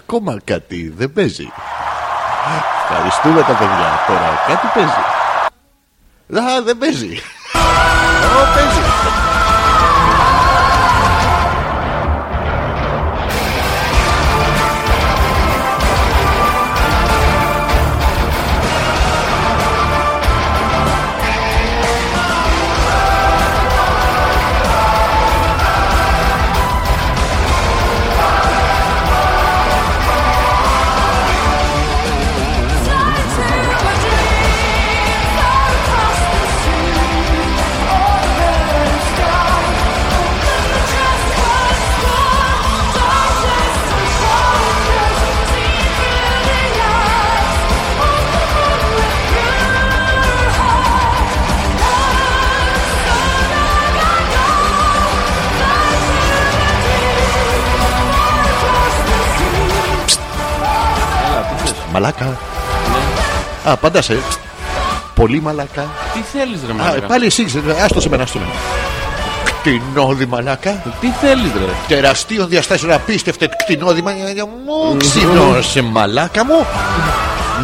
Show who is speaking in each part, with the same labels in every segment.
Speaker 1: Ακόμα κάτι δεν παίζει. Ευχαριστούμε τα παιδιά. Τώρα κάτι παίζει. Α, δεν παίζει. Ω, παίζει. Μαλάκα. Α, απαντάσαι. Πολύ μαλάκα.
Speaker 2: Τι θέλεις, ρε
Speaker 1: Α,
Speaker 2: μαλάκα.
Speaker 1: πάλι εσύ ξέρεις. Άστο σε μένα, άστο με. Κτηνόδη μαλάκα.
Speaker 2: Τι θέλεις, ρε.
Speaker 1: Τεραστίων διαστάσεων απίστευτε κτηνόδη μαλάκα. Μου ξυνό σε μαλάκα μου.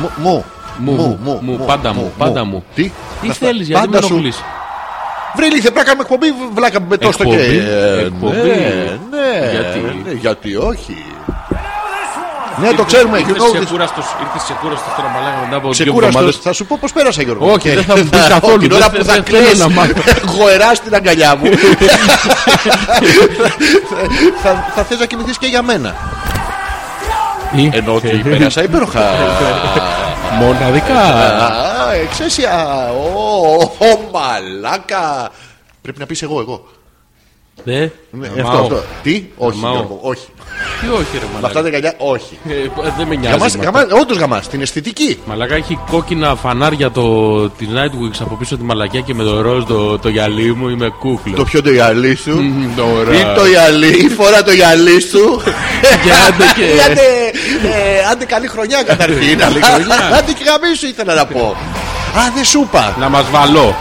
Speaker 1: Μου, Μου.
Speaker 2: Μου, μου, μου, πάντα μου, πάντα μου.
Speaker 1: Τι,
Speaker 2: Τι
Speaker 1: Να στα-
Speaker 2: θέλεις, γιατί με
Speaker 1: πάντα σου.
Speaker 2: ενοχλείς.
Speaker 1: Βρε λίθε, πρέπει να κάνουμε εκπομπή, βλάκα με το στο
Speaker 2: Εκπομπή,
Speaker 1: και... Ε,
Speaker 2: εκπομπή.
Speaker 1: Ναι, ναι,
Speaker 2: Γιατί?
Speaker 1: ναι, γιατί όχι. Ναι, το ξέρουμε. You know
Speaker 2: Ήρθες
Speaker 1: this.
Speaker 2: ξεκούραστος τώρα μαλάκα μετά από δύο
Speaker 1: Ξεκούραστος,
Speaker 2: εβδομάδες.
Speaker 1: θα σου πω πώς πέρασα, Γιώργο.
Speaker 2: Όχι, δεν θα μου πεις καθόλου,
Speaker 1: Την ώρα
Speaker 2: δεν-
Speaker 1: που θα
Speaker 2: δεν θέλω
Speaker 1: κλαις
Speaker 2: να μάθω.
Speaker 1: γοεράς στην αγκαλιά μου. θα, θα θες να κοιμηθείς και για μένα. Ενώ ότι πέρασα υπέροχα.
Speaker 2: Μοναδικά.
Speaker 1: Α, Εξαίσια. Ω, ω, μαλάκα. Πρέπει να πεις εγώ, εγώ.
Speaker 2: Δε.
Speaker 1: Ναι,
Speaker 2: Αμάω.
Speaker 1: αυτό, αυτό. Τι, όχι,
Speaker 2: Μάω.
Speaker 1: Γιώργο, όχι.
Speaker 2: Τι όχι, ρε
Speaker 1: Με αυτά
Speaker 2: μαλάκα.
Speaker 1: τα αγκαλιά, όχι.
Speaker 2: Ε, Δεν με
Speaker 1: Γαμάς,
Speaker 2: νοιάζει.
Speaker 1: γαμάς, όντως γαμάς, την αισθητική.
Speaker 2: Μαλακά έχει κόκκινα φανάρια το, τη Nightwings από πίσω τη μαλακιά και με το ροζ το, το γυαλί μου είμαι
Speaker 1: Το
Speaker 2: κούκλο.
Speaker 1: πιο το γυαλί σου.
Speaker 2: Μμμ, το ωραίο.
Speaker 1: Ή το γυαλί, ή φορά το γυαλί σου.
Speaker 2: Και άντε και-
Speaker 1: Ή άντε, ε, άντε καλή χρονιά καταρχήν.
Speaker 2: Καλή χρονιά.
Speaker 1: Άντε και γαμίσου ήθελα να πω. Α, δεν σου είπα.
Speaker 2: Να μας βαλώ.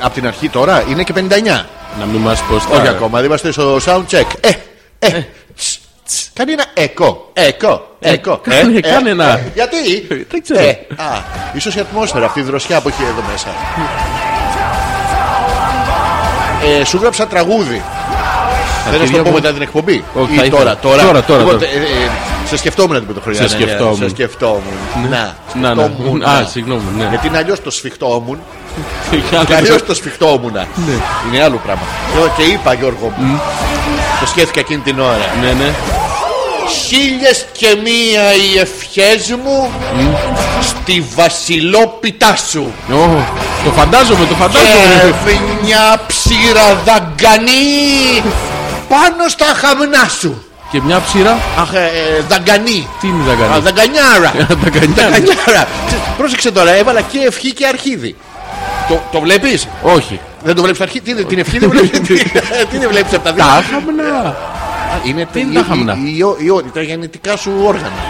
Speaker 1: Απ' την αρχή τώρα είναι και 59.
Speaker 2: Να μην μας πω στα-
Speaker 1: Όχι ακόμα, δεν είμαστε στο sound check. Ε, ε, τσ, τσ. Κάνει ένα εκό, εκό, εκό.
Speaker 2: Ε, κάνε- κάνε ένα.
Speaker 1: Γιατί?
Speaker 2: Δεν ξέρω.
Speaker 1: Ε, α, ίσως η ατμόσφαιρα, αυτή η δροσιά που έχει εδώ μέσα. Ε, σου γράψα τραγούδι. Δεν να σου το
Speaker 2: παιδιά
Speaker 1: πω
Speaker 2: μου-
Speaker 1: μετά την εκπομπή.
Speaker 2: Όχι,
Speaker 1: Ή
Speaker 2: θα ήθελα.
Speaker 1: τώρα, τώρα.
Speaker 2: Τώρα, τώρα,
Speaker 1: Λοιπόν,
Speaker 2: τώρα.
Speaker 1: ε, ε, σε σκεφτόμουν την πρωτοχρονιά.
Speaker 2: Σε
Speaker 1: ναι, ναι,
Speaker 2: σκεφτόμουν.
Speaker 1: Σε σκεφτόμουν. Να,
Speaker 2: Να, ναι.
Speaker 1: σκεφτόμουν.
Speaker 2: Α, συγγνώμη, ναι.
Speaker 1: Γιατί είναι αλλιώς το σφιχτόμουν.
Speaker 2: Για να-
Speaker 1: Αλλιώς το σφιχτόμουν.
Speaker 2: Ναι.
Speaker 1: Είναι άλλο πράγμα. Λέω Και είπα Γιώργο μου. Το σκέφτηκα εκείνη την ώρα.
Speaker 2: Ναι, ναι.
Speaker 1: Χίλιες και μία οι ευχές μου στη βασιλόπιτά σου.
Speaker 2: Ω, Το φαντάζομαι, το φαντάζομαι.
Speaker 1: Και μια ψήρα δαγκανή πάνω στα χαμνά σου.
Speaker 2: Και μια ψήρα.
Speaker 1: Αχ, ε, ε, δαγκανή.
Speaker 2: Τι είναι τα
Speaker 1: Α,
Speaker 2: κάνει.
Speaker 1: δαγκανιάρα.
Speaker 2: Τα κάνει.
Speaker 1: Δαγκανιάρα. Ξε- Πρόσεξε τώρα, έβαλα και ευχή και αρχίδι. Το, το βλέπεις?
Speaker 2: Όχι.
Speaker 1: Δεν το βλέπεις το αρχή, τι είναι, την ευχή δεν βλέπεις. Τι- Τι δεν βλέπεις από τα δύο.
Speaker 2: Τα χαμνά.
Speaker 1: Είναι
Speaker 2: Τι είναι τα χαμνά?
Speaker 1: η- η- η- η- η- Τα γεννητικά σου όργανα.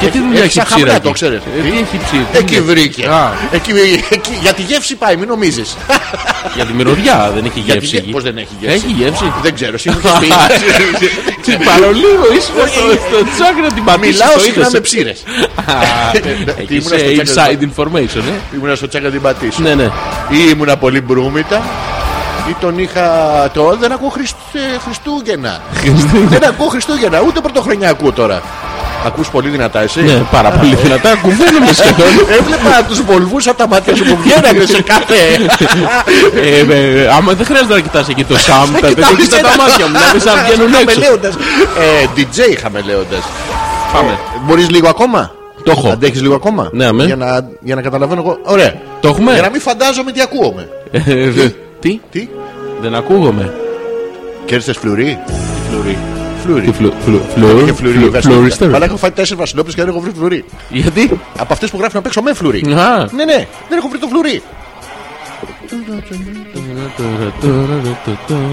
Speaker 2: Και τι δουλειά
Speaker 1: έχεις
Speaker 2: έχει η
Speaker 1: τα
Speaker 2: ψήρα.
Speaker 1: χαμνά,
Speaker 2: εκεί?
Speaker 1: το ξέρεις.
Speaker 2: Ε, Τι έχει η ψήρα. τι
Speaker 1: Εκεί
Speaker 2: είναι.
Speaker 1: βρήκε.
Speaker 2: Α,
Speaker 1: Εκεί, εκεί- για τη γεύση πάει, μην νομίζεις.
Speaker 2: Για τη μυρωδιά δεν έχει
Speaker 1: Για τη
Speaker 2: γεύση.
Speaker 1: γε-
Speaker 2: εκεί.
Speaker 1: Πώς δεν έχει γεύση. Ε,
Speaker 2: Έχει γεύση.
Speaker 1: Δεν ξέρω, εσύ μου είχες πεις.
Speaker 2: Τι παρολίγο ήσουν στο- στο τσάκρα την πατήση.
Speaker 1: ε, Μιλάω
Speaker 2: το
Speaker 1: συχνά
Speaker 2: είδες.
Speaker 1: με ψήρες.
Speaker 2: Α,
Speaker 1: Τι
Speaker 2: έχεις,
Speaker 1: ήμουνα
Speaker 2: ε,
Speaker 1: στο τσάκρα-
Speaker 2: inside information, ε.
Speaker 1: Ήμουνα στο τσάκα την πατήσω.
Speaker 2: Ναι, ναι.
Speaker 1: Ή ήμουνα πολύ μπρούμητα ή τον είχα. Το, δεν ακούω Χριστ- ε, Χριστούγεννα. δεν ακούω Χριστούγεννα, ούτε Πρωτοχρονιά ακούω τώρα. Ακούς πολύ δυνατά εσύ.
Speaker 2: Ναι, πάρα πολύ
Speaker 1: Ε,
Speaker 2: δυνατά. Κουβαίνουμε σχεδόν.
Speaker 1: Έβλεπα τους βολβούς από τα μάτια σου που βγαίνανε σε κάθε.
Speaker 2: Ε, ε, ε, Άμα δεν χρειάζεται να κοιτάς εκεί το
Speaker 1: Ε,
Speaker 2: Σαμ, τα
Speaker 1: Κοιτάω
Speaker 2: τέτοια κοιτά τα
Speaker 1: εσένα.
Speaker 2: μάτια μου. Να μην σαν βγαίνουν έξω.
Speaker 1: Χαμελέοντας. Ε, DJ χαμελέοντας.
Speaker 2: Πάμε.
Speaker 1: Μπορείς λίγο ακόμα.
Speaker 2: Το έχω.
Speaker 1: Αντέχεις λίγο ακόμα.
Speaker 2: Ναι, αμέ. Ε.
Speaker 1: Για να, για να καταλαβαίνω εγώ. Ωραία.
Speaker 2: Το
Speaker 1: Για να
Speaker 2: έχουμε.
Speaker 1: μην φαντάζομαι τι ακούομαι.
Speaker 2: Ε, ε, Τι,
Speaker 1: Τι.
Speaker 2: δεν ακούγομαι.
Speaker 1: Κέρδισε φλουρί.
Speaker 2: Τι
Speaker 1: Φλουρί.
Speaker 2: φλου- φλου- φλου-
Speaker 1: Και φλουρί.
Speaker 2: φλου-
Speaker 1: βασίλισσα.
Speaker 2: φλουρίστερ.
Speaker 1: Αλλά έχω φάει τέσσερις βασιλόπιε και δεν έχω βρει φλουρί.
Speaker 2: Γιατί.
Speaker 1: Από αυτές που γράφουν απ' έξω με φλουρί.
Speaker 2: Α.
Speaker 1: Ναι, ναι, δεν έχω βρει το φλουρί.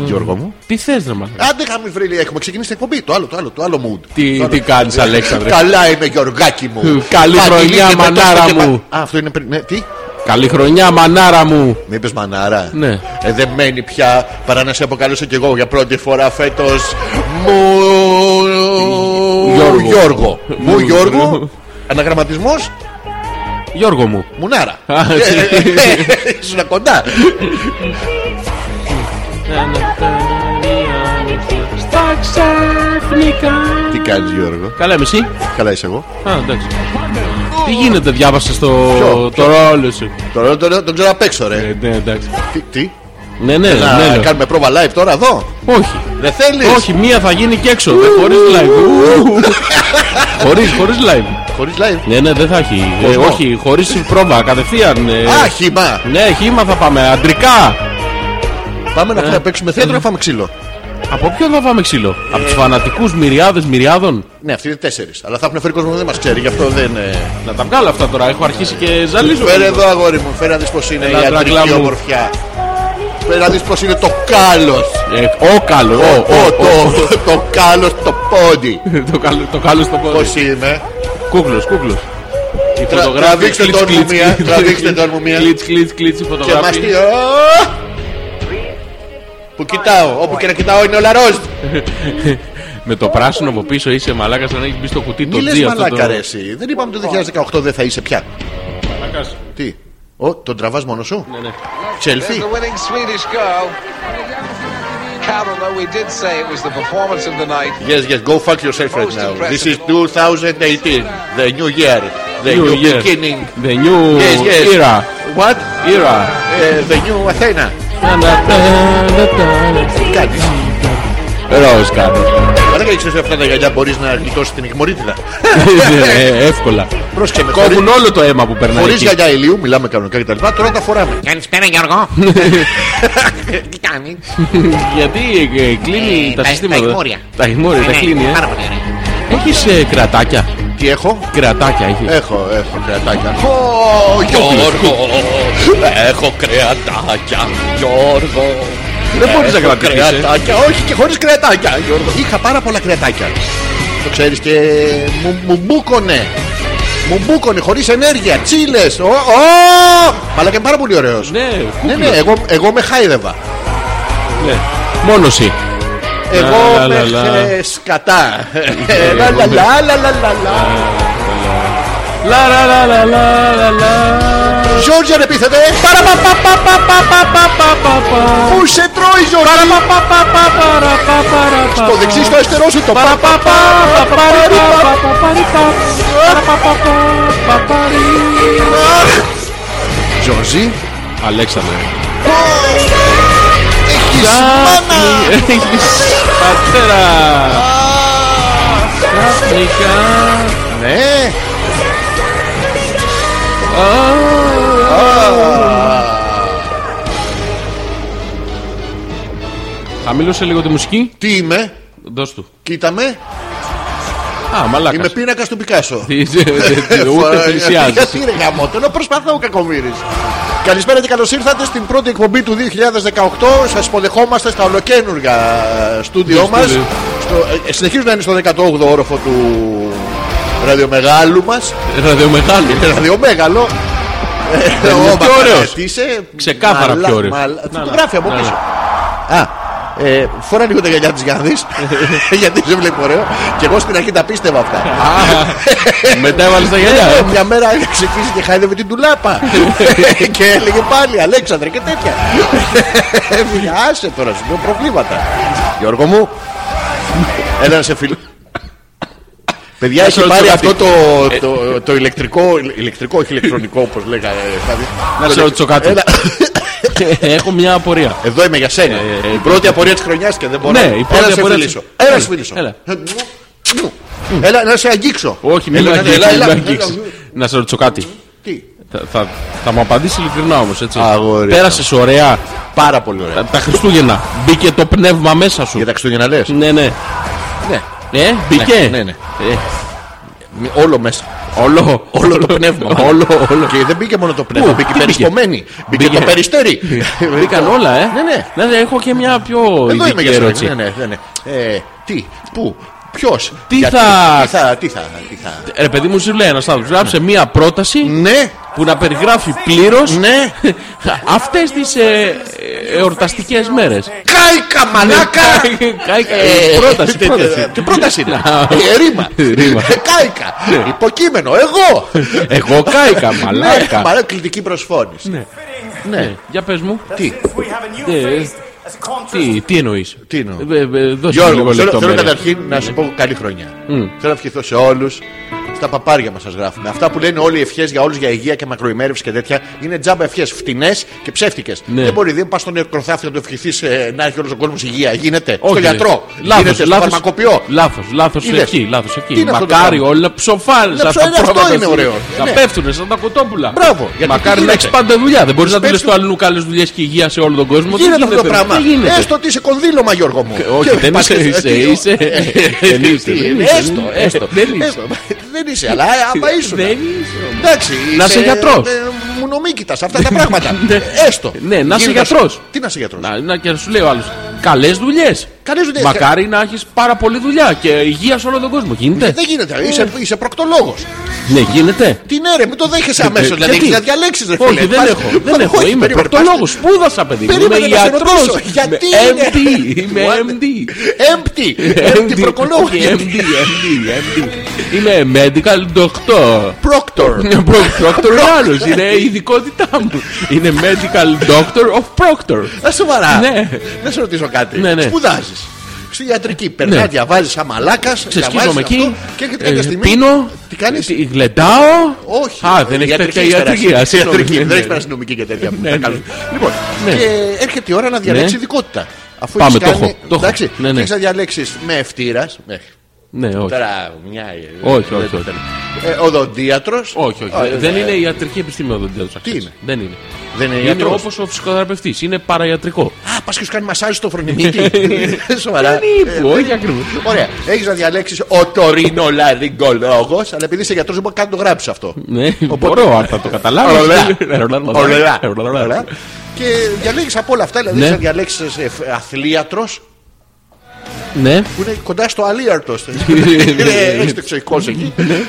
Speaker 1: Γιώργο μου.
Speaker 2: Τι θες ρε μαλάκα.
Speaker 1: Άντε είχαμε βρει, έχουμε ξεκινήσει την εκπομπή. Το άλλο, το άλλο, το άλλο mood.
Speaker 2: Τι-
Speaker 1: Το άλλο.
Speaker 2: τι κάνεις, Αλέξανδρε?
Speaker 1: Καλά είμαι, Γιωργάκι μου.
Speaker 2: Καλή
Speaker 1: Παγγελί
Speaker 2: χρονιά,
Speaker 1: και πετώστε
Speaker 2: μανάρα
Speaker 1: και πα-
Speaker 2: μου.
Speaker 1: Α, αυτό είναι πριν. ναι, Τι,
Speaker 2: Καλή χρονιά μανάρα μου.
Speaker 1: με είπε μανάρα.
Speaker 2: Ναι.
Speaker 1: Ε, δεν μένει πια παρά να σε αποκαλέσω κι εγώ για πρώτη φορά φέτος. Μου. Γιώργο. Μου Γιώργο. Αναγραμματισμός
Speaker 2: Γιώργο μου.
Speaker 1: Μουνάρα. Ε,
Speaker 2: Α, έτσι.
Speaker 1: Ήσουν κοντά.
Speaker 2: Στα ξαφνικά.
Speaker 1: Τι κάνεις Γιώργο.
Speaker 2: Καλά, είμαι εσύ.
Speaker 1: Καλά είσαι εγώ.
Speaker 2: Α, εντάξει. Τι γίνεται, διάβασες το,
Speaker 1: Ποιο,
Speaker 2: το ρόλο σου.
Speaker 1: Τώρα τώρα- τον ξέρω απ' έξω, ρε.
Speaker 2: Ε, ναι, εντάξει.
Speaker 1: Τι- Τι.
Speaker 2: Ναι, ναι,
Speaker 1: Να
Speaker 2: ναι. λέω.
Speaker 1: κάνουμε πρόβα live τώρα εδώ.
Speaker 2: Όχι.
Speaker 1: Δεν θέλεις.
Speaker 2: Όχι, μία θα γίνει και έξω. δε, Χωρίς live. Χωρίς, χωρίς live.
Speaker 1: Χωρίς live.
Speaker 2: Ναι, ναι, δεν θα έχει. Ε,
Speaker 1: Κόσμο.
Speaker 2: όχι, χωρίς πρόβα, κατευθείαν. ε.
Speaker 1: Α, χήμα.
Speaker 2: Ναι, χήμα θα πάμε, αντρικά.
Speaker 1: Πάμε
Speaker 2: Ε.
Speaker 1: να φύγουμε, παίξουμε θέατρο να φάμε ξύλο.
Speaker 2: Από ποιον θα φάμε ξύλο,
Speaker 1: Ε.
Speaker 2: από τους φανατικούς μυριάδες μυριάδων.
Speaker 1: Ναι, αυτοί είναι τέσσερις. Αλλά θα έχουν φέρει κόσμο που δεν μας ξέρει, γι' αυτό δεν. ε.
Speaker 2: Να τα βγάλω αυτά τώρα, έχω αρχίσει και ζαλίζω.
Speaker 1: Φέρε εδώ, αγόρι μου, φέρε να δεις πώς είναι η
Speaker 2: Έλα, δράκλα
Speaker 1: αντρική
Speaker 2: μου.
Speaker 1: ομορφιά. Φέρε να δεις πώς είναι το κάλος.
Speaker 2: Ε, ο καλό, ο, ο,
Speaker 1: Το κάλος, το πόντι.
Speaker 2: το καλό, το καλό στο πόδι.
Speaker 1: Πώς είμαι.
Speaker 2: Κούκλος, κούκλος. Η
Speaker 1: Τρα-
Speaker 2: φωτογράφη,
Speaker 1: τραβήξτε
Speaker 2: κλίτς,
Speaker 1: τον μου
Speaker 2: κλίτς,
Speaker 1: μία,
Speaker 2: κλίτς,
Speaker 1: τραβήξτε
Speaker 2: κλίτς,
Speaker 1: τον μου μία.
Speaker 2: Κλίτς, κλίτς, κλίτς, η
Speaker 1: Και μα
Speaker 2: φωτογράφη.
Speaker 1: τι. Ω! Που κοιτάω, όπου και να κοιτάω είναι όλα ροζ.
Speaker 2: Με το πράσινο από πίσω είσαι μαλάκας σαν να έχεις μπει στο κουτί
Speaker 1: Μη
Speaker 2: το
Speaker 1: λε
Speaker 2: τζι αυτό το.
Speaker 1: μαλάκα, ρε, εσύ. Δεν είπαμε το 2018 δεν θα είσαι πια.
Speaker 2: Μαλάκας.
Speaker 1: Τι. Ω, τον τραβάς μόνο σου.
Speaker 2: Ναι, ναι.
Speaker 1: Τσέλφι.
Speaker 3: There's the winning Swedish goal. Carol, though we did say it was the performance of the night.
Speaker 1: Yes, yes, go fuck yourself right now. This is 2018, the new year, the
Speaker 2: New
Speaker 1: new,
Speaker 2: year.
Speaker 1: beginning.
Speaker 2: The new
Speaker 1: Yes, yes.
Speaker 2: era.
Speaker 1: What?
Speaker 2: Era.
Speaker 1: Ε, the new Athena. Τι κάνεις.
Speaker 2: Ροζ κάνει.
Speaker 1: Μαλάκα, δεν ξέρεις αυτά τα γυαλιά μπορείς να γλιτώσεις την αιχμωρίτιδα.
Speaker 2: Ε, Εύκολα.
Speaker 1: Πρόσεχε με.
Speaker 2: Κόβουν όλο το αίμα που περνάει.
Speaker 1: Χωρίς
Speaker 2: εκεί.
Speaker 1: γυαλιά ηλίου, μιλάμε κανονικά κτλ. Τώρα τα φοράμε.
Speaker 2: Ναι.
Speaker 4: Καλησπέρα Γιώργο. Τι κάνεις.
Speaker 2: Γιατί ε, ε, κλείνει
Speaker 4: Ε,
Speaker 2: τα
Speaker 4: τα-
Speaker 2: συστήματα.
Speaker 4: τα αιχμόρια.
Speaker 2: Τα αιχμόρια, τα
Speaker 4: Ναι,
Speaker 2: κλείνει. ε.
Speaker 4: Πάρα πολύ ωραία.
Speaker 2: Έχεις ε, κρατάκια.
Speaker 1: Τι έχω?
Speaker 2: Κρατάκια έχεις.
Speaker 1: Έχω, έχω κρεατάκια. Ω, Γιώργο, έχω κρεατάκια, Γιώργο.
Speaker 2: Δεν μπορείς να
Speaker 1: Έχω
Speaker 2: κρατήσεις, ε.
Speaker 1: Κρεατάκια, όχι και χωρίς κρεατάκια, Γιώργο. Είχα πάρα πολλά κρεατάκια. Το ξέρεις και μου, μου μπούκωνε. Μου μπούκωνε χωρίς ενέργεια, τσίλες. Ω, ω. Αλλά και πάρα πολύ ωραίος.
Speaker 2: Ναι,
Speaker 1: ναι, ναι, εγώ, εγώ με χάιδευα.
Speaker 2: ναι. Μόνος εσύ.
Speaker 1: Εγώ
Speaker 2: Λα, λα,
Speaker 1: με
Speaker 2: λα,
Speaker 1: χε- σκατά. Λα, λα, λα, λα, λα, λα, λα.
Speaker 2: Λα λα λα λα λα λα λα.
Speaker 1: Γιώργια επίθετε. Πού σε τρώει Γιώργη. Το δεξί στο αριστερό σου το πα, πα, πα, πα, πάρι, πα. Γιώργη
Speaker 2: Αλέξανδρε.
Speaker 1: Έχεις μάνα
Speaker 2: Έχεις πατέρα. Ξαφνικά.
Speaker 1: Ναι
Speaker 2: Χαμήλωσε λίγο τη μουσική.
Speaker 1: Τι είμαι
Speaker 2: Δώσ' του.
Speaker 1: Κοίτα με
Speaker 2: Α,
Speaker 1: Είμαι
Speaker 2: μαλάκας.
Speaker 1: πίνακας του Πικάσο Ε,
Speaker 2: Τι- τι- τι- Ούτε
Speaker 1: Φορά-
Speaker 2: πλησιάζεις.
Speaker 1: Γιατί ρε γαμότο Ενώ προσπαθώ ο κακομύρης Καλησπέρα και καλώς ήρθατε στην πρώτη εκπομπή του 2018 Σας υποδεχόμαστε στα ολοκένουργα στούντιό
Speaker 2: Στο
Speaker 1: μας
Speaker 2: στούντιο.
Speaker 1: Στο- ε, Συνεχίζουμε να είναι στο 18ο όροφο του ραδιομεγάλου μας
Speaker 2: Ραδιομετάλλη.
Speaker 1: Ραδιομέγαλο. Ε,
Speaker 2: είναι
Speaker 1: ο
Speaker 2: πιο
Speaker 1: Μπακαλάς,
Speaker 2: ωραίος.
Speaker 1: τι Είσαι
Speaker 2: Ξεκάθαρα
Speaker 1: μαλά-
Speaker 2: πιο ωραίος.
Speaker 1: μαλά-
Speaker 2: Να,
Speaker 1: Το
Speaker 2: να.
Speaker 1: γράφει από
Speaker 2: Να,
Speaker 1: πίσω. Α, ε, φορά λίγο τα γυαλιά της για να δεις Γιατί σε βλέπω ωραίο Και εγώ στην αρχή τα πίστευα αυτά
Speaker 2: Μετά έβαλες τα γυαλιά.
Speaker 1: Ε,
Speaker 2: ε.
Speaker 1: Μια μέρα ξεφύζει και χάιδευε την τουλάπα Και έλεγε πάλι Αλέξανδρε και τέτοια Έφυγε άσε τώρα σου λέω προβλήματα Γιώργο μου Έλα να σε φιλ Παιδιά
Speaker 2: Να
Speaker 1: έχει
Speaker 2: σε
Speaker 1: πάρει
Speaker 2: ρωτήσω
Speaker 1: αυτό
Speaker 2: κάτι.
Speaker 1: το, το, το ηλεκτρικό, ηλεκτρικό, όχι ηλεκτρονικό όπως λέγανε. κάτι.
Speaker 2: Να σε ρωτήσω κάτι.
Speaker 1: Έλα.
Speaker 2: Έχω μια απορία.
Speaker 1: Εδώ είμαι για σένα.
Speaker 2: Ε, ε,
Speaker 1: η πρώτη απορία της χρονιάς και δεν μπορώ.
Speaker 2: Ναι, η
Speaker 1: Έλα
Speaker 2: πρώτη
Speaker 1: να σε
Speaker 2: απορία της-
Speaker 1: φιλήσω. Έλα να σε
Speaker 2: Έλα,
Speaker 1: φιλήσω. Ε,
Speaker 2: έλα.
Speaker 1: Έλα να σε αγγίξω.
Speaker 2: Όχι, μην με
Speaker 1: Έλα, έλα,
Speaker 2: αγγίξεις,
Speaker 1: έλα,
Speaker 2: μην με
Speaker 1: έλα.
Speaker 2: αγγίξεις. Να σε ρωτήσω κάτι.
Speaker 1: Τι.
Speaker 2: Θα- Θα, θα μου απαντήσεις ειλικρινά όμως, έτσι.
Speaker 1: Αγόρι μου.
Speaker 2: Πέρασες ωραία Ε,
Speaker 1: Πάρα πολύ ωραία.
Speaker 2: τα, τα Χριστούγεννα. Μπήκε το πνεύμα μέσα σου.
Speaker 1: Για τα Χριστούγεννα λες.
Speaker 2: Ναι, ναι.
Speaker 1: Ναι.
Speaker 2: Ε, μπήκε.
Speaker 1: Ναι, ναι, ναι.
Speaker 2: Ε,
Speaker 1: Μη- Όλο μέσα.
Speaker 2: όλο,
Speaker 1: Όλο το πνεύμα.
Speaker 2: όλο, όλο.
Speaker 1: Και δεν μπήκε μόνο το πνεύμα,
Speaker 2: Πού,
Speaker 1: μπήκε
Speaker 2: τι
Speaker 1: περιστομένη. Μπήκε
Speaker 2: Μπήκε.
Speaker 1: το περιστέρι.
Speaker 2: Μπήκαν όλα, ε.
Speaker 1: Ναι, ναι.
Speaker 2: ναι. έχω και μια πιο
Speaker 1: Εδώ είμαι
Speaker 2: ειδική
Speaker 1: για σένα.
Speaker 2: ερώτηση.
Speaker 1: Ναι, ναι, ναι, ναι. Ε, Τι, πού, ποιος,
Speaker 2: Τι
Speaker 1: γιατί,
Speaker 2: θα-
Speaker 1: τι θα, τι θα, τι θα.
Speaker 2: Ρε παιδί μου, σου λέει ένας άνθρωπος. Γράψε μια πρόταση
Speaker 1: Ναι,
Speaker 2: που να περιγράφει πλήρως
Speaker 1: ναι.
Speaker 2: αυτές τις εορταστικές μέρες. Ναι,
Speaker 1: Κάηκα, μαλάκα! Ε,
Speaker 2: Πρόταση,
Speaker 1: τι-
Speaker 2: πρόταση.
Speaker 1: Τι πρόταση είναι.
Speaker 2: Να.
Speaker 1: Ε, Ρήμα.
Speaker 2: Ρήμα.
Speaker 1: Ε, Κάηκα.
Speaker 2: Ναι.
Speaker 1: Υποκείμενο. Εγώ.
Speaker 2: Εγώ κάηκα,
Speaker 1: Ναι,
Speaker 2: μαλάκα.
Speaker 1: μαλάκα, κλητική προσφώνηση.
Speaker 2: Ναι.
Speaker 1: Ναι.
Speaker 2: Για πες μου,
Speaker 1: Τι.
Speaker 2: τι, τι εννοείς.
Speaker 1: Τι εννοώ?
Speaker 2: Ε, ε, Δώσε μου λίγο
Speaker 1: Γιώργο, θέλω, θέλω
Speaker 2: λεπτό.
Speaker 1: καταρχήν να σου πω καλή χρονιά. Θέλω να ευχηθώ σε όλους. Στα παπάρια μας σας γράφουμε. Αυτά που λένε όλοι οι ευχές για όλους για υγεία και μακροημέρευσης και τέτοια είναι τζάμπα ευχές. Φτηνές και ψεύτικες.
Speaker 2: Ναι.
Speaker 1: Δεν μπορεί, δεν πας στο νεκροθάφιο να το ευχηθείς να έχει όλος ο κόσμος υγεία. Γίνεται. στο
Speaker 2: Όχι, ρε.
Speaker 1: γιατρό. γίνεται
Speaker 2: Λάθος,
Speaker 1: στο
Speaker 2: λάθος.
Speaker 1: φαρμακοποιό.
Speaker 2: Λάθος, λάθος
Speaker 1: Είδες.
Speaker 2: εκεί, λάθος
Speaker 1: Τι
Speaker 2: εκεί.
Speaker 1: είναι αυτό το
Speaker 2: Μακάρι
Speaker 1: πράγμα?
Speaker 2: όλα ψοφάνε
Speaker 1: Ναι,
Speaker 2: σαν τα
Speaker 1: ψοφάνε, αυτό
Speaker 2: πρόβατα.
Speaker 1: είναι
Speaker 2: σου.
Speaker 1: ωραίο.
Speaker 2: Να
Speaker 1: Ναι.
Speaker 2: πέφτουνε σαν τα κοτόπουλα.
Speaker 1: Μπράβο, γιατί
Speaker 2: Μακάρι να
Speaker 1: γίνεται.
Speaker 2: έχεις πάντα δουλειά. Δεν μπορείς να δουλεύεις
Speaker 1: Πέφτουν.
Speaker 2: του αλλού καλές δουλειές και υγεία σε όλο τον κόσμο. Δεν
Speaker 1: Γίνεται αυτό το
Speaker 2: παιδί.
Speaker 1: πράγμα.
Speaker 2: Δεν γίνεται. Ε,
Speaker 1: Έστω ότι είσαι κονδύλωμα, Γιώργο μου.
Speaker 2: Όχι,
Speaker 1: Και
Speaker 2: δεν
Speaker 1: πας Ε,
Speaker 2: είσαι,
Speaker 1: και-
Speaker 2: είσαι,
Speaker 1: τι-
Speaker 2: είσαι. Δεν είσαι,
Speaker 1: Τι-
Speaker 2: δεν είσαι,
Speaker 1: Έστω,
Speaker 2: δεν
Speaker 1: έστω.
Speaker 2: Δεν είσαι.
Speaker 1: έστω. Δεν είσαι, αλλά άμα ήσουν.
Speaker 2: Δεν είσαι.
Speaker 1: Εντάξει, ε,
Speaker 2: Να είσαι γιατρός.
Speaker 1: Μου νομίκητα αυτά τα πράγματα. Έστω.
Speaker 2: Ναι, να είσαι
Speaker 1: Γίνεται αυτό.
Speaker 2: γιατρός.
Speaker 1: Τι να είσαι γιατρός.
Speaker 2: Να, να και να σου λέει ο άλλο. Καλές δουλειές.
Speaker 1: Καλές δουλειές.
Speaker 2: Μακάρι να έχεις πάρα πολλή δουλειά και υγεία σε όλο τον κόσμο. Γίνεται.
Speaker 1: Ε, Δεν γίνεται, είσαι, είσαι προκτολόγος.
Speaker 2: Ναι, γίνεται.
Speaker 1: Τι ναι, ρε, μην το δέχεσαι αμέσω.
Speaker 2: Ε,
Speaker 1: Δηλαδή,
Speaker 2: γιατί?
Speaker 1: έχεις να διαλέξεις, ρε φίλε.
Speaker 2: Όχι, δεν
Speaker 1: Πας-
Speaker 2: έχω. Δεν
Speaker 1: Πας-
Speaker 2: έχω.
Speaker 1: όχι,
Speaker 2: Είμαι
Speaker 1: περίμενε,
Speaker 2: προκτολόγος. Σπούδασα, παιδί μου. Είμαι
Speaker 1: Περίμενε να σε
Speaker 2: ιατρός.
Speaker 1: ρωτήσω, γιατί
Speaker 2: MD.
Speaker 1: είναι-
Speaker 2: Είμαι
Speaker 1: What?
Speaker 2: MD.
Speaker 1: πας- Empty. Empty προκολόγο.
Speaker 2: Όχι, MD, MD, MD. Είμαι medical doctor.
Speaker 1: Proctor.
Speaker 2: Είναι Proctor είναι άλλος, είναι η ειδικότητά μου. Είναι medical doctor of proctor.
Speaker 1: Να σοβαρά.
Speaker 2: Ναι.
Speaker 1: Να σε ρωτήσω κάτι.
Speaker 2: Ναι, ναι.
Speaker 1: Σπουδάζεις. Στη ιατρική. Περνά,
Speaker 2: Ναι.
Speaker 1: διαβάζει σαν μαλάκας.
Speaker 2: Ξεσκίζομαι εκεί.
Speaker 1: Και έρχεται
Speaker 2: ε,
Speaker 1: κάποια στιγμή.
Speaker 2: Πίνω.
Speaker 1: Τι κάνεις?
Speaker 2: ε, Γλεντάω.
Speaker 1: Όχι.
Speaker 2: Α, δεν έχεις τέτοια
Speaker 1: Ιατρική
Speaker 2: ιατρική.
Speaker 1: έχεις
Speaker 2: ας,
Speaker 1: περάσει.
Speaker 2: συγγνώμη,
Speaker 1: Ιατρική.
Speaker 2: ναι,
Speaker 1: Δεν έχει
Speaker 2: ναι.
Speaker 1: περάσει νομική και τέτοια.
Speaker 2: Ναι,
Speaker 1: Τα
Speaker 2: ναι.
Speaker 1: καλούν. Λοιπόν.
Speaker 2: Ναι.
Speaker 1: Και έρχεται η ώρα να διαλέξεις
Speaker 2: Ναι.
Speaker 1: ειδικότητα. Αφού
Speaker 2: Πάμε,
Speaker 1: έχεις
Speaker 2: το έχω,
Speaker 1: κάνει-
Speaker 2: το έχω.
Speaker 1: Εντάξει,
Speaker 2: Ναι, ναι.
Speaker 1: έχεις να διαλέξεις με ευτήρας.
Speaker 2: Ναι, όχι.
Speaker 1: Τώρα μια.
Speaker 2: Όχι, όχι, όχι.
Speaker 1: Ε, Οδοντίατρος.
Speaker 2: Όχι, όχι.
Speaker 1: Ε,
Speaker 2: δεν είναι ιατρική επιστήμη ο δοντιάτρος.
Speaker 1: Τι είναι?
Speaker 2: Δεν είναι.
Speaker 1: Δεν είναι
Speaker 2: Είναι
Speaker 1: ιατρός.
Speaker 2: όπως ο φυσικοθεραπευτής. Είναι παραϊατρικό.
Speaker 1: Α, πας και σου κάνει μασάζ στο φρονιμίκι.
Speaker 2: Ε,
Speaker 1: Σοβαρά.
Speaker 2: Περίπου, όχι ακριβώς.
Speaker 1: Ωραία. Έχεις να διαλέξεις ο τωρινολαριγκολόγο, αλλά επειδή είσαι γιατρός, δεν μπορεί καν να το γράψει αυτό.
Speaker 2: Ναι, μπορώ αν θα το καταλάβω.
Speaker 1: Ωραία. Ωραία.
Speaker 2: Ωραία.
Speaker 1: Ωραία. Και διαλέγεις από όλα αυτά, δηλαδή
Speaker 2: Ναι.
Speaker 1: ναι. να διαλέξεις αθλίατρος
Speaker 2: Ναι.
Speaker 1: που είναι κοντά στο αλίαρτο. Έχει το εξωικό εκεί.
Speaker 2: Ναι.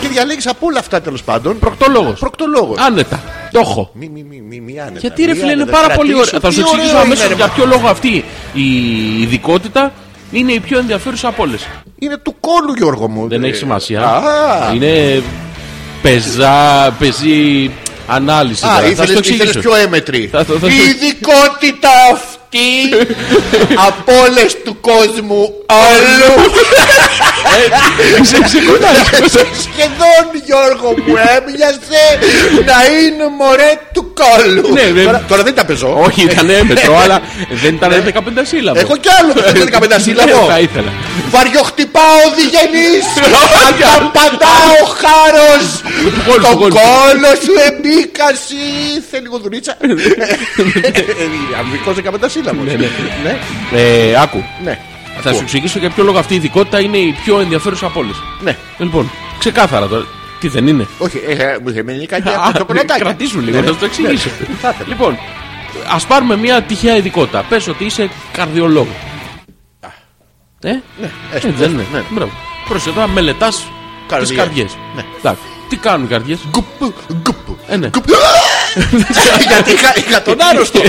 Speaker 1: Και διαλέγεις από όλα αυτά τέλος πάντων
Speaker 2: Προκτολόγος.
Speaker 1: προκτολόγος.
Speaker 2: Άνετα. Το έχω.
Speaker 1: Μη, μη, μη, μη, μη άνετα.
Speaker 2: Γιατί ρε
Speaker 1: μη
Speaker 2: φίλε είναι
Speaker 1: άνετα.
Speaker 2: πάρα πολύ
Speaker 1: Κρατήσου,
Speaker 2: ωραία. Θα
Speaker 1: τι
Speaker 2: σου εξηγήσω
Speaker 1: ωραίο
Speaker 2: αμέσως
Speaker 1: είναι, ρε,
Speaker 2: για
Speaker 1: μα.
Speaker 2: ποιο λόγο αυτή η ειδικότητα είναι η πιο ενδιαφέρουσα από όλες.
Speaker 1: Είναι του κόλου Γιώργο μου.
Speaker 2: Δεν
Speaker 1: Ε,
Speaker 2: έχει σημασία.
Speaker 1: Α,
Speaker 2: Είναι πεζά, πεζή ανάλυση.
Speaker 1: Α,
Speaker 2: τώρα. Θα σου το
Speaker 1: ήθελες, ήθελες
Speaker 2: εξηγήσω.
Speaker 1: πιο έμετρη.
Speaker 2: Θα- θα- θα
Speaker 1: Η
Speaker 2: σου-
Speaker 1: ειδικότητα αυτή από όλες του κόσμου όλου.
Speaker 2: Σε ξεκουνάζει.
Speaker 1: Σχεδόν Γιώργο μου έμοιαζε να είναι μωρέ του κόλλου.
Speaker 2: Ναι, ναι.
Speaker 1: Τώρα, τώρα δεν τα παίζω.
Speaker 2: Όχι, ήταν έμετρο, αλλά δεν
Speaker 1: Ε,
Speaker 2: ήταν 15 σύλλαβος.
Speaker 1: Έχω κι άλλο δεν είναι 15 σύλλαβο.
Speaker 2: Ναι, Θα ήθελα.
Speaker 1: Βαριοχτυπάω διγενής Καταπατάω χάρος
Speaker 2: κόλπου,
Speaker 1: Το
Speaker 2: κόλπου.
Speaker 1: κόλλο σου εμπίκαση Θέλει λίγο δουλίτσα Αμβικός 15 σύλλαβος
Speaker 2: Ναι, ναι.
Speaker 1: Ναι,
Speaker 2: Ε, Άκου.
Speaker 1: ναι
Speaker 2: Θα σου εξηγήσω για ποιο λόγο αυτή η ειδικότητα είναι η πιο ενδιαφέρουσα από όλες.
Speaker 1: Ναι,
Speaker 2: Λοιπόν, ξεκάθαρα τώρα. Τι δεν είναι.
Speaker 1: όχι, ε, μου είχε μείνει κάτι
Speaker 2: Α,
Speaker 1: από το πελατάκι.
Speaker 2: Κρατήσου λίγο,
Speaker 1: Ναι,
Speaker 2: να σου το εξηγήσω. Λοιπόν, ας πάρουμε μια τυχαία ειδικότητα. Πες ότι είσαι καρδιολόγος. Ε, ε,
Speaker 1: έστω,
Speaker 2: δεν
Speaker 1: έστω,
Speaker 2: είναι.
Speaker 1: ναι.
Speaker 2: Μπράβο. Πρόσεχε τώρα, μελετά
Speaker 1: Καρδιές.
Speaker 2: τι καρδιές.
Speaker 1: Ναι.
Speaker 2: Τι κάνουν οι καρδιές.
Speaker 1: Γκουπ, γκουπ.
Speaker 2: Ε, ναι.
Speaker 1: Γκουπ. Γιατί είχα- είχα τον άρρωστο.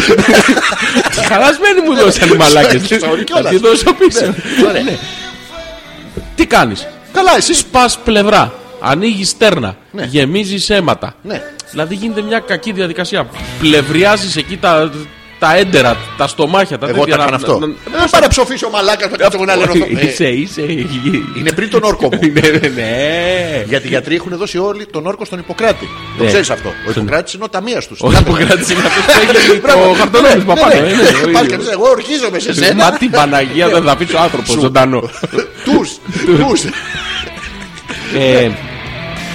Speaker 2: Χαλασμένοι
Speaker 1: Ναι,
Speaker 2: μου δώσαν οι μαλάκες.
Speaker 1: sorry
Speaker 2: Θα
Speaker 1: κιόλας.
Speaker 2: τη δώσω πίσω.
Speaker 1: Ωραία.
Speaker 2: Ναι. Τι κάνεις.
Speaker 1: Καλά, εσύ
Speaker 2: Σπα πλευρά. Ανοίγεις στέρνα.
Speaker 1: Ναι.
Speaker 2: Γεμίζεις αίματα.
Speaker 1: Ναι.
Speaker 2: Δηλαδή γίνεται μια κακή διαδικασία. Πλευριάζεις εκεί τα, τα έντερα, τα στομάχια, τα
Speaker 1: Εγώ τα
Speaker 2: τέτοια
Speaker 1: έκανα
Speaker 2: να-
Speaker 1: αυτό.
Speaker 2: να-
Speaker 1: Ε, Δεν πάρε ψοφίσει ο μαλάκα να κάτσω εγώ να λέω αυτό. Ε,
Speaker 2: Είσαι, είσαι.
Speaker 1: Είναι πριν τον όρκο μου.
Speaker 2: Ναι, ναι, ναι.
Speaker 1: Γιατί οι γιατροί έχουν δώσει όλοι τον όρκο στον Υποκράτη. Το
Speaker 2: Ναι.
Speaker 1: ξέρεις αυτό. Ο Υποκράτη είναι ο ταμείας τους.
Speaker 2: Ο Ιπποκράτης είναι αυτός που έχει το χαρτονόμισμα πάνω. ε, ναι, ο
Speaker 1: Πα
Speaker 2: ίδιος.
Speaker 1: και λες, εγώ ορκίζομαι σε Ε,
Speaker 2: Μα
Speaker 1: σένα.
Speaker 2: την Παναγία δεν θα αφήσω άνθρωπο ζωντανό.
Speaker 1: Τους.
Speaker 2: Ε,
Speaker 1: Ναι.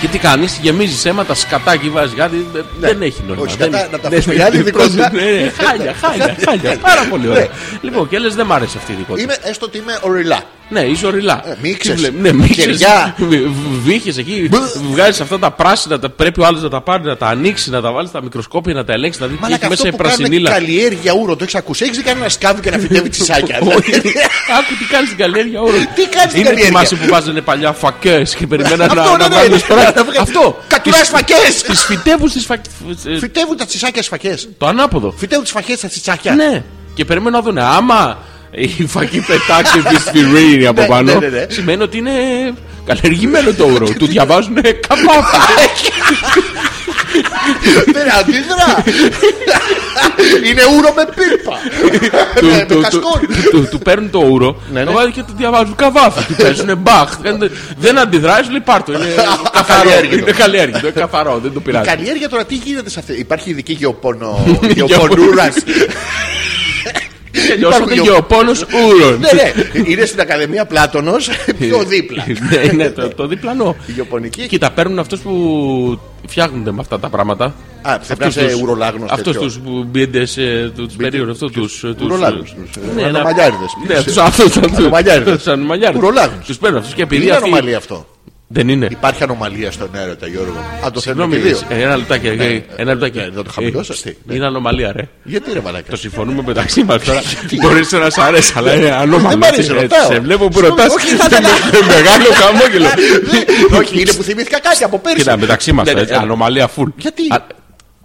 Speaker 2: Και τι κάνεις, γεμίζεις αίματα, σκατάκι βάζεις κάτι. ε, Δεν έχει νόημα.
Speaker 1: Ναι. Όχι,
Speaker 2: δεν-
Speaker 1: κατά- να τα
Speaker 2: δεν-
Speaker 1: αφήσουμε για άλλη ειδικότητα. Ναι.
Speaker 2: Ναι, ναι, Χάλια, χάλια, χάλια. Πάρα πολύ ωραία. Λοιπόν, και λες, δεν μ' αρέσει αυτή η ειδικότητα.
Speaker 1: Είμαι έστω ότι είμαι οριλά.
Speaker 2: Ναι, ισοριλά.
Speaker 1: Ε, μίξες.
Speaker 2: Τι βλέ- Ναι, μίξες.
Speaker 1: Κεριά.
Speaker 2: Βύχε εκεί.
Speaker 1: Μπλ.
Speaker 2: Βγάζεις αυτά τα πράσινα. Τα, πρέπει ο άλλος να τα πάρει, να τα ανοίξει, να τα βάλεις στα μικροσκόπια, να τα ελέγξεις, να δει τι
Speaker 1: Μαλάκα
Speaker 2: έχει
Speaker 1: αυτό
Speaker 2: μέσα η
Speaker 1: που κάνουν εκεί
Speaker 2: πρασινίλα.
Speaker 1: καλλιέργεια ούρο, το έχεις ακούσει. Έχεις δει κανένας σκάβει και να φυτεύει τη σάκια. Δηλαδή,
Speaker 2: Όχι. Άκου τι κάνει στην καλλιέργεια όλο.
Speaker 1: Τι κάνεις στην
Speaker 2: Είναι
Speaker 1: καλλιέργεια?
Speaker 2: θυμάσαι που βάζανε παλιά φακές και περιμέναν
Speaker 1: Αυτό,
Speaker 2: να,
Speaker 1: ναι,
Speaker 2: να
Speaker 1: ναι,
Speaker 2: βάλουν
Speaker 1: ναι.
Speaker 2: σπρά-
Speaker 1: Να βγα-
Speaker 2: Αυτό.
Speaker 1: Κατουράς φακές.
Speaker 2: Τις φυτεύουν στις φακέ.
Speaker 1: Φυτεύουν τα τσισάκια στις φακές.
Speaker 2: ε, Το ανάποδο.
Speaker 1: Φυτεύουν τις φακές στα τσισάκια.
Speaker 2: Ναι. Και περιμένω να δούνε. Άμα η φακή πετάξει τη σφυρίνη από
Speaker 1: Ναι,
Speaker 2: πάνω,
Speaker 1: ναι, ναι, ναι.
Speaker 2: σημαίνει ότι είναι καλλιεργημένο το όρο. Του διαβάζουν καπάφα.
Speaker 1: Δεν αντιδρά. Είναι ούρο με πύρπα. Ναι,
Speaker 2: Του-
Speaker 1: Με-
Speaker 2: του-
Speaker 1: Με κασκόλ.
Speaker 2: του- του- Του παίρνουν το ούρο, το βάζουν και του διαβάζουν καβάφα. Του παίζουν μπαχ. κάνουν- Δεν αντιδράζει, λέει πάρτο. Είναι καθαρό.
Speaker 1: Καλλιέργητο.
Speaker 2: Είναι καλλιέργητο, είναι καθαρό, δεν το πειράζει.
Speaker 1: Καλλιέργεια τώρα τι γίνεται σε αυτή. Υπάρχει ειδική γεωπονο... γεωπονούρα.
Speaker 2: Τελειώσατε
Speaker 1: γεω-
Speaker 2: γεωπόνο ούρων.
Speaker 1: ναι, ναι. Είναι στην Ακαδημία Πλάτωνος πιο δίπλα.
Speaker 2: Ναι, ναι, το- το διπλανό.
Speaker 1: Η γεωπονική.
Speaker 2: Κοίτα, παίρνουν αυτούς που φτιάχνονται με αυτά τα πράγματα.
Speaker 1: Α,
Speaker 2: Αυτούς
Speaker 1: ξεπνάσε
Speaker 2: τους-
Speaker 1: ουρολάγνος
Speaker 2: Αυτούς
Speaker 1: τέτοιο.
Speaker 2: τους που μπίντε τους περίοδου, αυτού τους... ε, τους-
Speaker 1: Ουρολάγνους, τους,
Speaker 2: Ναι, να-
Speaker 1: ανομαλιάριδες.
Speaker 2: Ναι, αυτούς αυτούς. αυτούς.
Speaker 1: Ανομαλιάριδες.
Speaker 2: Τους ανομαλιάριδες.
Speaker 1: Ουρολάγνους.
Speaker 2: Τους παίρνουν αυτούς και
Speaker 1: Δεν
Speaker 2: επειδή
Speaker 1: είναι
Speaker 2: αυτοί-
Speaker 1: ανομαλία αυτό.
Speaker 2: Δεν είναι.
Speaker 1: Υπάρχει ανομαλία στον έρωτα, Γιώργο. Αν το θέλουμε
Speaker 2: Συγγνώμη,
Speaker 1: και οι δύο.
Speaker 2: ε, ένα λεπτάκι. ε, ε, Ένα λεπτάκι.
Speaker 1: ναι, δεν το χαμηλώσα,
Speaker 2: Ε,
Speaker 1: τι, ναι.
Speaker 2: Είναι ανομαλία, ρε.
Speaker 1: Γιατί ρε
Speaker 2: Το
Speaker 1: μαλάκα.
Speaker 2: συμφωνούμε μεταξύ μας τώρα. Μπορεί να σ' αρέσει, αλλά είναι ανώμαλο.
Speaker 1: Δεν μ' αρέσει,
Speaker 2: Έτσι,
Speaker 1: ρωτάω.
Speaker 2: Σε βλέπω που
Speaker 1: Συγγνώμη,
Speaker 2: ρωτάς.
Speaker 1: όχι, θα ήθελα-
Speaker 2: Μεγάλο χαμόγελο.
Speaker 1: Ναι, Όχι, είναι που θυμήθηκα κάτι από πέρυσι.
Speaker 2: Κοίτα, μεταξύ μας.
Speaker 1: Ναι, ναι, ναι.
Speaker 2: Ανομαλία φουλ.
Speaker 1: Γιατί?
Speaker 2: Α,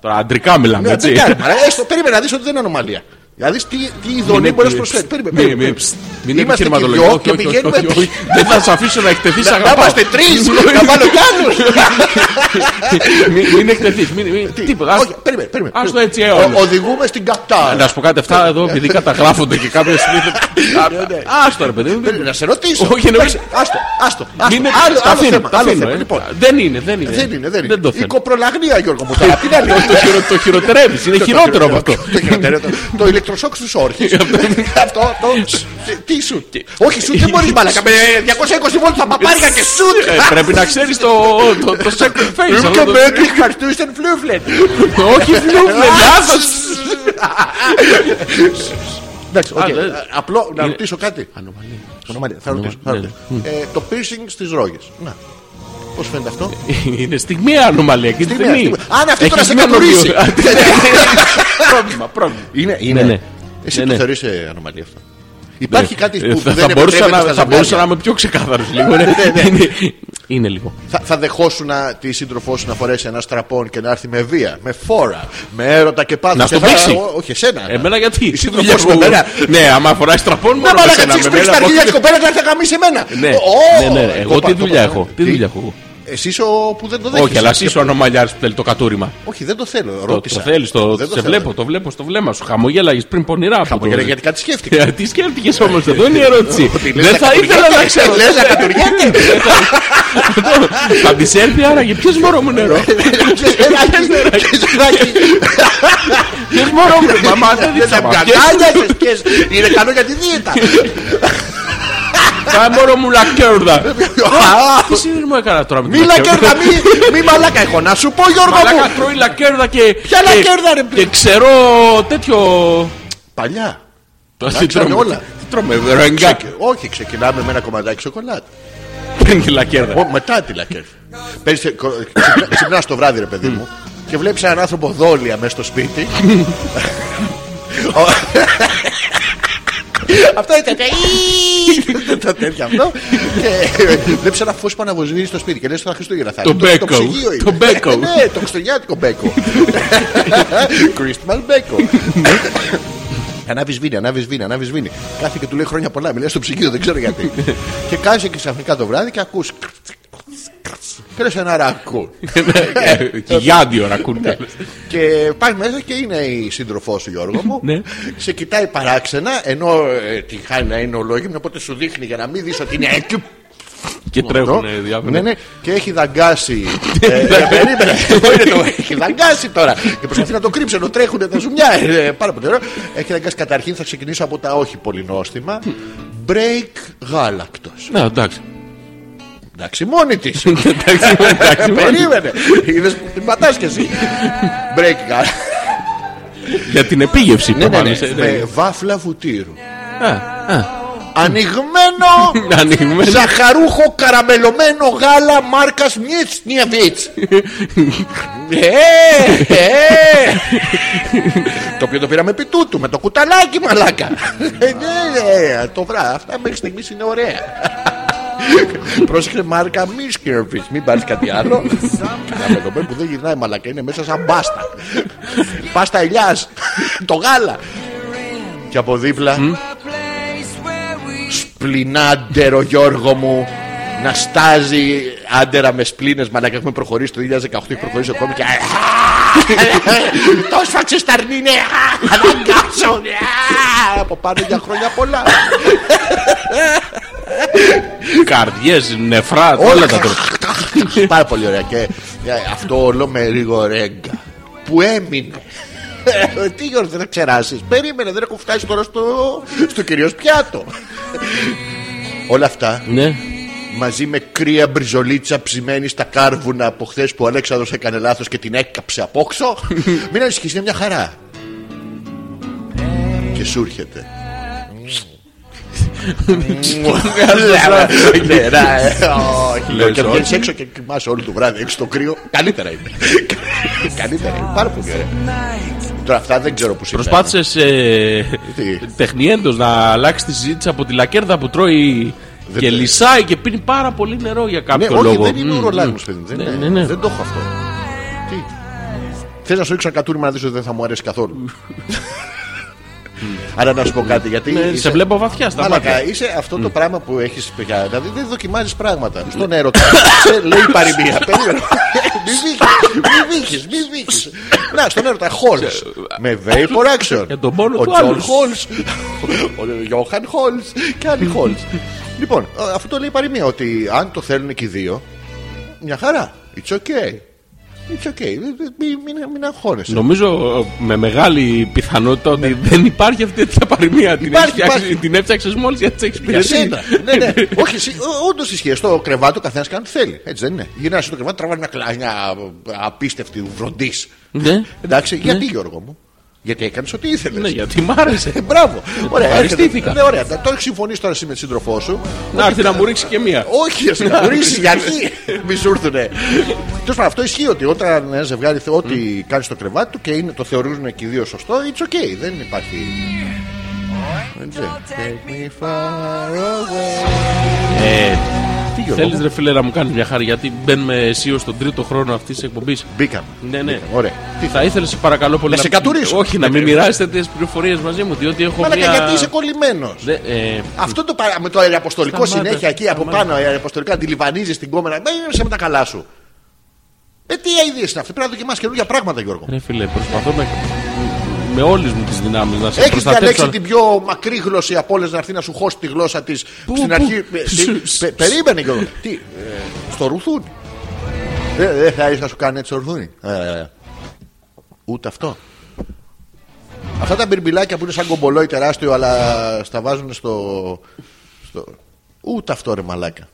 Speaker 2: Τώρα αντρικά μιλάμε,
Speaker 1: Ναι,
Speaker 2: έτσι.
Speaker 1: τι κάνουμε, ρε. Έστω, περίμενα να δεις ότι δεν είναι ανομαλία. Να δεις τι, τι ειδονή μπορείς να σου προσφέρει. Περίμενε.
Speaker 2: Μην-
Speaker 1: περίμενε.
Speaker 2: Ναι, μην- Μην
Speaker 1: Είμαστε και
Speaker 2: επιχειρηματολογικό.
Speaker 1: δυο
Speaker 2: Όχι,
Speaker 1: και
Speaker 2: όχι, όχι,
Speaker 1: πηγαίνουμε-
Speaker 2: όχι, όχι. Δεν θα σε αφήσω να εκτεθείς.
Speaker 1: Να- Να είμαστε τρεις, να βάλω κι άλλους.
Speaker 2: Μην εκτεθείς. Τίποτα. ας-
Speaker 1: Όχι, περίμενε, περίμενε.
Speaker 2: Άστο έτσι
Speaker 1: Ο-
Speaker 2: αιώνες.
Speaker 1: Οδηγούμε στην
Speaker 2: Να
Speaker 1: Κατάρα.
Speaker 2: σου πω κάτι, αυτά εδώ επειδή καταγράφονται και κάποια στιγμή. Άστο ρε παιδί μου.
Speaker 1: Να σε ρωτήσω.
Speaker 2: Όχι, εννοείς-
Speaker 1: Εντάξει, Άστο, άστο. άστο.
Speaker 2: Μην
Speaker 1: Άλλο-
Speaker 2: τα
Speaker 1: άλλο
Speaker 2: αφήνω,
Speaker 1: θέμα,
Speaker 2: τα
Speaker 1: άλλο
Speaker 2: αφήνω,
Speaker 1: θέμα.
Speaker 2: ε.
Speaker 1: Λοιπόν,
Speaker 2: Δεν είναι, δεν είναι.
Speaker 1: Δεν είναι, δεν είναι.
Speaker 2: το
Speaker 1: Η
Speaker 2: θέλω.
Speaker 1: κοπρολαγνία, Γιώργο μου. τώρα, απ' την άλλη, όχι.
Speaker 2: Το χειρο- Το χειροτερεύεις, είναι χειρότερο από αυτό.
Speaker 1: Το χειρότερο. Το- Το ηλεκτροσόκ στους όρχες. Αυτό, αυτό. Τι σου. Όχι, σου δεν μπορείς μαλακά. Με 220 βόλτ θα παπάρια και σου.
Speaker 2: Ε, Πρέπει να ξέρεις το το- το second face.
Speaker 1: Είμαι
Speaker 2: αυτό
Speaker 1: και
Speaker 2: το-
Speaker 1: με τη χαρτούστεν φλούφλεν.
Speaker 2: Όχι,
Speaker 1: Ναι.
Speaker 2: φλούβλε, λάθος.
Speaker 1: Εντάξει, οκ.
Speaker 2: Α, ναι.
Speaker 1: Απλό να
Speaker 2: Είναι-
Speaker 1: ρωτήσω κάτι.
Speaker 2: Ανομαλία.
Speaker 1: Ονομαλία, θα ρωτήσω. θα
Speaker 2: ναι,
Speaker 1: ρωτήσω. Ε, Το piercing στις ρόγες. Να. Πώς φαίνεται αυτό.
Speaker 2: Ε, Είναι στιγμιαία ανομαλία και
Speaker 1: Στιγμιαία,
Speaker 2: στιγμή.
Speaker 1: στιγμιαία. Α, ναι, αυτή
Speaker 2: Έχεις
Speaker 1: τώρα σε Ναι,
Speaker 2: μία
Speaker 1: κατουρίσει.
Speaker 2: ανομαλία. Πρόβλημα, πρόβλημα.
Speaker 1: Είναι,
Speaker 2: Ναι,
Speaker 1: είναι.
Speaker 2: ναι.
Speaker 1: Εσύ
Speaker 2: Ναι,
Speaker 1: το
Speaker 2: ναι.
Speaker 1: θεωρείς ε, ανομαλία αυτό. Υπάρχει κάτι
Speaker 2: Ε,
Speaker 1: που δεν
Speaker 2: θα- Θα μπορούσα
Speaker 1: επιτρέπεται στα
Speaker 2: να- θα μπορούσα
Speaker 1: ζευγάρια.
Speaker 2: να είμαι πιο ξεκάθαρος λίγο. ναι. Είναι- Είναι λίγο.
Speaker 1: Θα, θα δεχόσουν να- τη σύντροφό σου να φορέσει ένα στραπών και να έρθει με βία, με φόρα, με έρωτα και πάθος.
Speaker 2: Να
Speaker 1: Και
Speaker 2: στο
Speaker 1: θα-
Speaker 2: πήξει. Ε,
Speaker 1: ό, όχι, εσένα.
Speaker 2: Εμένα γιατί.
Speaker 1: Η σύντροφό
Speaker 2: Δουλειά
Speaker 1: σου
Speaker 2: που-
Speaker 1: με μένα.
Speaker 2: Ναι, άμα φοράει τραπών
Speaker 1: Να
Speaker 2: μόνο με
Speaker 1: μαλάκα
Speaker 2: σένα.
Speaker 1: τσίξ
Speaker 2: με
Speaker 1: πήξει
Speaker 2: μένα,
Speaker 1: τα
Speaker 2: από
Speaker 1: αρχίδια
Speaker 2: εκεί-
Speaker 1: της κοπέλας να έρθει να γαμίσει εμένα.
Speaker 2: Ναι,
Speaker 1: Ω,
Speaker 2: ναι, ναι,
Speaker 1: ω,
Speaker 2: ναι. Εγώ
Speaker 1: το
Speaker 2: τι
Speaker 1: πα-
Speaker 2: δουλειά
Speaker 1: το πα-
Speaker 2: έχω. Τι δουλειά έχω εγώ.
Speaker 1: Εσύ είσαι ο που δεν το δέχεσαι.
Speaker 2: Όχι, αλλά εσύ είσαι ο ανομαλιάρης που θέλει το κατούριμα.
Speaker 1: Όχι, δεν το θέλω.
Speaker 2: Το,
Speaker 1: Ρώτησα.
Speaker 2: το θέλεις, το,
Speaker 1: Δεν
Speaker 2: σε
Speaker 1: θέλω.
Speaker 2: βλέπω, το βλέπω στο βλέμμα σου. Χαμογέλαγες πριν πονηρά από το.
Speaker 1: Χαμογέλα, γιατί κάτι σκέφτηκα.
Speaker 2: Ε, Τι σκέφτηκες όμως, εδώ είναι η ερώτηση.
Speaker 1: λες
Speaker 2: Δεν
Speaker 1: να
Speaker 2: θα ήθελα να ξέρω.
Speaker 1: Λες να κατουριέται.
Speaker 2: Θα τη έρθει άραγε, ποιο μωρό μου νερό. Ποιο μωρό μου νερό. Μα δεν
Speaker 1: Δεν θα
Speaker 2: δείξαμε.
Speaker 1: βγάλιαζες και σ- Είναι καλό για τη δίαιτα.
Speaker 2: Τα μωρό μου λακέρδα.
Speaker 1: Α,
Speaker 2: Τι σύνδεσμο έκανα τώρα με τη
Speaker 1: Μη
Speaker 2: λακέρδα.
Speaker 1: λακέρδα, μη, μη μαλάκα έχω να σου πω Γιώργο
Speaker 2: Μαλάκα
Speaker 1: μου.
Speaker 2: τρώει λακέρδα και.
Speaker 1: Ποια
Speaker 2: και-
Speaker 1: λακέρδα, ρε,
Speaker 2: Και ξέρω τέτοιο.
Speaker 1: Παλιά.
Speaker 2: Το
Speaker 1: ξέρουν όλα.
Speaker 2: Τι τρώμε, ρεγγά.
Speaker 1: Ξεκι- Όχι, ξεκινάμε με ένα κομματάκι σοκολάτα.
Speaker 2: Παίρνει λακέρδα.
Speaker 1: Ο, μετά τη λακέρδα. Παίρνεις τε- κο- ξυπνά- Ξυπνάς το βράδυ, ρε παιδί μου, και βλέπεις έναν άνθρωπο δόλια μέσα στο σπίτι. Ο- Αυτό ήταν. Τα τέτοια αυτό. Και βλέπεις ένα φως που αναβοσβήνει στο σπίτι και λες τώρα Χριστούγεννα θα
Speaker 2: Το
Speaker 1: είναι.
Speaker 2: μπέκο.
Speaker 1: ψυγείο είναι.
Speaker 2: Το μπέκο.
Speaker 1: Ε, Ναι, το χριστουγεννιάτικο μπέκο. Christmas μπέκο.
Speaker 2: Ναι.
Speaker 1: Ανάβει βίνη, ανάβει βίνη, ανάβει βίνη. Κάθε και του λέει χρόνια πολλά, μιλάει στο ψυγείο, δεν ξέρω γιατί. και κάνει και ξαφνικά το βράδυ και ακούς. Και λες ένα ρακού.
Speaker 2: Ε, Χιλιάδιο ρακούν.
Speaker 1: Ναι. και πάει μέσα και είναι η σύντροφός σου, Γιώργο μου.
Speaker 2: Ναι.
Speaker 1: Σε κοιτάει παράξενα, ενώ ε, τη χάνει να είναι ολόγυμνη, οπότε σου δείχνει για να μην δεις ότι είναι εκεί
Speaker 2: Και τρέχουν
Speaker 1: αυτό.
Speaker 2: διάφορα.
Speaker 1: Ναι, ναι. Και έχει δαγκάσει. ε, ε, Περίμενε. εδώ είναι το- Έχει δαγκάσει τώρα. Και προσπαθεί να το κρύψει ενώ τρέχουν τα ζουμιά. Ε, ε, Πάρα πολύ ωραίο. Έχει δαγκάσει. Καταρχήν θα ξεκινήσω από τα όχι πολύ νόστιμα. Break γάλακτος.
Speaker 2: Ναι, εντάξει.
Speaker 1: Εντάξει, μόνη της.
Speaker 2: Εντάξει, εντάξει,
Speaker 1: Περίμενε. Είδε που την πατάς κι εσύ. Break γάλακτο.
Speaker 2: Για την επίγευση ε,
Speaker 1: Ναι,
Speaker 2: που
Speaker 1: ναι,
Speaker 2: πάμε
Speaker 1: ναι.
Speaker 2: σε-
Speaker 1: Με βάφλα βουτύρου.
Speaker 2: Α, α.
Speaker 1: Ανοιγμένο.
Speaker 2: Ανοιγμένο.
Speaker 1: Ζαχαρούχο καραμελωμένο γάλα μάρκας Μιτσνιεβίτ. Ε, Το οποίο το πήραμε επί τούτου με το κουταλάκι μαλάκα. Ε, ναι, ε, Το βράδυ. Αυτά μέχρι στιγμής είναι ωραία. Πρόσεχε μάρκα Μίσκερβιτ. Μην πάρεις κάτι άλλο. Καραμελωμένο που δεν γυρνάει μαλάκα. Είναι μέσα σαν πάστα. Πάστα ελιάς. Το γάλα. Και από δίπλα σπλινάντερο Γιώργο μου να στάζει άντερα με σπλήνες μαλάκα έχουμε προχωρήσει το 2018 έχει προχωρήσει ακόμη και το σφαξε στα αρνίνε αναγκάσω από πάνω για χρόνια πολλά
Speaker 2: Καρδιές, νεφρά, όλα τα τρώω.
Speaker 1: πάρα πολύ ωραία και ε, αυτό όλο με ρίγορέγκα που έμεινε Ε, τι Γιώργο δεν ξεράσεις Περίμενε δεν έχω φτάσει τώρα στο, στο κυρίως πιάτο Όλα αυτά
Speaker 2: Ναι.
Speaker 1: μαζί με κρύα μπριζολίτσα ψημένη στα κάρβουνα από χθες που ο Αλέξανδρος έκανε λάθος και την έκαψε απόξω. Μην ανησυχείς, είναι μια χαρά. Και σου έρχεται. Ναι,
Speaker 2: Ναι,
Speaker 1: Λέρα, λέρα, ε, όχι. Λέω, Και
Speaker 2: όχι.
Speaker 1: βγαίνεις έξω και κοιμάσαι όλο το βράδυ έξω το κρύο. Καλύτερα είναι. Καλύτερα είναι. Πάρα πολύ ωραία. Τώρα αυτά δεν ξέρω που συμβαίνουν.
Speaker 2: Προσπάθησε
Speaker 1: ναι. Τι?
Speaker 2: τεχνιέντο ε, να αλλάξεις τη συζήτηση από τη λακέρδα που τρώει
Speaker 1: Δεν
Speaker 2: και
Speaker 1: το-
Speaker 2: λυσάει και πίνει πάρα πολύ νερό για
Speaker 1: Ναι,
Speaker 2: κάποιο
Speaker 1: όχι,
Speaker 2: λόγο.
Speaker 1: δεν είναι
Speaker 2: Μμμ,
Speaker 1: ο Ρολάν μου
Speaker 2: μμμ.
Speaker 1: παιδί. Δεν,
Speaker 2: Ναι,
Speaker 1: είναι.
Speaker 2: ναι, ναι.
Speaker 1: δεν το έχω αυτό. Τι. Θες να σου ρίξω ένα κατούριμα να δεις ότι δεν θα μου αρέσει καθόλου. Άρα να σου πω κάτι γιατί.
Speaker 2: Ναι,
Speaker 1: είσαι-
Speaker 2: Σε βλέπω βαθιά στα
Speaker 1: Μαλακά,
Speaker 2: μάτια.
Speaker 1: είσαι αυτό το πράγμα που έχεις παιδιά. Δηλαδή δεν δοκιμάζεις πράγματα. Στον έρωτα. Σε λέει παροιμία. Περίμενε. Μη βύχει, μη βύχει. Να, στον έρωτα. Χόλ. Με vapor action.
Speaker 2: Για τον πόνο
Speaker 1: Ο
Speaker 2: του
Speaker 1: Τζον
Speaker 2: άλλου.
Speaker 1: Χόλ. Ο Γιώχαν Χόλ. Και άλλοι Χόλ. Λοιπόν, ε, αυτό το λέει η παροιμία. Ότι αν το θέλουν και οι δύο, μια χαρά. It's okay. It's okay. Μη- μη- Μην, μην αγχώνεσαι.
Speaker 2: Νομίζω ε, με μεγάλη πιθανότητα ότι δεν υπάρχει αυτή η τέτοια παροιμία. Την
Speaker 1: Ναι. Υπάρχει,
Speaker 2: έχεις φτιάξει-
Speaker 1: υπάρχει.
Speaker 2: Την έφτιαξες μόλις γιατί τη έχει
Speaker 1: Για σένα.
Speaker 2: πιάσει.
Speaker 1: ναι, ναι. Όχι, εσύ, ό, όντως ισχύει. Στο κρεβάτι ο καθένας κάνει τι θέλει. Έτσι δεν είναι. Γυρνάει στο κρεβάτι, τραβάει μια, κλα- μια απίστευτη βροντή.
Speaker 2: Ναι.
Speaker 1: Εντάξει, γιατί Γιώργο μου. Γιατί έκανες ό,τι ήθελες.
Speaker 2: Ναι, γιατί μ' άρεσε.
Speaker 1: Ε, μπράβο. Ωραία,
Speaker 2: Ευχαριστήθηκα.
Speaker 1: έρχεται. Ναι, ωραία. Το έχει συμφωνήσει τώρα εσύ με τη σύντροφό σου.
Speaker 2: Να έρθει να μου ρίξει και μία.
Speaker 1: Όχι, ας πούμε, ορίσει γιατί. Μη σου έρθουνε. Τέλος πάντων, αυτό ισχύει ότι όταν ένα ζευγάρι θε- ό,τι κάνει στο κρεβάτι του και είναι, το θεωρούν και οι δύο σωστό, it's okay. Δεν υπάρχει. Έτσι. Take me far away. Ε,
Speaker 2: Ε,
Speaker 1: Τι Γιώργο
Speaker 2: Θέλει
Speaker 1: μου?
Speaker 2: ρε φίλε να μου κάνεις μια χάρη γιατί μπαίνουμε αισίω στον τρίτο χρόνο αυτής της εκπομπής.
Speaker 1: Μπήκαμε.
Speaker 2: Ναι, ναι.
Speaker 1: Ωραία. Τι θα.
Speaker 2: Θα ήθελα σε παρακαλώ πολύ
Speaker 1: Να σε κατουρίσω. Ε,
Speaker 2: Όχι, να μην μοιράσετε τις πληροφορίες μαζί μου, διότι έχω
Speaker 1: Μαλάκα,
Speaker 2: μια.
Speaker 1: ναι, γιατί είσαι κολλημένος.
Speaker 2: Δε- ε,
Speaker 1: Αυτό το παρα... με το αεραποστολικό
Speaker 2: Σταμάτα,
Speaker 1: συνέχεια εκεί από
Speaker 2: σταμάτα.
Speaker 1: πάνω, αεραποστολικά αντιλιβανίζει την κόμενα. Δεν είναι με τα καλά σου. Ε, τι αειδίε είναι αυτέ. Πρέπει να δοκιμάσεις καινούργια πράγματα, Γιώργο.
Speaker 2: ρε φίλε, προσπαθώ να... με όλες μου τις δυνάμεις να σε
Speaker 1: Έχεις
Speaker 2: προστατεύσω.
Speaker 1: διαλέξει
Speaker 2: αλλά-
Speaker 1: την πιο μακρύ γλώσσα από όλε να έρθει να σου χώσει τη γλώσσα της.
Speaker 2: Πού,
Speaker 1: Στην
Speaker 2: πού,
Speaker 1: αρχή.
Speaker 2: πού,
Speaker 1: ε,
Speaker 2: ψ,
Speaker 1: τι-
Speaker 2: ψ,
Speaker 1: πε-
Speaker 2: ψ.
Speaker 1: Περίμενε, Γιώργο. Τι. ε, Στο ρουθούνι. Ε, Δεν θα ήρθε να σου κάνει έτσι το ρουθούνι. Ε, ε. Ούτε αυτό. Αυτά τα μπιρμπιλάκια που είναι σαν κομπολόι τεράστιο, αλλά στα βάζουν στο. στο- Ούτε αυτό ρε μαλάκα.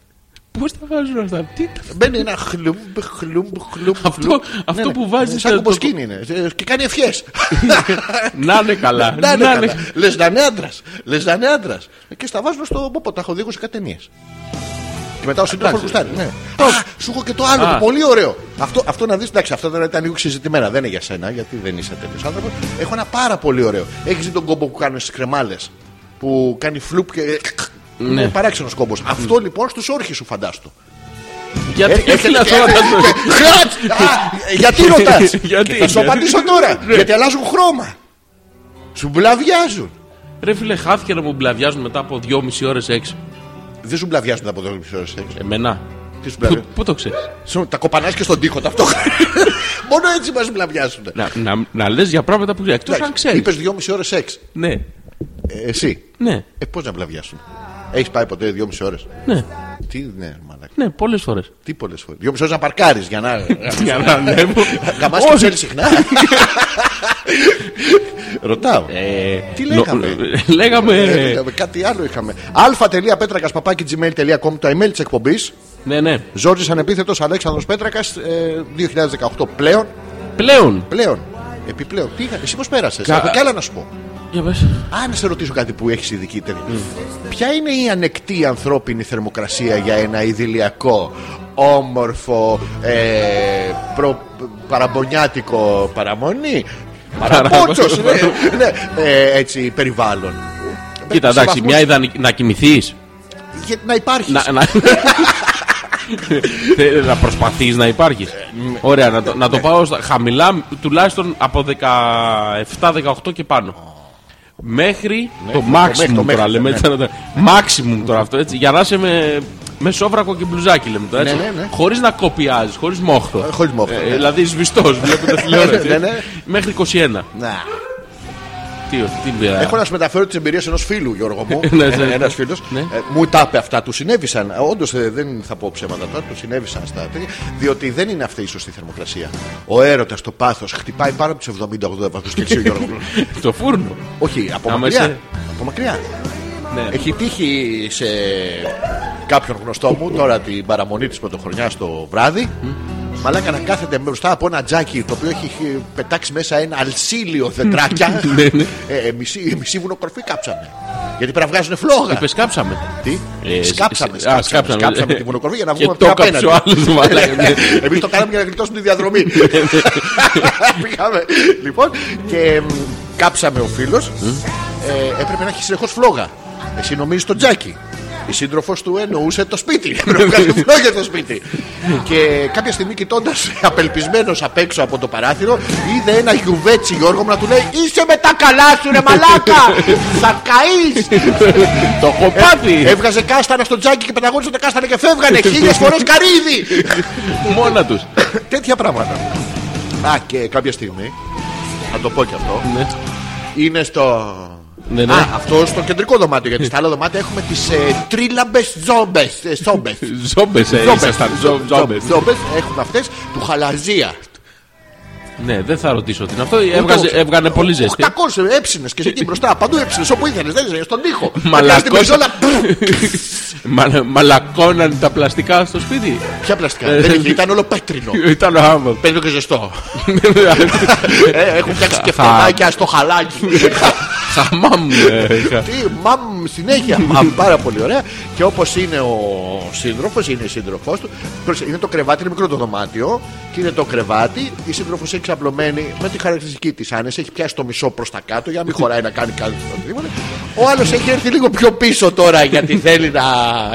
Speaker 2: Πώς τα βάζουν αυτά,
Speaker 1: Ε,
Speaker 2: τι τα-
Speaker 1: Μπαίνει ένα χλουμπ, χλουμπ, χλουμπ.
Speaker 2: Αυτό-
Speaker 1: χλουμπ.
Speaker 2: αυτό που βάζεις
Speaker 1: Ναι, Σαν
Speaker 2: το-
Speaker 1: κομποσκίνη είναι. Ε, Και κάνει ευχές.
Speaker 2: Να είναι καλά.
Speaker 1: Να είναι καλά.
Speaker 2: καλά.
Speaker 1: Λες να είναι άντρας. Λες να είναι άντρας. Και στα βάζουν στο πόπο. Τα έχω δει εγώ σε κάτι ταινίες. Και μετά ο σύντροφο
Speaker 2: εντάξει.
Speaker 1: γουστάρει. Ναι. Α, Σου έχω και το άλλο.
Speaker 2: Α.
Speaker 1: το Πολύ ωραίο. Αυτό, αυτό να δεις. Εντάξει, αυτό δεν ήταν λίγο συζητημένα. Δεν είναι για σένα, γιατί δεν είσαι τέτοιος άνθρωπος. Έχω ένα πάρα πολύ ωραίο. Έχεις δει τον κόμπο που κάνουν στις κρεμάλες. Που κάνει φλουπ και.
Speaker 2: Ναι.
Speaker 1: Είναι παράξενος κόμπος. Αυτό λοιπόν στους όρχες σου φαντάστο.
Speaker 2: Γιατί
Speaker 1: Έρχεται
Speaker 2: φίλε,
Speaker 1: και-
Speaker 2: τώρα τα
Speaker 1: και- ε, Χράτ! Α, Γιατί ρωτάς
Speaker 2: Γιατί, Ναι.
Speaker 1: Θα σου
Speaker 2: γιατί.
Speaker 1: απαντήσω τώρα Γιατί αλλάζουν χρώμα Σου μπλαβιάζουν
Speaker 2: Ρε φίλε, χάθηκε να μου μπλαδιάζουν μετά από 2,5 ώρες έξι.
Speaker 1: Δεν σου μπλαβιάζουν από εδώ μισό ώρες, έτσι.
Speaker 2: Εμένα.
Speaker 1: Τι σου
Speaker 2: Πού,
Speaker 1: μπλαβιάζουν
Speaker 2: πού το ξέρεις
Speaker 1: Σου Τα κοπανάς και στον τοίχο ταυτόχρονα Μόνο έτσι μας μπλαβιάζουν
Speaker 2: Να, να, να λες για πράγματα που ξέρεις Εκτός αν ξέρεις
Speaker 1: Είπες δυόμιση ώρες σεξ
Speaker 2: Ναι,
Speaker 1: Ε, Εσύ
Speaker 2: ναι,
Speaker 1: Ε πώς να μπλαβιάσουν Έχεις πάει ποτέ δυόμιση ώρες
Speaker 2: ναι,
Speaker 1: Τι ναι μαλάκα
Speaker 2: ναι, πολλές φορές
Speaker 1: Τι πολλές φορές Δυόμιση ώρες να παρκάρεις για να
Speaker 2: Για να ανέβω
Speaker 1: Γαμάς και
Speaker 2: Όχι.
Speaker 1: ξέρεις συχνά Ρωτάω
Speaker 2: Ε,
Speaker 1: Τι
Speaker 2: νο-
Speaker 1: λέγαμε?
Speaker 2: Λέγαμε
Speaker 1: Ε, κάτι άλλο είχαμε. αλφα.πέτρακα.gmail.com το email της εκπομπής.
Speaker 2: Ναι, ναι.
Speaker 1: Ζόρζης ανεπίθετος Αλέξανδρος ε, Πέτρακα 2018 πλέον.
Speaker 2: Πλέον.
Speaker 1: Πλέον. Επιπλέον. Τι είχα, εσύ πώς πέρασες.
Speaker 2: Κα-
Speaker 1: Κα... Κι άλλα να σου πω.
Speaker 2: Για πες.
Speaker 1: Αν σε ρωτήσω κάτι που έχεις ειδική τέτοια. Ποια είναι η ανεκτή ανθρώπινη θερμοκρασία για ένα ιδηλιακό, όμορφο, ε, προ- παραμπονιάτικο παραμονή. Παραπότσος, ναι, ναι, ε, έτσι, περιβάλλον.
Speaker 2: Κοίτα,
Speaker 1: σε
Speaker 2: εντάξει,
Speaker 1: βαθμούς-
Speaker 2: μια ιδανική. Να κοιμηθείς.
Speaker 1: Για να υπάρχεις.
Speaker 2: Να, να... Θε- να προσπαθείς να υπάρχεις.
Speaker 1: Ε, ναι.
Speaker 2: Ωραία, να το, να το πάω στα χαμηλά τουλάχιστον από 17-18 και πάνω. Μέχρι το
Speaker 1: Ναι, μέχρι, το
Speaker 2: maximum
Speaker 1: μέχρι,
Speaker 2: τώρα λέμε.
Speaker 1: ναι.
Speaker 2: έτσι, να τα- Maximum τώρα αυτό έτσι. Για να είσαι με, με σόβρακο και μπλουζάκι λέμε τώρα. Έτσι,
Speaker 1: Ναι, ναι, ναι.
Speaker 2: Χωρίς να κοπιάζεις, χωρίς μόχθο.
Speaker 1: Ε, χωρίς μόχθο,
Speaker 2: Ε,
Speaker 1: ναι.
Speaker 2: δηλαδή σβηστός, βλέπετε τηλεόραση.
Speaker 1: Ναι, ναι, ναι.
Speaker 2: Μέχρι 21.
Speaker 1: Να.
Speaker 2: Τι, τι πειράζει.
Speaker 1: Έχω να σου μεταφέρω τι εμπειρίε ενός φίλου, Γιώργο μου.
Speaker 2: Ε,
Speaker 1: Ε,
Speaker 2: Ναι, ναι.
Speaker 1: Ένας φίλος.
Speaker 2: Ναι.
Speaker 1: Μου τα είπε αυτά, του συνέβησαν. Όντω δεν θα πω ψέματα τώρα, του συνέβησαν στα τέτοια. Διότι δεν είναι αυτή η σωστή θερμοκρασία. Ο έρωτας, το πάθος χτυπάει πάνω από τους 70-80 βαθμούς Κελσίου, Γιώργο μου.
Speaker 2: Το φούρνο.
Speaker 1: Όχι, από
Speaker 2: Άμα
Speaker 1: μακριά.
Speaker 2: είσαι-
Speaker 1: Από μακριά.
Speaker 2: Ναι.
Speaker 1: Έχει τύχει σε κάποιον γνωστό μου τώρα την παραμονή της πρωτοχρονιάς το βράδυ. Μαλάκα να κάθεται μπροστά από ένα τζάκι το οποίο έχει ε, πετάξει μέσα ένα αλσίλιο δεντράκια.
Speaker 2: Ναι,
Speaker 1: Ε, ε, μισή, μισή βουνοκορφή κάψαμε. Γιατί πρέπει να βγάζουν φλόγα.
Speaker 2: Είπες κάψαμε.
Speaker 1: Τι?
Speaker 2: Ε,
Speaker 1: σκάψαμε,
Speaker 2: σ- α,
Speaker 1: σκάψαμε,
Speaker 2: σκάψαμε.
Speaker 1: σκάψαμε τη βουνοκορφή για να
Speaker 2: Και
Speaker 1: βγούμε
Speaker 2: το
Speaker 1: πιο
Speaker 2: κάψε
Speaker 1: απέναντι.
Speaker 2: ο άλλος, μαλάκα, ναι.
Speaker 1: Εμείς το κάναμε για να γλιτώσουμε τη διαδρομή. Πήγαμε. Λοιπόν, και μ, κάψαμε ο φίλος. Έπρεπε να έχει συνεχώς φλόγα. Εσύ νομίζεις τον Τζάκι. Η σύντροφος του εννοούσε το σπίτι. Έπρεπε να βγάλει φλόγα το σπίτι. και κάποια στιγμή κοιτώντας απελπισμένος απ' έξω από το παράθυρο, είδε ένα γιουβέτσι Γιώργο μου να του λέει Είσαι με τα καλά σου, ρε μαλάκα! Θα καείς!
Speaker 2: Το έχω πάθει.
Speaker 1: Ε, Έβγαζε κάστανα στο τζάκι και πεταγόντουσαν τα κάστανα και φεύγανε χίλιες φορές καρύδι.
Speaker 2: Μόνα τους.
Speaker 1: Τέτοια πράγματα. Α, και κάποια στιγμή, θα το πω κι αυτό,
Speaker 2: Ναι.
Speaker 1: είναι στο.
Speaker 2: Ναι, ναι.
Speaker 1: Α, αυτό στο κεντρικό δωμάτιο. Γιατί στα άλλα δωμάτια έχουμε τις ε, τρίλαμπες ζόμπες. Ε, σόμπες.
Speaker 2: Ζόμπες, ε, ήσασταν. ζο- Ζόμπες.
Speaker 1: Ζόμπες. Έχουμε αυτές του χαλαζία.
Speaker 2: Ναι, δεν θα ρωτήσω τι είναι αυτό. Έβγαζε,
Speaker 1: Ούτε-
Speaker 2: έβγανε πολύ ζέστη.
Speaker 1: 800 έψινες και εκεί μπροστά. Παντού έψινες όπου ήθελες. Δεν ήθελες, στον τοίχο.
Speaker 2: Μαλακός.
Speaker 1: Στην πεζόλα, πφ,
Speaker 2: Μα- μαλακώναν τα πλαστικά στο σπίτι.
Speaker 1: Ποια πλαστικά.
Speaker 2: Ε.
Speaker 1: Δεν είχε, ήταν όλο πέτρινο.
Speaker 2: Ήταν άμα.
Speaker 1: Πέτρινο και ζεστό. Ε, Έχουν φτιάξει και φτενάκια στο χαλάκι.
Speaker 2: Χαμάμ. ε, είχα.
Speaker 1: Τι, μαμ, συνέχεια. Μαμ, πάρα πολύ ωραία. Και όπως είναι ο σύντροφος, είναι η σύντροφός του. Πρόσεξε, Είναι το κρεβάτι, είναι μικρό το δωμάτιο. Και είναι το κρεβάτι. Η σύντροφος έχει ξαπλωμένη με τη χαρακτηριστική της άνεση. Έχει πιάσει το μισό προς τα κάτω για να μην χωράει να κάνει κάτι στο τίποτα. Ο άλλος έχει έρθει λίγο πιο πίσω τώρα γιατί θέλει να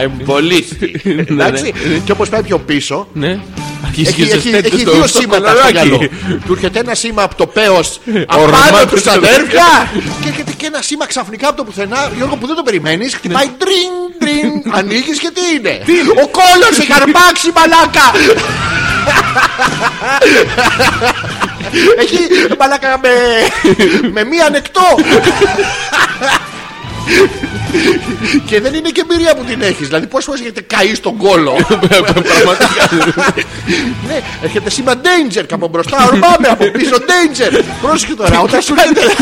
Speaker 1: εμβολίσει. Εντάξει. Και όπως πάει πιο πίσω,
Speaker 2: Ναι. Αρχίζει
Speaker 1: έχει,
Speaker 2: και
Speaker 1: έχει,
Speaker 2: ζεσταίνεται
Speaker 1: έχει
Speaker 2: στο-
Speaker 1: δύο
Speaker 2: στο
Speaker 1: σήματα στο
Speaker 2: κολαράκι.
Speaker 1: μυαλό. Του έρχεται ένα σήμα από το πέος
Speaker 2: Ορμάτε
Speaker 1: απάνω τους
Speaker 2: στο-
Speaker 1: αδέρφια και έρχεται και ένα σήμα ξαφνικά από το πουθενά, Γιώργο που δεν το περιμένεις, χτυπάει τριν, τριν, ανοίγεις και Ναι. τι είναι. Ο κόλλος έχει αρπάξει μαλάκα. Έχει μαλάκα με, με μία ανεκτό. και δεν είναι και εμπειρία που την έχεις Δηλαδή πόσες φορές έχετε καεί στον κόλο ναι, έρχεται σήμα danger και από μπροστά. Ορμάμε από πίσω danger. Πρόσεχε τώρα, όταν σου λέτε.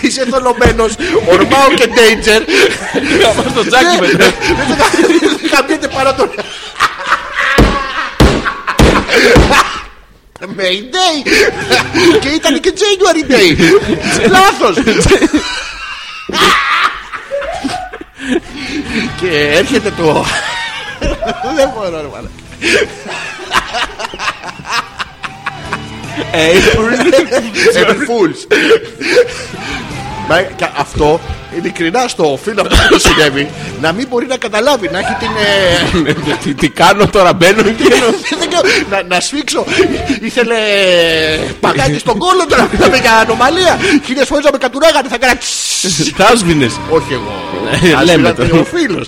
Speaker 1: Είσαι θολωμένος, ορμάω και danger.
Speaker 2: Άμα στο τζάκι
Speaker 1: Ναι,
Speaker 2: μετά.
Speaker 1: δεν θα- δεν χαμπιέται παρά τον. Mayday! και ήταν και January Day! Λάθος! και έρχεται το. Δεν μπορώ, ρε μάνα. April Fools. Μα, και αυτό ειλικρινά στο φίλο αυτό που συνέβη να μην μπορεί να καταλάβει, να έχει την. ε,
Speaker 2: Τι- Τι κάνω τώρα, μπαίνω και.
Speaker 1: δεν ξέρω, να, να σφίξω. Ήθελε παγάκι στον κόλλο τώρα που είπαμε για ανομαλία. Χίλιες φορές να με κατουράγανε, θα έκανα. τσσσ.
Speaker 2: Τάσβινε.
Speaker 1: Όχι εγώ.
Speaker 2: Ε,
Speaker 1: Ας
Speaker 2: λέμε
Speaker 1: ήταν
Speaker 2: το.
Speaker 1: Ο φίλο.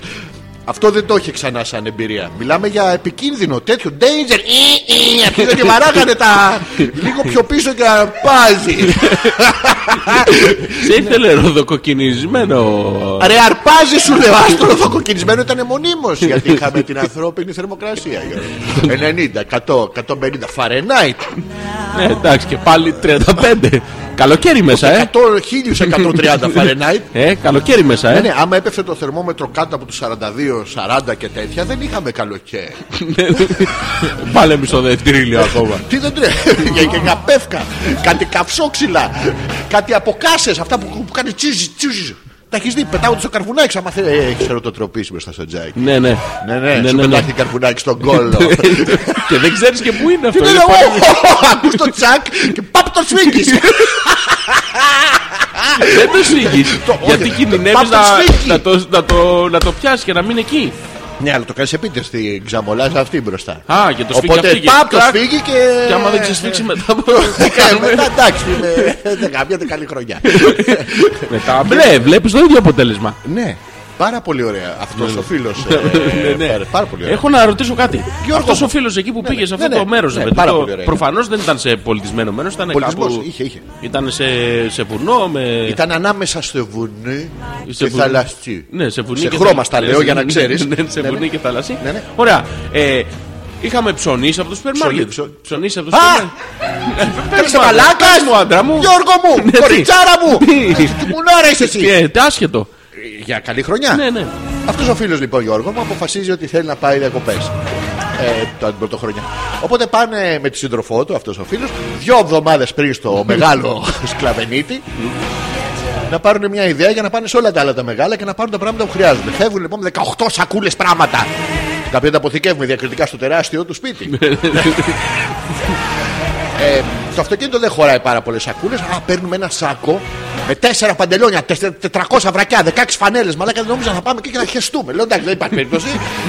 Speaker 1: Αυτό δεν το είχε ξανά σαν εμπειρία. Μιλάμε για επικίνδυνο τέτοιο. Danger. Ε, ε, Αρχίζαν και βαράγανε τα. λίγο πιο πίσω και να πάζει.
Speaker 2: Σε ήθελε ροδοκοκκινισμένο.
Speaker 1: Ρε αρπάζει σου λέω άστρο το κοκκινισμένο ήταν μονίμως Γιατί είχαμε την ανθρώπινη θερμοκρασία Γιώργο. 90, 100, 150 Φαρενάιτ
Speaker 2: Ναι, εντάξει, και πάλι 35. Καλοκαίρι μέσα, ε.
Speaker 1: 1130 Φαρενάιτ.
Speaker 2: Ε, καλοκαίρι μέσα,
Speaker 1: Ναι,
Speaker 2: ε.
Speaker 1: ναι, άμα έπεφτε το θερμόμετρο κάτω από τους 42, 40 και τέτοια, δεν είχαμε καλοκαίρι.
Speaker 2: Πάλε εμείς στο δευτηρίλιο ακόμα.
Speaker 1: Τι δεν τρέχει, για, για, για πεύκα, κάτι καυσόξυλα, κάτι αποκάσες, αυτά που, που κάνει τσίζι, τσίζι. Τα έχεις δει, πετάγονται στο καρβουνάκι. Άμα θέλει, Ε, έχεις ερωτοτροπήσει μπροστά στο τζάκι.
Speaker 2: Ναι, ναι.
Speaker 1: Ναι, ναι, σου πετάχει καρβουνάκι στον κόλλο.
Speaker 2: Και δεν ξέρεις και πού είναι
Speaker 1: Τι
Speaker 2: αυτό.
Speaker 1: δεν
Speaker 2: είναι
Speaker 1: λέω,
Speaker 2: πάρα-
Speaker 1: ακούς το τσακ και παπ το σφίγγεις.
Speaker 2: Δεν το σφίγγεις
Speaker 1: Το-
Speaker 2: Γιατί
Speaker 1: όχι,
Speaker 2: κινδυνεύεις
Speaker 1: το- το
Speaker 2: να-
Speaker 1: σφίγγει.
Speaker 2: να το- να το- να το πιάσεις και να μείνει εκεί.
Speaker 1: Ναι, αλλά το κάνεις επίτε στην ξαμολάζα αυτή μπροστά.
Speaker 2: Α, και το σφίγγει
Speaker 1: Οπότε
Speaker 2: αυτή και
Speaker 1: παπ το
Speaker 2: κλακ.
Speaker 1: σφίγγει και.
Speaker 2: Και άμα δεν ξεσφίξει μετά από
Speaker 1: Ε, μετά, εντάξει, με δεκαμία καλή χρονιά.
Speaker 2: Μετά μπλε, βλέπεις το ίδιο αποτέλεσμα.
Speaker 1: Ναι, πάρα πολύ ωραία. Αυτός ο φίλος.
Speaker 2: Ναι, ναι.
Speaker 1: Πάρα πολύ ωραία.
Speaker 2: Έχω να ρωτήσω κάτι.
Speaker 1: Γιώργο
Speaker 2: Αυτός ο
Speaker 1: μου.
Speaker 2: φίλος εκεί που
Speaker 1: Ναι,
Speaker 2: πήγε
Speaker 1: ναι,
Speaker 2: σε αυτό
Speaker 1: ναι,
Speaker 2: το μέρος,
Speaker 1: ναι, πάρα πολύ ωραία.
Speaker 2: προφανώς δεν ήταν σε πολιτισμένο μέρος, ήταν
Speaker 1: Πολιτισμός,
Speaker 2: κάπου.
Speaker 1: είχε, είχε.
Speaker 2: Ήταν σε, σε βουνό, με.
Speaker 1: Ήταν ανάμεσα στο βουνί
Speaker 2: Ε, σε
Speaker 1: και
Speaker 2: βουνό.
Speaker 1: θαλασσί.
Speaker 2: Ναι, σε βουνή.
Speaker 1: Σε
Speaker 2: και
Speaker 1: χρώμα
Speaker 2: θαλασσί.
Speaker 1: τα λέω για να ξέρεις.
Speaker 2: Ναι, σε βουνή και θαλασσί.
Speaker 1: Ναι, ναι.
Speaker 2: Ωραία. Ε, είχαμε ψωνίσει από το σούπερ
Speaker 1: Ψωνί,
Speaker 2: μάρκετ.
Speaker 1: ψω-
Speaker 2: Ψωνίσει από το
Speaker 1: Α!
Speaker 2: σούπερ μάρκετ. Πες
Speaker 1: Είσαι
Speaker 2: μου, άντρα,
Speaker 1: μαλάκας!
Speaker 2: πες μου, άντρα μου.
Speaker 1: Γιώργο
Speaker 2: Ναι,
Speaker 1: μου!
Speaker 2: τι? Ναι.
Speaker 1: Κοριτσάρα μου!
Speaker 2: Τι?
Speaker 1: Τι μου να αρέσει
Speaker 2: Τι,
Speaker 1: εσύ!
Speaker 2: ε, τι άσχετο.
Speaker 1: Για καλή χρονιά.
Speaker 2: Ναι, ναι.
Speaker 1: Αυτός ο φίλος λοιπόν Γιώργο μου αποφασίζει ότι θέλει να πάει διακοπές. Ε, το την πρωτοχρονιά. Οπότε πάνε με τη σύντροφό του, αυτός ο φίλος, δύο εβδομάδες πριν στο μεγάλο σκλαβενίτη, να πάρουν μια ιδέα για να πάνε σε όλα τα άλλα τα μεγάλα και να πάρουν τα πράγματα που χρειάζονται. Φεύγουν λοιπόν με 18 σακούλες πράγματα. Τα οποία τα αποθηκεύουμε διακριτικά στο τεράστιο του σπίτι. Ε, το αυτοκίνητο δεν χωράει πάρα πολλές σακούλες. Α, παίρνουμε ένα σάκο με τέσσερα παντελόνια, τεσσε- 400 βρακιά, 16 φανέλες. Μαλάκα δεν νόμιζα να πάμε εκεί και να χεστούμε. Λέω εντάξει, δεν υπάρχει περίπτωση.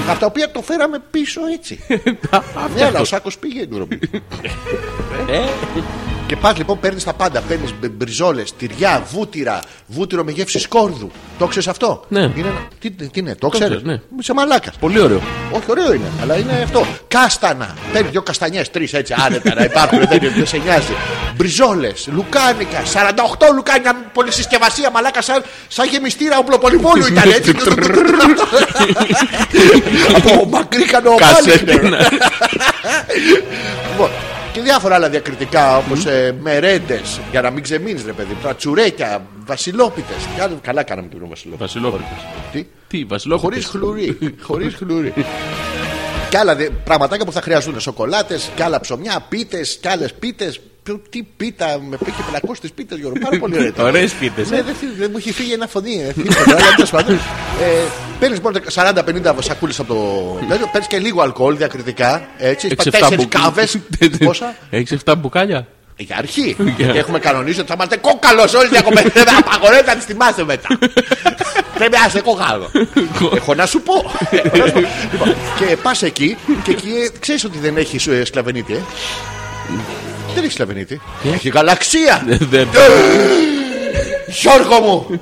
Speaker 1: Από τα οποία το φέραμε πίσω έτσι. Ναι, αλλά ο σάκος πήγε ντροπή.
Speaker 2: Ε.
Speaker 1: Και πας λοιπόν, παίρνεις τα πάντα. Παίρνεις μπριζόλες, τυριά, βούτυρα, βούτυρο με γεύση σκόρδου. Το ξέρεις αυτό.
Speaker 2: Ναι.
Speaker 1: Είναι ένα- τι, τι είναι, το ξέρεις.
Speaker 2: ξέρεις, ναι.
Speaker 1: Είσαι μαλάκας.
Speaker 2: Πολύ ωραίο.
Speaker 1: Όχι, ωραίο είναι, αλλά είναι αυτό. Κάστανα. Παίρνει δύο καστανιές, τρεις έτσι άνετα να υπάρχουν, δεν, δεν σε νοιάζει. Μπριζόλες, λουκάνικα, 48 λουκάνικα, πολυσυσκευασία, μαλάκα σαν, σαν γεμιστήρα οπλοπολιβόλου ήταν έτσι. Από μακρύ κανοπάλι.
Speaker 2: Κασέτινα.
Speaker 1: Λοιπόν, και διάφορα άλλα διακριτικά όπως ε, μερέντες για να μην ξεμείνεις, ρε παιδί. Τα τσουρέκια, βασιλόπιτες. Καλά κάναμε την βασιλόπιτα.
Speaker 2: Βασιλόπουλος.
Speaker 1: Τι?
Speaker 2: Τι, Βασιλόπουλο.
Speaker 1: Χωρίς χλουρί. Χωρίς χλουρί. και άλλα δε- πραγματάκια που θα χρειαστούν. Σοκολάτε, και άλλα ψωμιά, πίτες, και άλλες πίτες. Τι πίτα, με πήγε πλακώσει τι πίτε, Γιώργο. Πάρα πολύ ωραία. ήταν.
Speaker 2: Ωραίες πίτες.
Speaker 1: Ναι, δεν θυ- δεν μου έχει φύγει ένα φωνή. ε, θύμωνα, αλλά τέλος πάντων. Ε, Παίρνεις μόνο 40-50 σακούλε από το. Παίρνεις και λίγο αλκοόλ διακριτικά. Έτσι, τέσσερι κάβε.
Speaker 2: Ναι,
Speaker 1: Πόσα.
Speaker 2: Έχεις 7 μπουκάλια.
Speaker 1: Για αρχή.
Speaker 2: Yeah.
Speaker 1: Και έχουμε κανονίσει ότι θα είμαστε κόκαλο όλοι οι διακοπές. Δεν θα απαγορεύεται να τις θυμάστε μετά. Πρέπει να είσαι κόκαλο. Έχω να σου πω. Έχω να σου πω. Λοιπόν, Και πας εκεί και εκεί ξέρεις ότι δεν έχεις σκλαβενίτη. ε. Δεν έχει σκλαβενίτη. Έχει γαλαξία.
Speaker 2: Δεν
Speaker 1: Γιώργο μου.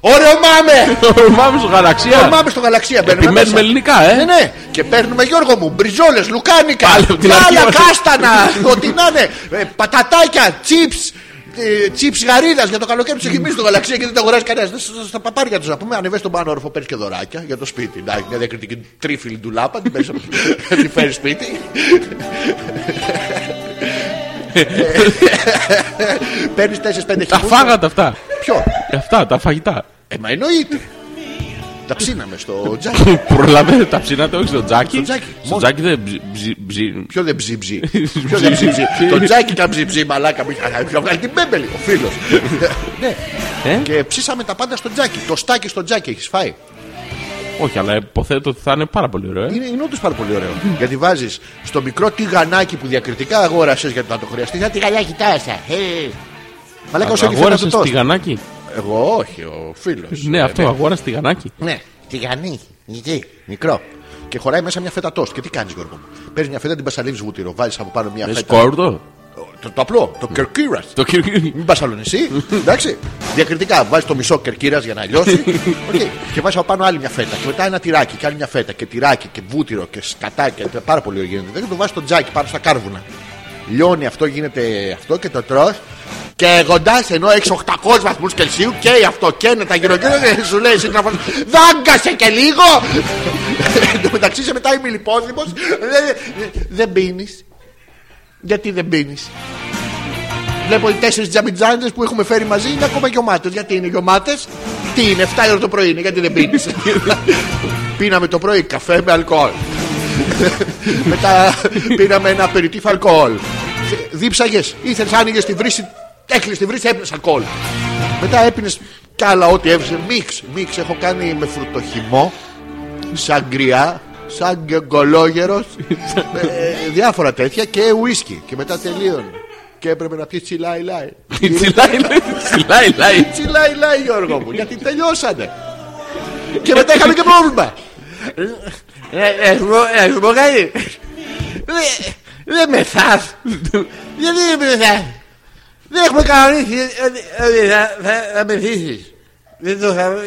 Speaker 1: Ωραίο μάμε.
Speaker 2: Πάμε στο γαλαξία.
Speaker 1: Ορμάμε στο γαλαξία. μπαίνουμε
Speaker 2: Επιμένουμε
Speaker 1: μέσα.
Speaker 2: ελληνικά, ε.
Speaker 1: Ναι, ναι. Και παίρνουμε Γιώργο μου. Μπριζόλες, λουκάνικα.
Speaker 2: Πάλι από την αρχή
Speaker 1: Άλλα
Speaker 2: μας.
Speaker 1: κάστανα. Ό,τι να είναι. Ε, Πατατάκια, τσίπς ε, τσίπς γαρίδας για το καλοκαίρι τους έχει μείνει στο γαλαξία και δεν τα αγοράζει κανένας. Στα παπάρια τους να πούμε, ανεβέ τον πάνω όροφο, παίρνει και δωράκια για το σπίτι. Να, μια διακριτική τρίφιλη ντουλάπα, την παίρνεις από- την φέρει σπίτι. Παίρνεις 4-5
Speaker 2: Τα φάγατε αυτά.
Speaker 1: Ποιο?
Speaker 2: Αυτά, τα φαγητά.
Speaker 1: Ε, μα εννοείται. Τα ψήναμε στο τζάκι.
Speaker 2: Προλαβαίνετε τα ψινάτε, όχι στο τζάκι.
Speaker 1: Στο τζάκι.
Speaker 2: Στο
Speaker 1: Μόνο.
Speaker 2: τζάκι δεν ψι- ψι- ψι-
Speaker 1: Ποιο δεν ψήψει. Ποιο δεν ψήψει. Το τζάκι τα ψήψει, μαλάκα. μου. Α, Ποιο βγάλει την μπέμπελη, ο φίλος. Ναι.
Speaker 2: Ε?
Speaker 1: Και ψήσαμε τα πάντα στο τζάκι. Το στάκι στο τζάκι έχεις φάει.
Speaker 2: Όχι, αλλά υποθέτω ότι θα είναι πάρα πολύ ωραίο. ε.
Speaker 1: Είναι, είναι όντως πάρα πολύ ωραίο. Γιατί βάζεις στο μικρό τηγανάκι που διακριτικά αγόρασες γιατί θα το χρειαστεί. Ένα τηγανάκι τάσα. Ε. Μαλάκα όσο έχεις φάει
Speaker 2: Αγόρασε
Speaker 1: αυτό.
Speaker 2: τηγανάκι.
Speaker 1: Εγώ όχι, ο φίλος.
Speaker 2: Ναι, αυτό, αγόρασε τηγανάκι.
Speaker 1: Ναι, τηγανί. Γιατί, μικρό. Και χωράει μέσα μια φέτα τόστ. Και τι κάνεις, Γιώργο μου. Παίρνεις μια φέτα, την πασαλίζεις βούτυρο. Βάζεις από πάνω μια
Speaker 2: Με
Speaker 1: φέτα.
Speaker 2: σκόρδο.
Speaker 1: Το, το απλό, το κερκύρα.
Speaker 2: Ε, Το κύριο.
Speaker 1: Μην πας άλλο νησί. Εντάξει. Διακριτικά βάζεις το μισό κερκύρας για να λιώσει. Οκ. Και βάζεις από πάνω άλλη μια φέτα. Και μετά ένα τυράκι και άλλη μια φέτα. Και τυράκι και βούτυρο και σκατά. Και τα- πάρα πολύ γίνεται. Δεν το βάζεις στο τζάκι πάνω στα κάρβουνα. Λιώνει αυτό, γίνεται αυτό και το τρώ. Και γοντά ενώ έχεις 800 βαθμούς Κελσίου και αυτό καίνε τα γύρω γύρω και σου λέει σύντροφο. Δάγκασε και λίγο! Εν τω μεταξύ σε μετά είμαι λιπόδημο. Δεν πίνεις. Γιατί δεν πίνεις. Βλέπω οι τέσσερις τζαμπιτζάντζε που έχουμε φέρει μαζί είναι ακόμα γιωμάτε. Γιατί είναι γιωμάτε, τι είναι, 7 η ώρα το πρωί είναι, γιατί δεν πίνεις. Πίναμε το πρωί καφέ με αλκοόλ. Μετά πήραμε ένα απεριτήφ αλκοόλ. Δίψαγες, ήθελες, άνοιγες τη βρύση, έκλεισες τη βρύση, έπαιρνε αλκοόλ. Μετά έπινες κι άλλα ό,τι έβρισε. Μίξ, μίξ, έχω κάνει με φρουτοχυμό, σαγκριά, σαν γκολόγερος ε, διάφορα τέτοια και ουίσκι. Και μετά τελείωνε. Και έπρεπε να πιει τσιλάι λάι.
Speaker 2: Τσιλάει, λέει, τσιλάει, λέει.
Speaker 1: Τσιλάι λάι, Γιώργο μου, γιατί τελειώσανε. και μετά είχαμε και πρόβλημα. Ε, Έχω πω κάτι. Ε, Δεν με θας. Γιατί δεν με θας. Δεν έχουμε κανονίσει ε, ότι θα με θύσεις. Δεν το θα...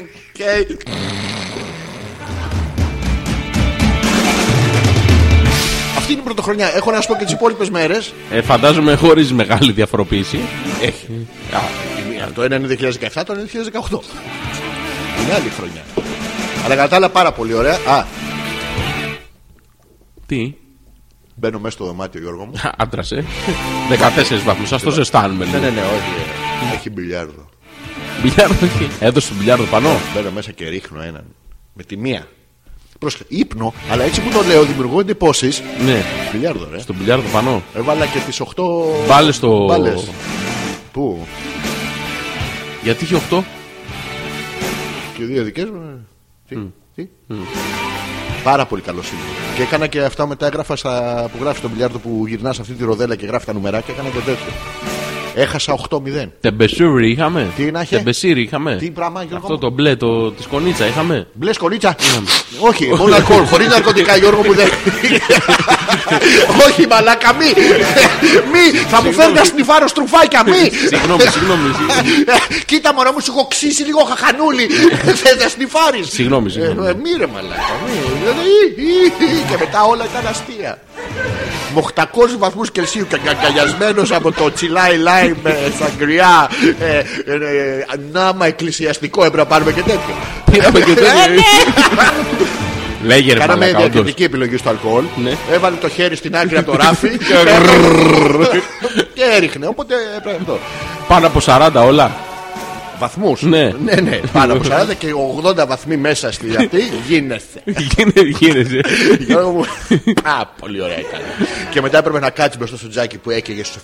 Speaker 1: Αυτή είναι η πρωτοχρονιά. Έχω να σου πω και τις υπόλοιπες μέρες.
Speaker 2: Ε, φαντάζομαι χωρίς μεγάλη διαφοροποίηση. Έχει.
Speaker 1: Ε, Το ένα είναι 2017, το άλλο είναι 2018. Είναι άλλη χρονιά. Αλλά κατά τα άλλα πάρα πολύ ωραία. Α,
Speaker 2: Τι.
Speaker 1: μπαίνω μέσα στο δωμάτιο, Γιώργο μου.
Speaker 2: Άντρα, ε. 14 βαθμού. Α το ζεστάνουμε λίγο.
Speaker 1: ναι, όχι. Έχει μπιλιάρδο.
Speaker 2: Μπιλιάρδο, όχι. Έδωσε τον μπιλιάρδο πανώ.
Speaker 1: Μπαίνω μέσα και ρίχνω έναν. Με τη μία. Πρόσεχε, ύπνο, αλλά έτσι που το λέω δημιουργώ εντυπώσει.
Speaker 2: Ναι,
Speaker 1: Μπιλιάρδο, ρε.
Speaker 2: στον μπιλιάρδο πανώ.
Speaker 1: Έβαλα και τις 8
Speaker 2: Βάλε στο.
Speaker 1: μπάλες. Πού,
Speaker 2: Γιατί είχε 8.
Speaker 1: και δύο δικές μου. ε. Τι, τι. Πάρα πολύ καλός είναι. Και έκανα και αυτά μετά έγραφα στα... που γράφει το μπιλιάρδο που γυρνάς αυτή τη ροδέλα και γράφει τα νούμερα και έκανα και τέτοιο. Έχασα 8-0.
Speaker 2: Τεμπεσούρι είχαμε.
Speaker 1: Τι να είχε?
Speaker 2: Τεμπεσίρι είχαμε.
Speaker 1: Τι πράγμα, Γιώργο
Speaker 2: Ναι. Αυτό
Speaker 1: μου?
Speaker 2: το μπλε, το, τη κονίτσα είχαμε.
Speaker 1: Μπλε κονίτσα.
Speaker 2: Ναι,
Speaker 1: Όχι, μόνο αλκοόλ. Χωρίς ναρκωτικά, Γιώργο μου δεν. Όχι, μαλάκα, μη. Μη, θα μου φέρνεις να σνιφάρω στρουφάκια, μη.
Speaker 2: Συγγνώμη, συγγνώμη. συγγνώμη.
Speaker 1: Κοίτα μωρό μου, σου έχω ξύσει λίγο χαχανούλι. Θες να σνιφάρεις.
Speaker 2: Συγγνώμη, συγγνώμη.
Speaker 1: Ε, ε, Μη ρε μαλάκα, μη. Δηλαδή, ή, ή, ή. Και μετά όλα ήταν αστεία. Με 800 βαθμούς Κελσίου και αγκαλιασμένος από το τσιλάι λάι με σαγκριά ε, ε, ε, νάμα εκκλησιαστικό έπρεπε να πάρουμε και τέτοιο. Ε, ναι,
Speaker 2: Πήραμε και το. Λέγε ρε
Speaker 1: Κάναμε
Speaker 2: μαλακά, όντως.
Speaker 1: διακριτική επιλογή στο αλκοόλ.
Speaker 2: Ναι.
Speaker 1: Έβαλε το χέρι στην άκρη από το ράφι και, και έριχνε. Οπότε έπρεπε αυτό.
Speaker 2: Πάνω από 40 όλα.
Speaker 1: Βαθμούς.
Speaker 2: Ναι.
Speaker 1: ναι, ναι. Πάνω από 40 και 80 βαθμοί μέσα στη αυτή γίνεσαι.
Speaker 2: Γίνε- Γίνεσαι.
Speaker 1: Γιώργο μου. Α, πολύ ωραία ήταν. και μετά έπρεπε να κάτσεις μπροστά στο τζάκι που έκαιγες στους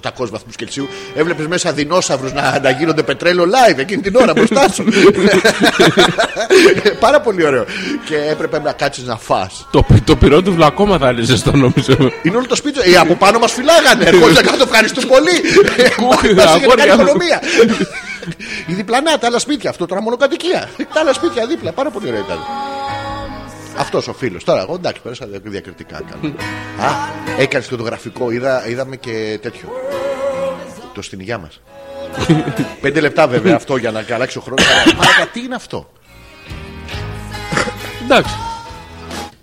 Speaker 1: 700-800 βαθμού Κελσίου. Έβλεπες μέσα δεινόσαυρους να, να γίνονται πετρέλαιο live εκείνη την ώρα μπροστά σου. Πάρα πολύ ωραίο. Και έπρεπε να κάτσεις να φας
Speaker 2: Το, το πυρότουβλο ακόμα θα είναι ζεστό νομίζω.
Speaker 1: Είναι όλο το σπίτι. Ε, από πάνω μας φυλάγανε. Ερχόντουσαν κάτω, ευχαριστούν πολύ. Ε, Μας είχε
Speaker 2: αγόρια
Speaker 1: κάνει
Speaker 2: μου.
Speaker 1: οικονομία. Η διπλανά, τα άλλα σπίτια. Αυτό τώρα μονοκατοικία. Τα άλλα σπίτια δίπλα. Πάρα πολύ ωραία ήταν. Αυτός ο φίλος. Τώρα, εγώ εντάξει, πέρασα δια- διακριτικά. έκανα. Α, έκανες και το γραφικό. Είδα, είδαμε και τέτοιο. Το στην υγειά μας. Πέντε λεπτά βέβαια αυτό για να αλλάξει ο χρόνος. Μάρακα, τι είναι αυτό.
Speaker 2: Εντάξει.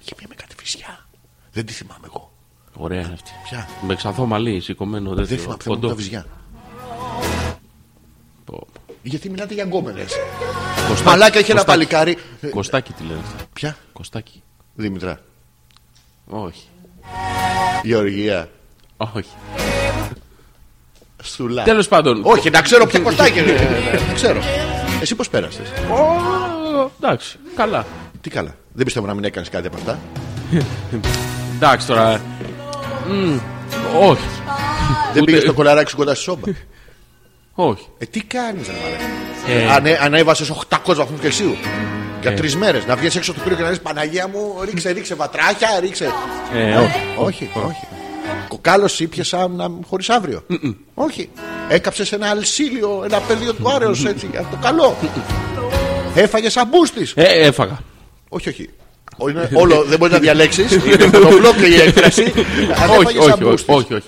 Speaker 1: Είχε μια με κάτι φυσιά. Δεν τη θυμάμαι εγώ.
Speaker 2: Ωραία είναι αυτή.
Speaker 1: Ποια.
Speaker 2: Με ξανθό μαλλί, σηκωμένο.
Speaker 1: Δεν
Speaker 2: τέτοιο,
Speaker 1: θυμάμαι ποιο
Speaker 2: κοντό.
Speaker 1: τα βυζιά.
Speaker 2: Πω, πω.
Speaker 1: Γιατί μιλάτε για γκόμενες
Speaker 2: Κωστάκι,
Speaker 1: Μαλάκα είχε ένα
Speaker 2: Κωστάκι.
Speaker 1: παλικάρι. Ε,
Speaker 2: Κωστάκι τη λένε.
Speaker 1: Ποια,
Speaker 2: Κωστάκι.
Speaker 1: Δήμητρα.
Speaker 2: Όχι.
Speaker 1: Γεωργία.
Speaker 2: Όχι.
Speaker 1: Στουλά.
Speaker 2: Τέλος πάντων.
Speaker 1: Ε. Όχι, να ξέρω ποια κοστάκι είναι. Να ξέρω. Εσύ πώς πέρασες.
Speaker 2: Ω, Εντάξει. Καλά.
Speaker 1: Τι καλά. Δεν πιστεύω να μην έκανες κάτι από αυτά.
Speaker 2: Εντάξει τώρα. Μμ, Όχι.
Speaker 1: Δεν
Speaker 2: Ούτε-
Speaker 1: πήγε το κολαράκι σου κοντά στη σόμπα.
Speaker 2: Όχι.
Speaker 1: Ε, τι κάνεις, ρε
Speaker 2: Ε.
Speaker 1: μαλάκα. Ανέ, ανέβασες 800 βαθμούς Κελσίου. Για τρεις μέρες. Να βγεις έξω το πύργο και να λες Παναγία μου, ρίξε, ρίξε βατράχια, ρίξε.
Speaker 2: Ε, όχι.
Speaker 1: Όχι, όχι. Κοκάλος ήπια σαν χωρίς αύριο. Όχι. Έκαψες ένα αλσίλιο, ένα πεδίο του άρεος έτσι, από το καλό. Έφαγες σαν μπούστη.
Speaker 2: Ε, έφαγα.
Speaker 1: Όχι, όχι. Ό, είναι Όλο δεν μπορείς να διαλέξεις. Είναι μονοπλόκληρη η έκφραση. Αλλά
Speaker 2: Όχι,
Speaker 1: έφαγε σαν
Speaker 2: όχι,
Speaker 1: μπούστη.
Speaker 2: όχι, όχι, όχι.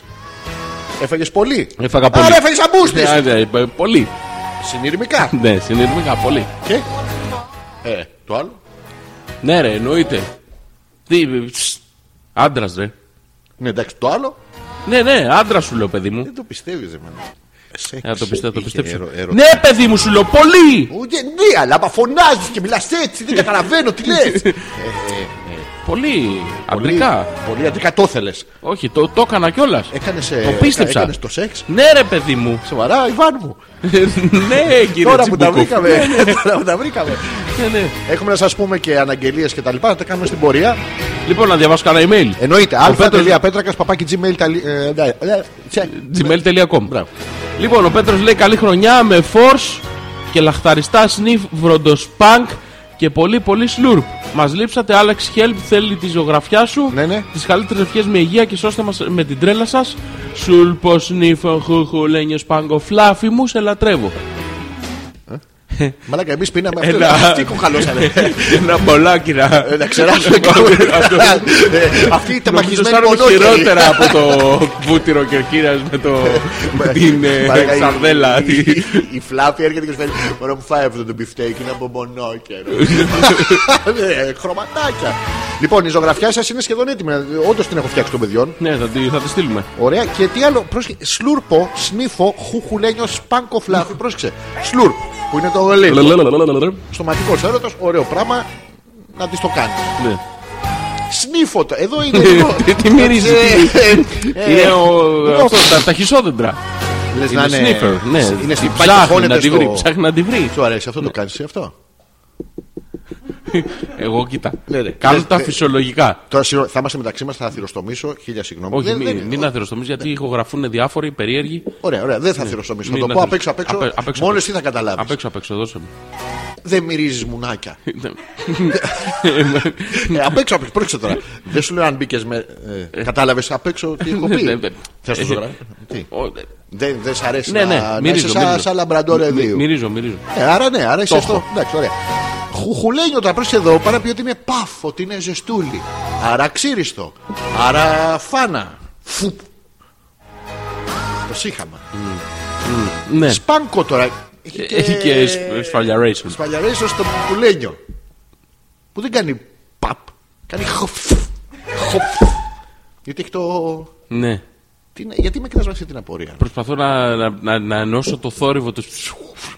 Speaker 1: Έφαγε πολύ.
Speaker 2: Έφαγα πολύ.
Speaker 1: Άρα έφαγες σαν μπούστη.
Speaker 2: Ναι, ναι, ε, Πολύ.
Speaker 1: Συνειρμικά.
Speaker 2: Ναι, συνειδημικά πολύ.
Speaker 1: Και. Ε, το άλλο.
Speaker 2: Ναι, ρε, εννοείται. Τι. Άντρας, ρε.
Speaker 1: Ναι, εντάξει, το άλλο.
Speaker 2: Ναι, ναι, άντρα σου λέω, παιδί μου.
Speaker 1: Δεν το πιστεύεις, εμένα. Σεξ.
Speaker 2: Ε, να το πιστεύω, το
Speaker 1: είχε
Speaker 2: πιστέψω.
Speaker 1: ερω- ερω-
Speaker 2: Ναι, παιδί μου, σου λέω, πολύ!
Speaker 1: ναι, Ούτε, ναι, αλλά μα φωνάζεις και μιλάς έτσι, δεν καταλαβαίνω τι λες.
Speaker 2: πολύ αντρικά.
Speaker 1: Πολύ αντρικά το θέλει.
Speaker 2: Όχι, το, το έκανα κιόλας.
Speaker 1: Έκανες, ε,
Speaker 2: το πίστεψα.
Speaker 1: έκανες το σεξ?
Speaker 2: Ναι, ρε παιδί μου.
Speaker 1: Σοβαρά, Ιβάν μου.
Speaker 2: ναι, κύριε
Speaker 1: Τώρα που τα
Speaker 2: Τσιμπουκόφ.
Speaker 1: βρήκαμε. ε, Τώρα που τα βρήκαμε.
Speaker 2: Ναι, ναι.
Speaker 1: Έχουμε να σας πούμε και αναγγελίες και τα λοιπά. Να τα κάνουμε στην πορεία.
Speaker 2: Λοιπόν, να διαβάσω κανένα email.
Speaker 1: Εννοείται.
Speaker 2: Πέτρος-
Speaker 1: αλφα.πέτρακα παπάκι gmail. τα λι- ε, ναι, ναι, τσεκ.
Speaker 2: gmail.com. Λοιπόν, ο Πέτρος λέει καλή χρονιά με force και λαχταριστά sniff, βροντοσπάνκ και πολύ πολύ σλουρπ. Μας λείψατε, Alex Help θέλει τη ζωγραφιά σου.
Speaker 1: Ναι, ναι.
Speaker 2: Τις καλύτερες ευχές με υγεία και σώστε μας με την τρέλα σας. Σούλπο, σνίφο, χούχου, λένιος, σπάγκο, φλάφι μου, σε λατρεύω.
Speaker 1: Μαλάκα, εμείς πίναμε αυτό.
Speaker 2: Ένα-
Speaker 1: Αυτή κουχαλώσανε.
Speaker 2: Ένα μπολάκι να.
Speaker 1: Ε, Να ξεράσουμε
Speaker 2: Αυτό-
Speaker 1: κάπου.
Speaker 2: αυτό-
Speaker 1: Ε, Αυτή η
Speaker 2: Νομίζω
Speaker 1: τεμαχισμένη
Speaker 2: αισθάνομαι
Speaker 1: μονόχερη.
Speaker 2: χειρότερα από το βούτυρο και ο κύριας με, το, με την ε,
Speaker 1: Μαλάκα, η-
Speaker 2: σαρδέλα.
Speaker 1: η-
Speaker 2: τη-
Speaker 1: η- Η Φλάφη έρχεται και σου λέει: Ωραία, μου φάει αυτό το μπιφτέκι, είναι από μονόκερο. Ε, Χρωματάκια. Λοιπόν, η ζωγραφιά σας είναι σχεδόν έτοιμη. Όντως την έχω φτιάξει των παιδιών.
Speaker 2: Ναι, θα τη, θα τη στείλουμε.
Speaker 1: Ωραία. Και τι άλλο. Πρόσεξε. Σλούρπο, σνίφο, χουχουλένιο, σπάνκο φλάφι. Πρόσεξε. Σλούρπ που είναι το γολί. Στοματικό έρωτο. Ωραίο πράγμα. Να τη το κάνει.
Speaker 2: Ναι.
Speaker 1: Σνίφο το. Εδώ είναι. λίγο-
Speaker 2: Τι- Τι μυρίζεις. τι-
Speaker 1: Ε, ε,
Speaker 2: Είναι ο-
Speaker 1: ε,
Speaker 2: αυτό, τα- τα χισόδεντρα.
Speaker 1: Λες να
Speaker 2: Είναι sniffer. Ναι,
Speaker 1: Είναι
Speaker 2: Ψάχνει
Speaker 1: πάει και χώνεται
Speaker 2: να τη
Speaker 1: στο-
Speaker 2: βρει, Ψάχνει να τη βρει.
Speaker 1: Σου αρέσει αυτό το κάνεις εσύ αυτό.
Speaker 2: Εγώ κοίτα.
Speaker 1: Ναι, ναι.
Speaker 2: Κάνω
Speaker 1: Λες,
Speaker 2: τα
Speaker 1: δε-
Speaker 2: φυσιολογικά.
Speaker 1: Τώρα συγγνώμη, θα είμαστε μεταξύ μας, θα θυροστομήσω. Χίλια συγγνώμη.
Speaker 2: Όχι,
Speaker 1: Δεν- δεν
Speaker 2: μην,
Speaker 1: είναι.
Speaker 2: μην αθεροστομείς, γιατί ηχογραφούν διάφοροι, περίεργοι.
Speaker 1: Ωραία, ωραία, δεν θα θυροστομήσω. Θα
Speaker 2: Ναι. Μην
Speaker 1: το πω απ' έξω,
Speaker 2: αθεροστο-
Speaker 1: απ' έξω.
Speaker 2: απ' απ' έξω,
Speaker 1: Μόνο
Speaker 2: απ'
Speaker 1: εσύ θα
Speaker 2: Απ'
Speaker 1: καταλάβει.
Speaker 2: έξω, απ' έξω, δώσε μου.
Speaker 1: Δεν μυρίζεις μουνάκια. Ε,
Speaker 2: Ναι.
Speaker 1: Απ' έξω, απ' έξω. Πρόξε τώρα. Δεν σου λέω αν μπήκες με. Κατάλαβες απ' έξω τι έχω
Speaker 2: Ε. Ναι,
Speaker 1: πει.
Speaker 2: ναι.
Speaker 1: Θε το
Speaker 2: Ε,
Speaker 1: ζωγράφι. Τι.
Speaker 2: Ο-
Speaker 1: Δεν δεν σ' αρέσει
Speaker 2: Ναι,
Speaker 1: να
Speaker 2: ναι,
Speaker 1: να
Speaker 2: μυρίζω,
Speaker 1: είσαι σαν-
Speaker 2: μυρίζω.
Speaker 1: σαν λαμπραντόρ εδίου.
Speaker 2: Μυρίζω, μυρίζω.
Speaker 1: Ε, άρα ναι, άρα είσαι
Speaker 2: Το
Speaker 1: αυτό.
Speaker 2: έχω.
Speaker 1: Εντάξει, ωραία. Χουχουλένιο τα πρόσχε εδώ παρά πει ότι είναι παφ, ότι είναι ζεστούλι. Άρα ξύριστο. Άρα φάνα. Φουπ. Το σύγχαμα.
Speaker 2: Ναι.
Speaker 1: Σπάνκο τώρα. Έχει
Speaker 2: Έχει και σ- σφαλιαρέισον.
Speaker 1: Σφαλιαρέσιο στο κουκουλένιο. Που δεν κάνει παπ. Κάνει χοφ. Χοφ. Γιατί έχει το.
Speaker 2: Ναι.
Speaker 1: Τι είναι- Γιατί με κοιτάς με αυτή την απορία.
Speaker 2: Προσπαθώ να, να, να, να ενώσω το θόρυβο του.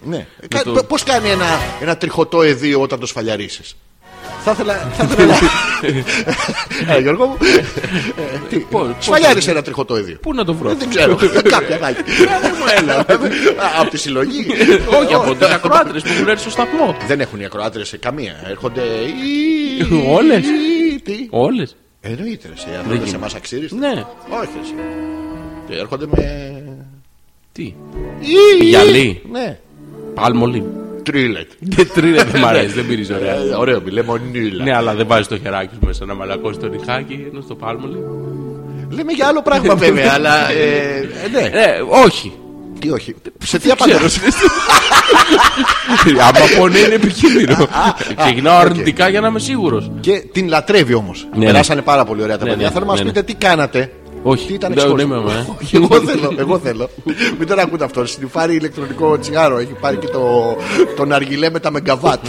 Speaker 1: Ναι.
Speaker 2: το-
Speaker 1: Πώς κάνει ένα, ένα τριχωτό εδίο όταν το σφαλιαρίσει. Θα ήθελα. Θα ήθελα. Ε, Γιώργο μου. Ε, τι,
Speaker 2: πώς- πώς-
Speaker 1: Σφαλιάρισε ένα τριχωτό εδίο.
Speaker 2: Πού να το βρω. Ε,
Speaker 1: Ε, Δεν ξέρω. Κάποια γάλη. Από τη συλλογή.
Speaker 2: Όχι, από του ακροάτρε που έχουν έρθει στο σταθμό.
Speaker 1: Δεν έχουν οι ακροάτρε καμία. Έρχονται.
Speaker 2: Όλες.
Speaker 1: Ή, Τι.
Speaker 2: Όλες.
Speaker 1: Εννοείται. ρε, εσύ, Αν δεν σε εμά αξίριστο.
Speaker 2: Ναι.
Speaker 1: Όχι. εσύ. Και έρχονται με.
Speaker 2: Τι.
Speaker 1: Ή,
Speaker 2: Γυαλί.
Speaker 1: Ναι.
Speaker 2: Πάλμολι.
Speaker 1: Τρίλετ.
Speaker 2: Δεν τρίνε, δεν μ' αρέσει, δεν πήρε ωραία.
Speaker 1: Ε, Ωραίο, μπει, λεμονίλα.
Speaker 2: Ναι, αλλά δεν βάζει το χεράκι σου μέσα να μαλακώσει το ριχάκι, ενώ στο πάλμολι.
Speaker 1: Λέμε για άλλο πράγμα βέβαια, αλλά. ε, ε, ναι.
Speaker 2: Ε, όχι.
Speaker 1: Τι όχι. Σε τι
Speaker 2: Ξέρω.
Speaker 1: απαντάς.
Speaker 2: Άμα πονεί είναι επικίνδυνο. Ξεκινάω
Speaker 1: οκ.
Speaker 2: αρνητικά για να είμαι σίγουρος.
Speaker 1: Και την λατρεύει όμως.
Speaker 2: ναι.
Speaker 1: Περάσανε πάρα πολύ ωραία τα
Speaker 2: Ναι,
Speaker 1: παιδιά.
Speaker 2: ναι,
Speaker 1: Θέλω να μας
Speaker 2: ναι, ναι.
Speaker 1: πείτε τι κάνατε.
Speaker 2: Όχι.
Speaker 1: Τι ήταν
Speaker 2: Δεν-
Speaker 1: εξπόζι.
Speaker 2: δεν είμαι, ε.
Speaker 1: Όχι, Εγώ θέλω. Εγώ θέλω. Μην τον ακούτε αυτό. Συνυφάρει ηλεκτρονικό τσιγάρο. Έχει πάρει και το, τον αργιλέ με τα μεγκαβάτ.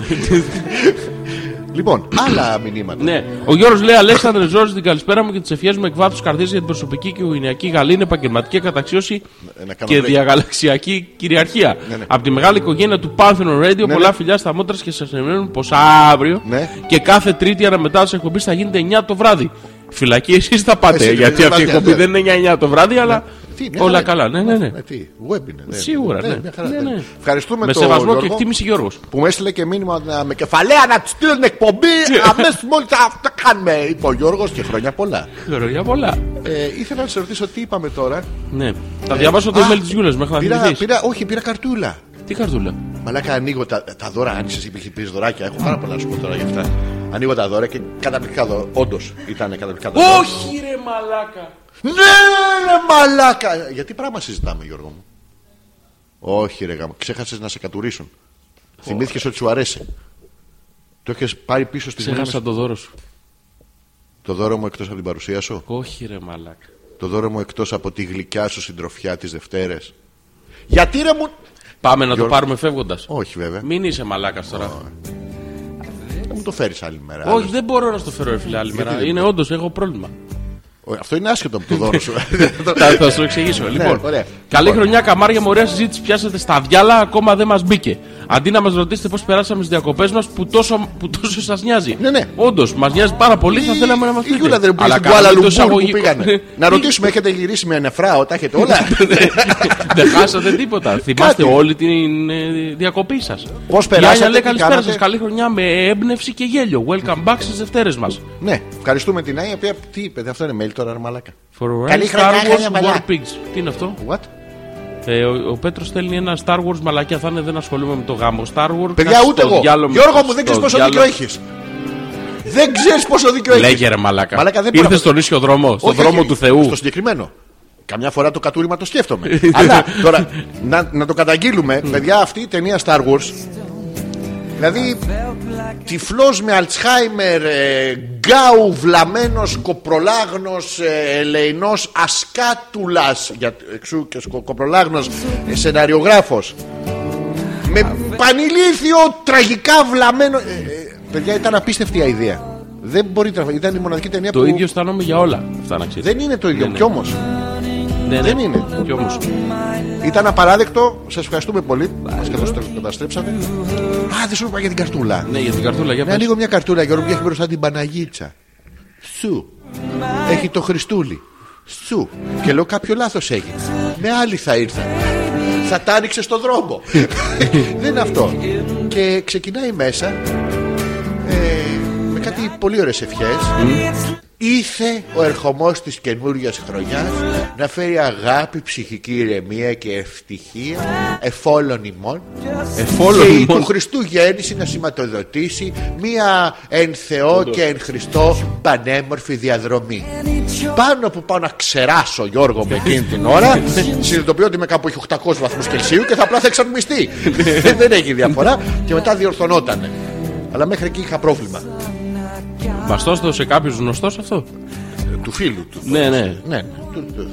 Speaker 1: λοιπόν, άλλα μηνύματα.
Speaker 2: Ναι. Ο Γιώργος λέει: Αλέξανδρε Ζόρζη, την καλησπέρα μου και τις ευχές μου εκ βάθους καρδιά για την προσωπική και οικογενειακή γαλήνη, επαγγελματική καταξίωση
Speaker 1: Ε, να κάνω
Speaker 2: και
Speaker 1: break.
Speaker 2: διαγαλαξιακή κυριαρχία.
Speaker 1: Ναι, ναι.
Speaker 2: Από τη μεγάλη οικογένεια του Parthenon Radio, πολλά φιλιά στα μότρα και σας ενημερώνουν πως αύριο
Speaker 1: Ναι.
Speaker 2: και κάθε Τρίτη αναμετάδοση εκπομπής θα γίνεται 9 το βράδυ. Φυλακή, εσείς θα πάτε.
Speaker 1: Εσύ,
Speaker 2: γιατί
Speaker 1: ναι,
Speaker 2: αυτή η
Speaker 1: ναι,
Speaker 2: εκπομπή
Speaker 1: ναι.
Speaker 2: δεν είναι 9 το βράδυ, αλλά
Speaker 1: Τι, μια
Speaker 2: όλα
Speaker 1: χαρά
Speaker 2: καλά. Ναι,
Speaker 1: είναι.
Speaker 2: ναι, ναι.
Speaker 1: Ε, τι, web είναι, ναι.
Speaker 2: Σίγουρα, ναι.
Speaker 1: μια χαρά,
Speaker 2: Ναι, ναι.
Speaker 1: Ευχαριστούμε
Speaker 2: Με
Speaker 1: τον
Speaker 2: σεβασμό και
Speaker 1: Γιώργο.
Speaker 2: εκτίμηση, Γιώργος.
Speaker 1: Που μου έστειλε και μήνυμα να- με κεφαλαία να της στείλουν εκπομπή αμέσω μόλι θα τα κάνουμε. Είπε ο Γιώργος και χρόνια πολλά.
Speaker 2: Χρόνια πολλά.
Speaker 1: Ε, ήθελα να σε ρωτήσω τι είπαμε τώρα.
Speaker 2: Ναι. Θα διαβάσω το
Speaker 1: Ε, Α,
Speaker 2: email της Γιούλας μέχρι να
Speaker 1: Πήρα,
Speaker 2: θυμηθείς.
Speaker 1: πήρα, όχι, πήρα καρτούλα.
Speaker 2: Τι χαρτούλα.
Speaker 1: Μαλάκα ανοίγω τα, τα δώρα. Αν είσαι υπήρχε πει δωράκια, έχω πάρα πολλά να σου πω τώρα γι' αυτά. Ανοίγω τα δώρα και καταπληκτικά δώρα. Όντως ήταν καταπληκτικά δώρα.
Speaker 2: Όχι, ρε μαλάκα.
Speaker 1: Ναι, ρε μαλάκα! Γιατί πράγμα συζητάμε, Γιώργο μου. Όχι, ρε γάμο, ξέχασες να σε κατουρίσουν. Θυμήθηκε ότι σου αρέσει. Το έχεις πάρει πίσω στη ζωή.
Speaker 2: Ξέχασα το δώρο σου.
Speaker 1: Το δώρο μου εκτός από την παρουσία σου.
Speaker 2: Όχι, ρε μαλάκα.
Speaker 1: Το δώρο μου εκτός από τη γλυκιά σου συντροφιά τις Δευτέρες. Γιατί ρε μου.
Speaker 2: Πάμε να το
Speaker 1: Γιώργο. ε.
Speaker 2: πάρουμε φεύγοντας.
Speaker 1: Όχι, βέβαια.
Speaker 2: Μην είσαι μαλάκας τώρα.
Speaker 1: Θα μου το φέρεις άλλη μέρα.
Speaker 2: Όχι, δεν μπορώ να στο φέρω, ρε φίλε, άλλη μέρα.
Speaker 1: δεν
Speaker 2: Είναι όντως, έχω πρόβλημα.
Speaker 1: Ω, Αυτό είναι άσχετο από το δώρο σου.
Speaker 2: Θα, θα σου εξηγήσω. λοιπόν,
Speaker 1: Ναι, ωραία.
Speaker 2: καλή χρονιά, καμάρια μου, ωραία συζήτηση πιάσατε στα διάλα, ακόμα δεν μας μπήκε. Αντί να μας ρωτήσετε πώς περάσαμε τι διακοπές μας που τόσο, που τόσο σας νοιάζει.
Speaker 1: Ναι, ναι.
Speaker 2: Όντως, μας νοιάζει πάρα πολύ, Ε, θα
Speaker 1: Η-
Speaker 2: θέλαμε να μα
Speaker 1: η
Speaker 2: πείτε.
Speaker 1: Γιούλα δεν πήγε
Speaker 2: Αλλά
Speaker 1: στην
Speaker 2: κάναμε
Speaker 1: Κουάλα
Speaker 2: το
Speaker 1: Λουμπούρ που
Speaker 2: εισαγωγικό. Ναι.
Speaker 1: πήγανε. Να ρωτήσουμε, έχετε γυρίσει με νεφρά, τα έχετε όλα.
Speaker 2: Ναι. Δεν χάσατε τίποτα. Θυμάστε όλη την ε, διακοπή σας.
Speaker 1: Πώς περάσατε,
Speaker 2: λέει
Speaker 1: τι
Speaker 2: καλησπέρα
Speaker 1: κάνατε».
Speaker 2: σας. Καλή χρονιά με έμπνευση και γέλιο. Welcome back στις Δευτέρες μας.
Speaker 1: Ναι, ευχαριστούμε την Άγια. η οποία- Τι είπε, δε, αυτό είναι mail τώρα, ρε μαλάκα.
Speaker 2: Καλή
Speaker 1: χρονιά, καλή
Speaker 2: War
Speaker 1: παλιά.
Speaker 2: Pigs. Τι είναι αυτό.
Speaker 1: What?
Speaker 2: Ε, ο ο Πέτρος στέλνει ένα Star Wars μαλακιά. Θα είναι δεν ασχολούμαι με το γάμο Star Wars.
Speaker 1: Παιδιά,
Speaker 2: κάτσε
Speaker 1: ούτε
Speaker 2: στο
Speaker 1: εγώ.
Speaker 2: διάλογο με-
Speaker 1: Γιώργο μου, δεν
Speaker 2: στο
Speaker 1: ξέρει πόσο
Speaker 2: διάλογο-
Speaker 1: δίκιο έχεις. Δεν ξέρεις πόσο δίκιο έχεις.
Speaker 2: Λέγε ρε μαλάκα.
Speaker 1: Μαλάκα, δεν μπορώ
Speaker 2: Ήρθε
Speaker 1: να-
Speaker 2: στον ίσιο δρόμο, στον
Speaker 1: Όχι,
Speaker 2: δρόμο
Speaker 1: όχι,
Speaker 2: του Θεού.
Speaker 1: Στο συγκεκριμένο. Καμιά φορά το κατούριμα το σκέφτομαι. Αλλά τώρα να, να το καταγγείλουμε, παιδιά, αυτή η ταινία Star Wars. Δηλαδή, τυφλός με Αλτσχάιμερ, ε, γκάου, βλαμμένος, κοπρολάγνος, ε, ελεηνός, ασκάτουλας. Εξού και σκο- κοπρολάγνος ε, σεναριογράφος με πανηλήθιο, τραγικά βλαμμένο. Ε, ε, παιδιά, ήταν απίστευτη η ιδέα. Δεν μπορείτε να. Ήταν η μοναδική ταινία
Speaker 2: Το
Speaker 1: που.
Speaker 2: ίδιο αισθάνομαι για όλα. Αυτά να ξέρεις.
Speaker 1: Δεν είναι το ίδιο.
Speaker 2: Ναι, ναι.
Speaker 1: Κι όμως.
Speaker 2: Ναι, ναι.
Speaker 1: δεν είναι.
Speaker 2: Κι όμως.
Speaker 1: Ήταν απαράδεκτο. Σας ευχαριστούμε πολύ. Μα καταστρέψατε. Α, δεν σου είπα για την καρτούλα.
Speaker 2: Ναι, για την καρτούλα. Για
Speaker 1: Να
Speaker 2: πες.
Speaker 1: ανοίγω μια καρτούλα Γιώργο που έχει μπροστά την Παναγίτσα. Σου. Έχει το Χριστούλη. Σου. Και λέω κάποιο λάθος έγινε. Με άλλη θα ήρθα. Θα τα άνοιξε στον δρόμο. Δεν είναι αυτό. Και ξεκινάει μέσα ε, με κάτι πολύ ωραίες ευχές. Ήθε ο ερχομός της καινούργια χρονιάς να φέρει αγάπη, ψυχική ηρεμία και ευτυχία εφόλων ημών
Speaker 2: Εφόλων
Speaker 1: και η
Speaker 2: ημών.
Speaker 1: του Χριστού γέννηση να σηματοδοτήσει μία εν Θεό και εν Χριστό πανέμορφη διαδρομή. Πάνω που πάω να ξεράσω Γιώργο με εκείνη την ώρα, συνειδητοποιώ ότι είμαι κάπου έχει 800 βαθμούς Κελσίου και θα απλά θα εξαρμιστεί. Δεν έχει διαφορά και μετά διορθωνότανε. Αλλά μέχρι εκεί είχα πρόβλημα.
Speaker 2: Μας το έστωσε σε κάποιους γνωστός αυτό.
Speaker 1: Του φίλου του.
Speaker 2: Ναι, ναι.
Speaker 1: Ναι, ναι. Του- του-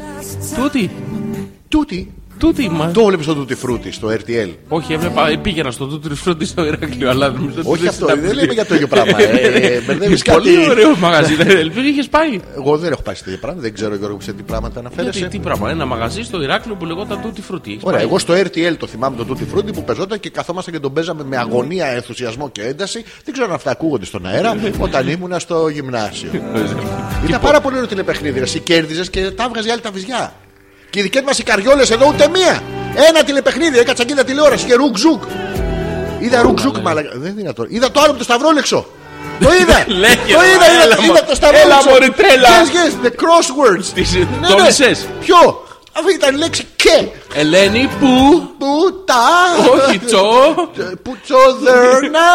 Speaker 2: Τούτη.
Speaker 1: Τούτη.
Speaker 2: Τούτη, μα.
Speaker 1: Το βλέπεις το τούτη φρούτη στο RTL.
Speaker 2: Όχι, έβλεπα, ε, πήγαινα στο τούτρι φρόντι στο Ηράκλειο, αλλά νομίζω ότι
Speaker 1: Όχι αυτό,
Speaker 2: συναντήθηκα.
Speaker 1: δεν λέμε για το ίδιο πράγμα. Ε, ε, Μπερδεύεις κάτι.
Speaker 2: Πολύ ωραίο μαγαζί. δεν- Ελπίζω είχες πάει.
Speaker 1: Εγώ δεν έχω πάει σε τέτοια πράγματα, δεν ξέρω Γιώργο σε τι πράγματα
Speaker 2: Γιατί,
Speaker 1: αναφέρεσαι.
Speaker 2: τι πράγμα, ένα μαγαζί στο Ηράκλειο που λεγόταν τούτη φρούτη. Έχεις
Speaker 1: Ωραία,
Speaker 2: πάει?
Speaker 1: εγώ στο RTL το θυμάμαι το Τούτι Φρούτι που πεζόταν και καθόμασταν και τον παίζαμε με αγωνία, ενθουσιασμό και ένταση. Δεν ξέρω αν αυτά ακούγονται στον αέρα όταν ήμουνα στο γυμνάσιο. Ήταν πάρα πολύ ωραίο τηλεπαιχνίδι. Εσύ κέρδιζες και τα έβγαζε η άλλη τα βυζιά. Και οι δικές μας οι καριόλες εδώ ούτε μία. Ένα τηλεπαιχνίδι, έκατσα και είδα τηλεόραση και ρουκζουκ. Είδα ρουκζουκ, μαλακα. Δεν είναι δυνατό. Είδα το άλλο με το σταυρόλεξο. Το είδα!
Speaker 2: Λέγε,
Speaker 1: το είδα,
Speaker 2: έλα,
Speaker 1: είδα,
Speaker 2: μωρέ.
Speaker 1: είδα το σταυρόλεξο.
Speaker 2: Έλα, μωρέ, τρέλα.
Speaker 1: Yes, yes, the crosswords.
Speaker 2: Τις-
Speaker 1: Ναι,
Speaker 2: το
Speaker 1: ναι.
Speaker 2: μισές.
Speaker 1: Ποιο! Αυτή ήταν η λέξη και.
Speaker 2: Ελένη, πού.
Speaker 1: Πουτά!
Speaker 2: Όχι, τσο.
Speaker 1: Πουτσοδέρνα!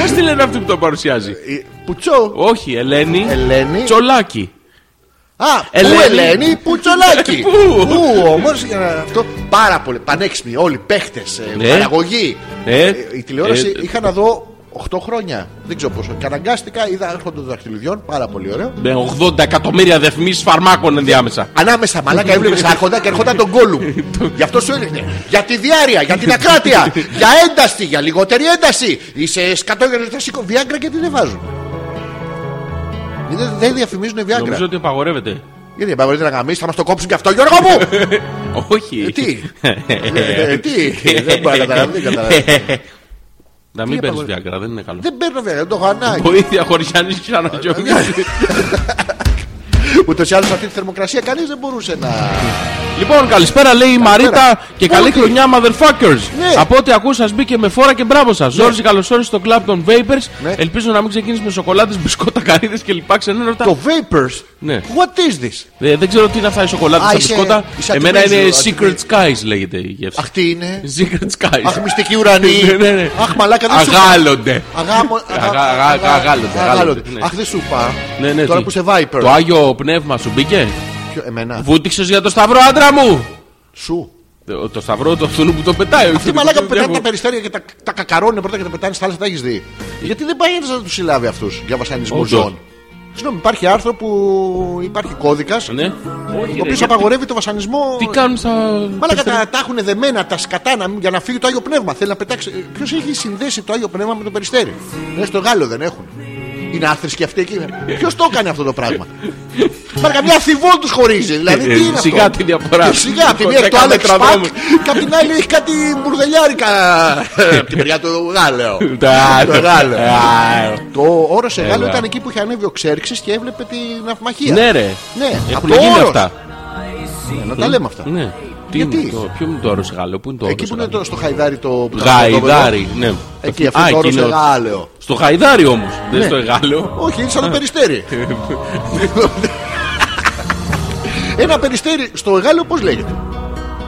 Speaker 2: Πώς τη λένε αυτή που το παρουσιάζει.
Speaker 1: Ε, Πουτσό!
Speaker 2: Όχι, Ελένη.
Speaker 1: Ελένη.
Speaker 2: Τσολάκι.
Speaker 1: Α,
Speaker 2: Ελένη. Ε,
Speaker 1: Ελένη. Πού Ελένη, πού Τσολάκη.
Speaker 2: Πού.
Speaker 1: πού όμως για να- αυτό. Πάρα πολύ. Πανέξυπνοι όλοι, παίχτες,
Speaker 2: Ναι.
Speaker 1: παραγωγή.
Speaker 2: Ε,
Speaker 1: Ε, Η τηλεόραση
Speaker 2: ε,
Speaker 1: είχα να δω 8 χρόνια. Δεν ξέρω πόσο. Και αναγκάστηκα, είδα έρχονται των δαχτυλιδιών. Πάρα πολύ ωραίο.
Speaker 2: Με 80 εκατομμύρια διαφημίσει φαρμάκων ενδιάμεσα.
Speaker 1: Ανάμεσα μαλάκα έβλεπες άρχοντα και ερχόταν τον κόλου. Γι' αυτό σου έλεγε. Για τη διάρκεια, για την ακράτεια, για ένταση, για λιγότερη ένταση. Είσαι σκατόγενο να σηκώ. Βιάγκρα γιατί δεν βάζουν. Δεν, δεν διαφημίζουν Βιάγκρα.
Speaker 2: Νομίζω ότι απαγορεύεται.
Speaker 1: Γιατί μπορείτε να γαμίσει, θα μας το κόψουν και αυτό, Γιώργο μου!
Speaker 2: Όχι. ε,
Speaker 1: Ε, Τι. Ε, Τι. Δεν μπορώ να καταλάβω. δεν καταλαβαίνω.
Speaker 2: Να μην
Speaker 1: Τι
Speaker 2: παίρνεις
Speaker 1: απαγορεύεται.
Speaker 2: Viagra, δεν είναι καλό.
Speaker 1: Δεν παίρνω βέβαια, δεν το έχω ανάγκη.
Speaker 2: Ο ίδια χωριάνη ξαναγιώνει.
Speaker 1: Ούτως ή άλλως αυτή τη θερμοκρασία κανείς δεν μπορούσε να.
Speaker 2: Λοιπόν, καλησπέρα λέει η Μαρίτα και καλή
Speaker 1: Ότι.
Speaker 2: χρονιά, motherfuckers.
Speaker 1: Ναι.
Speaker 2: Από ό,τι ακούω, σας μπήκε με φόρα και μπράβο σας. Ζόρζι, καλώ όρισε στο κλαμπ των Vapers.
Speaker 1: Ναι.
Speaker 2: Ελπίζω να μην ξεκίνησες με σοκολάτες, μπισκότα, καρύδες και λοιπά ξενέρωτα.
Speaker 1: Το vapors.
Speaker 2: Ναι.
Speaker 1: What is this?
Speaker 2: Ε, δεν ξέρω τι είναι αυτά οι σοκολάτες,
Speaker 1: Α,
Speaker 2: τα
Speaker 1: είσαι-
Speaker 2: μπισκότα.
Speaker 1: είσαι
Speaker 2: Εμένα
Speaker 1: ατιμέζιο,
Speaker 2: είναι Secret
Speaker 1: ατιμέζιο.
Speaker 2: Skies λέγεται η γεύση.
Speaker 1: Αχ, τι είναι.
Speaker 2: Secret Skies.
Speaker 1: Αχ, μυστική ουρανή.
Speaker 2: Ναι, ναι, ναι.
Speaker 1: Αχ, μαλάκα δεν σου
Speaker 2: Αγάλλονται.
Speaker 1: Αγάμο.
Speaker 2: Αγα- αγα- αγάλλονται, αγάλλονται, ναι.
Speaker 1: Αχ, δεν σου είπα.
Speaker 2: Ναι, ναι,
Speaker 1: Τώρα
Speaker 2: τι.
Speaker 1: που σε Viper.
Speaker 2: Το άγιο πνεύμα σου μπήκε.
Speaker 1: Ποιο- Εμένα.
Speaker 2: Βούτυξες για το σταυρό, άντρα μου.
Speaker 1: Σου.
Speaker 2: Ε, Το σταυρό του αυτού που το πετάει. όχι
Speaker 1: Αυτή η
Speaker 2: του-
Speaker 1: μαλάκα
Speaker 2: του-
Speaker 1: που πετάνε
Speaker 2: του-
Speaker 1: τα περιστέρια και τα, τα κακαρώνουν πρώτα και τα πετάνε στη θάλασσα, τα έχεις δει. Γιατί δεν πάει ένας να τους συλλάβει αυτούς για βασανισμό
Speaker 2: Ε- Όντως.
Speaker 1: ζώων. Συγγνώμη, υπάρχει άρθρο που υπάρχει κώδικας.
Speaker 2: Ναι.
Speaker 1: Ο οποίο απαγορεύει το βασανισμό.
Speaker 2: Τι κάνουν στα.
Speaker 1: Μάλακα τα, τα έχουν δεμένα, τα σκατά να μην- για να φύγει το Άγιο Πνεύμα. Θέλει να πετάξει. Ποιος έχει συνδέσει το Άγιο Πνεύμα με το περιστέρι. Ναι, στο Γάλλο Ε, δεν έχουν. Είναι άθροι και αυτοί εκεί. Ποιος το έκανε αυτό το πράγμα. Μα καμιά θηβόλ τους χωρίζει. Δηλαδή τι
Speaker 2: Ε,
Speaker 1: είναι
Speaker 2: σιγά
Speaker 1: αυτό.
Speaker 2: τη διαφορά.
Speaker 1: Ε, Σιγά από τη μία έχει το
Speaker 2: 10
Speaker 1: Άλεξ
Speaker 2: μέτρα
Speaker 1: Πακ
Speaker 2: δρόμου.
Speaker 1: και από την άλλη έχει κάτι μπουρδελιάρικα ε, από την μεριά του Γάλεο.
Speaker 2: Τα- Ε,
Speaker 1: Το Γάλεο.
Speaker 2: Α,
Speaker 1: Το όρος σε Γάλλο
Speaker 2: Έλα.
Speaker 1: ήταν εκεί που είχε ανέβει ο Ξέρξης και έβλεπε την αυμαχία.
Speaker 2: Ναι, ρε.
Speaker 1: Ναι, από
Speaker 2: Έχουν
Speaker 1: το
Speaker 2: γίνει
Speaker 1: όρος.
Speaker 2: αυτά.
Speaker 1: Ναι, να τα λέμε αυτά.
Speaker 2: Ναι. Τι
Speaker 1: Γιατί?
Speaker 2: είναι το, ποιο είναι το όρος Γάλλο, πού είναι το
Speaker 1: Εκεί
Speaker 2: όρος
Speaker 1: που είναι
Speaker 2: Γάλλο?
Speaker 1: το, στο Χαϊδάρι το. που ήταν στο
Speaker 2: Γαϊδάρι, ναι.
Speaker 1: κοντόπεδο, Εκεί αυτός
Speaker 2: Α,
Speaker 1: το όρο σε
Speaker 2: εκείνο-
Speaker 1: Γάλεο.
Speaker 2: Στο Γαϊδάρι όμως,
Speaker 1: Ναι.
Speaker 2: δεν στο Γάλλο.
Speaker 1: Όχι, είναι σαν το περιστέρι. Ένα περιστέρι στο Γάλεο πώς λέγεται.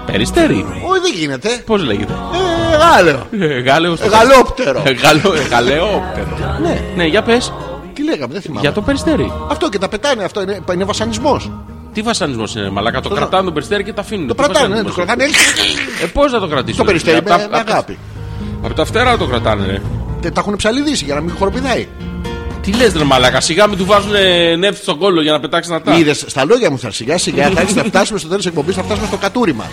Speaker 2: Περιστέρι.
Speaker 1: Όχι, δεν γίνεται.
Speaker 2: Πώς λέγεται.
Speaker 1: Ε, Γάλεο.
Speaker 2: Ε, Γάλλο. στο-
Speaker 1: Γαλόπτερο.
Speaker 2: Ε, Γάλλο, ε, Γαλλαιόπτερο.
Speaker 1: Ναι,
Speaker 2: Ναι, για πες.
Speaker 1: τι λέγαμε, δεν θυμάμαι.
Speaker 2: Για το περιστέρι.
Speaker 1: Αυτό και τα πετάνε, αυτό είναι, είναι βασανισμός.
Speaker 2: Τι βασανισμός είναι, μαλακά. Το κρατάνε το περιστέρι και τα αφήνουν.
Speaker 1: Το
Speaker 2: Τι
Speaker 1: πρατάνε, ναι, το
Speaker 2: βασανισμός είναι.
Speaker 1: κρατάνε.
Speaker 2: Ε, πώς να το κρατήσουν.
Speaker 1: Το περιστέρι
Speaker 2: ρε,
Speaker 1: με,
Speaker 2: απ'
Speaker 1: με αγάπη.
Speaker 2: Από τα φτερά το κρατάνε, ρε.
Speaker 1: Τε- Τα έχουν ψαλιδίσει για να μην χοροπηδάει.
Speaker 2: Τι λες, ρε μαλακά. Σιγά μην του βάζουν ε, νεύτη στον κόλλο για να πετάξει να τα. Ναι,
Speaker 1: Είδες στα λόγια μου, θα σιγά σιγά θα, έρθεις, θα φτάσουμε στο τέλος εκπομπής, θα φτάσουμε στο κατούριμα.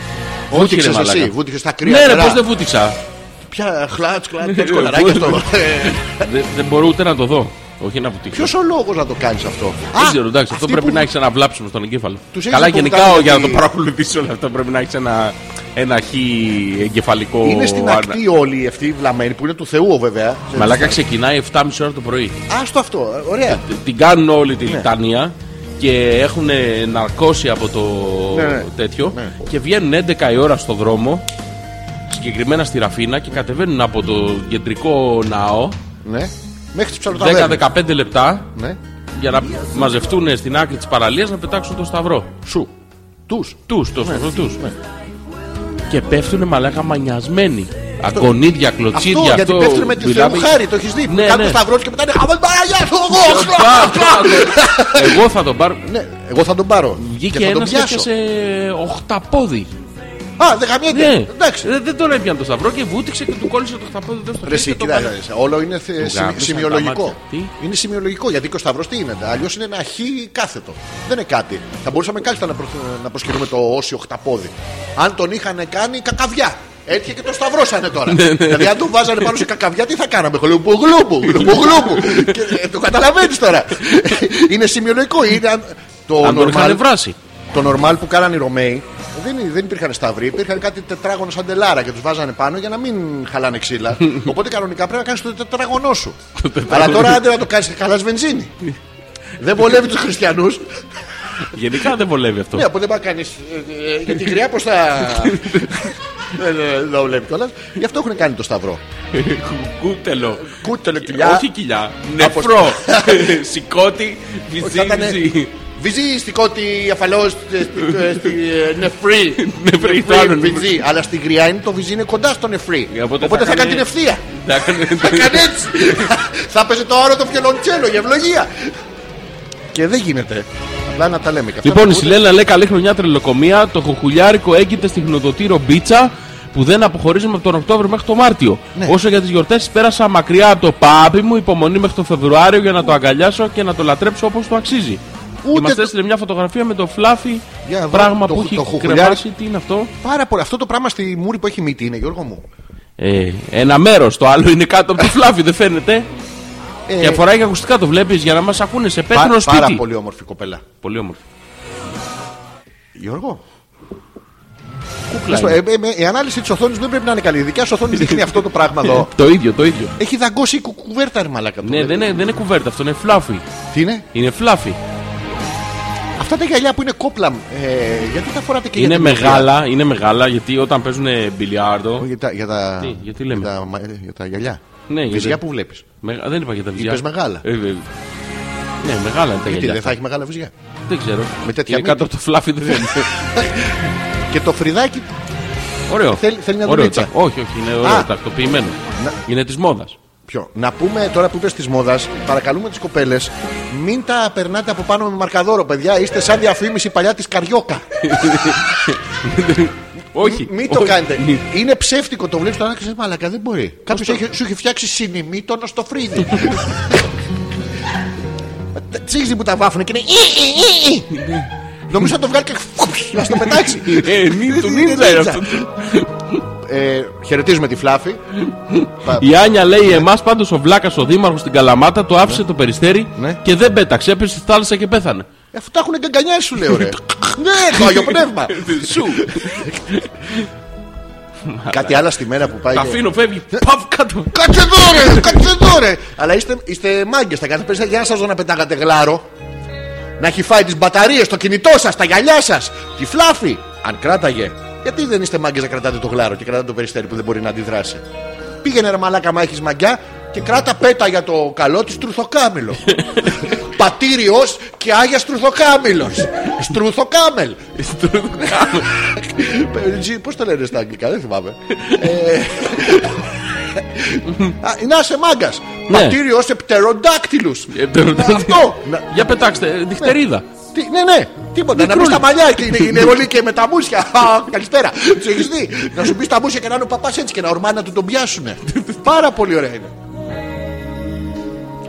Speaker 1: Βούτυξε
Speaker 2: ρε, μαλάκα.
Speaker 1: εσύ, βούτυξε τα κρύα.
Speaker 2: Ναι, ρε,
Speaker 1: νερά.
Speaker 2: πώς δεν βούτυξα.
Speaker 1: Πια χλάτ,
Speaker 2: Ναι,
Speaker 1: χλάτ, τα κολαράκια στο.
Speaker 2: Δεν- Δεν μπορώ ούτε να το δω. Όχι να βουτήξω.
Speaker 1: Ποιος ο λόγος να το κάνεις αυτό.
Speaker 2: Δεν ξέρω, εντάξει, αυτό πρέπει να έχεις ένα βλάψιμο στον εγκέφαλο.
Speaker 1: Τους έχεις
Speaker 2: Καλά,
Speaker 1: που
Speaker 2: γενικά
Speaker 1: κάνουν
Speaker 2: ο- για να
Speaker 1: ότι-
Speaker 2: το παρακολουθήσει όλα αυτά πρέπει να έχεις ένα, ένα χ εγκεφαλικό.
Speaker 1: Είναι στην
Speaker 2: άνα.
Speaker 1: ακτή όλοι αυτοί οι βλαμμένοι που είναι του Θεού βέβαια.
Speaker 2: Μαλάκα ξεκινάει 7.30 ώρα το πρωί.
Speaker 1: Άστο αυτό, ωραία.
Speaker 2: την κάνουν όλη
Speaker 1: Ναι.
Speaker 2: τη λιτανία και έχουν ναρκώσει από το
Speaker 1: Ναι, ναι.
Speaker 2: τέτοιο
Speaker 1: Ναι.
Speaker 2: και βγαίνουν 11 η ώρα στο δρόμο συγκεκριμένα στη Ραφίνα και κατεβαίνουν από το κεντρικό ναό
Speaker 1: Ναι. Μέχρι τις ψαλοταβέρνε.
Speaker 2: 10-15 λεπτά
Speaker 1: Ναι.
Speaker 2: για να μαζευτούν στην άκρη της παραλίας να πετάξουν το σταυρό
Speaker 1: Σου. Ναι. Τους.
Speaker 2: τους, το σταυρό τους και πέφτουν μαλάκα μανιασμένοι αγκονίδια, κλωτσίδια
Speaker 1: Αυτό γιατί πέφτουν με τη Θεού
Speaker 2: μιλάμε-
Speaker 1: χάρη, το έχεις δει.
Speaker 2: Ναι,
Speaker 1: Κάτω
Speaker 2: ναι.
Speaker 1: σταυρό και μετά είναι χαμό. Παραγιά σου, εγώ.
Speaker 2: Μπα,
Speaker 1: χλα, χλα.
Speaker 2: μπα, εγώ θα τον πάρω
Speaker 1: Ναι, εγώ θα τον πάρω.
Speaker 2: Βγήκε
Speaker 1: Και θα τον
Speaker 2: ένας και
Speaker 1: πιάσω.
Speaker 2: έπιασε οχταπόδι.
Speaker 1: Α, δεν χαμιέται.
Speaker 2: Ναι,
Speaker 1: Εντάξει.
Speaker 2: Ε, δεν τον έπιανε το σταυρό και βούτυξε και του κόλλησε το οχταπόδι. Δεν στο
Speaker 1: Ρε εσύ,
Speaker 2: χέρι και το
Speaker 1: κοίτα,
Speaker 2: βάλε.
Speaker 1: ε, όλο είναι θε-
Speaker 2: Του
Speaker 1: σι-
Speaker 2: γάμισαν τα
Speaker 1: σημειολογικό.
Speaker 2: μάτια. Τι?
Speaker 1: Είναι σημειολογικό γιατί και ο Σταυρός τι είναι. Αλλιώς είναι ένα χ κάθετο. Δεν είναι κάτι. Θα μπορούσαμε κάλλιστα να, προ... να προσκυνούμε το όσιο χταπόδι. Αν τον είχαν κάνει κακαβιά. Έτυχε και το σταυρώσανε τώρα.
Speaker 2: Ναι,
Speaker 1: δηλαδή, αν τον βάζανε πάνω σε κακαβιά, τι θα κάναμε. Χολούμπου, γλούμπου, γλούμπου, γλούμπου. Και, ε, το καταλαβαίνεις τώρα. είναι σημειολογικό. Είναι, αν- το
Speaker 2: Αν τον
Speaker 1: normal-
Speaker 2: είχαν βράσει.
Speaker 1: το νορμάλ που κάνανε οι Ρωμαίοι δεν, δεν υπήρχαν σταυροί, υπήρχαν κάτι τετράγωνο σαν τελάρα και τους βάζανε πάνω για να μην χαλάνε ξύλα. Οπότε κανονικά πρέπει να κάνεις το τετράγωνό σου. Αλλά τώρα άντε να το κάνεις, καλάς βενζίνη. δεν βολεύει τους χριστιανούς.
Speaker 2: Γενικά δεν βολεύει αυτό.
Speaker 1: ναι, οπότε δεν πάει κανείς. Για την κρυά πώς θα. Δεν ε, δεν το βλέπει κιόλας. Γι' αυτό έχουν κάνει το σταυρό.
Speaker 2: Κου- Κούτελο.
Speaker 1: Κούτελε κοιλιά.
Speaker 2: Όχι κοιλιά. Νεφρό. Σηκώτη.
Speaker 1: Όχι, θα
Speaker 2: Βυζί.
Speaker 1: ήτανε
Speaker 2: βυζί.
Speaker 1: Βυζί, στικότη, αφαλό, νεφρή.
Speaker 2: Νεφρή, λοιπόν.
Speaker 1: Νεφρή,
Speaker 2: θα είναι.
Speaker 1: βυζί. Αλλά στην κρυά είναι το βυζί είναι κοντά στο νεφρή.
Speaker 2: Ε, οπότε
Speaker 1: Οπότε
Speaker 2: θα
Speaker 1: θα κάνει την
Speaker 2: κάνει-
Speaker 1: ευθεία.
Speaker 2: Να έκανε-
Speaker 1: Θα κάνει έτσι. Θα παίζει το όρο το βιολοντσέλο για ευλογία. Και δεν γίνεται. Απλά να τα λέμε. και αυτά
Speaker 2: Λοιπόν, η
Speaker 1: ακούτε.
Speaker 2: Σιλένα λέει καλή χρονιά τρελοκομεία. Το χοχουλιάρικο έγκυται στη χνοδοτήρο Μπίτσα που δεν αποχωρίζουμε από τον Οκτώβριο μέχρι τον Μάρτιο.
Speaker 1: Ναι.
Speaker 2: Όσο για τις γιορτές, πέρασα μακριά από το πάπι μου, υπομονή μέχρι τον Φεβρουάριο για να το αγκαλιάσω και να το λατρέψω όπως το αξίζει.
Speaker 1: Ούτε
Speaker 2: Ούτε και μας
Speaker 1: το-
Speaker 2: έστειλε μια φωτογραφία με το φλάφι
Speaker 1: Για να δω,
Speaker 2: πράγμα
Speaker 1: το
Speaker 2: που
Speaker 1: χου-
Speaker 2: έχει
Speaker 1: το χουχουλιάρι-
Speaker 2: κρεμάσει. Τι είναι αυτό,
Speaker 1: Πάρα πολύ. Αυτό το πράγμα στη μούρη που έχει μύτη είναι, Γιώργο μου.
Speaker 2: ε, Ένα μέρος, το άλλο είναι κάτω από το φλάφι, δεν φαίνεται.
Speaker 1: Ε,
Speaker 2: και αφορά και ακουστικά το βλέπεις για να μας ακούνε σε
Speaker 1: πα-
Speaker 2: πέτρινο σπίτι.
Speaker 1: Πάρα πολύ όμορφη κοπέλα.
Speaker 2: Πολύ όμορφο.
Speaker 1: Γιώργο.
Speaker 2: Κούκλα.
Speaker 1: Ε,
Speaker 2: είναι.
Speaker 1: ε, ε, Η ανάλυση της οθόνης δεν πρέπει να είναι καλή. Η δικιά σου οθόνη δείχνει αυτό το πράγμα εδώ.
Speaker 2: Το ίδιο, το ίδιο.
Speaker 1: Έχει δαγκώσει η κου- κουβέρτα, ρε μαλάκα.
Speaker 2: Ναι, δεν είναι, δεν είναι κουβέρτα, αυτό είναι φλάφι.
Speaker 1: Τι είναι?
Speaker 2: Είναι φλάφι.
Speaker 1: Αυτά τα γυαλιά που είναι κόπλαμ, ε, γιατί τα φοράτε και
Speaker 2: Είναι
Speaker 1: για την
Speaker 2: μεγάλα, είναι μεγάλα γιατί όταν παίζουν
Speaker 1: ευθεία?
Speaker 2: μπιλιάρδο.
Speaker 1: Για τα, για τα,
Speaker 2: Τι, γιατί λέμε?
Speaker 1: Για τα, μα- ε, για τα γυαλιά.
Speaker 2: Ναι, για
Speaker 1: Βυζιά
Speaker 2: τα-
Speaker 1: που βλέπεις.
Speaker 2: Μεγα- δεν είπα για τα βυζιά.
Speaker 1: Είπες μεγάλα.
Speaker 2: Ε, ε, ναι, μεγάλα είναι
Speaker 1: Γιατί
Speaker 2: τα
Speaker 1: δεν
Speaker 2: γυαλιά.
Speaker 1: θα έχει μεγάλα βυζιά.
Speaker 2: Δεν ξέρω.
Speaker 1: Με τέτοια μύτη.
Speaker 2: Είναι κάτω από το φλάφι δεν φαίνεται.
Speaker 1: Και το φρυδάκι,
Speaker 2: Ωραίο.
Speaker 1: Θέλει- θέλει μια
Speaker 2: ωραίο,
Speaker 1: δουλίτσα.
Speaker 2: τα- Όχι, όχι, είναι
Speaker 1: Α.
Speaker 2: ωραίο, τακτοποιημένο. Είναι της μόδας.
Speaker 1: ποιο. Να πούμε τώρα που είπες της μόδας, παρακαλούμε τις κοπέλες, μην τα περνάτε από πάνω με μαρκαδόρο, παιδιά. Είστε σαν διαφήμιση παλιά της Καριόκα.
Speaker 2: Όχι.
Speaker 1: Μην το
Speaker 2: όχι. Ε,
Speaker 1: κάνετε.
Speaker 2: Μη-
Speaker 1: Είναι ψεύτικο το βλέπεις τώρα και ξέρεις, μαλακά δεν μπορεί. Κάποιος έχει- σου έχει φτιάξει συνημήτωνο στο φρύδι. Τσίγζει που τα βάφουνε και είναι «Ι, ι, ι, ι».
Speaker 2: Ναι.
Speaker 1: Νομίζω να το βγάλει και να στο πετάξει.
Speaker 2: Ε, νι- του νίντζα είναι αυτό.
Speaker 1: Ε, χαιρετίζουμε τη Φλάφη. Πα-
Speaker 2: Η Άνια λέει: Εμάς πάντως ο Βλάκας ο Δήμαρχος στην Καλαμάτα το άφησε το περιστέρι
Speaker 1: Ναι.
Speaker 2: και δεν πέταξε. Έπεσε στη θάλασσα και πέθανε.
Speaker 1: Ε, Αυτά έχουν καγκανιάσει σου λέω ρε. ναι, το Άγιο Πνεύμα.
Speaker 2: Σου.
Speaker 1: Κάτι άλλο στη μέρα που πάει.
Speaker 2: Τα
Speaker 1: και-
Speaker 2: αφήνω, φεύγει.
Speaker 1: Ε.
Speaker 2: Παπ κάτω.
Speaker 1: Κάτσε εδώ ρε, κάτσε εδώ ρε. Αλλά είστε, είστε μάγκες τα κάθε πέρα. Για να σας δω να πετάγατε γλάρο. Να έχει φάει τις μπαταρίες, το κινητό σας, τα γυαλιά σας, τη φλάφη. Αν κράταγε. Γιατί δεν είστε μάγκες να κρατάτε το γλάρο και κρατάτε το περιστέρι που δεν μπορεί να αντιδράσει. Πήγαινε ρε μαλάκα μα έχεις μαγκιά και κράτα πέτα για το καλό της τρουθοκάμιλος. Πατήριος και Άγιας Στρουθοκάμιλος. Στρουθοκάμελ. Στρουθοκάμελ. Πώς το λένε στα αγγλικά, δεν θυμάμαι. Ε, Α, Να είσαι μάγκας.
Speaker 2: Ναι.
Speaker 1: Πατήριος σε πτεροντάκτυλου.
Speaker 2: Ε, πτεροντάκτυλους.
Speaker 1: Αυτό. Να-
Speaker 2: Για πετάξτε, ε, νυχτερίδα.
Speaker 1: τι- Ναι, ναι. Τίποτα. Να μπει
Speaker 2: Μικρούλι.
Speaker 1: στα μαλλιά και είναι, είναι όλοι και με τα μουσια. Α, Καλησπέρα. Του έχεις δει. Να σου μπεις στα μουσια και να είναι ο παπάς έτσι και να ορμά να του τον πιάσουνε. Πάρα πολύ ωραία είναι.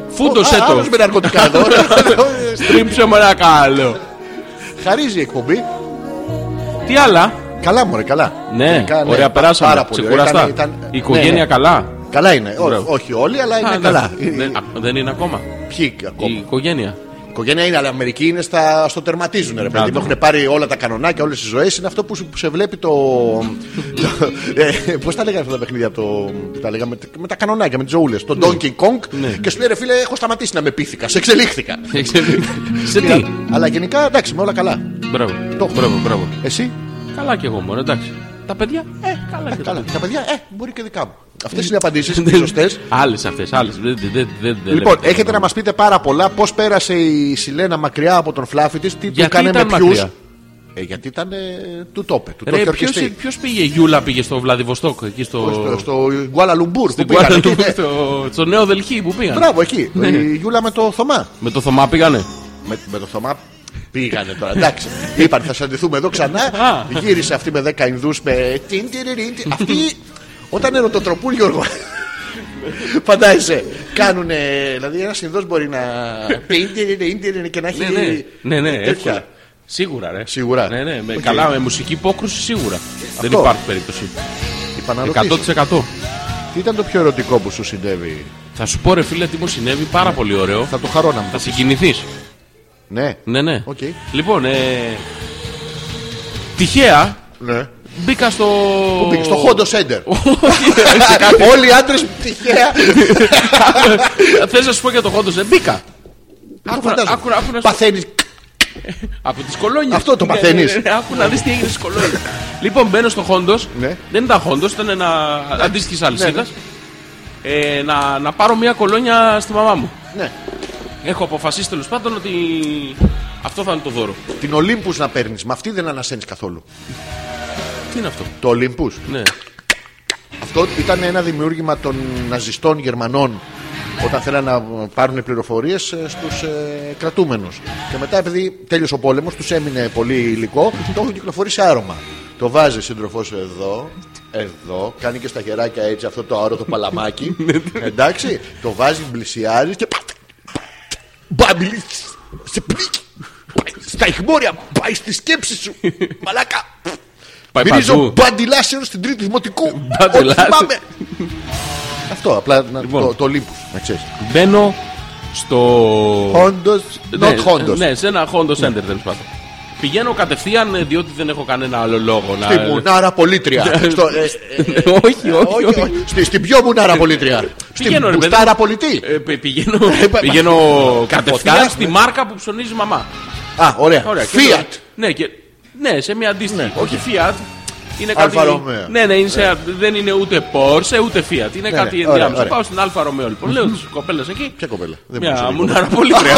Speaker 2: Φούντωσε
Speaker 1: Ε. Α,
Speaker 2: το.
Speaker 1: άλλος με ναρκωτικά εδώ.
Speaker 2: Τρίψε με ένα καλό.
Speaker 1: Χαρίζει η εκπομπή.
Speaker 2: Τι άλλα.
Speaker 1: Καλά, μωρέ, καλά.
Speaker 2: Ναι,
Speaker 1: Τελικά, πα-
Speaker 2: ωραία, περάσαμε.
Speaker 1: πάρα πολύ ωραία.
Speaker 2: Ξεκουραστά.
Speaker 1: Ήταν- ήταν-
Speaker 2: Η οικογένεια
Speaker 1: ναι, ναι.
Speaker 2: καλά.
Speaker 1: Καλά είναι. Ό-
Speaker 2: Μπράβο.
Speaker 1: Όχι όλοι, αλλά
Speaker 2: Α,
Speaker 1: είναι
Speaker 2: ναι.
Speaker 1: καλά. Ε.
Speaker 2: Δεν- α, Δεν είναι ακόμα.
Speaker 1: Ποιοι
Speaker 2: Η
Speaker 1: ακόμα.
Speaker 2: οικογένεια.
Speaker 1: Η οικογένεια είναι, αλλά μερικοί είναι στα, στο τερματίζουν. Ρε, παιδί,
Speaker 2: Μπράβο.
Speaker 1: μου έχουν πάρει όλα τα κανονάκια, όλες τις ζωές. Είναι αυτό που, σου- που σε βλέπει το. Πώς τα λέγανε αυτά τα παιχνίδια από το, που τα λέγαμε, με τα κανονάκια, με τις ζωούλες. Το
Speaker 2: Ναι.
Speaker 1: Donkey Kong. Και σου λέει ρε φίλε, έχω σταματήσει να με πείθηκα. Σε εξελίχθηκα.
Speaker 2: Σε τι.
Speaker 1: αλλά γενικά εντάξει, με όλα καλά.
Speaker 2: Μπράβο.
Speaker 1: Το έχω.
Speaker 2: Μπράβο, μπράβο.
Speaker 1: Εσύ,
Speaker 2: Καλά κι εγώ μόνο, εντάξει. Τα παιδιά, ε, καλά και
Speaker 1: καλά. Τα παιδιά, ε, μπορεί και δικά μου. Αυτές είναι οι
Speaker 2: Ναι.
Speaker 1: απαντήσει, οι σωστές.
Speaker 2: Άλλες αυτές, άλλες. Ναι,
Speaker 1: Λοιπόν, έχετε να μας πείτε πάρα πολλά πώς πέρασε η Σιλένα μακριά από τον φλάφι της, τι του
Speaker 2: Γιατί
Speaker 1: έκανε με
Speaker 2: ήταν
Speaker 1: ποιους.
Speaker 2: μακριά?
Speaker 1: Ε, γιατί ήταν ε, του τόπε, του το είχε
Speaker 2: Ρε,
Speaker 1: ορκιστεί.
Speaker 2: ποιος, ποιος πήγε, η Γιούλα πήγε στο Βλαδιβοστόκ, εκεί στο...
Speaker 1: στο, στο Γκουάλα Λουμπούρ που
Speaker 2: στην
Speaker 1: πήγανε.
Speaker 2: Κουάτα-
Speaker 1: εκεί, ναι.
Speaker 2: στο, στο Νέο Δελχή που πήγανε.
Speaker 1: Μπράβο, εκεί.
Speaker 2: Ναι,
Speaker 1: Η Γιούλα με το Θωμά.
Speaker 2: Με το Θωμά πήγανε.
Speaker 1: Με, με το Θωμά πήγανε τώρα. Εντάξει. Είπαν θα συναντηθούμε εδώ ξανά.
Speaker 2: Α.
Speaker 1: Γύρισε αυτή με 10 Ινδούς με. τιν, τιν, τιν, τιν, τιν. Αυτή όταν ερωτοτροπούν Γιώργο. Φαντάζεσαι, κάνουν. Δηλαδή, ένας Ινδός μπορεί να. τιν, τιν, τιν, τιν, και να
Speaker 2: Ναι, ναι,
Speaker 1: έχει.
Speaker 2: ναι, ναι
Speaker 1: τέτοια.
Speaker 2: εύκολα. Σίγουρα, ρε.
Speaker 1: Σίγουρα.
Speaker 2: Ναι, ναι, με,
Speaker 1: Οκ.
Speaker 2: καλά, με μουσική υπόκρουση σίγουρα. Δεν
Speaker 1: Αυτό.
Speaker 2: υπάρχει περίπτωση.
Speaker 1: Είπα να ρωτήσω.
Speaker 2: 100%.
Speaker 1: Τι ήταν το πιο ερωτικό που σου συνέβη.
Speaker 2: Θα σου πω, ρε φίλε, τι μου συνέβη, πάρα πολύ ωραίο.
Speaker 1: Ναι. Θα το χαρώ να μου.
Speaker 2: Θα συγκινηθείς.
Speaker 1: Ναι.
Speaker 2: Ναι, ναι.
Speaker 1: Οκ.
Speaker 2: Λοιπόν, ε, τυχαία
Speaker 1: ναι.
Speaker 2: μπήκα στο. Πού
Speaker 1: Πήγε στο Χόντο Σέντερ.
Speaker 2: Όχι,
Speaker 1: Όλοι οι άντρες τυχαία.
Speaker 2: Θες να σου πω για το Χόντο Σέντερ. Μπήκα.
Speaker 1: Άκου,
Speaker 2: Άκουρα- άκουρα- άκουρα-
Speaker 1: Παθαίνεις.
Speaker 2: Από τις κολόνιες.
Speaker 1: Αυτό το παθαίνεις.
Speaker 2: ναι, Άκου να δεις τι έγινε στις κολόνιες. λοιπόν, μπαίνω στο Χόντο.
Speaker 1: Ναι.
Speaker 2: Δεν ήταν Χόντο, ήταν ένα αντίστοιχης αλυσίδας. Ε, να, να πάρω μια κολόνια στη μαμά μου.
Speaker 1: Ναι.
Speaker 2: Έχω αποφασίσει τέλος πάντων ότι αυτό θα είναι το δώρο.
Speaker 1: Την Ολύμπους να παίρνεις. Με αυτή δεν ανασένεις καθόλου.
Speaker 2: Τι είναι αυτό.
Speaker 1: Το Ολύμπους.
Speaker 2: Ναι.
Speaker 1: Αυτό ήταν ένα δημιούργημα των ναζιστών Γερμανών όταν θέλαν να πάρουν πληροφορίες στους ε, κρατούμενους. Και μετά, επειδή τέλειωσε ο πόλεμος, τους έμεινε πολύ υλικό, το έχουν κυκλοφορήσει άρωμα. Το βάζει σύντροφο εδώ, εδώ, κάνει και στα χεράκια έτσι αυτό το άρωμα το παλαμάκι. εντάξει, το βάζει, πλησιάζει και. Μπάμπιλι, σε πνίγει. Στα ηχμόρια, πάει στη σκέψη σου. Μαλάκα,
Speaker 2: Πάει
Speaker 1: Μυρίζω
Speaker 2: παντού.
Speaker 1: μπαντιλάσεων στην τρίτη δημοτικού. Ό,τι
Speaker 2: Μπαντιλάσεων.
Speaker 1: θυμάμαι. Αυτό, απλά να-
Speaker 2: Λοιπόν.
Speaker 1: το, το λίπους, να ξέρεις.
Speaker 2: Μπαίνω στο.
Speaker 1: Χόντος,
Speaker 2: Ναι,
Speaker 1: not χόντος.
Speaker 2: Ναι, σε ένα Honda Center τέλος πάντων. Πηγαίνω κατευθείαν ε, διότι δεν έχω κανένα άλλο λόγο να.
Speaker 1: Στη Μουνάρα Πολίτρια. Στο- ε, ε,
Speaker 2: Ε, Ναι. όχι, όχι,
Speaker 1: όχι,
Speaker 2: όχι.
Speaker 1: όχι. Στη- Στην πιο Μουνάρα Πολίτρια. Στην
Speaker 2: Πηγαίνω, ρε παιδί.
Speaker 1: Μπουστάρα Πολιτή.
Speaker 2: Ε, πη- Πηγαίνω,
Speaker 1: πα-
Speaker 2: πηγαίνω κατευθείαν
Speaker 1: Καποτάς,
Speaker 2: στη
Speaker 1: ναι.
Speaker 2: μάρκα που ψωνίζει η μαμά.
Speaker 1: Α, ωραία.
Speaker 2: Ε, Ωραία, και
Speaker 1: Fiat.
Speaker 2: το- Ναι, και... ναι, σε μια αντίστοιχη.
Speaker 1: Ναι,
Speaker 2: όχι Fiat. Είναι κάτι...
Speaker 1: Αλφα Ρωμαίο.
Speaker 2: Ναι, ναι, είναι σε... δεν είναι ούτε Porsche ούτε Fiat. Είναι
Speaker 1: ναι,
Speaker 2: κάτι
Speaker 1: ωραία,
Speaker 2: ενδιάμεσο.
Speaker 1: ωραία.
Speaker 2: Πάω στην Αλφα Ρωμαίο λοιπόν. Λέω τις κοπέλες εκεί.
Speaker 1: Ποια κοπέλα. Δεν μπορούσα
Speaker 2: Μια Ε,
Speaker 1: να πω.
Speaker 2: μουνάρα πολύ ωραία.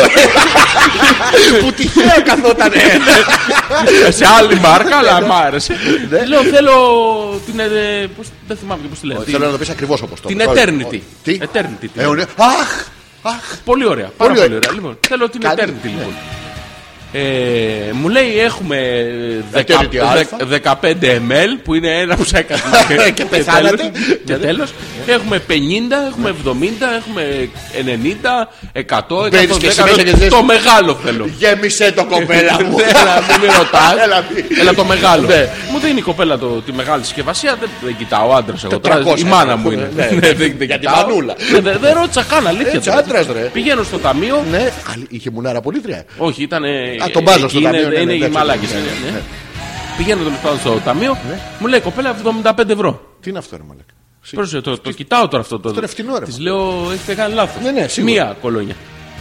Speaker 1: Που τυχαία καθότανε.
Speaker 2: σε άλλη μάρκα, αλλά μ' άρεσε. Λέω θέλω την. ε, πώς- Δεν θυμάμαι και πώς τη λέω.
Speaker 1: Ναι. Όχι, Θέλω να το πεις ακριβώς όπως το
Speaker 2: Την
Speaker 1: είπες.
Speaker 2: Eternity.
Speaker 1: Όχι, Τι.
Speaker 2: Eternity, τι
Speaker 1: Ε, ωραία. Αχ. Αχ.
Speaker 2: Πολύ ωραία. Πάρα πολύ
Speaker 1: Πολύ
Speaker 2: ωραία.
Speaker 1: ωραία.
Speaker 2: Λοιπόν, θέλω την
Speaker 1: Καλή,
Speaker 2: Eternity
Speaker 1: ναι.
Speaker 2: λοιπόν. Ε, μου λέει έχουμε ε, δεκα-
Speaker 1: Eternity Alpha.
Speaker 2: δε- 15 ml που είναι ένα ψέκα
Speaker 1: Και πεθάνατε.
Speaker 2: Και τέλος Έχουμε 50, έχουμε 70, έχουμε 90, 100,
Speaker 1: Μπαίνεις και συνέχεια και
Speaker 2: 110
Speaker 1: ζεις.
Speaker 2: Το μεγάλο θέλω
Speaker 1: Γέμισε το κοπέλα μου.
Speaker 2: Έλα μην με ρωτάς
Speaker 1: Έλα, μη.
Speaker 2: Έλα το μεγάλο
Speaker 1: Ναι.
Speaker 2: Μου δίνει η κοπέλα το, τη μεγάλη συσκευασία. Δεν, δεν κοιτάω άντρας εγώ.
Speaker 1: 400
Speaker 2: Τώρα, η μάνα μου είναι.
Speaker 1: Ναι, ναι, για τη
Speaker 2: κοιτάω.
Speaker 1: μανούλα.
Speaker 2: Ναι, Δεν δεν ρώτησα καν, αλήθεια.
Speaker 1: Έτσι,
Speaker 2: τώρα.
Speaker 1: άντρας, ρε.
Speaker 2: Πηγαίνω στο ταμείο.
Speaker 1: Ναι, α, είχε μουνάρα πολίτρια.
Speaker 2: Όχι, ήταν.
Speaker 1: Α, τον μπάζω στο ταμείο, ναι, ναι,
Speaker 2: Είναι οι
Speaker 1: εντάξει,
Speaker 2: μαλάκε.
Speaker 1: ναι, ναι, ναι.
Speaker 2: Πηγαίνω τέλο πάντων στο ταμείο. Μου λέει κοπέλα 75 ευρώ.
Speaker 1: Τι είναι αυτό, ρε Μαλακ.
Speaker 2: Πρόσεχε, το, το κοιτάω τώρα αυτό. Το,
Speaker 1: είναι φτηνό, ρε,
Speaker 2: Της
Speaker 1: μα.
Speaker 2: λέω, έχετε κάνει λάθος.
Speaker 1: Ναι, ναι, σίγουρα.
Speaker 2: Μία κολόνια.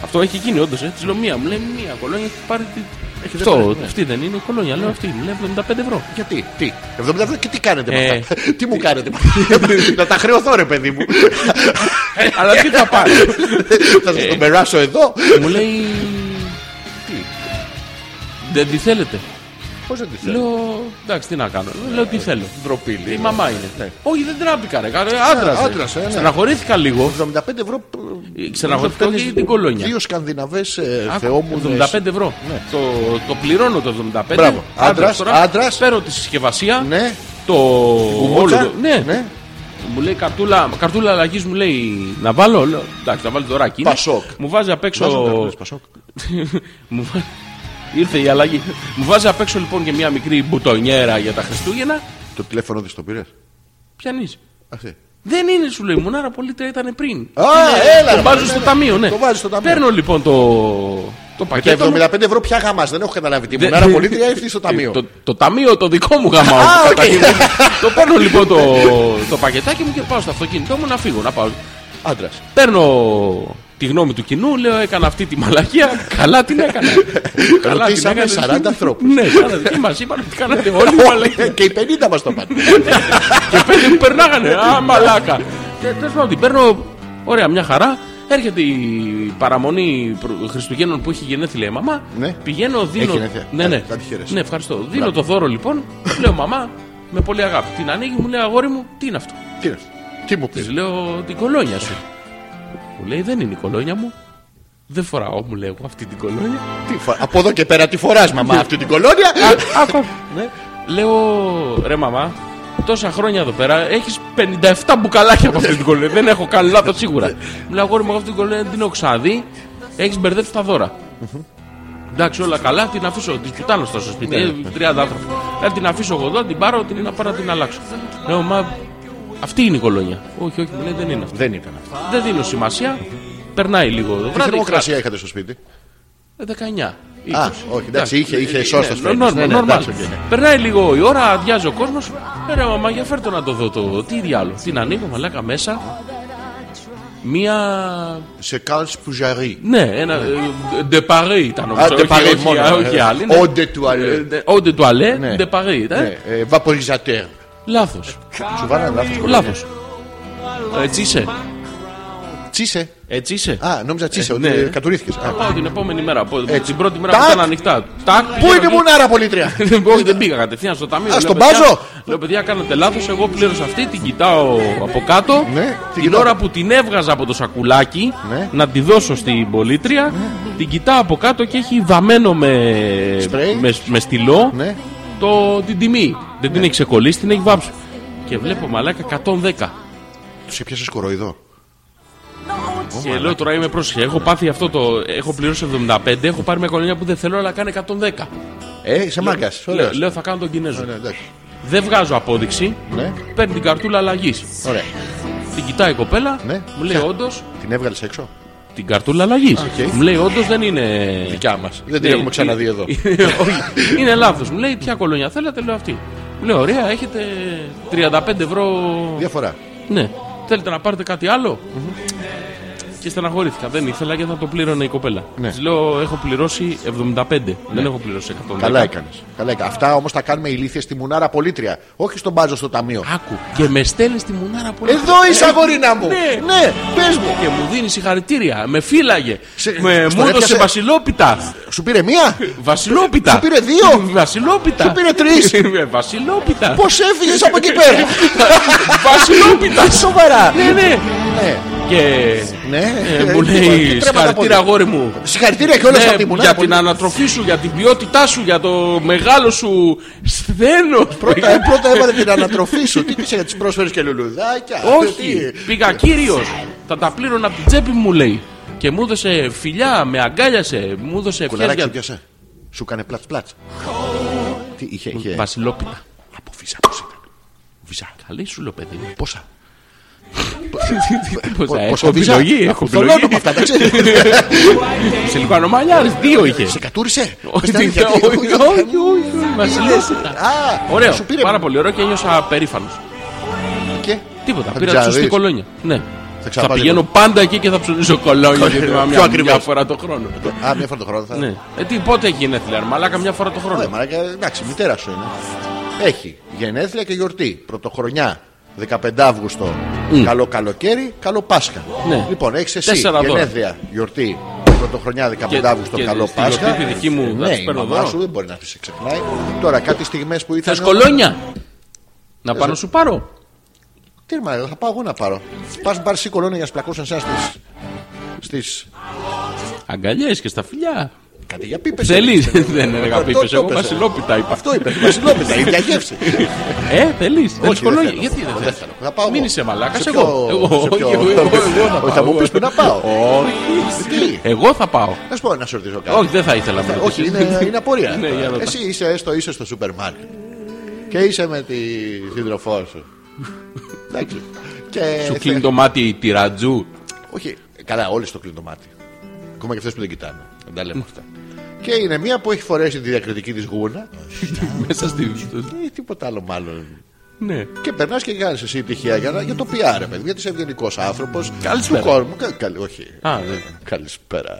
Speaker 2: Αυτό έχει γίνει, όντως. Ε. Της λέω μία. Μου λέει μία κολόνια έχει πάρει. Τη...
Speaker 1: Έχει
Speaker 2: Αυτό,
Speaker 1: δεύτερη, ναι.
Speaker 2: αυτή δεν είναι η κολόνια. Λέω αυτή. Μου λέει 75 ευρώ.
Speaker 1: Ε, Γιατί, τι, 77 και τι κάνετε με
Speaker 2: Ε,
Speaker 1: αυτά. Τι μου κάνετε με αυτά. Να τα χρεωθώ, ρε παιδί μου.
Speaker 2: Αλλά τι θα Ε. πάρεις.
Speaker 1: Θα σας το περάσω εδώ.
Speaker 2: Μου λέει. Τι. Δεν τη θέλετε.
Speaker 1: Πώς δεν τη θέλω.
Speaker 2: Λέω. Εντάξει, τι να κάνω. Λέω τι θέλω.
Speaker 1: Ντροπή
Speaker 2: Η
Speaker 1: λίγο.
Speaker 2: μαμά είναι. Όχι, δεν τράπηκα, ρε. Άντρα.
Speaker 1: άντρας, ε, ναι.
Speaker 2: Στεναχωρήθηκα λίγο.
Speaker 1: 75 ευρώ. ε,
Speaker 2: Ξεναχωρηθώ και την κολόνια.
Speaker 1: Δύο ε, Σκανδιναβέ
Speaker 2: Άκου,
Speaker 1: θεό μου.
Speaker 2: 75 ευρώ. Το, το πληρώνω το 75.
Speaker 1: Μπράβο. Άντρας,
Speaker 2: τώρα,
Speaker 1: άντρας.
Speaker 2: Παίρνω τη συσκευασία.
Speaker 1: Ναι,
Speaker 2: Το
Speaker 1: κουμούτσα,
Speaker 2: όλο το- ναι.
Speaker 1: ναι.
Speaker 2: Μου λέει καρτούλα, καρτούλα αλλαγής μου λέει να βάλω. Λέω, εντάξει, να βάλω τώρα εκείνη.
Speaker 1: Πασόκ.
Speaker 2: Μου βάζει απ' έξω.
Speaker 1: Βάζουν καρτούλες, ναι, Πασόκ.
Speaker 2: Μου βά- Ήρθε η αλλαγή. Μου βάζει απ' έξω λοιπόν και μια μικρή μπουτονιέρα για τα Χριστούγεννα.
Speaker 1: Το τηλέφωνο της το πήρες.
Speaker 2: Πιανείς.
Speaker 1: Αυτή.
Speaker 2: Δεν είναι, σου λέει, μουνάρα πολίτερα ήταν πριν.
Speaker 1: Α, έλα, ρε,
Speaker 2: Το βάζω
Speaker 1: ναι,
Speaker 2: στο
Speaker 1: ναι.
Speaker 2: ταμείο, ναι.
Speaker 1: Το βάζεις στο ταμείο.
Speaker 2: Παίρνω λοιπόν το,
Speaker 1: Και
Speaker 2: το πακέτο. μου.
Speaker 1: 75 ευρώ πια γαμάς. Δεν έχω καταλάβει τι.
Speaker 2: Δεν-
Speaker 1: Μουνάρα πολίτρια ήρθε στο ταμείο.
Speaker 2: Ναι, Το, το ταμείο το δικό μου γαμάω.
Speaker 1: Α, οκ.
Speaker 2: Καταρχήν. το παίρνω λοιπόν το, το πακετάκι μου και πάω στο αυτοκίνητό μου να φύγω. Να πάω.
Speaker 1: Άντρας.
Speaker 2: Παίρνω τη γνώμη του κοινού, λέω έκανα αυτή τη μαλακία. Καλά την έκανα.
Speaker 1: Ρωτήσαμε 40 ανθρώπους. Ναι,
Speaker 2: Ναι, καλά, τι μας είπαν ότι κάνατε όλοι μαλακία.
Speaker 1: ε, Και οι 50 μας το πάνε.
Speaker 2: και πέντε που περνάγανε. Α, μαλάκα. Και τέλος πάντων την παίρνω. Ωραία, μια χαρά. Έρχεται η παραμονή προ- Χριστουγέννων που έχει γενέθλια η μαμά.
Speaker 1: Ναι.
Speaker 2: Πηγαίνω, δίνω.
Speaker 1: Έχει γενέθλια.
Speaker 2: Ναι, ναι.
Speaker 1: Ε, θα τη χαίρεσαι.
Speaker 2: ναι, ευχαριστώ. Δίνω το δώρο λοιπόν. λέω μαμά, με πολύ αγάπη. Την ανοίγει, μου λέει αγόρι μου, τι είναι αυτό.
Speaker 1: Τι είναι αυτό? Τι μου
Speaker 2: Της
Speaker 1: πεις.
Speaker 2: λέω την κολόνια σου. Μου λέει δεν είναι η κολόνια μου. Δεν φοράω, μου λέει εγώ αυτή την κολόνια.
Speaker 1: Από εδώ και πέρα τη φοράς, μαμά, αυτή την κολόνια.
Speaker 2: Α, άκου. Ναι. Λέω, ρε μαμά, τόσα χρόνια εδώ πέρα έχεις 57 μπουκαλάκια από αυτή την κολόνια. Δεν έχω κάνει λάθος σίγουρα. Μου λέει, αγόρι μου, εγώ αυτή την κολόνια δεν την έχω ξαναδεί. Έχεις μπερδέψει τα δώρα. Εντάξει, όλα καλά, την αφήσω. Τη πουτάνω στο
Speaker 1: Ναι.
Speaker 2: σπίτι. ε, 30 άνθρωποι. Ε, την αφήσω εγώ εδώ, την πάρω, την να πάρω, την αλλάξω. Λέω, μα αυτή είναι η κολόνια. Όχι, όχι, μου λέει, δεν είναι αυτή.
Speaker 1: Δεν ήταν αυτό.
Speaker 2: Δεν δίνω σημασία. Περνάει λίγο το
Speaker 1: Τι
Speaker 2: βράδυ.
Speaker 1: θερμοκρασία είχατε στο σπίτι.
Speaker 2: Ε, 19.
Speaker 1: Α,
Speaker 2: 20.
Speaker 1: όχι, εντάξει, είχε, είχε σώστο
Speaker 2: Ναι,
Speaker 1: φρέντες. Ναι, ναι,
Speaker 2: normal.
Speaker 1: εντάξει, οκ, ναι.
Speaker 2: Περνάει λίγο η ώρα, αδειάζει ο κόσμος. Ρε μαμά, για φέρτο να το δω το. Τι διάλογο. Την ανοίγω, μαλάκα μέσα. Μία.
Speaker 1: Σε κάνεις πουζαρί.
Speaker 2: Ναι, ένα. Ντε Παρί ήταν όμω.
Speaker 1: Α, de Paris μόνο, ε.
Speaker 2: Όχι άλλη. ναι. Ε,
Speaker 1: Eau de toilette.
Speaker 2: Όντε του αλέ,
Speaker 1: Ναι.
Speaker 2: ντε Παρί ήταν.
Speaker 1: Ναι, ε, βαποριζατέρ.
Speaker 2: Λάθος.
Speaker 1: Σου βάλανε λάθος κολόνια.
Speaker 2: Λάθο. Έτσι είσαι.
Speaker 1: Τσίσε.
Speaker 2: Έτσι είσαι.
Speaker 1: Α, νόμιζα τσίσε,
Speaker 2: Ε,
Speaker 1: ότι
Speaker 2: ναι.
Speaker 1: κατουρίθηκες. Α.
Speaker 2: Πάω την επόμενη μέρα. από-
Speaker 1: Έτσι.
Speaker 2: Την πρώτη μέρα
Speaker 1: Τάκ.
Speaker 2: που ήταν ανοιχτά. Τάκ,
Speaker 1: Πού
Speaker 2: πηγαίνω
Speaker 1: είναι η
Speaker 2: και-
Speaker 1: μουνάρα πολίτρια.
Speaker 2: Όχι, δεν πήγα κατευθείαν στο ταμείο.
Speaker 1: Α,
Speaker 2: Λέω,
Speaker 1: στον
Speaker 2: «Παιδιά»,
Speaker 1: μπάζο.
Speaker 2: Λέω, παιδιά, κάνατε λάθος. Εγώ πλήρωσα αυτή, την κοιτάω από κάτω.
Speaker 1: Ναι, την
Speaker 2: την
Speaker 1: κοιτάω.
Speaker 2: ώρα που την έβγαζα από το σακουλάκι
Speaker 1: Ναι.
Speaker 2: να τη δώσω στην πολίτρια, την κοιτάω από κάτω και έχει βαμμένο με,
Speaker 1: Σπρέι.
Speaker 2: με, με στυλό
Speaker 1: Ναι.
Speaker 2: το, την τιμή. Δεν την έχει ξεκολλήσει, την έχει βάψει. Και βλέπω μαλάκα 110.
Speaker 1: Τους έπιασες κοροϊδό.
Speaker 2: Και λέω τώρα είμαι πρόσεχε. Έχω πάθει αυτό το. Έχω πληρώσει 75, έχω πάρει μια κολονία που δεν θέλω, αλλά κάνει 110.
Speaker 1: Ε, σε μάγκας.
Speaker 2: Λέω,
Speaker 1: Ωραίος.
Speaker 2: λέω θα κάνω τον Κινέζο.
Speaker 1: Ωραία, εντάξει.
Speaker 2: Δεν βγάζω απόδειξη.
Speaker 1: Ναι.
Speaker 2: Παίρνει την καρτούλα αλλαγής.
Speaker 1: Ωραία.
Speaker 2: Την κοιτάει η κοπέλα,
Speaker 1: Ναι.
Speaker 2: μου λέει
Speaker 1: Ποια?
Speaker 2: όντως.
Speaker 1: Την έβγαλες έξω.
Speaker 2: Την καρτούλα αλλαγής.
Speaker 1: οκ.
Speaker 2: Μου λέει όντως δεν είναι.
Speaker 1: Δικιά μας. Δεν την
Speaker 2: Ναι,
Speaker 1: έχουμε ξαναδεί εδώ.
Speaker 2: Όχι, είναι λάθος. Μου λέει ποια κολονιά θέλετε, λέω αυτή. Μου λέει ωραία, έχετε 35 ευρώ.
Speaker 1: Διαφορά.
Speaker 2: Ναι, θέλετε να πάρετε κάτι άλλο? Και στεναχωρήθηκα. Δεν ήθελα γιατί θα το πλήρωνε η κοπέλα.
Speaker 1: Ναι.
Speaker 2: Της λέω έχω πληρώσει 75. Δεν έχω πληρώσει 110.
Speaker 1: Καλά έκανες. Καλά έκανες. Αυτά όμως τα κάνουμε ηλίθιες στη μουνάρα πολίτρια. Όχι στον μπάζο στο ταμείο.
Speaker 2: Άκου και με στέλνεις στη μουνάρα πολύ.
Speaker 1: Εδώ είσαι αγορίνα μου.
Speaker 2: Ναι.
Speaker 1: Ναι, πες μου.
Speaker 2: Και μου δίνεις συγχαρητήρια. Με φύλαγε.
Speaker 1: Σε-
Speaker 2: με
Speaker 1: στον
Speaker 2: μου έδωσε
Speaker 1: έπιασε-
Speaker 2: βασιλόπιτα.
Speaker 1: Σου πήρε μία.
Speaker 2: Βασιλόπιτα.
Speaker 1: Σου πήρε δύο.
Speaker 2: Βασιλόπιτα.
Speaker 1: Σου πήρε τρεις.
Speaker 2: Ε, Βασιλόπιτα.
Speaker 1: Πώς έφυγες από εκεί πέρα.
Speaker 2: Βασιλόπιτα.
Speaker 1: Σοβαρά.
Speaker 2: Ναι, ναι.
Speaker 1: Ναι.
Speaker 2: Και
Speaker 1: Ναι.
Speaker 2: ε, μου
Speaker 1: Τι
Speaker 2: λέει
Speaker 1: τρέματα πόδι.
Speaker 2: συγχαρητήρια αγόρι μου.
Speaker 1: Συγχαρητήρια και όλες
Speaker 2: Ναι,
Speaker 1: αυτή τη μουνάρα
Speaker 2: για την
Speaker 1: πολίτρια.
Speaker 2: ανατροφή σου, για την ποιότητά σου, για το μεγάλο σου σθένος
Speaker 1: Πρώτα, ε, πρώτα έβαλε την ανατροφή σου. Τι πήσε για τις πρόσφερες και λουλουδάκια.
Speaker 2: Όχι,
Speaker 1: Τι-
Speaker 2: πήγα κύριο. Θα τα πλήρωνα από την τσέπη μου, λέει. Και μου έδωσε φιλιά, με αγκάλιασε, μου έδωσε ευχές
Speaker 1: Κουλαράκι
Speaker 2: για
Speaker 1: σου πιάσε. Σου κάνε πλάτ πλάτ. Τι είχε, είχε.
Speaker 2: Βασιλόπιτα.
Speaker 1: Από βίζα.
Speaker 2: Καλή σου λέω παιδί μου.
Speaker 1: Πόσα. Ε,
Speaker 2: Πόσα
Speaker 1: Πόσα
Speaker 2: έχω
Speaker 1: βίζα.
Speaker 2: επιλογή, έχω
Speaker 1: Θολώνω με
Speaker 2: επιλογή.
Speaker 1: αυτά, τα ξέρεις.
Speaker 2: Σε λιβανομαλιάρες, δύο είχες.
Speaker 1: Σε κατούρισε. Πες
Speaker 2: Ε, Όχι,
Speaker 1: την
Speaker 2: όχι,
Speaker 1: αλήθεια.
Speaker 2: όχι, όχι, όχι, μας λες.
Speaker 1: Α,
Speaker 2: Ωραίο,
Speaker 1: σου πήρε.
Speaker 2: πάρα πολύ ωραίο και ένιωσα περήφανος.
Speaker 1: Και
Speaker 2: Τίποτα,
Speaker 1: Θα
Speaker 2: πήρα τη
Speaker 1: ξαναδείς.
Speaker 2: σωστή κολόνια. Ναι. Θα
Speaker 1: ξαναπάς
Speaker 2: πηγαίνω πάντα εκεί και θα ψωνίζω κολόνια γιατί
Speaker 1: Πιο
Speaker 2: θυμάμαι μια- μια
Speaker 1: ακριβώς. Ε,
Speaker 2: φορά το χρόνο.
Speaker 1: Α, μία φορά το χρόνο θα.
Speaker 2: Ναι. Ε, τι, πότε έχει γενέθλια, ρε μαλάκα, μια φορά το
Speaker 1: Ωραία,
Speaker 2: χρόνο.
Speaker 1: ε, μαλάκα, εντάξει, μητέρας σου είναι. Έχει γενέθλια και γιορτή. Πρωτοχρονιά. 15 Αύγουστο. Καλό καλοκαίρι, καλό Πάσχα.
Speaker 2: Ναι.
Speaker 1: Λοιπόν, έχεις εσύ
Speaker 2: Τέσσερα δώρα.
Speaker 1: γενέθλια, γιορτή. Πρωτοχρονιά 15
Speaker 2: Και-
Speaker 1: Αύγουστο,
Speaker 2: και
Speaker 1: καλό
Speaker 2: στη
Speaker 1: Πάσχα.
Speaker 2: γιορτή τη δική μου θα
Speaker 1: ναι,
Speaker 2: της
Speaker 1: η
Speaker 2: παίρνω
Speaker 1: μαμά
Speaker 2: δώρο.
Speaker 1: σου δεν μπορεί να σε ξεχνάει. Τώρα κάτι στιγμές που ήταν.
Speaker 2: Θες κολόνια. Να πάνω
Speaker 1: να-
Speaker 2: σου πάρω.
Speaker 1: ε. Τι μα, θα πάω εγώ να πάρω. Πας μπαρ σί κολόνια για να σπλακώσουν εσάς στις. Στις...
Speaker 2: Αγκαλιές και στα φιλιά.
Speaker 1: Κάτι για πίπες.
Speaker 2: Θέλει, δεν
Speaker 1: Ε,
Speaker 2: έλεγα πίπες, εγώ
Speaker 1: βασιλόπιτα.
Speaker 2: βασιλόπιτα είπα.
Speaker 1: Αυτό είπες. Βασιλόπιτα, η ίδια γεύση.
Speaker 2: Ε, θέλεις. Δεν
Speaker 1: Όχι, δεν
Speaker 2: σχολόγει.
Speaker 1: θέλω.
Speaker 2: Γιατί
Speaker 1: Δεν
Speaker 2: δεν
Speaker 1: θέλω.
Speaker 2: θέλω.
Speaker 1: Θα πάω
Speaker 2: Μην
Speaker 1: εγώ.
Speaker 2: είσαι μαλάκας.
Speaker 1: Σε
Speaker 2: Εγώ.
Speaker 1: ποιο-
Speaker 2: Εγώ.
Speaker 1: σε ποιο-
Speaker 2: Εγώ. εγώ να
Speaker 1: Όχι, θα
Speaker 2: πάω,
Speaker 1: μου πεις
Speaker 2: εγώ.
Speaker 1: που να πάω.
Speaker 2: Όχι.
Speaker 1: Τι?
Speaker 2: Εγώ θα πάω.
Speaker 1: Να σου πω να σε ρωτήσω κάτι.
Speaker 2: Όχι, δεν θα ήθελα να
Speaker 1: Όχι,
Speaker 2: ρωτήσεις.
Speaker 1: είναι, είναι απορία.
Speaker 2: Ναι, για ρωτά.
Speaker 1: Εσύ είσαι στο, είσαι στο σούπερ μάρκετ και είσαι με τη σύντροφό σου. Εντάξει. Και
Speaker 2: Σου
Speaker 1: θε-
Speaker 2: κλείνει το μάτι η τυρατζού.
Speaker 1: Όχι, καλά, όλοι στο κλείνει το μάτι. Ακόμα και αυτές που δεν κοιτάνε. Δεν τα λέμε αυτά. Και είναι μία που έχει φορέσει τη διακριτική της γούνα.
Speaker 2: Μέσα στη.
Speaker 1: Ή τίποτα άλλο μάλλον.
Speaker 2: Ναι.
Speaker 1: Και περνάς και κάνεις εσύ τυχαία για, να- για το PR, ρε παιδί. Γιατί είσαι ευγενικός άνθρωπος.
Speaker 2: Καλησπέρα.
Speaker 1: Του κόσμου. Κα, καλη- όχι.
Speaker 2: Α, δεν.
Speaker 1: Καλησπέρα.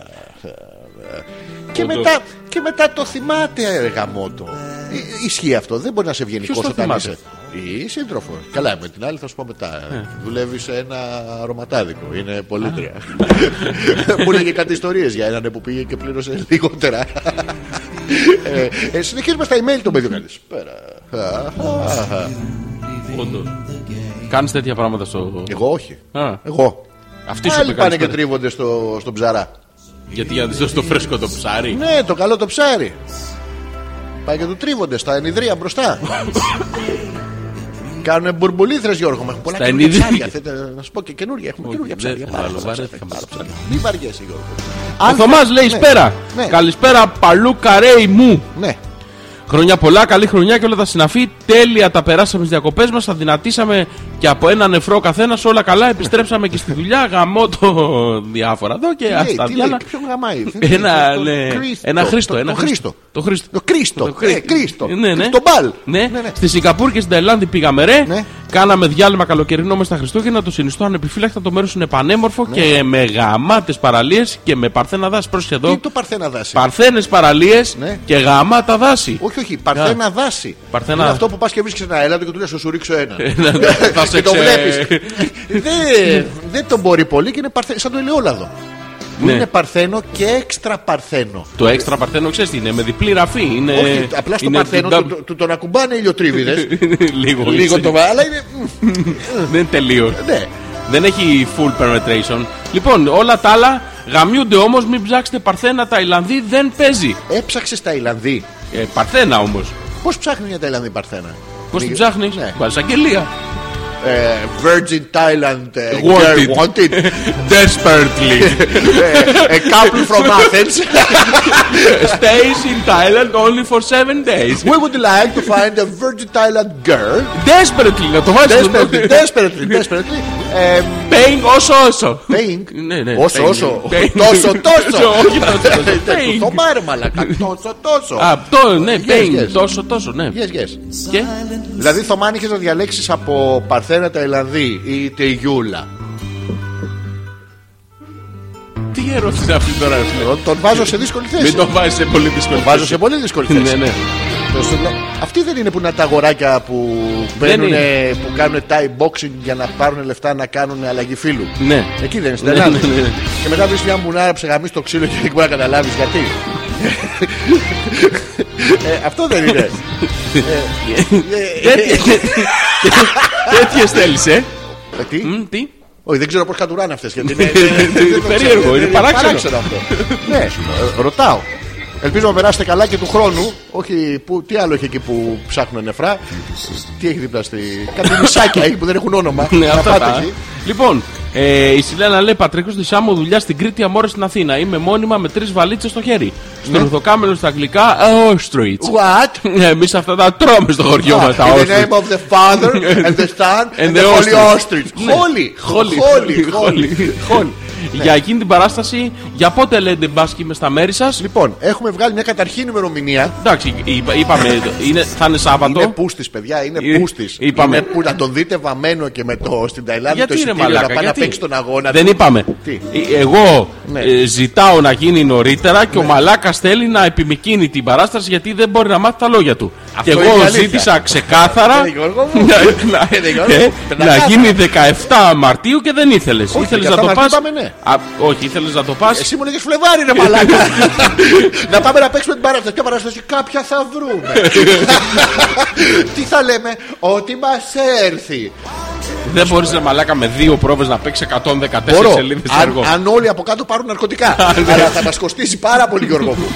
Speaker 1: Και μετά, και μετά το θυμάται, ρε γαμότο. Ε, Ισχύει αυτό. Δεν μπορεί να είσαι ευγενικός
Speaker 2: Ποιος το
Speaker 1: όταν
Speaker 2: θυμάται? Ε.
Speaker 1: είσαι. Η σύντροφος. Καλά, με την άλλη θα σου πω μετά. Δουλεύει σε ένα αρωματάδικο. Είναι πολύτρια. Μου έλεγε κάτι ιστορίες για έναν που πήγε και πλήρωσε λιγότερα. ε, ε, συνεχίζουμε στα email των παιδιών. Καλησπέρα.
Speaker 2: Όντως. Κάνεις τέτοια πράγματα στο.
Speaker 1: Εγώ όχι.
Speaker 2: Α,
Speaker 1: Εγώ.
Speaker 2: Αυτή σου
Speaker 1: Άλλοι
Speaker 2: πει
Speaker 1: πάνε και
Speaker 2: κάτι.
Speaker 1: τρίβονται στο, στον ψαρά.
Speaker 2: Γιατί για να τη δώσει το φρέσκο το ψάρι.
Speaker 1: Ναι, το καλό το ψάρι. Πάει και του τρίβονται στα ενιδρία μπροστά. Κάνουν μπουρμπουλήθρες Γιώργο, μου έχουν πολλά
Speaker 2: Στα
Speaker 1: καινούργια
Speaker 2: ενιδρία.
Speaker 1: ψάρια. Θέτε, να σου πω και καινούργια, έχουμε
Speaker 2: Όχι,
Speaker 1: καινούργια
Speaker 2: δεν
Speaker 1: ψάρια.
Speaker 2: θα
Speaker 1: Πάρα
Speaker 2: βάλω,
Speaker 1: πολλά
Speaker 2: βαρέθηκα
Speaker 1: ψάρια,
Speaker 2: με τα
Speaker 1: πάρα
Speaker 2: ψάρια.
Speaker 1: πολλά. Μην βαριέσαι Γιώργο.
Speaker 2: Ο Θωμάς λέει
Speaker 1: ναι,
Speaker 2: σπέρα. Ε,
Speaker 1: ναι.
Speaker 2: Καλησπέρα, παλού καρέι μου.
Speaker 1: Ναι,
Speaker 2: Χρόνια πολλά, καλή χρονιά και όλα τα συναφή. Τέλεια τα περάσαμε στις διακοπές μας. Θα δυνατήσαμε και από ένα νεφρό καθένας. Όλα καλά, επιστρέψαμε και στη δουλειά. Γαμώ το διάφορα εδώ και
Speaker 1: τι λέει,
Speaker 2: αυτά
Speaker 1: τι λέει,
Speaker 2: διάλα.
Speaker 1: ποιον γαμάει.
Speaker 2: Ένα,
Speaker 1: Το
Speaker 2: ναι,
Speaker 1: Κρίστο,
Speaker 2: ένα Χρήστο.
Speaker 1: το-
Speaker 2: Ένα
Speaker 1: Το Χρήστο.
Speaker 2: Το Χρήστο.
Speaker 1: Το Κρίστο.
Speaker 2: Το
Speaker 1: ε,
Speaker 2: Χρήστο.
Speaker 1: Κρίστο.
Speaker 2: Ναι, ναι.
Speaker 1: Το μπαλ.
Speaker 2: Ναι. Στη Σιγκαπούρ και στην Ταϊλάνδη πήγαμε ρε.
Speaker 1: Ναι.
Speaker 2: Κάναμε διάλειμμα καλοκαιρινό μες στα Χριστούγεννα. Το συνιστώ ανεπιφύλακτα. Το μέρος είναι πανέμορφο
Speaker 1: Ναι.
Speaker 2: και με γαμάτες παραλίες και με παρθένα δάση. Πρόσεχε
Speaker 1: Τι
Speaker 2: εδώ.
Speaker 1: το Παρθένα δάση.
Speaker 2: Παρθένες παραλίες
Speaker 1: Ναι.
Speaker 2: και γαμάτα δάση.
Speaker 1: Όχι, όχι, Παρθένα δάση.
Speaker 2: Παρθένα-
Speaker 1: Είναι αυτό που πας και βρίσκει ένα έλατο και του λες: Σου ρίξω ένα.
Speaker 2: Θα σε
Speaker 1: Ε, και το
Speaker 2: ξε-
Speaker 1: βλέπεις. δεν, δεν τον μπορεί πολύ και είναι παρθε... σαν το ελαιόλαδο. Που
Speaker 2: Ναι.
Speaker 1: είναι παρθένο και έξτρα παρθένο.
Speaker 2: Το έξτρα παρθένο ξέρεις τι είναι, με διπλή ραφή. Είναι,
Speaker 1: Όχι, απλά στο
Speaker 2: είναι
Speaker 1: παρθένο
Speaker 2: του-
Speaker 1: του, του, του τον ακουμπάνε οι ηλιοτρίβιδε.
Speaker 2: λίγο,
Speaker 1: λίγο
Speaker 2: έτσι.
Speaker 1: το βα- αλλά είναι.
Speaker 2: Δεν είναι τελείως.
Speaker 1: Ναι.
Speaker 2: Δεν έχει full penetration. Λοιπόν, όλα τα άλλα γαμιούνται όμως, μην ψάξετε παρθένα. Ταϊλανδή δεν παίζει.
Speaker 1: Έψαξες Ταϊλανδή.
Speaker 2: Ε, παρθένα όμως.
Speaker 1: Πώς ψάχνει μια Ταϊλανδή παρθένα.
Speaker 2: Πώς την
Speaker 1: Μη-
Speaker 2: ψάχνεις,
Speaker 1: Ναι.
Speaker 2: Βάζει αγγελία.
Speaker 1: Ε, Virgin Thailand ε,
Speaker 2: Wanted.
Speaker 1: girl wanted.
Speaker 2: Desperately.
Speaker 1: Ε, A couple from Athens.
Speaker 2: Stays in Thailand only for 7 days.
Speaker 1: We would like to find a Virgin Thailand girl
Speaker 2: Desperately, να το βάζει.
Speaker 1: Desperately, desperately, desperately. Ε,
Speaker 2: Paying όσο όσο.
Speaker 1: Paying.
Speaker 2: Ναι, ναι.
Speaker 1: Όσο,
Speaker 2: paying.
Speaker 1: όσο.
Speaker 2: Paying.
Speaker 1: Τόσο, τόσο.
Speaker 2: Όχι τόσο, τόσο.
Speaker 1: Ε, Του
Speaker 2: Paying.
Speaker 1: θωμάρε μαλακά. Τόσο, τόσο.
Speaker 2: Α, αυτό, ναι,
Speaker 1: yes.
Speaker 2: paying. Τόσο, τόσο, ναι.
Speaker 1: Yes, yes.
Speaker 2: Και.
Speaker 1: Δηλαδή, Θωμά, αν είχες να διαλέξεις από Παρθένα Ταϊλανδή ή τη Γιούλα.
Speaker 2: Τι ερώτηση είναι αυτή τώρα, ρε φίλε.
Speaker 1: Τον- Τον βάζω σε δύσκολη θέση.
Speaker 2: Μην το βάζεις σε πολύ δύσκολη.
Speaker 1: Βάζω σε πολύ δύσκολη
Speaker 2: Ναι,
Speaker 1: θέση.
Speaker 2: ναι.
Speaker 1: Το στο- Αυτοί δεν είναι που είναι τα αγοράκια που, μπαίνουνε- που κάνουν tie boxing για να πάρουν λεφτά να κάνουν αλλαγή φίλου.
Speaker 2: Ναι.
Speaker 1: Εκεί δεν είναι, στην
Speaker 2: Ναι,
Speaker 1: Ελλάδα.
Speaker 2: ναι, ναι, ναι.
Speaker 1: Και μετά βρει μια μπουνάρα ψεγαμή στο ξύλο και δεν μπορεί να καταλάβεις γιατί. ε, αυτό δεν είναι.
Speaker 2: Τέτοιες θέλεις, ε.
Speaker 1: Ε, τι?
Speaker 2: Μμ, Τι.
Speaker 1: Όχι, δεν ξέρω πώς κατουράνε αυτές. Γιατί είναι.
Speaker 2: Είναι περίεργο, είναι παράξενο.
Speaker 1: αυτό. Ναι, ε, ρωτάω. Ελπίζω να περάσετε καλά και του χρόνου. Όχι, που, τι άλλο έχει εκεί που ψάχνουν νεφρά. Τι έχει δίπλα στη. Κάτι μισάκια εκεί που δεν έχουν όνομα.
Speaker 2: Ναι,
Speaker 1: Να
Speaker 2: αυτά
Speaker 1: πάτε
Speaker 2: τα.
Speaker 1: εκεί.
Speaker 2: Λοιπόν, Ε, η Σιλένα λέει Πατρίκος τη Σάμο δουλειά στην Κρήτη, αμόρες στην Αθήνα. Είμαι μόνιμα με τρεις βαλίτσες στο χέρι.
Speaker 1: Ναι.
Speaker 2: Στο ρουθοκάμενο στα αγγλικά, ε, All Street.
Speaker 1: What?
Speaker 2: Εμείς αυτά τα τρώμε στο χωριό μας.
Speaker 1: In the name of the Father and the Son and, the Holy Ostrich. Holy, holy, holy, holy. Ναι.
Speaker 2: Για εκείνη την παράσταση, για πότε λέτε μπάσκι είμαι στα μέρη σας.
Speaker 1: Λοιπόν, έχουμε βγάλει μια καταρχήν ημερομηνία.
Speaker 2: Εντάξει, είπα- είπαμε, είναι, θα είναι
Speaker 1: Είναι
Speaker 2: Σάββατο.
Speaker 1: πούστης παιδιά, είναι
Speaker 2: Ε,
Speaker 1: πούστης
Speaker 2: είπαμε.
Speaker 1: Είναι που να τον δείτε βαμμένο και με το στην Ταϊλάνδη το
Speaker 2: Γιατί είναι
Speaker 1: εισιτήριο να
Speaker 2: μαλάκα,
Speaker 1: πάει να
Speaker 2: γιατί.
Speaker 1: παίξει τον αγώνα.
Speaker 2: Δεν
Speaker 1: του.
Speaker 2: είπαμε.
Speaker 1: Τι?
Speaker 2: Ε, Εγώ
Speaker 1: Ναι.
Speaker 2: ε, ζητάω να γίνει νωρίτερα και ο Μαλάκας θέλει να επιμηκύνει την παράσταση γιατί δεν μπορεί να μάθει τα λόγια του. και
Speaker 1: είναι η
Speaker 2: εγώ
Speaker 1: αλήθεια.
Speaker 2: ζήτησα ξεκάθαρα
Speaker 1: Ε, Γιώργο μου.
Speaker 2: να- να-
Speaker 1: Ε, Γιώργο,
Speaker 2: ε, να
Speaker 1: πεντακάθαρα.
Speaker 2: γίνει 17 Μαρτίου και δεν ήθελες.
Speaker 1: Όχι,
Speaker 2: Ήθελες να
Speaker 1: 17
Speaker 2: το
Speaker 1: Μαρτίου
Speaker 2: πας-
Speaker 1: πάμε, ναι. Ε,
Speaker 2: Α, Όχι, ήθελες να το πας.
Speaker 1: Εσύ μου λέγες Φλεβάρι ρε μαλάκα Να πάμε να παίξουμε την παράσταση Ποια παράσταση κάποια θα βρούμε Τι θα λέμε Ότι μας έρθει
Speaker 2: Δεν μπορεί να μαλάκα με δύο πρόβες να παίξεις 114
Speaker 1: Μπορώ
Speaker 2: σελίδες
Speaker 1: αν,
Speaker 2: έργο.
Speaker 1: αν όλοι από κάτω πάρουν ναρκωτικά
Speaker 2: ναι.
Speaker 1: Αλλά θα μας κοστίσει πάρα πολύ Γιώργο μου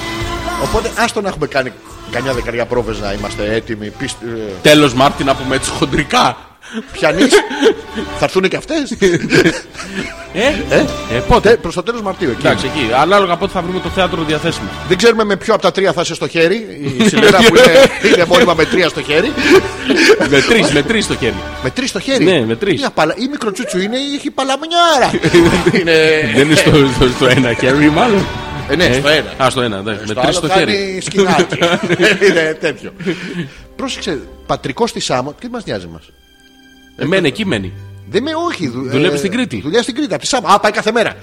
Speaker 1: Οπότε άστο να έχουμε κάνει Καμιά δεκαριά πρόβες να είμαστε έτοιμοι πίστη- ε,
Speaker 2: Τέλος Μάρτι να πούμε έτσι χοντρικά.
Speaker 1: Πιανείς Θα έρθουν και αυτές
Speaker 2: Ε, ε, πότε.
Speaker 1: Τε- Προς το τέλος Μαρτίου εκεί.
Speaker 2: Εντάξει, εκεί. Ανάλογα πότε θα βρούμε το θέατρο διαθέσιμο.
Speaker 1: Δεν ξέρουμε με ποιο από τα τρία θα είσαι στο χέρι Η Σιλέρα που είναι, είναι μόνιμα με τρία στο χέρι
Speaker 2: με τρεις, με τρεις το χέρι.
Speaker 1: Με τρεις στο χέρι.
Speaker 2: Ναι, με τρεις.
Speaker 1: Είναι απαλα- Ή μικροτσούτσου είναι ή έχει παλαμνιάρα. είναι...
Speaker 2: Δεν είναι στο, στο, στο ένα χέρι, μάλλον.
Speaker 1: Ε, ναι, στο ένα. Ε,
Speaker 2: Α, στο ένα, εντάξει. Με
Speaker 1: Στο
Speaker 2: τρεις
Speaker 1: άλλο
Speaker 2: στο χέρι.
Speaker 1: κάνει σκηνάκι. είναι τέτοιο. Πρόσεξε, πατρικός της Σάμο, τι μας νοιάζει μας.
Speaker 2: Ε, Μένει, εκεί μένει.
Speaker 1: Δεν με, όχι. Δου, ε,
Speaker 2: Δουλεύει στην Κρήτη.
Speaker 1: Δουλειά στην Κρήτη, από τη Σάμο. Α, πάει κάθε μέρα.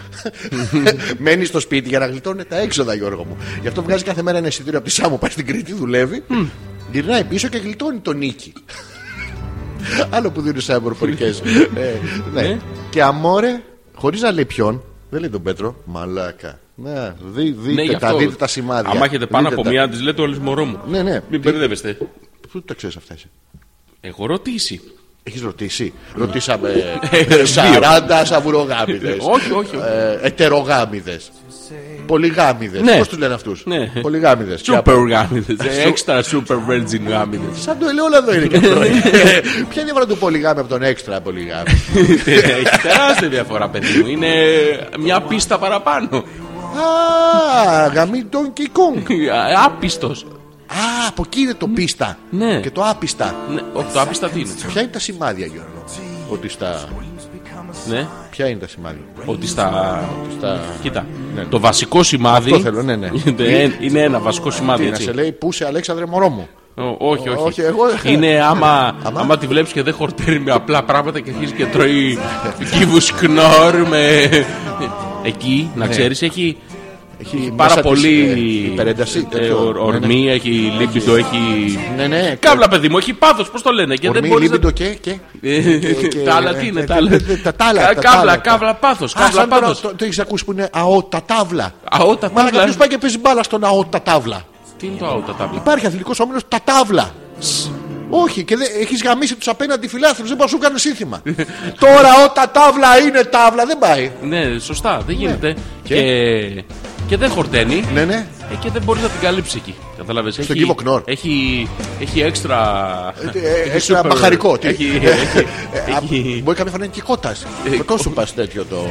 Speaker 1: Μένει στο σπίτι για να γλιτώνει τα έξοδα, Γιώργο μου. Γι' αυτό βγάζει κάθε μέρα ένα εισιτήριο από τη Σάμο, πάει στην Κρήτη, δουλεύει. Γυρνάει πίσω και γλιτώνει τον νίκη. Άλλο που δίνουν σε αεροπορικέ. ναι. Και αμόρε, χωρίς να λέει ποιον, δεν λέει τον Πέτρο, μαλάκα. Να, δει- δείτε,
Speaker 2: Ναι, γι'
Speaker 1: τα, δείτε τα σημάδια.
Speaker 2: Άμα έχετε πάνω
Speaker 1: Δείτε
Speaker 2: από
Speaker 1: τα.
Speaker 2: μία, της λέτε όλες μωρό μου.
Speaker 1: Ναι, ναι.
Speaker 2: Μην μπερδεύεστε.
Speaker 1: Πού τα ξέρεις αυτά εσύ.
Speaker 2: Έχω ρωτήσει.
Speaker 1: Έχεις ρωτήσει. Ρωτήσαμε
Speaker 2: Ε, δύο. Ε,
Speaker 1: 40 σαβουρογάμιδε.
Speaker 2: Όχι, όχι, όχι.
Speaker 1: Ε, Ετερογάμιδες. Πολυγάμιδες.
Speaker 2: Ναι.
Speaker 1: Πώς τους λένε αυτούς.
Speaker 2: Ναι.
Speaker 1: Πολυγάμιδες.
Speaker 2: Super
Speaker 1: Ε,
Speaker 2: γάμιδε. Extra super ε, virgin γάμιδες.
Speaker 1: Σαν το ελαιόλαδο είναι και αυτό.
Speaker 2: Ναι.
Speaker 1: Ποια είναι η διαφορά του πολυγάμι από τον έξτρα πολυγάμι. Ε,
Speaker 2: Έχει τεράστια διαφορά, παιδί μου. Είναι μια πίστα παραπάνω.
Speaker 1: Α, γαμί τον Κικόγκ.
Speaker 2: Ε, Άπιστος.
Speaker 1: Α, από εκεί είναι το πίστα.
Speaker 2: Ναι.
Speaker 1: Και το άπιστα.
Speaker 2: Όχι, το άπιστα τι είναι.
Speaker 1: Ποια είναι τα σημάδια, Γιώργο. Ότι στα.
Speaker 2: Ναι,
Speaker 1: Ποια είναι τα σημάδια.
Speaker 2: ότι στα.
Speaker 1: Στα.
Speaker 2: Κοίτα. Το βασικό σημάδι.
Speaker 1: Αυτό θέλω, ναι, ναι.
Speaker 2: είναι- Είναι ένα βασικό σημάδι,
Speaker 1: Τι να σε
Speaker 2: έτσι.
Speaker 1: λέει, πού σε Αλέξανδρε μωρό μου.
Speaker 2: Ω, Όχι, όχι.
Speaker 1: όχι, εγώ-
Speaker 2: Είναι άμα, άμα τη βλέπεις και δεν χορτέρει με απλά πράγματα και αρχίζει και τρώει κύβου κνόρ με. Εκεί, να ξέρεις, έχει
Speaker 1: Έχει
Speaker 2: πάρα
Speaker 1: μέσα Ναι. της,
Speaker 2: πολύ.
Speaker 1: ε, υπερένταση.
Speaker 2: ε,
Speaker 1: τέτοιο.
Speaker 2: ορ-
Speaker 1: Ναι, ναι.
Speaker 2: Ορμή, έχει λίμπιντο, έχει.
Speaker 1: Ναι, ναι.
Speaker 2: Κάβλα, παιδί μου, έχει πάθος, πώς το λένε. Και δεν
Speaker 1: Ορμή,
Speaker 2: μπορείς.
Speaker 1: λίμπιντο και. και- και-
Speaker 2: Τα άλλα τι είναι, τα άλλα.
Speaker 1: τα- τα- τα- τα άλλα,
Speaker 2: Κα-
Speaker 1: τα- τα άλλα.
Speaker 2: Κάβλα, κάβλα, πάθος.
Speaker 1: Α,
Speaker 2: Κάβλα,
Speaker 1: σαν τώρα,
Speaker 2: πάθος.
Speaker 1: το, το έχεις ακούσει που είναι αότα τάβλα.
Speaker 2: Αότα
Speaker 1: Μάλλον
Speaker 2: τάβλα.
Speaker 1: κάποιος πάει και παίζει μπάλα στον αότα τάβλα.
Speaker 2: Τι είναι το αότα τάβλα.
Speaker 1: Υπάρχει αθλητικός όμιλος τα τάβλα. Όχι, και έχεις γαμίσει τους απέναντι φιλάθλους, δεν μπορείς να σου κάνεις σύνθημα. Τώρα ότα τάβλα είναι τάβλα, δεν πάει.
Speaker 2: Ναι, σωστά, δεν γίνεται.
Speaker 1: Και?
Speaker 2: Και- Και δεν χορταίνει.
Speaker 1: Ναι, ναι.
Speaker 2: Ε, και δεν μπορεί να την καλύψει εκεί. Κατάλαβε. Στον
Speaker 1: κύβο Κνόρ.
Speaker 2: Έχει, έχει έξτρα.
Speaker 1: Ε,
Speaker 2: έχει
Speaker 1: Έξτρα
Speaker 2: super-
Speaker 1: μπαχαρικό. τι.
Speaker 2: Έχει,
Speaker 1: Ε,
Speaker 2: έχει,
Speaker 1: ε, α,
Speaker 2: έχει,
Speaker 1: Μπορεί καμιά φορά να είναι και κότας.
Speaker 2: Ε,
Speaker 1: Κοτόσουπα τέτοιο το.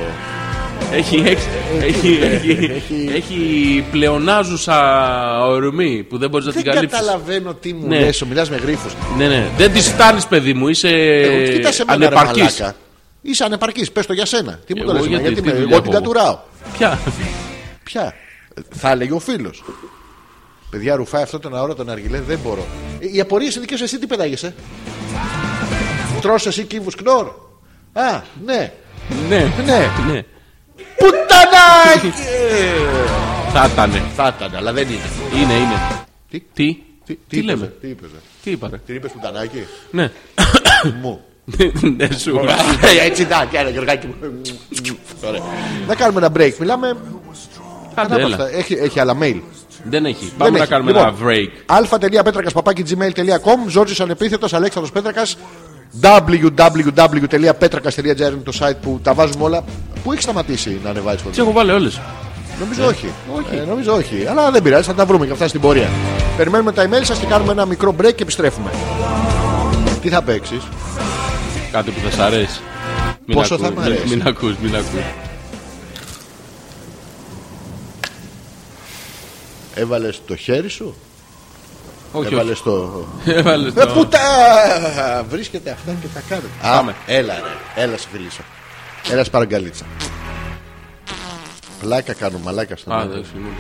Speaker 2: έχει, έξ-
Speaker 1: ε,
Speaker 2: έχει, έχει, έχει πλεονάζουσα ορμή που δεν μπορείς να την
Speaker 1: Δεν
Speaker 2: καλύψεις.
Speaker 1: καταλαβαίνω τι μου
Speaker 2: Ναι.
Speaker 1: λες, μιλάς με γρήφου.
Speaker 2: Ναι, ναι. Δεν τη φτάνει, παιδί μου. Είσαι
Speaker 1: Ε, Κοίτασε με
Speaker 2: ανεπαρκή.
Speaker 1: ανεπαρκή. Είσαι ανεπαρκής, πες το για σένα. Τι μου το
Speaker 2: Εγώ
Speaker 1: λες,
Speaker 2: γιατί,
Speaker 1: γιατί
Speaker 2: τι
Speaker 1: με-
Speaker 2: δουλειά
Speaker 1: εγώ την
Speaker 2: έχω εγώ.
Speaker 1: κατουράω.
Speaker 2: Ποια.
Speaker 1: Ποια. Ε, Θα έλεγε ο φίλος. Παιδιά, ρουφάει αυτό τον αόρατο τον αργιλέ, δεν μπορώ. Ε, Οι απορίες είναι δικές εσύ, τι πετάγεσαι. Τρώσαι εσύ κύβους κνόρ. Α, ναι.
Speaker 2: ναι.
Speaker 1: Ναι.
Speaker 2: ναι.
Speaker 1: Πουτανάκι!
Speaker 2: Θα ήταν.
Speaker 1: Θα ήταν, αλλά δεν είναι.
Speaker 2: Είναι, είναι.
Speaker 1: Τι?
Speaker 2: Τι, τι,
Speaker 1: είπες,
Speaker 2: λέμε.
Speaker 1: Τι είπες, ε?
Speaker 2: Τι είπα, ρε.
Speaker 1: Την είπες πουτανάκι.
Speaker 2: Ναι.
Speaker 1: Μου.
Speaker 2: Ναι, σου.
Speaker 1: Ε, Έτσι, να, και ένα Γιωργάκι μου. Ωραία. Να κάνουμε ένα break. Μιλάμε.
Speaker 2: Άντε,
Speaker 1: ανάπαυστα.
Speaker 2: έλα.
Speaker 1: Έχει, έχει άλλα mail.
Speaker 2: Δεν έχει. Πάμε να
Speaker 1: έχει.
Speaker 2: κάνουμε
Speaker 1: Λοιπόν,
Speaker 2: ένα break.
Speaker 1: αλφα.πέτρακα.gmail.com Ζόρζη ανεπίθετος Αλέξανδρος Πέτρακας www.petrakas.gr είναι το site που τα βάζουμε όλα. Πού έχει σταματήσει να ανεβάζει
Speaker 2: Τι έχω βάλει όλες.
Speaker 1: Νομίζω όχι. Ε, νομίζω όχι. Αλλά δεν πειράζει, θα τα βρούμε και αυτά στην πορεία. Περιμένουμε τα email σας και κάνουμε ένα μικρό break και επιστρέφουμε. Τι θα παίξεις.
Speaker 2: Κάτι που δεν σ' αρέσει. Μην
Speaker 1: Πόσο
Speaker 2: ακούς,
Speaker 1: θα μ'
Speaker 2: μην-
Speaker 1: αρέσει.
Speaker 2: Μην ακούς, μην ακούς.
Speaker 1: Έβαλες το χέρι σου.
Speaker 2: Όχι,
Speaker 1: Έβαλε
Speaker 2: όχι.
Speaker 1: το.
Speaker 2: Έβαλες
Speaker 1: Ε,
Speaker 2: το...
Speaker 1: Πού τα βρίσκεται αυτά και τα κάνετε. Α,
Speaker 2: Ναι. Πάμε.
Speaker 1: Έλα, ρε. έλα, σε φιλήσω. Έλα, σπαραγκαλίτσα. Πλάκα κάνω, μαλάκα στον
Speaker 2: Α,
Speaker 1: άλλο.
Speaker 2: δεν συγγνώμη.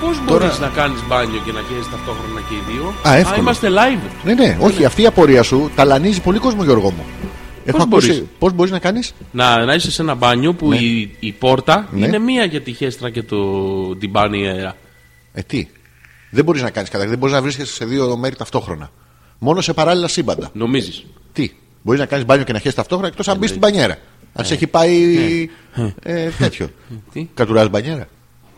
Speaker 2: Πώ μπορεί να κάνεις μπάνιο και να καίει ταυτόχρονα και οι δύο.
Speaker 1: Α, εύκολο.
Speaker 2: είμαστε live.
Speaker 1: Ναι, ναι, όχι, αυτή η απορία σου ταλανίζει πολύ κόσμο, Γιώργο μου. Έχω
Speaker 2: μπορείς?
Speaker 1: ακούσει. Πώς μπορείς να κάνεις.
Speaker 2: Να, να είσαι σε ένα μπάνιο που η, η πόρτα
Speaker 1: Ναι.
Speaker 2: είναι μία για τη χέστρα και το, την μπάνιερα.
Speaker 1: Ε, τι. Δεν μπορείς να κάνεις καταρχήν. Δεν μπορείς να βρίσκεσαι σε δύο μέρη ταυτόχρονα. Μόνο σε παράλληλα σύμπαντα.
Speaker 2: Νομίζεις.
Speaker 1: Τι. Μπορείς να κάνεις μπάνιο και να χέσεις ταυτόχρονα εκτός αν μπεις στην μπανιέρα. Αν σε έχει πάει. ε, τέτοιο.
Speaker 2: Ναι. Τι?
Speaker 1: Κατουράς μπανιέρα.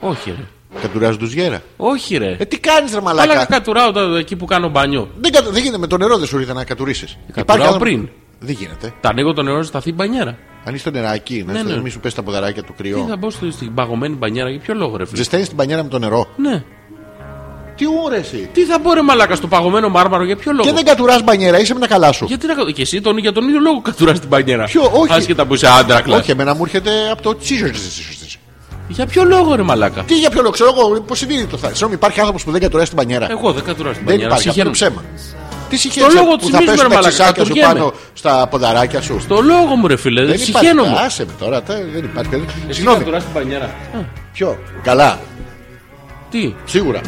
Speaker 2: Όχι, ρε.
Speaker 1: Κατουρά ντουζιέρα.
Speaker 2: Όχι, ρε.
Speaker 1: Ε, τι κάνεις, ρε
Speaker 2: Αλλά
Speaker 1: μαλάκα.
Speaker 2: κατουράω τα- εκεί που κάνω μπάνιο.
Speaker 1: Δεν, κατα- δεν γίνεται με το νερό, δεν σου ήρθε να κατουρίσει.
Speaker 2: Ε, Κατουράω πριν.
Speaker 1: Δεν γίνεται.
Speaker 2: Τα ανοίγω το νερό στα μπανιέρα.
Speaker 1: Ανοίγει το νεράκι, να
Speaker 2: Ναι,
Speaker 1: στο-
Speaker 2: ναι.
Speaker 1: μη σου πέσει τα ποδαράκια του
Speaker 2: Τι θα
Speaker 1: κρυό.
Speaker 2: μπω στο- στην παγωμένη μπανιέρα για ποιο λόγο, ρε φίλε.
Speaker 1: Ζεσταίνεις την μπανιέρα με το νερό.
Speaker 2: Ναι.
Speaker 1: Τι ώρα εσύ.
Speaker 2: Τι θα μπω, ρε μαλάκα, στο παγωμένο μάρμαρο για ποιο λόγο.
Speaker 1: Και δεν κατουράς μπανιέρα, είσαι με τα καλά σου.
Speaker 2: Γιατί να κα- Και εσύ τον, για τον ίδιο λόγο κατουράς την μπανιέρα.
Speaker 1: Ποιο, όχι.
Speaker 2: Άσχετα που είσαι άντρα, κλασ.
Speaker 1: Όχι, εμένα μου έρχεται από το τσίζο.
Speaker 2: Για ποιο λόγο, ρε μαλάκα.
Speaker 1: Τι για ποιο λόγο, ξέρω εγώ, πώς συνείδητο θα. Συγγνώμη, υπάρχει άνθρωπος που δεν κατουράει την πανιέρα.
Speaker 2: Εγώ δεν κατουρά την
Speaker 1: δεν
Speaker 2: μπανιέρα.
Speaker 1: υπάρχει, αυτό είναι
Speaker 2: συγχαίρομαι.
Speaker 1: ψέμα. Τι συγχαίρεσαι
Speaker 2: λόγο
Speaker 1: που
Speaker 2: της
Speaker 1: θα
Speaker 2: μης,
Speaker 1: πέσουν
Speaker 2: βρε
Speaker 1: τα
Speaker 2: μαλάκα,
Speaker 1: τσισάκια σου
Speaker 2: κατουργέμαι.
Speaker 1: πάνω στα ποδαράκια σου.
Speaker 2: Το λόγο μου, ρε φίλε.
Speaker 1: Δεν
Speaker 2: Συγχαίρομαι.
Speaker 1: υπάρχει. Άσε με τώρα, τα- δεν υπάρχει. δεν-
Speaker 2: Εσύ
Speaker 1: Συγγνώμη,
Speaker 2: κατουράς την μπανιέρα.
Speaker 1: ποιο. Καλά,
Speaker 2: Τι.
Speaker 1: σίγουρα.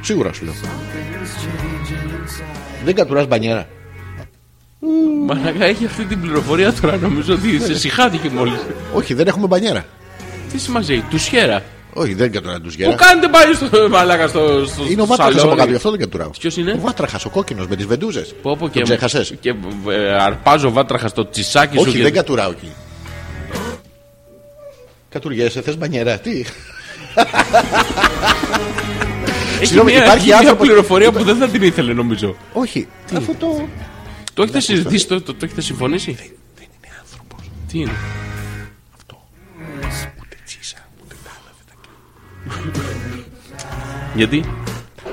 Speaker 1: Σίγουρα σου λέω. Δεν κατουράς μπανιέρα.
Speaker 2: Μαλάκα έχει αυτή την πληροφορία τώρα. Νομίζω ότι σε συχάθηκε μόλις.
Speaker 1: Όχι, δεν έχουμε μπανιέρα.
Speaker 2: Τι σημασία έχει, του χέρα.
Speaker 1: Όχι, δεν κατουρά του
Speaker 2: Που
Speaker 1: γέρα.
Speaker 2: κάνετε πάλι στο μαλάκα στο, στο
Speaker 1: Ε. Είναι ο
Speaker 2: στο
Speaker 1: Βάτραχα
Speaker 2: σαλόνι.
Speaker 1: από κάτω, γι' αυτό δεν κατουράω.
Speaker 2: Ποιος είναι?
Speaker 1: Ο Βάτραχας, ο κόκκινος με τις βεντούζες.
Speaker 2: Πω, πω, και-
Speaker 1: ξέχασες.
Speaker 2: Και ε, αρπάζω βάτραχα στο τσισάκι σου.
Speaker 1: Όχι,
Speaker 2: και-
Speaker 1: δεν κατουράω εκεί. Κατουριέσαι, θες μπανιέρα. Τι.
Speaker 2: Έχει
Speaker 1: Συγγνώμη,
Speaker 2: μια,
Speaker 1: υπάρχει
Speaker 2: έχει μια
Speaker 1: άνθρωπος-
Speaker 2: πληροφορία που δεν θα την ήθελε νομίζω.
Speaker 1: Όχι, αφού το.
Speaker 2: Το έχετε συζητήσει, το, το, το έχετε συμφωνήσει. Δεν, είναι άνθρωπος. Τι είναι. Αυτό. Ούτε τσίσα, ούτε τα άλλα δεν τα Γιατί?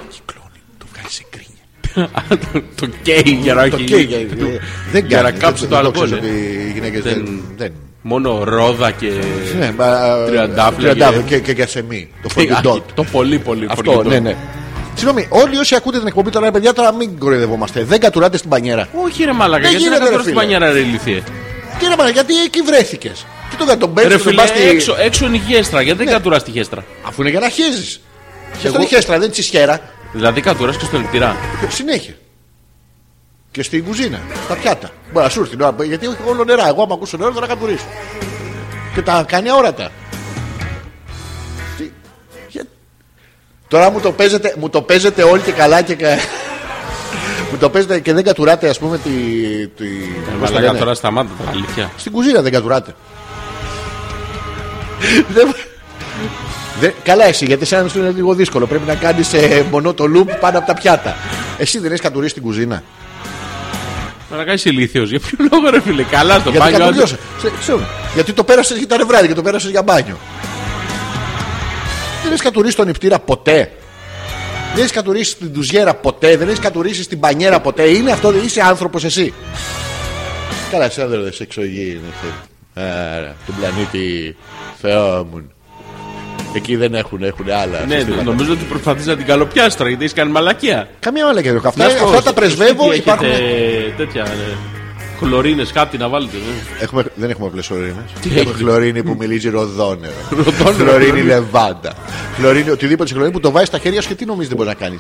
Speaker 2: Κυκλώνει, το βγάζει σε κρίνια. Το καίει για να
Speaker 1: Το
Speaker 2: έχει-
Speaker 1: καίει, ε,
Speaker 2: του-
Speaker 1: Δεν
Speaker 2: Για να
Speaker 1: κάνει.
Speaker 2: κάψει
Speaker 1: δεν-
Speaker 2: το
Speaker 1: δεν ξέρεις
Speaker 2: αλκοόλ.
Speaker 1: ότι
Speaker 2: ε.
Speaker 1: Οι γυναίκες δεν.
Speaker 2: Δεν-
Speaker 1: δεν-
Speaker 2: Μόνο ρόδα και.
Speaker 1: Ναι, μα-
Speaker 2: Τριαντάφυλλα
Speaker 1: τριαντάφυλλα
Speaker 2: και-
Speaker 1: και- και για σεμί. Το
Speaker 2: Τι- α,
Speaker 1: φωτιντότ.
Speaker 2: Ε, Το πολύ πολύ
Speaker 1: Αυτό,
Speaker 2: φορτηγό.
Speaker 1: ναι, ναι. Συγγνώμη, όλοι όσοι ακούτε την εκπομπή τώρα, ρε παιδιά, τώρα μην κοροϊδευόμαστε. Δεν κατουράτε στην πανιέρα.
Speaker 2: Όχι ρε μαλάκα,
Speaker 1: Δεν
Speaker 2: γιατί να
Speaker 1: γίνεται, ρε
Speaker 2: κατορθώσει
Speaker 1: φίλε.
Speaker 2: πανιέρα ρε ηλίθιε.
Speaker 1: Τι ρε μάνα, γιατί εκεί βρέθηκες. Τι τον
Speaker 2: Ρε
Speaker 1: κατομπέρνει, τον
Speaker 2: φίλε,
Speaker 1: πας στη. Ναι.
Speaker 2: έξω, έξω είναι η χέστρα, γιατί δεν κατουράς τη χέστρα.
Speaker 1: Αφού είναι για να χέζεις.
Speaker 2: Εγώ-
Speaker 1: Χέστρα είναι χέστρα, δεν τσισχέρα.
Speaker 2: Δηλαδή κατουράς και στο λεπτηρά.
Speaker 1: Συνέχεια. Και στην κουζίνα, στα πιάτα. Μπορεί να σου έρθει την ώρα, γιατί έχω όλο νερά. Εγώ, άμα ακούσω νερό, θα τα κατουρίσω. Και τα κάνει αόρατα. Τι- για- Τώρα μου το, παίζετε, μου το παίζετε όλοι και καλά και. κα- μου το παίζετε και δεν κατουράτε, ας πούμε, τη. τη πώς το
Speaker 2: Μαλάκα
Speaker 1: λένε.
Speaker 2: τώρα σταμάτα τα αλήθεια.
Speaker 1: Στην κουζίνα δεν κατουράτε. δεν... Δεν- Καλά εσύ, γιατί σαν είναι λίγο δύσκολο. Πρέπει να κάνεις ε, μονό το loop πάνω από τα πιάτα. Εσύ δεν έχεις κατουρίσει στην κουζίνα.
Speaker 2: Μαλάκα είσαι ηλίθιος, για ποιο λόγο ρε φίλε, καλά στο
Speaker 1: γιατί
Speaker 2: μπάνιο. άντε.
Speaker 1: κατουριώσαι. Σε- σε- Γιατί το πέρασες για τα νευράδια και το πέρασες για μπάνιο. Δεν έχεις κατουρίσει τον νηπτήρα ποτέ. Δεν έχεις κατουρίσει την τουζιέρα ποτέ. Δεν έχεις κατουρίσει την πανιέρα ποτέ. Είναι αυτό, είσαι άνθρωπος εσύ. Καλά, εσύ δεν είσαι εξωγήινη. Άρα, του πλανήτη Θεόμουν. Εκεί δεν έχουν, έχουν άλλα.
Speaker 2: Ναι,
Speaker 1: συστήματα.
Speaker 2: νομίζω ότι προσπαθείς να την καλοπιάσεις τώρα, γιατί έχεις κάνει μαλακία.
Speaker 1: Καμία όλα και δεν έχω. Αυτά,
Speaker 2: Να σου πω,
Speaker 1: Ναι, αυτά
Speaker 2: στο
Speaker 1: τα πρεσβεύω.
Speaker 2: σπίτι
Speaker 1: Υπάρχουν...
Speaker 2: Έχετε τέτοια, ε, χλωρίνες κάτι να βάλετε. ε.
Speaker 1: Έχουμε... Δεν έχουμε χλωρίνες.
Speaker 2: Τι
Speaker 1: Έχουμε
Speaker 2: έχετε?
Speaker 1: χλωρίνη που μιλίζει ροδόνερο.
Speaker 2: Ροδόνερο,
Speaker 1: χλωρίνη
Speaker 2: χλωρίνη.
Speaker 1: λεβάντα. Χλωρίνη, οτιδήποτε σε χλωρίνη που το βάζει στα χέρια σου και τι νομίζεις δεν μπορείς να Ε, κάνει.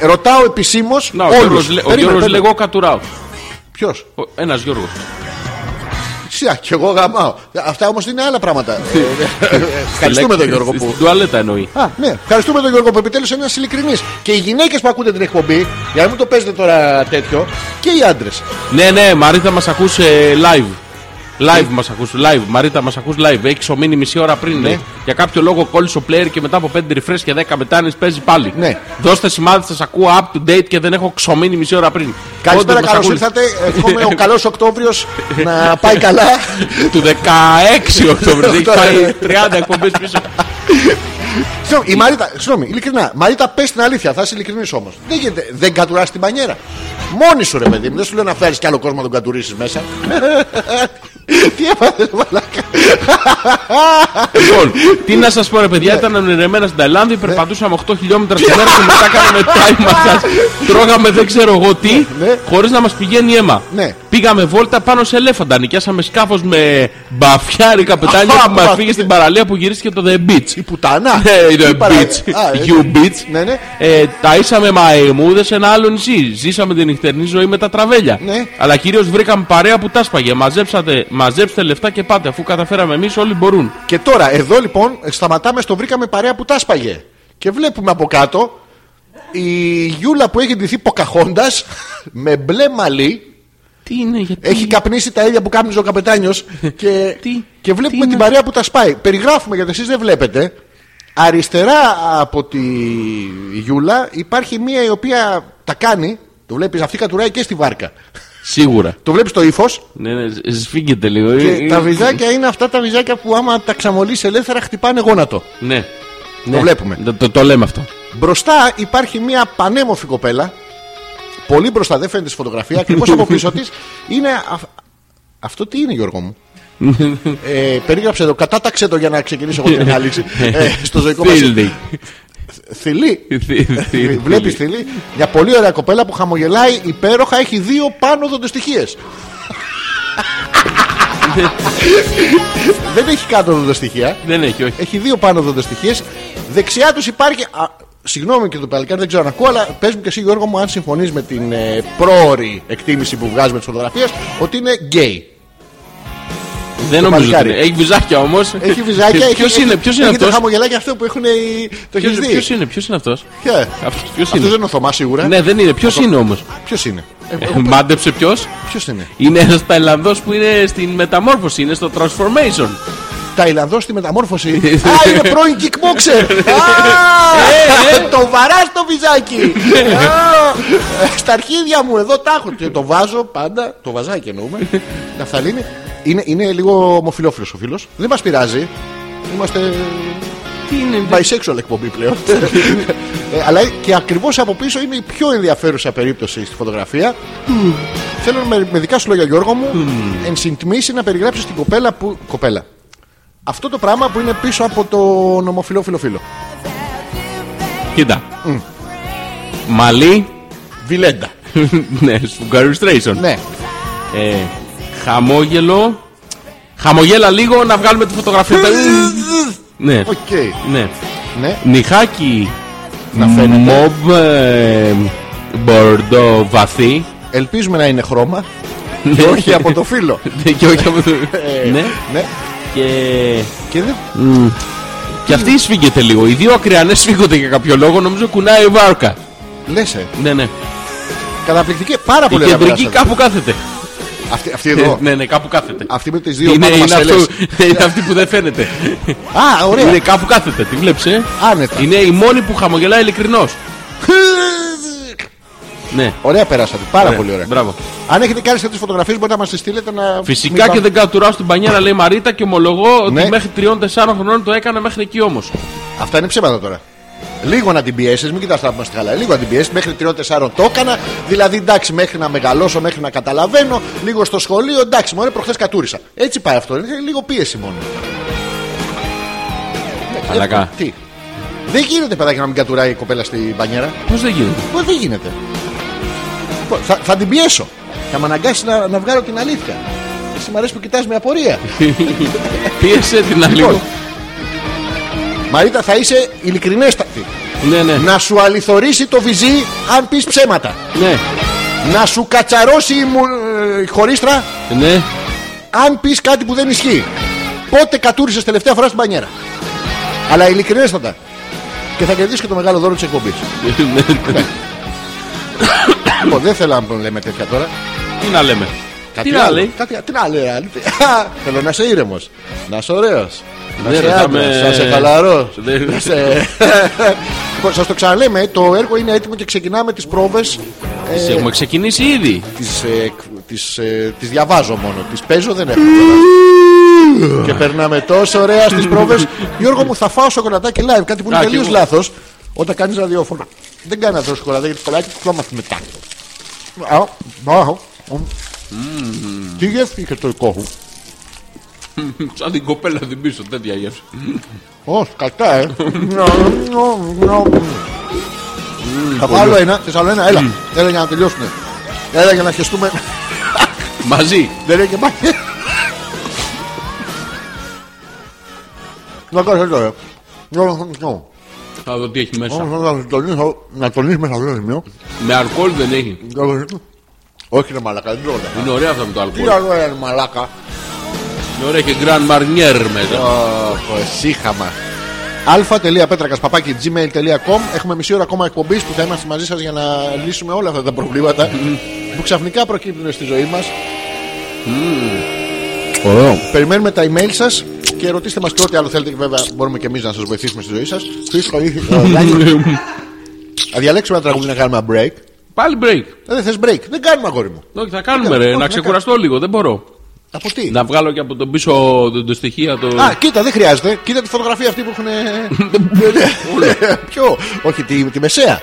Speaker 1: Ρωτάω επισήμως
Speaker 2: Να, ο Γιώργος, λέ-
Speaker 1: όλου.
Speaker 2: ο Γιώργος λέγω κατουράω.
Speaker 1: Ποιος.
Speaker 2: Ο- Ένας Γιώργος.
Speaker 1: Κι εγώ γαμάω. Αυτά όμως είναι άλλα πράγματα. Ε, ε, Ευχαριστούμε τον Γιώργο που.
Speaker 2: Στην τουαλέτα εννοεί.
Speaker 1: Α, ναι. Ευχαριστούμε τον Γιώργο που επιτέλου είναι ένα ειλικρινής. Και οι γυναίκες που ακούτε την εκπομπή, για να μην το παίζετε τώρα τέτοιο, και οι άντρες.
Speaker 2: Ναι, ναι, Μαρίτα μας ακούς ε, live. Live μας ακούς, live. Μαρίτα μας ακούς live. Έχεις ξομείνει μισή ώρα πριν.
Speaker 1: Ναι.
Speaker 2: λέει. Για κάποιο λόγο κόλλησε ο player και μετά από 5 refresh και 10 μετάνες παίζει πάλι.
Speaker 1: Ναι.
Speaker 2: Δώστε σημάδι, σας ακούω up to date και δεν έχω ξομείνει μισή ώρα πριν.
Speaker 1: Καλησπέρα,
Speaker 2: Όντως μας
Speaker 1: καλώς
Speaker 2: ακούνε.
Speaker 1: ήρθατε. Εύχομαι ο καλός Οκτώβριος να πάει καλά.
Speaker 2: Του 16 Οκτωβρίου. Έχει πάει 30 εκπομπές πίσω.
Speaker 1: Συγγνώμη, η Μαρίτα, συγγνώμη, ειλικρινά. Μαρίτα, πες την αλήθεια, θα είσαι ειλικρινής όμως. Δεν, γίνεται- δεν κατουράς την πανιέρα. Μόνη σου ρε παιδί μου, δεν σου λέω να φέρεις κι άλλο κόσμο να τον κατουρίσει μέσα. Τι έπαθε, μαλάκα.
Speaker 2: λοιπόν, τι να σας πω, ρε
Speaker 1: Ναι.
Speaker 2: παιδιά, ήταν ανερεμένα στην Ταϊλάνδη, περπατούσαμε 8 χιλιόμετρα την μέρα και μετά κάναμε time massage. Τρώγαμε δεν ξέρω εγώ τι,
Speaker 1: ναι.
Speaker 2: χωρίς να μας πηγαίνει αίμα.
Speaker 1: Ναι.
Speaker 2: Πήγαμε βόλτα πάνω σε ελέφαντα. Νοικιάσαμε σκάφος με μπαφιάρι καπετάνιο
Speaker 1: Α,
Speaker 2: που μας
Speaker 1: μπαφιά.
Speaker 2: φύγε στην παραλία που γυρίστηκε το The Beach.
Speaker 1: Η πουτάνα.
Speaker 2: Ναι,
Speaker 1: Η
Speaker 2: είναι
Speaker 1: παρα-
Speaker 2: beach.
Speaker 1: Α, ε,
Speaker 2: You beach.
Speaker 1: Ναι, ναι.
Speaker 2: Ε, ταΐσαμε μαϊμούδες σε ένα άλλο νησί. Ζήσαμε τη νυχτερινή ζωή με τα τραβέλια.
Speaker 1: Ναι.
Speaker 2: Αλλά κυρίως βρήκαμε παρέα που τάσπαγε. Μαζέψατε, μαζέψτε λεφτά και πάτε. Αφού καταφέραμε εμείς, όλοι μπορούν.
Speaker 1: Και τώρα, εδώ λοιπόν, σταματάμε στο βρήκαμε παρέα που τα σπαγε. Και βλέπουμε από κάτω η Γιούλα που έχει ντυθεί ποκαχώντας με μπλε μαλλί.
Speaker 2: Τι είναι, γιατί.
Speaker 1: Έχει καπνίσει τα ίδια που κάπνιζε ο καπετάνιος. Και,
Speaker 2: Τι-
Speaker 1: και βλέπουμε
Speaker 2: τι
Speaker 1: την
Speaker 2: να-
Speaker 1: παρέα που τα σπάει. Περιγράφουμε γιατί εσείς δεν βλέπετε. Αριστερά από τη Γιούλα υπάρχει μία η οποία τα κάνει. Το βλέπεις, αυτή κατουράει και στη βάρκα.
Speaker 2: Σίγουρα.
Speaker 1: Το βλέπεις το ύφος
Speaker 2: Ναι, ναι, σ- σφίγγεται λίγο. Ε,
Speaker 1: και
Speaker 2: ε,
Speaker 1: τα βυζάκια είναι αυτά τα βυζάκια που άμα τα ξαμολύσεις ελεύθερα χτυπάνε γόνατο.
Speaker 2: Ναι.
Speaker 1: Το βλέπουμε.
Speaker 2: Το, το, το λέμε αυτό.
Speaker 1: Μπροστά υπάρχει μια πανέμορφη κοπέλα. Πολύ μπροστά, δεν φαίνεται στη φωτογραφία. Ακριβώς από πίσω της είναι. αυ- Αυτό τι είναι, Γιώργο μου. ε, περίγραψε το, κατάταξε το για να ξεκινήσω εγώ την ανάλυση. ε, στο ζωικό Ε, μα.
Speaker 2: Φίλδι.
Speaker 1: Θηλή.
Speaker 2: Θη- θη-
Speaker 1: Βλέπεις θηλή. Μια πολύ ωραία κοπέλα που χαμογελάει υπέροχα, έχει δύο πάνω δοντοστοιχίε. δεν έχει κάτω δοντοστοιχεία.
Speaker 2: Δεν έχει, Ναι, όχι.
Speaker 1: Έχει δύο πάνω δοντοστοιχείε. Δεξιά τους υπάρχει. Α, συγγνώμη και το παλικάρι, δεν ξέρω αν ακούω, αλλά πες μου και εσύ, Γιώργο μου, αν συμφωνείς με την ε, πρόωρη εκτίμηση που βγάζουμε τις φωτογραφίες, ότι είναι γκέι.
Speaker 2: Δεν νομίζω ότι
Speaker 1: παλικάρι.
Speaker 2: είναι. Έχει βυζάκια όμως.
Speaker 1: Έχει βυζάκια, έχει.
Speaker 2: Ποιο είναι, ποιος είναι
Speaker 1: έχει
Speaker 2: αυτό.
Speaker 1: τα χαμογελάκια αυτό που έχουν οι. Το έχει δει.
Speaker 2: Ποιος είναι, ποιος είναι αυτός.
Speaker 1: Ποια?
Speaker 2: Ποιος
Speaker 1: Αυτός δεν Ε,
Speaker 2: είναι.
Speaker 1: είναι ο Θωμάς σίγουρα.
Speaker 2: Ναι, δεν είναι. Ποιος είναι όμως.
Speaker 1: Ποιος είναι.
Speaker 2: Μάντεψε ποιος.
Speaker 1: Ποιος είναι.
Speaker 2: Είναι ένας Ταϊλανδός που είναι στην μεταμόρφωση, είναι στο transformation.
Speaker 1: Ταϊλανδός στη μεταμόρφωση. Α, είναι πρώην kickboxer. Α, Το βαράς το βυζάκι. Α, Στα αρχίδια μου εδώ τα έχω. Και Το βάζω πάντα. Το βαζάκι εννοούμε. Ναφθαλίνη. Είναι, είναι λίγο ομοφιλόφιλος ο φίλος. Δεν μας πειράζει. Είμαστε
Speaker 2: Τι είναι,
Speaker 1: bisexual εκπομπή πλέον. Ε, αλλά και ακριβώς από πίσω είναι η πιο ενδιαφέρουσα περίπτωση στη φωτογραφία. Θέλω με, με δικά σου λόγια, Γιώργο μου, εν συντμήσει να περιγράψεις την κοπέλα που. Κοπέλα. Αυτό το πράγμα που είναι πίσω από το νομοφιλόφιλο φίλο.
Speaker 2: κοίτα. Μαλί,
Speaker 1: Βιλέντα.
Speaker 2: ναι, σφουγγαρίστρέισον.
Speaker 1: ναι.
Speaker 2: Ε, χαμόγελο. Χαμογέλα λίγο να βγάλουμε τη φωτογραφία. ναι,
Speaker 1: Οκ.
Speaker 2: ναι.
Speaker 1: Ναι.
Speaker 2: Νιχάκι.
Speaker 1: Να φαίνεται.
Speaker 2: Μομπ. ε, Μπορντό βαθύ.
Speaker 1: Ελπίζουμε να είναι χρώμα
Speaker 2: Ναι.
Speaker 1: και όχι από το φίλο.
Speaker 2: Και όχι από το. Ναι.
Speaker 1: ναι.
Speaker 2: Και
Speaker 1: Και δεν.
Speaker 2: Και αυτή σφίγγεται λίγο. Οι δύο ακριανές σφίγγονται για κάποιο λόγο. Νομίζω κουνάει η βάρκα.
Speaker 1: Λες, ε.
Speaker 2: Ναι, ναι.
Speaker 1: Καταπληκτική. Πάρα
Speaker 2: Η
Speaker 1: πολύ ωραία.
Speaker 2: κεντρική
Speaker 1: περάσατε.
Speaker 2: κάπου κάθεται.
Speaker 1: Αυτή, αυτή εδώ.
Speaker 2: Ε, Ναι, ναι, κάπου κάθεται.
Speaker 1: Αυτή με τις δύο
Speaker 2: Είναι, είναι,
Speaker 1: πανομασέλες.
Speaker 2: αυτό, είναι αυτή που δεν φαίνεται.
Speaker 1: Α,
Speaker 2: είναι
Speaker 1: ωραία.
Speaker 2: κάπου κάθεται, τη βλέπεις. Ε?
Speaker 1: Άνετα.
Speaker 2: Είναι η μόνη που χαμογελάει ειλικρινώς. ναι,
Speaker 1: Ωραία, περάσατε. Πάρα
Speaker 2: Ωραία.
Speaker 1: πολύ ωραία.
Speaker 2: Μπράβο.
Speaker 1: Αν έχετε κάνει τέτοιε φωτογραφίες, μπορείτε να μας τις στείλετε να.
Speaker 2: φυσικά
Speaker 1: μην πά-
Speaker 2: και δεν κατουράω στην πανιέρα, λέει η Μαρίτα, και ομολογώ ότι
Speaker 1: Ναι.
Speaker 2: μέχρι 3-4 χρονών το έκανα μέχρι εκεί όμως.
Speaker 1: Αυτά είναι ψέματα τώρα. Λίγο να την πιέσεις, μην κοιτάς να είμαστε καλά. Λίγο να την πιέσεις, μέχρι 3-4 το έκανα. Δηλαδή, εντάξει, μέχρι να μεγαλώσω, μέχρι να καταλαβαίνω. Λίγο στο σχολείο, εντάξει, μωρέ, προχθές κατούρισα. Έτσι πάει αυτό. Είναι λίγο πίεση μόνο. Ε,
Speaker 2: Μαλακά.
Speaker 1: Τι. Δεν γίνεται, παιδάκι, να μην κατουράει η κοπέλα στην πανιέρα.
Speaker 2: Πώς δεν γίνεται.
Speaker 1: Πώς δεν γίνεται. Πώς, Θα, θα την πιέσω. Θα με αναγκάσεις να, να βγάλω την αλήθεια. Εσύ μου αρέσει που κοιτάς με απορία.
Speaker 2: Πίεσε την άλλη.
Speaker 1: Ε, Λοιπόν. Μαρίτα, θα είσαι ειλικρινέστατη.
Speaker 2: Ναι, ναι,
Speaker 1: Να σου αληθωρήσει το βυζί αν πεις ψέματα.
Speaker 2: ναι,
Speaker 1: Να σου κατσαρώσει η, μου, ε, η χωρίστρα
Speaker 2: ναι.
Speaker 1: αν πεις κάτι που δεν ισχύει. Πότε κατούρισες τελευταία φορά στην πανιέρα. Αλλά ειλικρινέστατα. Και θα κερδίσεις και το μεγάλο δώρο της εκπομπής. Ναι. λοιπόν, δεν θέλω να λέμε τέτοια τώρα.
Speaker 2: Τι να λέμε.
Speaker 1: Κάτι
Speaker 2: Τι να
Speaker 1: άλλο.
Speaker 2: λέει.
Speaker 1: Κάτι, τι να λέει, αλήθεια. Α, Θέλω να είσαι ήρεμος. Να είσαι ωραίος. Να
Speaker 2: Ναι,
Speaker 1: είσαι
Speaker 2: ρε, θα Ναι,
Speaker 1: άντρας,
Speaker 2: με-
Speaker 1: Να είσαι χαλαρός.
Speaker 2: Δεν-
Speaker 1: Λοιπόν, σας το ξαναλέμε, το έργο είναι έτοιμο και ξεκινάμε τις πρόβες. Ε,
Speaker 2: Σε Έχουμε ξεκινήσει ήδη.
Speaker 1: Τις, ε, κ- τις, ε, τις διαβάζω μόνο, τις παίζω δεν έχω διαβάσει. Και περνάμε τόσο ωραία στις πρόβες Γιώργο μου θα φάω σοκολατάκι live Κάτι που είναι
Speaker 2: Α, κι
Speaker 1: τελείως
Speaker 2: εγώ.
Speaker 1: λάθος Όταν κάνεις ραδιόφωνο Δεν κάνεις αυτό σοκολατάκι γιατί σοκολατάκι κουκλώμαστε μετά Α, α, α. Τι γεύση είχε το δικό μου
Speaker 2: Σαν την κοπέλα την πίσω, τέτοια γεύση.
Speaker 1: Ω, κακά, ε. Θα πάω άλλο ένα, θες άλλο ένα, έλα. Έλα για να τελειώσουμε. Έλα για να χεστούμε.
Speaker 2: Μαζί.
Speaker 1: Δεν λέει και πάει. Να κάνω εδώ, ε.
Speaker 2: Θα δω τι έχει μέσα.
Speaker 1: Να τονίσω- Να τονίσουμε σε αυτό το σημείο.
Speaker 2: Με αλκοόλ δεν έχει.
Speaker 1: Όχι ρε μαλακά, δεν τρώω.
Speaker 2: Είναι ωραία αυτά με το αλκοόλ.
Speaker 1: Τι άλλο ρε μαλακά.
Speaker 2: Είναι ωραία και Grand Marnier μέσα.
Speaker 1: Ωχ, σύχαμα. αλφα.πέτρακα παπάκι gmail.com Έχουμε μισή ώρα ακόμα εκπομπής που θα είμαστε μαζί σας για να λύσουμε όλα αυτά τα προβλήματα που ξαφνικά προκύπτουν στη ζωή μας. Περιμένουμε τα email σας και ρωτήστε μας και ό,τι άλλο θέλετε. Και βέβαια μπορούμε και εμείς να σας βοηθήσουμε στη ζωή σας. Χρήστο ή Θα διαλέξουμε ένα τραγούδι να κάνουμε ένα break.
Speaker 2: Πάλι break.
Speaker 1: Ε, Δεν θες break. Δεν κάνουμε αγόρι μου.
Speaker 2: Όχι, θα κάνουμε
Speaker 1: Δεν
Speaker 2: ρε,
Speaker 1: κάνω.
Speaker 2: να
Speaker 1: Όχι, να
Speaker 2: ξεκουραστώ λίγο, δεν μπορώ.
Speaker 1: Από τι.
Speaker 2: Να βγάλω και από τον πίσω το, το στοιχεία το.
Speaker 1: Α, κοίτα, δεν χρειάζεται. Κοίτα τη φωτογραφία αυτή που έχουν. ε, ε, Ποιο? Όχι, τη, τη μεσαία.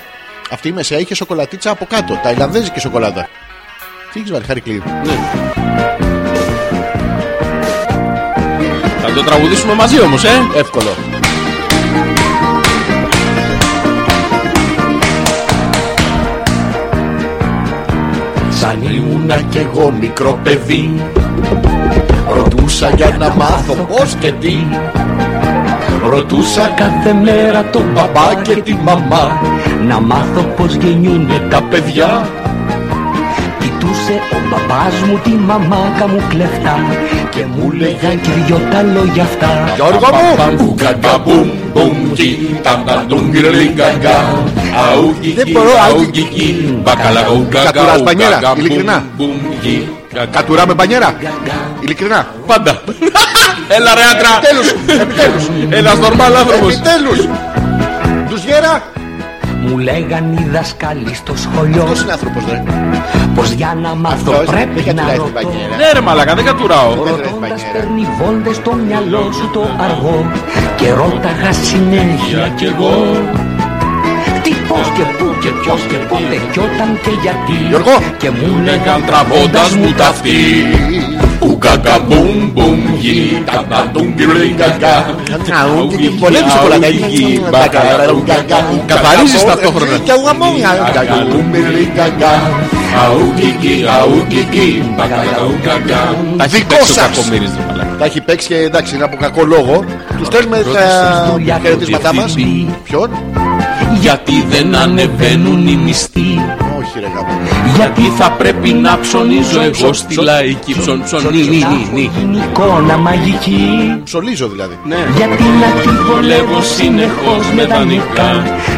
Speaker 1: Αυτή η μεσαία είχε σοκολατίτσα από κάτω. Ταϊλανδέζικη σοκολάτα. Τι έχεις βάλει, Χάρη
Speaker 2: Ναι. Θα το τραγουδήσουμε μαζί όμως, ε.
Speaker 1: Εύκολο. Σαν ήμουνα κι εγώ μικρό παιδί Ρωτούσα για να μάθω πώς και τι Ρωτούσα κάθε μέρα τον παπά και τη μαμά
Speaker 5: Να μάθω πως γεννιούνται
Speaker 1: Τα παιδιά
Speaker 5: Κοιτούσε ο παπάς μου τη μαμάκα μου κλεφτά Και μου λέγαν και δυο τα λόγια αυτά
Speaker 1: Γιώργο μου Δεν μπορώ άλλη Κατουράς μπανιέρα, ειλικρινά Κατουρά με μπανιέρα, ειλικρινά
Speaker 2: Πάντα. Έλα ρε άντρα.
Speaker 1: Τέλος, επιτέλους
Speaker 2: Ένας νορμάλ άνθρωπος.
Speaker 1: Επιτέλους Τους γέρα
Speaker 5: Μου λέγαν οι δασκάλοι στο σχολείο
Speaker 1: Αυτός είναι άνθρωπος ρε
Speaker 5: Πως για να μάθω
Speaker 1: Αυτός δεν
Speaker 5: πρέπει να
Speaker 1: κατουράει την
Speaker 5: ρωτώ
Speaker 1: μπανιέρα
Speaker 2: Ναι ρε μαλακα, δεν κατουράω.
Speaker 1: Δεν τρέχει
Speaker 5: Ρωτώντας
Speaker 1: μπανιέρα
Speaker 5: παίρνει βόλτες στο μυαλό σου το αργό Και ρώταγα συνέχεια κι εγώ Τι πως και πού και ποιος και πότε κι όταν και γιατί
Speaker 1: Γιώργο.
Speaker 5: Και μου λέγαν
Speaker 2: Έκαν τραβώντας Ναι, μου τα αυτή.
Speaker 1: Πολύ δύσκολα τα έχει.
Speaker 2: Καθαρίζεις ταυτόχρονα.
Speaker 1: Και ουγαμόγια.
Speaker 2: Τα έχει
Speaker 1: Δικό
Speaker 2: παίξει ο
Speaker 1: σας.
Speaker 2: κακομύρης ρε μαλακα.
Speaker 1: Τα έχει παίξει και εντάξει είναι από κακό λόγο. Τους στέλνουμε τα
Speaker 5: δουλειά του
Speaker 1: χαιρετίσματά μα.
Speaker 5: διευθυντή.
Speaker 1: Ποιον?
Speaker 5: Γιατί δεν ανεβαίνουν οι μισθοί
Speaker 1: Όχι, ρε γάμο.
Speaker 5: Γιατί
Speaker 2: Θα πρέπει να ψωνίζω εγώ στη λαϊκή ψωνίνη.
Speaker 5: την εικόνα μαγική
Speaker 1: Ψολίζω δηλαδή.
Speaker 2: Ναι.
Speaker 5: Γιατί να τη βολεύω
Speaker 2: συνεχώς με δανεικά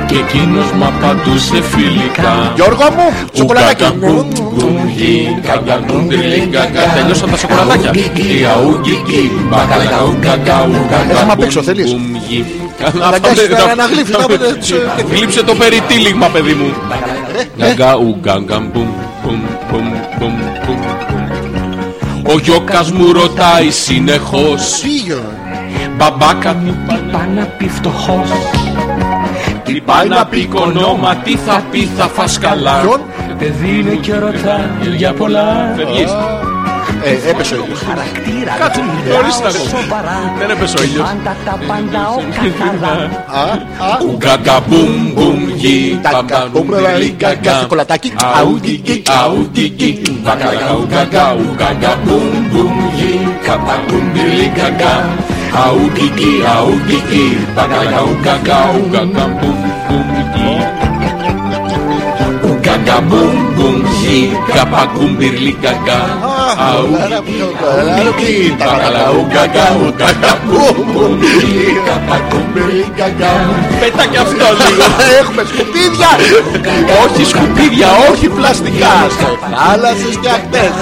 Speaker 5: Και εκείνος μ' απαντούσε φιλικά
Speaker 1: Γιώργο μου, σοκολατάκι.
Speaker 2: Τελειώσαν τα σοκολατάκια.
Speaker 1: Θέλω να παίξω, θέλεις.
Speaker 2: Αυτά
Speaker 1: Αναγκάσεις
Speaker 2: δεν-
Speaker 1: να
Speaker 2: τα-
Speaker 1: αναγλύφεις, να πείτε, τους, ε,
Speaker 2: Γλύψε το περιτύλιγμα, παιδί μου. Γαγκά, ουγγα, γκα, μπουμ, μπουμ, μπουμ, μπουμ, μπουμ, μπουμ. Ο Γιώκας μου ρωτάει συνεχώς
Speaker 1: Τι Γιώργο.
Speaker 2: Μπαμπάκα μου
Speaker 5: Τι πά να πει φτωχός
Speaker 2: τι πάει να πει κονόμα Τι θα πει θα φας καλά
Speaker 1: Ποιον?
Speaker 5: Παιδί είναι και ρωτά για πολλά
Speaker 2: Φεύγεις
Speaker 1: Ε, Έπεσε ο ήλιος.
Speaker 5: Χαρακτήρα
Speaker 2: Κάτσε,
Speaker 5: μιλάω
Speaker 2: ορίστε ακόμα.
Speaker 5: σοβαρά
Speaker 2: Δεν έπεσε ο
Speaker 5: Και
Speaker 2: ήλιος.
Speaker 5: Πάντα τα πάντα ο καθαρά
Speaker 1: Α, α.
Speaker 2: Ουγγα, γκα, μπουμ, μπουμ, γη
Speaker 1: Τα
Speaker 2: μπαμ, μπαμ,
Speaker 1: κακό πρέπει να
Speaker 2: γλυ,
Speaker 1: λέει
Speaker 2: γκα, γκα.
Speaker 1: κακά σοκολατάκι.
Speaker 2: Αου, γη, γη, αου, γη, γη. Γκα, γκα, ουγγα, γκα, ουγγα, γκα, μπουμ, μπουμ, γη. Γκα, γκα, μπουμ, γλυ, γκα, γκα. Αου, γη, γη, αου, γη, γη. Γκα, γκα, ουγγα, γκα, ουγγα, γκα, μπουμ, μπουμ, γη. Ουγγα, γκα, μπουμ, μπουμ, γη. Γκα, γκα, μπουμ, γλυ, γκα, γκα. Αου, γη, γη, γκα, γκα, ουγγα, γκα, ουγγα, γκα, μπουμ, μπουμ, γη. Γκα, γκα, μπουμ, γλυ, γκα, γκα. Πέτα κι αυτό λίγο.
Speaker 1: Έχουμε σκουπίδια.
Speaker 2: Όχι σκουπίδια, όχι πλαστικά.
Speaker 1: Σε θάλασσες και ακτές.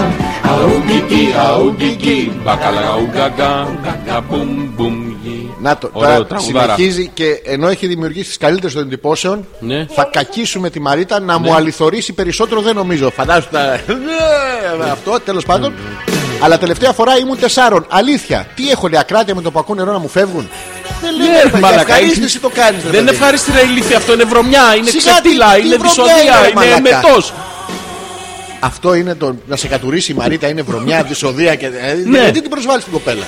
Speaker 2: Αουγκική, αουγκική, μπακαλαουγκαγκά, μπακαμπούμ, μπουμ, γη.
Speaker 1: Να το,
Speaker 2: Ωραίο
Speaker 1: τώρα
Speaker 2: τραγουδάρα.
Speaker 1: συνεχίζει και ενώ έχει δημιουργήσει τις καλύτερες των εντυπώσεων,
Speaker 2: Ναι.
Speaker 1: θα κακίσουμε τη Μαρίτα να μου αληθωρήσει περισσότερο, δεν νομίζω. Φαντάζομαι τα- Ναι, αυτό, τέλος πάντων. Αλλά τελευταία φορά ήμουν τεσσάρων. Αλήθεια, τι έχω λέει ακράτεια με το πακού νερό να μου φεύγουν. Δεν
Speaker 2: ρε,
Speaker 1: λέω, ναι,
Speaker 2: μαλακά,
Speaker 1: ευχαρίστηση
Speaker 2: είσαι-
Speaker 1: το κάνεις.
Speaker 2: Δεν είναι ευχάριστη ρε ηλίθεια, αυτό είναι βρωμιά, είναι
Speaker 1: Σιγά, τι-
Speaker 2: ξετύλα,
Speaker 1: τι
Speaker 2: είναι
Speaker 1: βρωμιά
Speaker 2: δυσοδεία,
Speaker 1: είναι,
Speaker 2: είναι
Speaker 1: μαλάκα.
Speaker 2: εμετός.
Speaker 1: Αυτό είναι το να σε κατουρίσει η Μαρίτα, είναι βρωμιά, δυσοδεία και. ε,
Speaker 2: Ναι.
Speaker 1: Γιατί την προσβάλλεις την κοπέλα.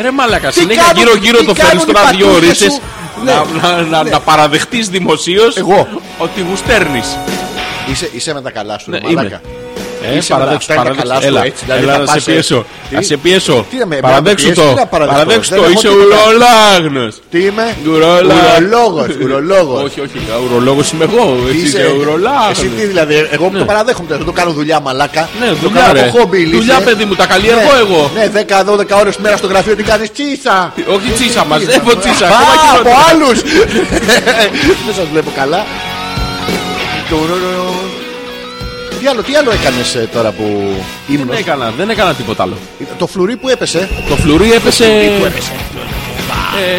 Speaker 2: Ρε μαλακά,
Speaker 1: Τι
Speaker 2: συνέχεια
Speaker 1: κάνουν-
Speaker 2: γύρω-γύρω
Speaker 1: τι
Speaker 2: το φέρνει
Speaker 1: κάνουν οι
Speaker 2: τώρα δύο
Speaker 1: πατούχες
Speaker 2: ώρες.
Speaker 1: σου.
Speaker 2: Να,
Speaker 1: Ναι.
Speaker 2: να, να, να παραδεχτείς δημοσίως
Speaker 1: Εγώ.
Speaker 2: ότι γουστέρνεις.
Speaker 1: Είσαι, είσαι με τα καλά σου, ναι,
Speaker 2: Ναι, είμαι.
Speaker 1: μαλάκα.
Speaker 2: Ε,
Speaker 1: Είσαι παραδέξου, μετά τα παραδέξου. καλά σου,
Speaker 2: Έλα,
Speaker 1: έτσι, δηλαδή
Speaker 2: έλα
Speaker 1: θα
Speaker 2: να
Speaker 1: πας,
Speaker 2: σε
Speaker 1: ε,
Speaker 2: πιέσω.
Speaker 1: τι-
Speaker 2: Να σε πιέσω.
Speaker 1: Τι να με-
Speaker 2: Παραδέξου
Speaker 1: να με πιέσεις,
Speaker 2: το.
Speaker 1: τι να παραδεχτώ,
Speaker 2: Παραδέξου
Speaker 1: δεν
Speaker 2: το.
Speaker 1: έχω
Speaker 2: Είσαι
Speaker 1: τίποτα.
Speaker 2: ουρολάγνο.
Speaker 1: Τι είμαι,
Speaker 2: Ουρολά.
Speaker 1: ουρολόγος, ουρολόγος.
Speaker 2: Όχι, όχι, ουρολόγος είμαι εγώ. Εσύ είσαι
Speaker 1: Εσύ τι
Speaker 2: ουρολάγνο.
Speaker 1: δηλαδή, εγώ το παραδέχομαι, δεν το κάνω δουλειά μαλάκα.
Speaker 2: Ναι,
Speaker 1: το
Speaker 2: δουλειά,
Speaker 1: κάνω
Speaker 2: ρε.
Speaker 1: από χόμπι, η λύση.
Speaker 2: Δουλειά, παιδί μου, τα καλλιεργώ
Speaker 1: Ναι,
Speaker 2: εγώ.
Speaker 1: Ναι, 10-12 ώρε μέρα στο γραφείο τι κάνεις, τσίσα.
Speaker 2: Όχι τσίσα, μαζεύω τσίσα.
Speaker 1: Α,
Speaker 2: ακόμα ναι.
Speaker 1: από
Speaker 2: χειρότερα.
Speaker 1: άλλους! Δεν σας βλέπω καλά. Τουρουρου. Τι άλλο, τι άλλο έκανες τώρα που ήμουν. Ε,
Speaker 2: Δεν έκανα, δεν έκανα τίποτα άλλο.
Speaker 1: Το φλουρί που έπεσε.
Speaker 2: Το φλουρί έπεσε.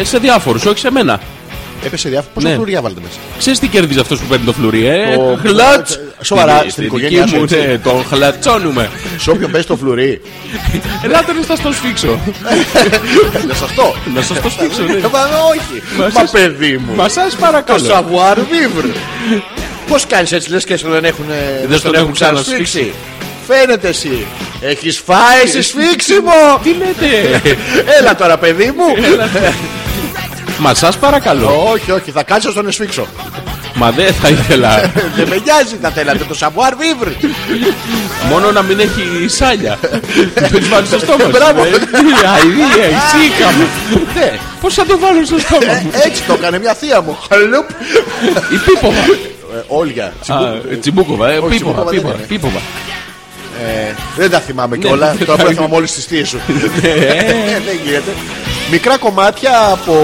Speaker 2: ε, σε διάφορους, όχι σε μένα.
Speaker 1: Έπεσε διάφορα. Πόσα
Speaker 2: Ναι.
Speaker 1: φλουριά βάλετε μέσα.
Speaker 2: Ξέρεις τι κερδίζει αυτός που παίρνει το φλουρί, ε.
Speaker 1: Το-
Speaker 2: Χλατ.
Speaker 1: Σοβαρά, στην οικογένειά σου,
Speaker 2: μου,
Speaker 1: έτσι.
Speaker 2: ναι, το χλατσώνουμε.
Speaker 1: Σε όποιον πέσει το φλουρί.
Speaker 2: Ελάτε να σας το σφίξω.
Speaker 1: Λε αυτό.
Speaker 2: Να σας το σφίξω, ναι.
Speaker 1: Ε, Μα όχι.
Speaker 2: Μα
Speaker 1: Μα
Speaker 2: σας-
Speaker 1: παιδί μου.
Speaker 2: Μα σας
Speaker 1: Το
Speaker 2: παρακαλώ.
Speaker 1: savoir vivre. Πώς κάνεις έτσι, λες και δεν έχουν,
Speaker 2: Δεν στον έχουν
Speaker 1: ξανασφίξει.
Speaker 2: ξανασφίξει.
Speaker 1: Φαίνεται εσύ. Έχεις φάει εσύ σφίξιμο.
Speaker 2: Τι λέτε.
Speaker 1: Έλα τώρα, παιδί μου.
Speaker 2: Μα σας παρακαλώ.
Speaker 1: Όχι, όχι, θα κάτσω στον εσφίξω.
Speaker 2: Μα δεν θα ήθελα.
Speaker 1: Δεν με νοιάζει, θα θέλατε το savoir vivre.
Speaker 2: Μόνο να μην έχει σάλια. Το βάλει στο στόμα σου.
Speaker 1: Μπράβο.
Speaker 2: ε. Τι αηδία, η σίκα μου.
Speaker 1: Ναι,
Speaker 2: Πώς θα το βάλω στο στόμα μου.
Speaker 1: ε, έτσι το έκανε μια θεία μου. Χαλούπ.
Speaker 2: Η πίποβα.
Speaker 1: Ε, Όλια.
Speaker 2: Α, ε, Τσιμπούκοβα, ε,
Speaker 1: τσιμπούκοβα
Speaker 2: πίποβα,
Speaker 1: δεν
Speaker 2: πίποβα,
Speaker 1: είναι.
Speaker 2: πίποβα.
Speaker 1: Ε, Δεν τα θυμάμαι κιόλα.
Speaker 2: δεν
Speaker 1: Τώρα
Speaker 2: τα-
Speaker 1: που θυμάμαι όλε τι θείε σου.
Speaker 2: Ναι.
Speaker 1: Ε, Δεν γίνεται. Μικρά κομμάτια από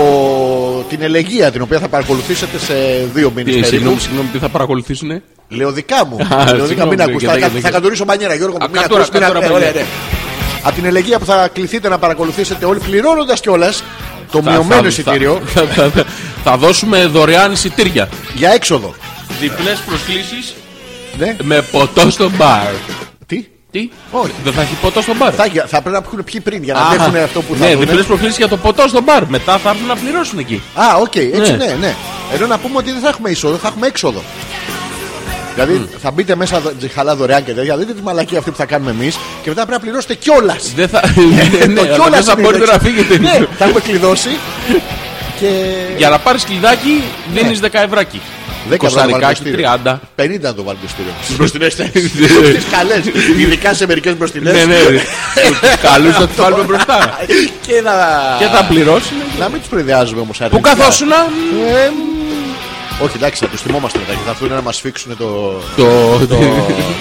Speaker 1: την ελεγγύα την οποία θα παρακολουθήσετε σε δύο μήνες
Speaker 2: Τι,
Speaker 1: περίπου.
Speaker 2: Ε, Συγγνώμη, συγγνώμη, τι θα παρακολουθήσουνε.
Speaker 1: Λέω δικά μου. Λέω
Speaker 2: Α,
Speaker 1: δικά
Speaker 2: συγγνώμη,
Speaker 1: μην ακούς.
Speaker 2: και
Speaker 1: Θα,
Speaker 2: τα-
Speaker 1: θα,
Speaker 2: και-
Speaker 1: θα κατουρίσω μανιέρα Γιώργο μου.
Speaker 2: Α,
Speaker 1: Μην
Speaker 2: κατούρα,
Speaker 1: ακούς, μην
Speaker 2: κατούρα,
Speaker 1: ακούς. Ωραία,
Speaker 2: μανιέρα.
Speaker 1: ναι. Από την ελεγγύα που θα κληθείτε να παρακολουθήσετε όλοι πληρώνοντας κιόλας το μειωμένο εισιτήριο
Speaker 2: Θα, θα- θα- θα δώσουμε δωρεάν εισιτήρια.
Speaker 1: για έξοδο.
Speaker 2: Διπλές προσκλήσεις
Speaker 1: Ναι.
Speaker 2: με ποτό στο μπαρ.
Speaker 1: Τι.
Speaker 2: Τι,
Speaker 1: Όχι.
Speaker 2: δεν θα έχει ποτό στο μπαρ.
Speaker 1: Θα, θα πρέπει να πιούν ποιοι πριν για να
Speaker 2: Α,
Speaker 1: δέχουν αυτό που θα
Speaker 2: Ναι,
Speaker 1: δούνε.
Speaker 2: διπλέ προκλήσεις για το ποτό στο μπαρ. Μετά θα έρθουν να πληρώσουν εκεί.
Speaker 1: Α, οκ, έτσι ναι.
Speaker 2: Ναι.
Speaker 1: ναι, Ενώ να πούμε ότι δεν θα έχουμε είσοδο, θα έχουμε έξοδο. Δηλαδή θα μπείτε μέσα δο- τζιχαλά δωρεάν και τέτοια, δείτε τη μαλακία αυτή που θα κάνουμε εμείς και μετά πρέπει να πληρώσετε κιόλας.
Speaker 2: Δεν θα,
Speaker 1: Ε, το
Speaker 2: ναι, ναι, αλλά
Speaker 1: κιόλας
Speaker 2: δεν θα
Speaker 1: είναι
Speaker 2: μπορείτε
Speaker 1: το
Speaker 2: να
Speaker 1: έξω.
Speaker 2: φύγετε.
Speaker 1: Ναι, θα έχουμε κλειδώσει. Και.
Speaker 2: Για να πάρεις κλειδάκι, δίνεις 10 ευράκι.
Speaker 1: Ναι. Δέκα ευρώ
Speaker 2: Κοσταρικάκι
Speaker 1: βαλμπιστήριο.
Speaker 2: 30.
Speaker 1: 50 να το βαλμπιστήριο. Στι μπροστινέ θέσει. Στι καλές. Ειδικά σε μερικές μπροστινές.
Speaker 2: Ναι, ναι. Καλούς θα του βάλουμε μπροστά.
Speaker 1: Και να.
Speaker 2: Και θα πληρώσουν.
Speaker 1: Να μην τους προειδεάζουμε όμως
Speaker 2: Που καθόσουν Ε,
Speaker 1: Όχι, εντάξει, θα τους θυμόμαστε μετά και θα έρθουν να μας φίξουν το.
Speaker 2: το.
Speaker 1: το-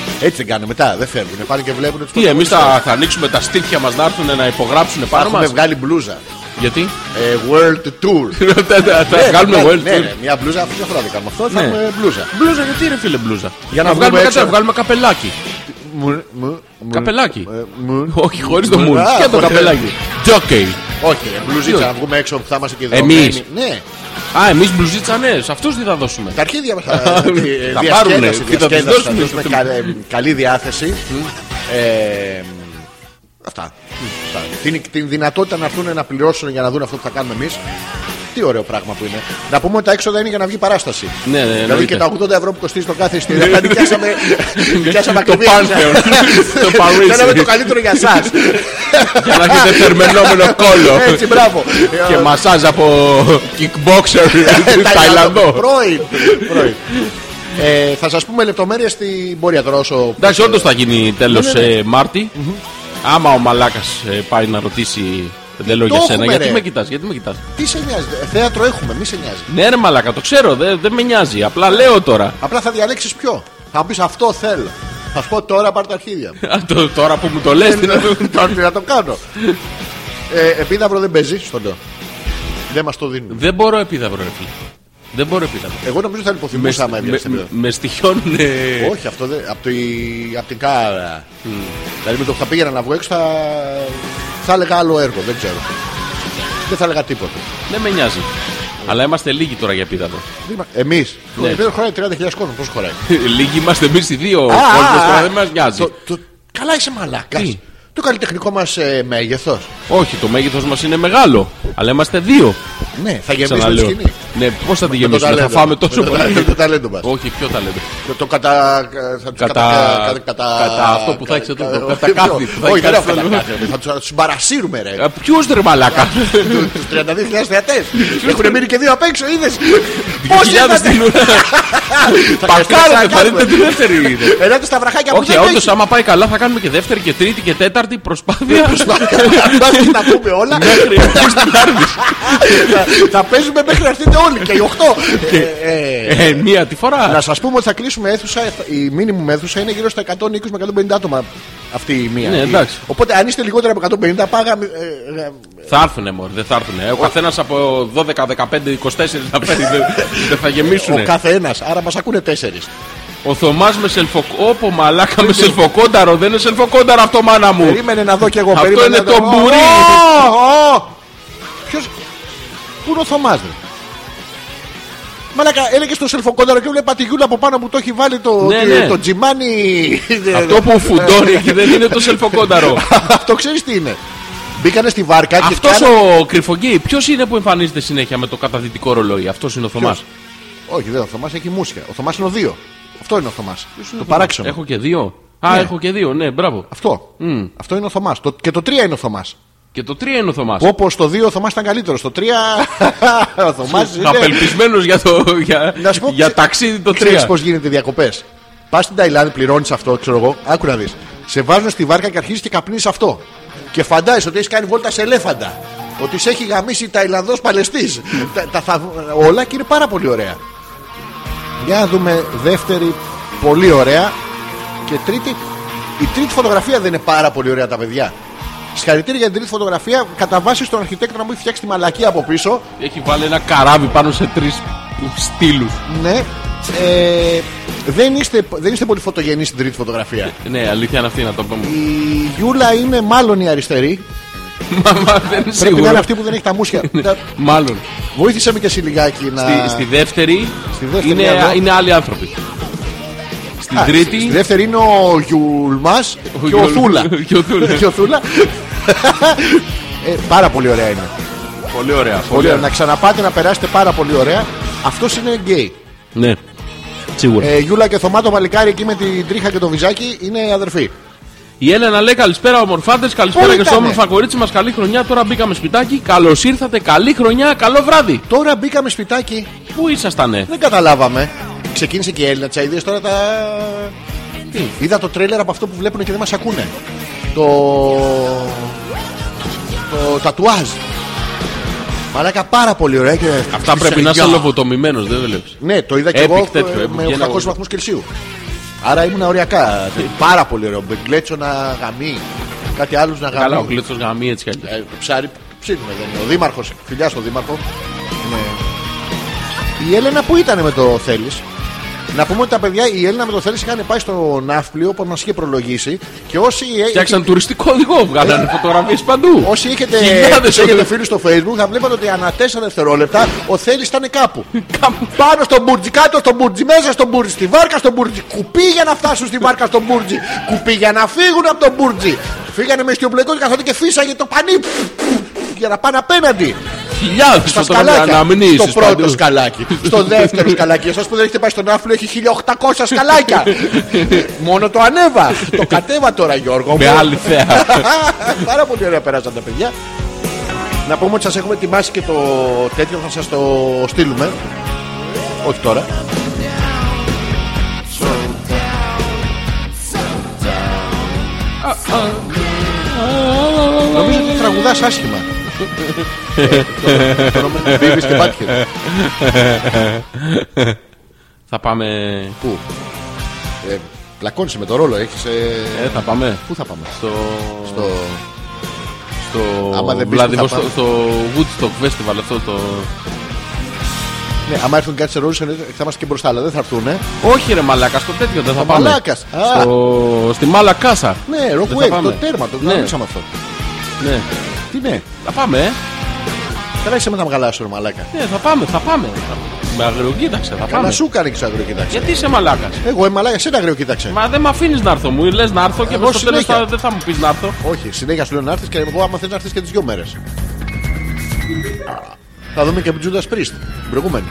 Speaker 1: Έτσι δεν κάνουν μετά, δεν φεύγουν. Πάνε και βλέπουν
Speaker 2: Τι, εμείς θα, θα ανοίξουμε τα στήθια μας να έρθουν να υπογράψουν πάνω
Speaker 1: Έχουμε
Speaker 2: μας.
Speaker 1: βγάλει μπλούζα.
Speaker 2: Γιατί?
Speaker 1: Ε, World Tour.
Speaker 2: Θα
Speaker 1: Ναι,
Speaker 2: βγάλουμε
Speaker 1: ναι,
Speaker 2: World
Speaker 1: ναι,
Speaker 2: Tour.
Speaker 1: ναι, Μια μπλούζα, αυτή δεν θα την κάνουμε αυτό, θα
Speaker 2: Ναι.
Speaker 1: έχουμε μπλούζα.
Speaker 2: Μπλούζα, γιατί ρε φίλε μπλούζα.
Speaker 1: Για να
Speaker 2: να
Speaker 1: βγούμε
Speaker 2: βγάλουμε κάτι,
Speaker 1: έξω.
Speaker 2: να βγάλουμε καπελάκι.
Speaker 1: Μου- μου- μου-
Speaker 2: Καπελάκι.
Speaker 1: ε, μου-
Speaker 2: Όχι, χωρίς το
Speaker 1: μου-
Speaker 2: μουν.
Speaker 1: Α,
Speaker 2: Και το
Speaker 1: χωρίς-
Speaker 2: καπελάκι. Τζόκεϊ.
Speaker 1: Όχι, ρε, μπλουζίτσα,
Speaker 2: Όχι.
Speaker 1: να βγούμε έξω που θα είμαστε και
Speaker 2: Εμείς.
Speaker 1: δεδομένοι. Ναι,
Speaker 2: Α, εμείς μπλουζίτσα ναι, σε αυτούς τι θα δώσουμε.
Speaker 1: τα αρχίδια μας ε, θα
Speaker 2: Θα
Speaker 1: διασκέδαση,
Speaker 2: πάρουνε,
Speaker 1: διασκέδαση,
Speaker 2: τι θα τους
Speaker 1: θα
Speaker 2: δώσουμε,
Speaker 1: δώσουμε
Speaker 2: στο
Speaker 1: κα- ε, καλή διάθεση. Ε, Αυτά. Αυτά. Την, την δυνατότητα να έρθουν να πληρώσουν για να δουν αυτό που θα κάνουμε εμείς. Τι ωραίο πράγμα που είναι. Να πούμε ότι τα έξοδα είναι για να βγει παράσταση.
Speaker 2: Ναι, ναι,
Speaker 1: δηλαδή και
Speaker 2: εννοείται. Ναι.
Speaker 1: τα 80 ευρώ που κοστίζει το κάθε ειστήριο. θα νοικιάσαμε. νοικιάσαμε
Speaker 2: Το
Speaker 1: ακριβώς.
Speaker 2: Pantheon. Το Paris.
Speaker 1: Κάναμε το καλύτερο για εσάς.
Speaker 2: Για να έχετε θερμενόμενο κόλλο.
Speaker 1: Έτσι, μπράβο.
Speaker 2: Και μασάζ από kickboxer Ταϊλανδό.
Speaker 1: Ε, Πρώην. πρώην. Ε, θα σας πούμε λεπτομέρειες στην πορεία τώρα όσο.
Speaker 2: Εντάξει, όντως θα γίνει τέλος Μάρτι. Άμα ο Μαλάκας πάει να ρωτήσει. Δεν λέω για σένα.
Speaker 1: έχουμε,
Speaker 2: Γιατί
Speaker 1: ρε.
Speaker 2: με κοιτάς, γιατί με κοιτάς.
Speaker 1: Τι σε νοιάζει, ε, θέατρο έχουμε, μη σε νοιάζει.
Speaker 2: Ναι, ρε Μαλάκα, το ξέρω, δεν δεν με νοιάζει. Απλά λέω τώρα.
Speaker 1: Απλά θα διαλέξεις ποιο. Θα πεις αυτό θέλω. Θα σου πω τώρα πάρ' τα αρχίδια. μου.
Speaker 2: Α, το- Τώρα που μου το λες, τι να το.
Speaker 1: Τώρα τι να το κάνω. Ε, επίδαυρο δεν παίζει, στο λέω. Δεν μας το δίνουν.
Speaker 2: Δεν μπορώ επίδαυρο, ρε φίλε. Δεν μπορώ επίδαυρο.
Speaker 1: Εγώ νομίζω θα
Speaker 2: Με-
Speaker 1: υποθυμούσα άμα έβγαινε. σε
Speaker 2: με-
Speaker 1: επίδαυρο.
Speaker 2: Με στοιχιώνουν.
Speaker 1: Όχι, αυτό δεν. Από απ την κάρα. Δηλαδή με το που θα πήγαινα να βγω έξω θα. Θα έλεγα άλλο έργο, δεν ξέρω. Δεν θα έλεγα τίποτα.
Speaker 2: Δεν Ναι, με νοιάζει. Αλλά είμαστε λίγοι τώρα για επίδαυρο.
Speaker 1: Εμείς.
Speaker 2: Ναι.
Speaker 1: Δεν χωράει 30.000 κόσμος, πώς χωράει.
Speaker 2: Λίγοι είμαστε εμείς οι δύο. Ο
Speaker 1: Α,
Speaker 2: κόσμος
Speaker 1: α,
Speaker 2: τώρα
Speaker 1: α.
Speaker 2: δεν μας νοιάζει.
Speaker 1: Το- το- Καλά είσαι μαλάκας.
Speaker 2: Τι?
Speaker 1: Το καλλιτεχνικό ε, μα μέγεθος.
Speaker 2: Όχι, το μέγεθος μας είναι μεγάλο. Αλλά είμαστε δύο.
Speaker 1: Ναι, θα γεμίσει το
Speaker 2: Ξαναλέω.
Speaker 1: σκηνή.
Speaker 2: Ναι, πώς θα
Speaker 1: Με το
Speaker 2: τη γεμίσουμε, θα
Speaker 1: ταλέντο.
Speaker 2: φάμε τόσο
Speaker 1: Με το τα-
Speaker 2: πολύ.
Speaker 1: με Το ταλέντο μας.
Speaker 2: Όχι, ποιο ταλέντο.
Speaker 1: Το- Το κατά. θα τους
Speaker 2: Κατά-
Speaker 1: κατα- Κατά
Speaker 2: κατά αυτό που θα έχεις εδώ, το κατακάθι που θα
Speaker 1: Όχι,
Speaker 2: έχεις
Speaker 1: δεν
Speaker 2: στο
Speaker 1: θα
Speaker 2: λαιμό.
Speaker 1: Θα τους συμπαρασύρουμε, ρε.
Speaker 2: Ποιος ρε Ε, μαλάκα.
Speaker 1: Τους 32.000 θεατέ. Έχουν μείνει και δύο απ' έξω, είδες.
Speaker 2: Χιλιάδε την ουρά. Πακάρετε, θα δείτε τη δεύτερη.
Speaker 1: Ενώ τα βραχάκια που
Speaker 2: Όχι,
Speaker 1: δεν
Speaker 2: όντω, άμα πάει καλά, θα κάνουμε και δεύτερη και τρίτη και τέταρτη προσπάθεια.
Speaker 1: έχει. Θα πούμε όλα.
Speaker 2: Μέχρι να την άρδη.
Speaker 1: Θα- Θα παίζουμε μέχρι να έρθετε όλοι και οι 8.
Speaker 2: Ε, Μία τη φορά.
Speaker 1: Να σας πούμε ότι θα κλείσουμε αίθουσα. Η μήνυμου αίθουσα είναι γύρω στα 120 με 150 άτομα. Αυτή η μία.
Speaker 2: Ναι, εντάξει.
Speaker 1: Οπότε αν είστε λιγότερα από 150, πάγαμε. ε,
Speaker 2: Θα έρθουνε μωρέ, δεν θα έρθουνε. Ο καθένας από 12, 15, 24 θα φέρει. δεν- Δεν θα
Speaker 1: Ο
Speaker 2: γεμίσουνε.
Speaker 1: κάθε ένα. Άρα μας ακούνε τέσσερις.
Speaker 2: Ο Θωμάς με σελφοκόνταρο. Όπο μαλάκα με σελφοκόνταρο. Δεν είναι σελφοκόνταρο αυτό, μάνα μου.
Speaker 1: Περίμενε να δω κι εγώ.
Speaker 2: Αυτό
Speaker 1: περίμενε
Speaker 2: είναι
Speaker 1: να δω.
Speaker 2: το μπουρί.
Speaker 1: Ω, ω. Ποιος... Πού είναι ο Θωμάς ρε. Μαλάκα, έλεγε στο σελφοκόνταρο και βλέπα τη γιούλα από πάνω που το έχει βάλει το,
Speaker 2: Ναι,
Speaker 1: τη-
Speaker 2: ναι.
Speaker 1: το τζιμάνι.
Speaker 2: Αυτό που φουντώνει εκεί δεν είναι το σελφοκόνταρο.
Speaker 1: Αυτό ξέρεις τι είναι. Μπήκανε στη βάρκα και
Speaker 2: Αυτός
Speaker 1: κάνε-
Speaker 2: ο κρυφογκέι, ποιος είναι που εμφανίζεται συνέχεια με το καταδυτικό ρολόι. Αυτός είναι ο Θωμάς.
Speaker 1: Ποιος? Όχι, δεν είναι ο Θωμάς, έχει μουσια. Ο Θωμάς είναι ο δύο. Αυτό είναι ο Θωμάς. Το παράξενο.
Speaker 2: Έχω και δύο. Α,
Speaker 1: Ναι.
Speaker 2: έχω και δύο, ναι, μπράβο.
Speaker 1: Αυτό. Αυτό είναι ο Θωμάς. Το... Και το τρία είναι ο Θωμάς.
Speaker 2: Και το τρία είναι ο Θωμάς.
Speaker 1: Όπω στο δύο ο Θωμάς ήταν καλύτερος. Στο τρία ο Θωμάς είναι...
Speaker 2: Απελπισμένος για, το, για,
Speaker 1: Ναι. Να σου πω,
Speaker 2: για
Speaker 1: ξε-
Speaker 2: ταξίδι το
Speaker 1: Ξέρεις
Speaker 2: τρία.
Speaker 1: πώς γίνεται διακοπές. Πας στην Ταϊλάνδη, πληρώνεις αυτό, ξέρω εγώ. Άκου να δεις. Σε βάζουν στη βάρκα και αρχίζεις και καπνίζεις αυτό. Και φαντάζεσαι ότι έχεις κάνει βόλτα σε ελέφαντα. Ότι σε έχει γαμίσει Ταϊλανδός Παλαιστής. τα, τα θα- όλα και είναι πάρα πολύ ωραία. Για να δούμε δεύτερη πολύ ωραία. Και τρίτη. Η τρίτη φωτογραφία δεν είναι πάρα πολύ ωραία τα παιδιά. Συγχαρητήρια για την τρίτη φωτογραφία. Κατά βάση στον αρχιτέκτονα μου έχει φτιάξει τη μαλακία από πίσω.
Speaker 2: Έχει βάλει ένα καράβι πάνω σε τρεις στήλους.
Speaker 1: Ναι. Ε, δεν, είστε, δεν είστε πολύ φωτογενείς στην τρίτη φωτογραφία.
Speaker 2: Ναι, αλήθεια είναι αυτή να το πούμε.
Speaker 1: Η Γιούλα είναι μάλλον η αριστερή.
Speaker 2: Μα, μα, δεν είναι
Speaker 1: Πρέπει να είναι
Speaker 2: σίγουρο.
Speaker 1: αυτή που δεν έχει τα μουσια. Τα-
Speaker 2: Μάλλον.
Speaker 1: Βοήθησε με και εσύ λιγάκι να.
Speaker 2: Ναι. Στη, στη δεύτερη,
Speaker 1: Στη δεύτερη
Speaker 2: είναι,
Speaker 1: εδώ.
Speaker 2: είναι άλλοι άνθρωποι. Στην
Speaker 1: Ας,
Speaker 2: τρίτη.
Speaker 1: Στη δεύτερη είναι ο Γιουλμάς
Speaker 2: Ο
Speaker 1: και ο
Speaker 2: Γιουλ-
Speaker 1: Θούλα.
Speaker 2: και ο Θούλα.
Speaker 1: Και ο Θούλα. Ε, πάρα πολύ ωραία είναι.
Speaker 2: Πολύ ωραία.
Speaker 1: Πολύ ωραία. Να ξαναπάτε να περάσετε πάρα πολύ ωραία. Αυτός είναι γκέι.
Speaker 2: Ναι. Σίγουρα.
Speaker 1: Ε, Γιούλα και Θωμάτο Παλικάρι εκεί με την τρίχα και το βυζάκι είναι αδερφοί.
Speaker 2: Η Έλενα λέει καλησπέρα, ομορφάτε. Καλησπέρα
Speaker 1: Πού
Speaker 2: και στο
Speaker 1: ήτανε?
Speaker 2: όμορφα κορίτσι μας. Καλή χρονιά. Τώρα μπήκαμε σπιτάκι. Καλώς ήρθατε. Καλή χρονιά. Καλό βράδυ.
Speaker 1: Τώρα μπήκαμε σπιτάκι
Speaker 2: Πού ε? ήσαστανε.
Speaker 1: Δεν καταλάβαμε. Ξεκίνησε και η Έλληνα τι αειδίε τώρα τα. Τι. Είδα το τρέλερ από αυτό που βλέπουν και δεν μας ακούνε. Το. Το τατουάζ. Μαλάκα πάρα πολύ ωραία και.
Speaker 2: Αυτά πρέπει να είσαι
Speaker 1: Γεια.
Speaker 2: λοβοτομημένος, δεν δουλεύεις.
Speaker 1: Ναι, το είδα και
Speaker 2: Epic
Speaker 1: εγώ
Speaker 2: τέτοιο,
Speaker 1: ε,
Speaker 2: epic,
Speaker 1: με
Speaker 2: για να
Speaker 1: 800
Speaker 2: δω.
Speaker 1: βαθμούς Κελσίου. Άρα ήμουν ωριακά. πάρα πολύ ωραίο. Μπεγκλέτσονα γαμί. Κάτι άλλο να
Speaker 2: Καλά, ο
Speaker 1: γαμί.
Speaker 2: κλήτσο γαμί έτσι κι αλλιώς.
Speaker 1: Ε, ψάρι ψήνουμε δεν είναι. Ο Δήμαρχος, φιλιά στο Δήμαρχο. Ναι. Η Έλενα που ήταν με το Θέλεις. Να πούμε ότι τα παιδιά, η Έλενα με το Θέλει είχαν πάει στο ναύπλιο που μας είχε προλογίσει και όσοι. ε-
Speaker 2: Φτιάξαν τουριστικό οδηγό, βγάλανε φωτογραφίες παντού.
Speaker 1: Όσοι έχετε,
Speaker 2: Χιλιάδες
Speaker 1: έχετε
Speaker 2: οδηγοί.
Speaker 1: φίλους στο facebook θα βλέπατε ότι ανά 4 δευτερόλεπτα ο Θέλης ήταν κάπου. Πάνω στον μπουρτζι, κάτω στον μπουρτζι, μέσα στον μπουρτζι, στη βάρκα στον μπουρτζι. Κουπί για να φτάσουν στη βάρκα στον μπουρτζι. Κουπί για να φύγουν από τον μπουρτζι. Φύγανε με ιστιοπλοϊκό και καθόταν και φύσαγε το πανί. Πφ, πφ, για να πάνε απέναντι.
Speaker 2: Χιλιάδες
Speaker 1: Στα
Speaker 2: φωτογραφίε.
Speaker 1: σκαλάκια. Στο
Speaker 2: Αναμνήσει
Speaker 1: πρώτο
Speaker 2: παντού.
Speaker 1: σκαλάκι. Στο δεύτερο σκαλάκι. Εσάς που δεν έχετε πάει στον άφλο έχει 1800 σκαλάκια. Μόνο το ανέβα. Το κατέβα τώρα Γιώργο. μου.
Speaker 2: Με άλλη θέα.
Speaker 1: Πάρα πολύ ωραία περάσαν τα παιδιά. Να πούμε ότι σας έχουμε ετοιμάσει και το τέτοιο, θα σας το στείλουμε. Όχι τώρα. Νομίζω ότι τραγουδάς άσχημα. Ε, Μπίμπι και Μπάτχερ.
Speaker 2: Θα πάμε.
Speaker 1: Πού. Ε, Πλακώνεις με το ρόλο, έχεις... ε,
Speaker 2: Ε, θα πάμε.
Speaker 1: Πού θα πάμε.
Speaker 2: Στο.
Speaker 1: Στο... Άμα
Speaker 2: Στο.
Speaker 1: δεν πεις που θα
Speaker 2: Βλαδιβοστό-
Speaker 1: πάμε.
Speaker 2: Στο Woodstock Festival αυτό το.
Speaker 1: Ναι, άμα έρθουν κάτι σε ρόλους θα είμαστε και μπροστά, αλλά δεν θα έρθουν. ε.
Speaker 2: Όχι ρε μαλάκας, στο τέτοιο δεν θα πάμε.
Speaker 1: Μαλάκας. Α,
Speaker 2: Στο... Στη Μαλακάσα.
Speaker 1: Ναι,
Speaker 2: θα
Speaker 1: Rockwave,
Speaker 2: πάμε.
Speaker 1: το τέρμα, το
Speaker 2: Ναι.
Speaker 1: γνωρίσαμε αυτό.
Speaker 2: Ναι.
Speaker 1: Τι ναι,
Speaker 2: Θα πάμε, ε.
Speaker 1: καλά είσαι με τα μεγάλα σου, ρε μαλάκα.
Speaker 2: Ναι, θα πάμε, θα πάμε. Θα- Με αγριοκοίταξε, θα
Speaker 1: Καλά
Speaker 2: πάμε.
Speaker 1: σου κάνει και σου αγριοκοίταξε.
Speaker 2: Γιατί είσαι μαλάκας.
Speaker 1: Εγώ είμαι μαλάκας, εσένα αγριοκοίταξε.
Speaker 2: Μα δεν με αφήνεις να έρθω, μου λες να έρθω και
Speaker 1: Εγώ
Speaker 2: προ το τέλος
Speaker 1: συνέχεια.
Speaker 2: δεν θα μου πεις να έρθω.
Speaker 1: Όχι, συνέχεια σου λέω να έρθεις και εγώ άμα θες να έρθεις και τις δύο μέρες. Θα δούμε και από Τζούντα Πρίστ. Προηγούμενη.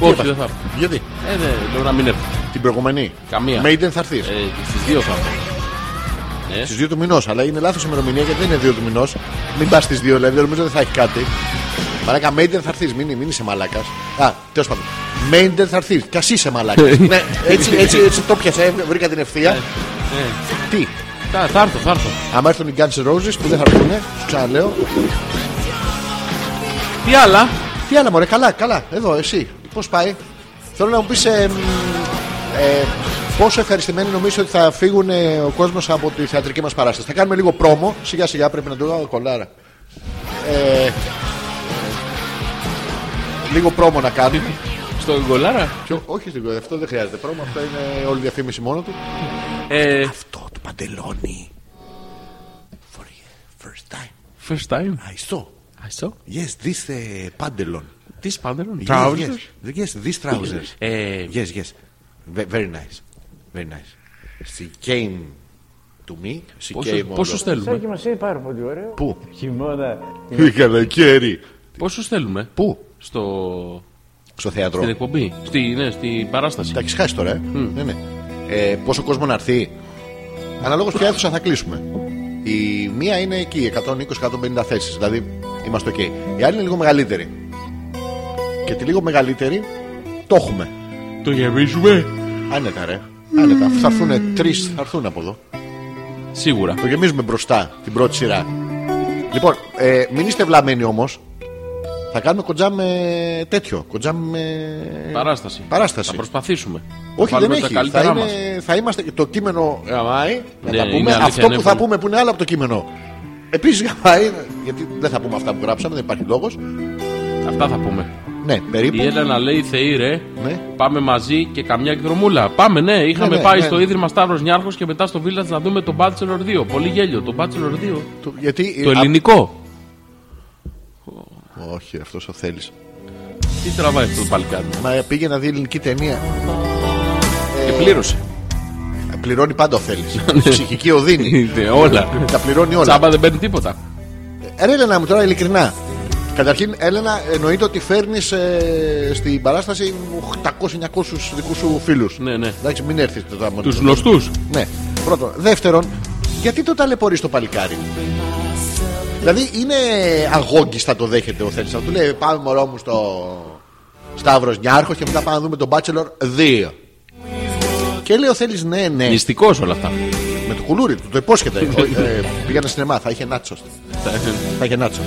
Speaker 2: Όχι, δεν θα έρθω.
Speaker 1: Γιατί
Speaker 2: Ε, δεν λέω να μην έρθω.
Speaker 1: την προηγούμενη.
Speaker 2: Καμία.
Speaker 1: Maiden θα έρθεις.
Speaker 2: Ε, Στις δύο θα έρθω.
Speaker 1: Στι 2 του μηνός. Αλλά είναι λάθος ημερομηνία γιατί δεν είναι 2 του μηνός. Μην πας στις 2, δηλαδή νομίζω δεν θα έχει κάτι. Μαλάκα, Μέιντερ θα έρθεις. Μην, μην είσαι μαλάκας. Α, τέλος πάντων. Μέιντερ θα έρθεις. Κι ας είσαι μαλάκας. ναι, έτσι, έτσι, έτσι το πιασα. ε, Βρήκα την ευθεία. Τι,
Speaker 2: Θα θα έρθω, θα έρθω.
Speaker 1: άμα έρθουν οι Guns N' Roses που δεν θα έρθουν, σου ξαναλέω.
Speaker 2: Τι άλλα.
Speaker 1: Τι άλλα, μωρέ, καλά, καλά. Εδώ, εσύ. Πώς πάει. Θέλω να μου πεις. Ε, μ, ε, πόσο ευχαριστημένοι νομίζω ότι θα φύγουν ε, ο κόσμος από τη θεατρική μας παράσταση. Θα κάνουμε λίγο πρόμο. Σιγά σιγά πρέπει να το κάνω κολάρα. Ε, λίγο πρόμο να κάνουμε.
Speaker 2: Στον Κολάρα.
Speaker 1: Ποιο- όχι, στην αυτό δεν χρειάζεται πρόμο. Αυτό είναι όλη διαφήμιση μόνο του.
Speaker 2: Ε,
Speaker 1: Αυτό το παντελόνι. For the first time.
Speaker 2: First time.
Speaker 1: I saw.
Speaker 2: I saw.
Speaker 1: Yes, this uh, pantalon.
Speaker 2: Τι σπάντερον.
Speaker 1: Yes, yes, yes, these trousers.
Speaker 2: Ε,
Speaker 1: Yes, yes. Ve- Very nice. Very nice. She came to me. She came
Speaker 2: Πόσο θέλουμε.
Speaker 6: Μας είναι πάρα πολύ ωραίο.
Speaker 1: Πού?
Speaker 6: Χειμώνα.
Speaker 1: Καλοκαίρι.
Speaker 2: Πόσο θέλουμε.
Speaker 1: Πού?
Speaker 2: Στο.
Speaker 1: Στο
Speaker 2: Στην
Speaker 1: θέατρο.
Speaker 2: εκπομπή. Στη, ναι, στην παράσταση.
Speaker 1: Τα έχεις χάσει τώρα, ε. Ναι, ναι. Ε, πόσο κόσμο να έρθει. Αναλόγως ποια αίθουσα θα κλείσουμε. Η μία είναι εκεί, 120-150 θέσεις. Δηλαδή είμαστε ok. Η άλλη είναι λίγο μεγαλύτερη. Και τη λίγο μεγαλύτερη το έχουμε.
Speaker 2: Το γεμίζουμε.
Speaker 1: Άνετα, ρε. Άνετα. Θα έρθουν τρεις, θα έρθουν από εδώ.
Speaker 2: Σίγουρα.
Speaker 1: Το γεμίζουμε μπροστά την πρώτη σειρά. Λοιπόν, ε, μην είστε βλαμμένοι όμως. Θα κάνουμε κοντζά με τέτοιο. Κοντζά με.
Speaker 2: Παράσταση.
Speaker 1: Παράσταση.
Speaker 2: Θα προσπαθήσουμε.
Speaker 1: Όχι,
Speaker 2: θα
Speaker 1: δεν
Speaker 2: βάλουμε τα
Speaker 1: έχει. Θα,
Speaker 2: καλύτερά
Speaker 1: είναι,
Speaker 2: μας.
Speaker 1: θα είμαστε. Το κείμενο γαμάει. Να
Speaker 2: Ναι,
Speaker 1: τα πούμε.
Speaker 2: είναι αλήθεια,
Speaker 1: Αυτό
Speaker 2: ναι,
Speaker 1: που θα
Speaker 2: πολύ.
Speaker 1: πούμε που είναι άλλο από το κείμενο. Επίσης γαμάει. Γιατί δεν θα πούμε αυτά που γράψαμε, δεν υπάρχει λόγος.
Speaker 2: Αυτά θα πούμε.
Speaker 1: Ναι, περίπου.
Speaker 2: Η Έλενα λέει: Θεή, ρε,
Speaker 1: Ναι.
Speaker 2: πάμε μαζί και καμιά εκδρομούλα. Πάμε, ναι, είχαμε
Speaker 1: ναι,
Speaker 2: πάει
Speaker 1: ναι.
Speaker 2: στο ίδρυμα Σταύρος Νιάρχος και μετά στο Village να δούμε τον Bachelor 2. Πολύ γέλιο. Το Bachelor 2.
Speaker 1: Το- γιατί.
Speaker 2: Το
Speaker 1: Ε, α,
Speaker 2: ελληνικό.
Speaker 1: όχι, αυτός ο θέλεις.
Speaker 2: Τι τραβάει αυτό το παλικάρι.
Speaker 1: Μα ε, πήγε να δει ελληνική ταινία. Ε,
Speaker 2: Και πλήρωσε.
Speaker 1: Πληρώνει πάντα ο θέλεις. Ψυχική οδύνη.
Speaker 2: Ναι, όλα.
Speaker 1: Τα πληρώνει όλα. Ε,
Speaker 2: Τσάμπα δεν παίρνει τίποτα.
Speaker 1: Ρε Έλενα μου τώρα ειλικρινά Καταρχήν Έλενα εννοείται ότι φέρνεις ε, στην παράσταση 800-900 δικούς σου φίλους
Speaker 2: Ναι, ναι.
Speaker 1: Εντάξει μην έρθεις τώρα μόνο
Speaker 2: Του γνωστούς.
Speaker 1: Ναι πρώτον Δεύτερον γιατί το ταλαιπωρείς το παλικάρι Δηλαδή είναι αγόγγιστα το δέχεται ο Θέλης Του λέει πάμε μωρό μου στο Σταύρος Νιάρχος Και μετά πάμε να δούμε τον Bachelor 2 και λέει ο Θέλης ναι ναι
Speaker 2: Μυστικός όλα αυτά.
Speaker 1: με το κουλούρι του, το υπόσχεται. ε, πήγανε σινεμά, θα είχε νάτσος.
Speaker 2: ε,
Speaker 1: θα είχε νάτσος.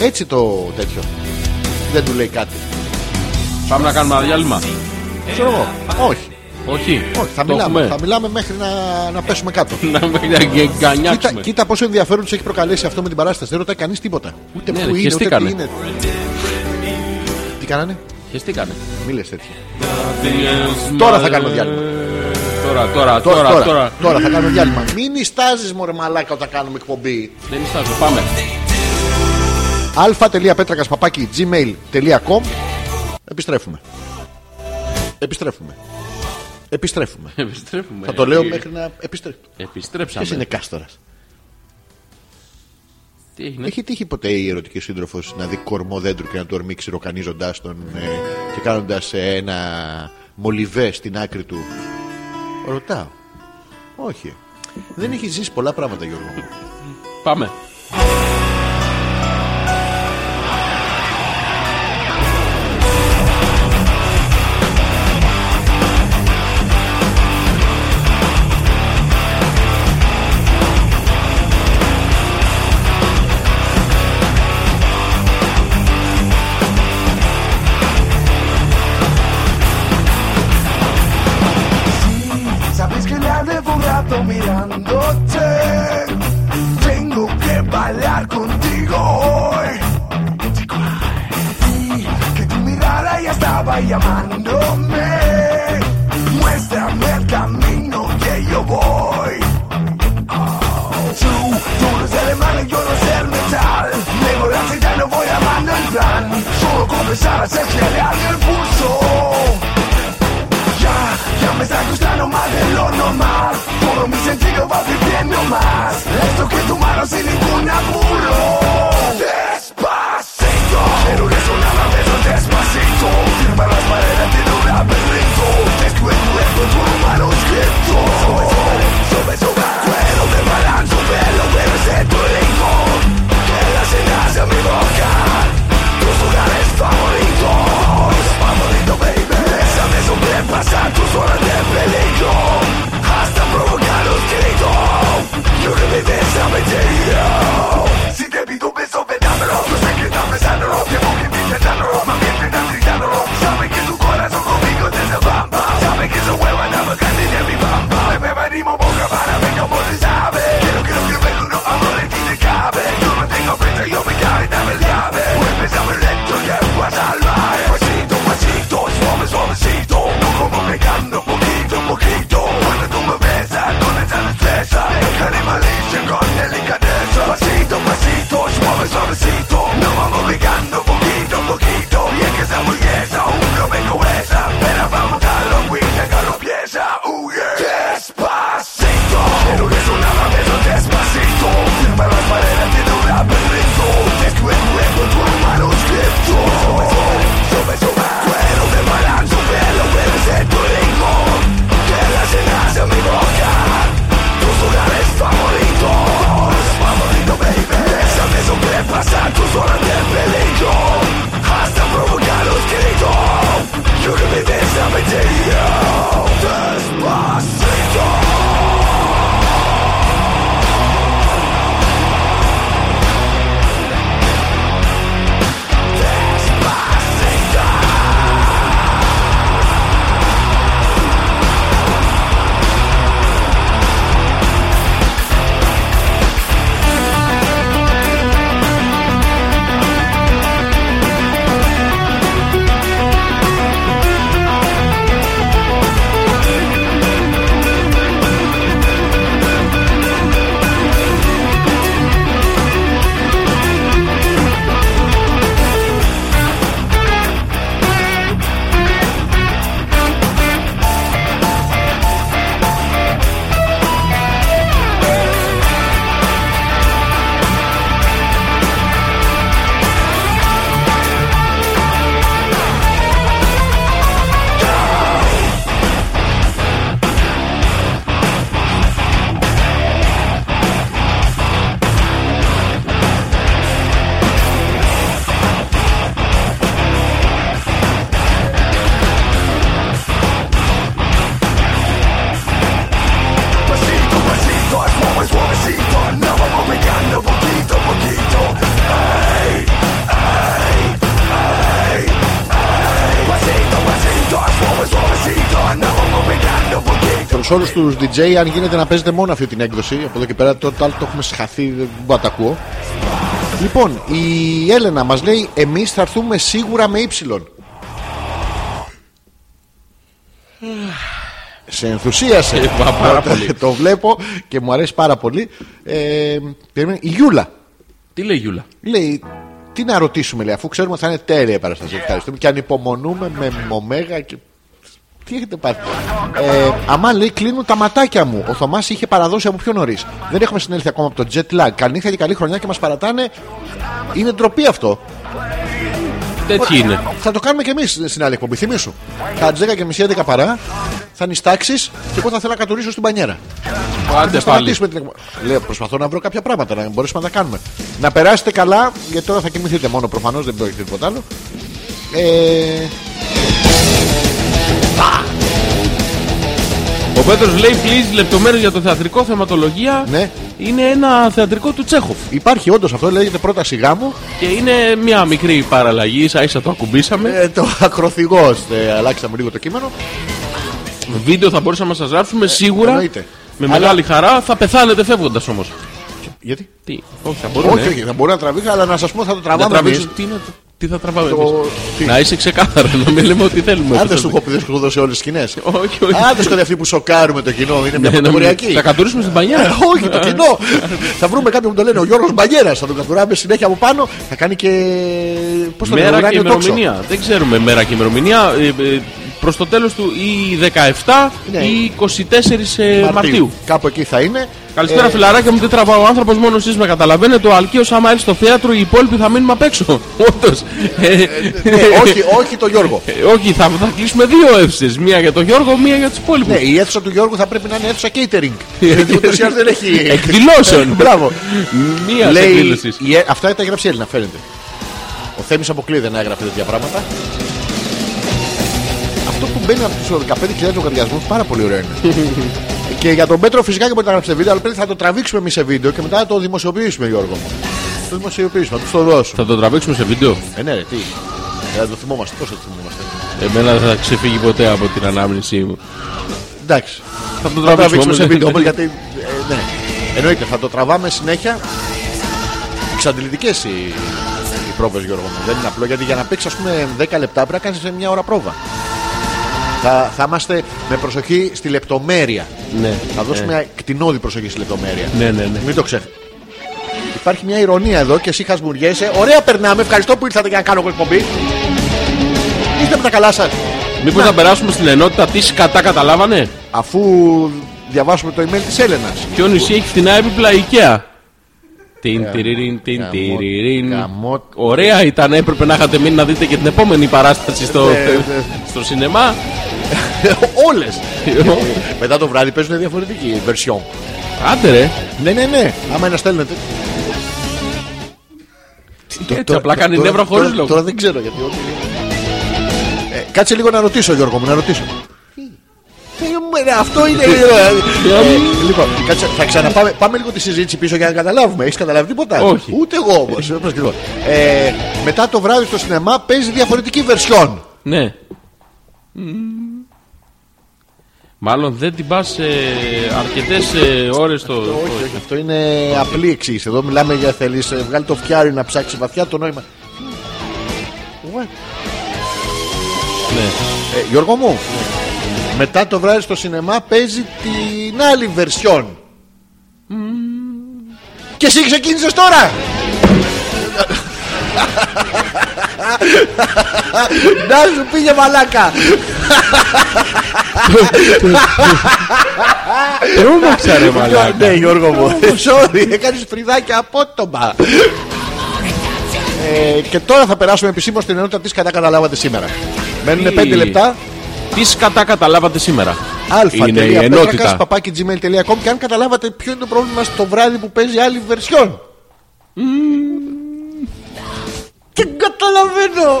Speaker 1: Έτσι το τέτοιο. Δεν του λέει κάτι.
Speaker 2: Πάμε να κάνουμε ένα διάλειμμα.
Speaker 1: Ξέρω εγώ. Όχι.
Speaker 2: Όχι.
Speaker 1: Όχι, θα
Speaker 2: Ε, Το
Speaker 1: μιλάμε,
Speaker 2: έχουμε.
Speaker 1: θα μιλάμε μέχρι να, να πέσουμε κάτω.
Speaker 2: Να μην τα
Speaker 1: κοίτα,
Speaker 2: γκανιάξουμε.
Speaker 1: κοίτα πόσο ενδιαφέρον τους έχει προκαλέσει αυτό με την παράσταση. Δεν ρωτάει κανείς τίποτα. Ούτε
Speaker 2: Ναι,
Speaker 1: πού είναι,
Speaker 2: ρε,
Speaker 1: ούτε τι
Speaker 2: χεστήκανε.
Speaker 1: είναι. Τι κάνανε,
Speaker 2: Χεστήκανε.
Speaker 1: μη λες τέτοια. Τώρα θα κάνουμε διάλειμμα.
Speaker 2: Τώρα, τώρα,
Speaker 1: Τώρα, τώρα,
Speaker 2: τώρα.
Speaker 1: τώρα θα κάνουμε διάλειμμα. Μην ιστάζει μωρέ μαλάκα όταν κάνουμε εκπομπή.
Speaker 2: Δεν ιστάζω, πάμε.
Speaker 1: αλφα.πέτρακα παπάκι gmail.com Επιστρέφουμε. Επιστρέφουμε. Επιστρέφουμε.
Speaker 2: Επιστρέφουμε.
Speaker 1: Θα το λέω μέχρι να επιστρέφουμε.
Speaker 2: Επιστρέψαμε.
Speaker 1: Ποιος είναι κάστορας.
Speaker 2: Τι έγινε.
Speaker 1: Έχει τύχει ποτέ η ερωτική σύντροφος να δει κορμό δέντρου και να το ορμήξει ροκανίζοντάς τον ε, και κάνοντας ένα μολυβέ στην άκρη του. Ρωτάω. Όχι. Δεν έχει ζήσει πολλά πράγματα, Γιώργο. μου.
Speaker 2: Πάμε.
Speaker 7: Sabes que la llevo un rato mirándote. Tengo que bailar contigo hoy. Vi Que tu mirada ya estaba llamándome. Muéstrame el camino que yo voy. Oh. Tú, tú no eres el mal y yo no sé el metal. Luego la cita no voy amando el plan. Solo comenzarás a acelerar el pulso. Ya, ya me está gustando más de lo normal Todo mi sentido va viviendo más Esto que tomaron sin ningún apuro Yeah. escrito Firma las paredes tiene un laberinto Destruye tu ego, tu manuscrito Sube, sube, sube, sube Cuero de balanzo, velo, bebes de tu hijo Que las cenas de mi boca Tus lugares favoritos Favorito, baby Déjame sobrepasar tus horas de peligro Hasta provocar los gritos Yo que me desabeteo Si te pido un beso, venámelo Yo sé que estás besándolo Tiempo que intentándolo Más bien te estás gritándolo Sabe que tu corazón conmigo te se bamba Sabe que se hueva navegante de mi bamba Me, me venimos boca para ver cómo se sabe Quiero, quiero, quiero ver uno amor en ti te cabe Yo no tengo prisa, yo me cabe, dame el llave Vuelves a ver lento y algo a salvar Pasito, pasito, suave, suavecito No como pegando un poquito, un poquito Cuando tú me besas con esa destreza Dejaré malicia con delicadeza Pasito, pasito, suave, suavecito No vamos pegando un poquito, un poquito Y es que esa hamburguesa aún no me cohesa Pero vamos a lo que lo pieza Uh, yeah. Despacito Quiero que sonaba beso despacito Firma las paredes tiene un laberinto Destruye tu ego, tu manuscrito Sube, sube, sube, sube Cuero de balanzo, velo, bebes de tu ritmo Que las cenas de mi boca Tus lugares favoritos Favorito, baby Déjame sobrepasar tus horas de peligro Hasta provocar los gritos Yo que me desapeteo Despacito Pasito, pasito, suave, suavecito No vamos pegando poquito, poquito Ey, ey, ey, ey Pasito, pasito, suave, suavecito No vamos pegando poquito
Speaker 1: Προς όλους τους DJ, αν γίνεται να παίζετε μόνο αυτή την έκδοση, από εδώ και πέρα το, το άλλο το έχουμε σχαθεί, δεν μπορώ να τα ακούω. Λοιπόν, η Έλενα μας λέει, εμείς θα έρθουμε σίγουρα με ύψιλον. Σε ενθουσίασε.
Speaker 2: Είπα Ε, πάρα πολύ.
Speaker 1: το βλέπω και μου αρέσει πάρα πολύ. Ε, περίμενε. η Γιούλα
Speaker 2: Τι λέει η Γιούλα.
Speaker 1: λέει, τι να ρωτήσουμε, λέει, αφού ξέρουμε ότι θα είναι τέλεια η παραστασία. Ευχαριστούμε και ανυπομονούμε με ομέγα και. Τι έχετε πάθει. Ε, αμά λέει, κλείνουν τα ματάκια μου. Ο Θωμάς είχε παραδώσει από πιο νωρίς. Δεν έχουμε συνέλθει ακόμα από το jet lag. Καλή νύχτα και καλή χρονιά και μας παρατάνε. Είναι ντροπή αυτό.
Speaker 2: Τέτοιοι είναι.
Speaker 1: Θα το κάνουμε και εμείς στην άλλη εκπομπή. Θυμήσου. Τα 10 και μισή 11 παρά θα νιστάξεις και εγώ θα θέλω να κατουρίσω στην πανιέρα. Θα
Speaker 2: Άντε πάλι.
Speaker 1: σταματήσουμε την εκπομπή. Λέω, προσπαθώ να βρω κάποια πράγματα να μπορέσουμε να τα κάνουμε. Να περάσετε καλά, γιατί τώρα θα κοιμηθείτε μόνο προφανώς, δεν πρόκειται τίποτα άλλο. Ε,
Speaker 2: Ο Πέτρος λέει: Please, λεπτομέρειες για το θεατρικό θεματολογία.
Speaker 1: Ναι.
Speaker 2: Είναι ένα θεατρικό του Τσέχοφ.
Speaker 1: υπάρχει όντως αυτό, λέγεται πρώτα σιγά μου.
Speaker 2: Και είναι μια μικρή παραλλαγή, ίσα ίσα το ε, ακουμπήσαμε.
Speaker 1: Ε, το ακροθυγός. αλλάξαμε λίγο το κείμενο.
Speaker 2: Βίντεο θα μπορούσαμε να σας γράψουμε σίγουρα.
Speaker 1: Ε. εννοείται.
Speaker 2: Με
Speaker 1: Αλλά-
Speaker 2: μεγάλη χαρά θα πεθάνετε φεύγοντας όμως.
Speaker 1: Γιατί?
Speaker 2: Τι, όχι, θα μπορούμε. ε.
Speaker 1: Όχι, όχι, θα μπορεί να τραβήξει, αλλά να σας πω θα το
Speaker 2: Να
Speaker 1: τραβάμε
Speaker 2: τραβήξω-
Speaker 1: εμεί.
Speaker 2: τι, να- τι θα τραβάμε
Speaker 1: Το-
Speaker 2: εμείς.
Speaker 1: τι?
Speaker 2: Να είσαι ξεκάθαρο, να μην λέμε ότι θέλουμε.
Speaker 1: Αν δεν σου έχω πει, δεν σου έχω δώσει όλες τις σκηνές.
Speaker 2: Όχι, όχι.
Speaker 1: Άντε σκοτει αυτοί που σοκάρουμε το κοινό, είναι μια
Speaker 2: Ναι, να μην-
Speaker 1: πρωτοβουλιακή.
Speaker 2: Θα κατουρίσουμε στην
Speaker 1: Ε,
Speaker 2: πανιά.
Speaker 1: Όχι, το κοινό. θα βρούμε κάποιον που το λένε ο Γιώργος Μπαγέρας. Θα τον καθουράμε συνέχεια από πάνω. Θα κάνει και. Πώς το λένε,
Speaker 2: Μέρα και
Speaker 1: ουράνιο τόξο.
Speaker 2: ημερομηνία. Δεν ξέρουμε μέρα και ημερομηνία. Ε, ε, Προς το τέλος του ή 17
Speaker 1: Ναι.
Speaker 2: ή 24 ε, Μαρτίου.
Speaker 1: Κάπου εκεί θα είναι.
Speaker 2: Καλησπέρα,
Speaker 1: Ε,
Speaker 2: φιλαράκια μου. Τι τραβάω ο άνθρωπος, μόνος εσεί με καταλαβαίνετε. Ο Αλκείο, άμα έρθει στο θέατρο, οι υπόλοιποι θα μείνουμε απ' έξω. Όντως.
Speaker 1: ναι, όχι, όχι το
Speaker 2: Ε,
Speaker 1: Γιώργο.
Speaker 2: Όχι, θα, θα κλείσουμε δύο αίθουσες. Μία για τον Γιώργο, μία για τους
Speaker 1: Ναι,
Speaker 2: υπόλοιπου.
Speaker 1: η αίθουσα του Γιώργου θα πρέπει να είναι αίθουσα catering. Γιατί ούτως ή άλλως δεν έχει.
Speaker 2: Ε, Εκδηλώσεων.
Speaker 1: Μπράβο.
Speaker 2: Μία
Speaker 1: Λέει,
Speaker 2: εκδήλωση.
Speaker 1: η, ε, αυτά τα έγραψε η Έλληνα, φαίνεται. Ο Θέμης αποκλείεται να έγραφε τέτοια πράγματα. Αυτό που μπαίνει από τους 15.000 λογαριασμούς πάρα πολύ ωραίο είναι. και για τον Πέτρο φυσικά και μπορείτε να γράψετε βίντεο, αλλά πρέπει θα το τραβήξουμε εμείς σε βίντεο και μετά θα το δημοσιοποιήσουμε, Γιώργο μου. Το δημοσιοποιήσουμε, θα του το δώσω.
Speaker 2: Θα το τραβήξουμε σε βίντεο.
Speaker 1: Ε, ναι, ρε, τι. Ε, θα το θυμόμαστε, πώ θα το θυμόμαστε.
Speaker 2: Εμένα δεν θα ξεφύγει ποτέ από την ανάμνησή μου.
Speaker 1: Εντάξει.
Speaker 2: Θα το
Speaker 1: Θα
Speaker 2: τραβήξουμε
Speaker 1: τραβήξουμε
Speaker 2: όμως.
Speaker 1: σε βίντεο όμως, γιατί. ε, ναι. Εννοείται, θα το τραβάμε συνέχεια. Εξαντλητικές οι, οι πρόβες, Γιώργο μου. Δεν είναι απλό γιατί για να παίξεις, ας πούμε, 10 λεπτά πρέπει να κάνεις σε μια ώρα πρόβα. Θα, θα είμαστε με προσοχή στη λεπτομέρεια.
Speaker 2: Ναι.
Speaker 1: Θα δώσουμε κτηνόδη προσοχή στη λεπτομέρεια.
Speaker 2: Ναι, ναι, ναι.
Speaker 1: Μην το ξέχασες. Υπάρχει μια ηρωνία εδώ και εσύ χασμουριέσαι. Ωραία, περνάμε. Ευχαριστώ που ήρθατε για να κάνω εγώ εκπομπή. Είστε με τα καλά σας.
Speaker 2: Μήπως να περάσουμε στην ενότητα τι κατά καταλάβανε.
Speaker 1: Αφού διαβάσουμε το email της Έλενας.
Speaker 2: Ποιο νησί έχει φθηνά έπιπλα η IKEA. Τιν τυρίριν, τιν
Speaker 1: Καμώ-
Speaker 2: τυρίριν.
Speaker 1: καμώ-
Speaker 2: Ωραία ήταν, έπρεπε να είχατε μείνει να δείτε και την επόμενη παράσταση στο,
Speaker 1: Ναι, ναι.
Speaker 2: στο σινεμά.
Speaker 1: Όλες. Μετά το βράδυ παίζουν διαφορετική version.
Speaker 2: Άντε ρε.
Speaker 1: Ναι, ναι, ναι. Άμα ένα στέλνετε.
Speaker 2: Έτσι, Ε, απλά κάνει
Speaker 1: τώρα-
Speaker 2: νεύρο χωρίς
Speaker 1: τώρα-
Speaker 2: λόγο.
Speaker 1: Τώρα δεν ξέρω γιατί. ό,τι- Ε, Κάτσε λίγο να ρωτήσω, Γιώργο μου, να ρωτήσω. Τι μου, ρε, Αυτό είναι. ε, ε, Λοιπόν, κάτσε, θα ξαναπάμε. Πάμε λίγο τη συζήτηση πίσω για να καταλάβουμε. Έχει καταλάβει τίποτα.
Speaker 2: Όχι.
Speaker 1: Ούτε εγώ Ε, όμω. Ε, Μετά το βράδυ στο σινεμά παίζει διαφορετική version.
Speaker 2: Ναι. Μάλλον δεν την ε, πας σε αρκετές ώρες στο.
Speaker 1: Όχι, όχι, αυτό είναι απλή εξήγηση. Εδώ μιλάμε για θέλεις. Βγάλει το φτιάρι να ψάξει βαθιά το νόημα. What?
Speaker 2: Ναι.
Speaker 1: Ε, Γιώργο μου, μετά το βράδυ στο σινεμά παίζει την άλλη βερσιόν. Και εσύ ξεκίνησες τώρα! Να σου πήγε μαλάκα!
Speaker 2: Τρόμαξα ρε μαλάκα.
Speaker 1: Ναι, Γιώργο μου. Sorry, έκανες φρυδάκια απότομα. Ε, και τώρα θα περάσουμε επισήμως στην ενότητα της κατά καταλάβατε σήμερα. Μένουν
Speaker 2: Τι.
Speaker 1: 5 λεπτά.
Speaker 2: Τι κατά καταλάβατε σήμερα. Είναι η ενότητα.
Speaker 1: αλφα.πέτρακα.gmail.com και αν καταλάβατε ποιο είναι το πρόβλημα στο βράδυ που παίζει άλλη βερσιόν. Τι καταλαβαίνω.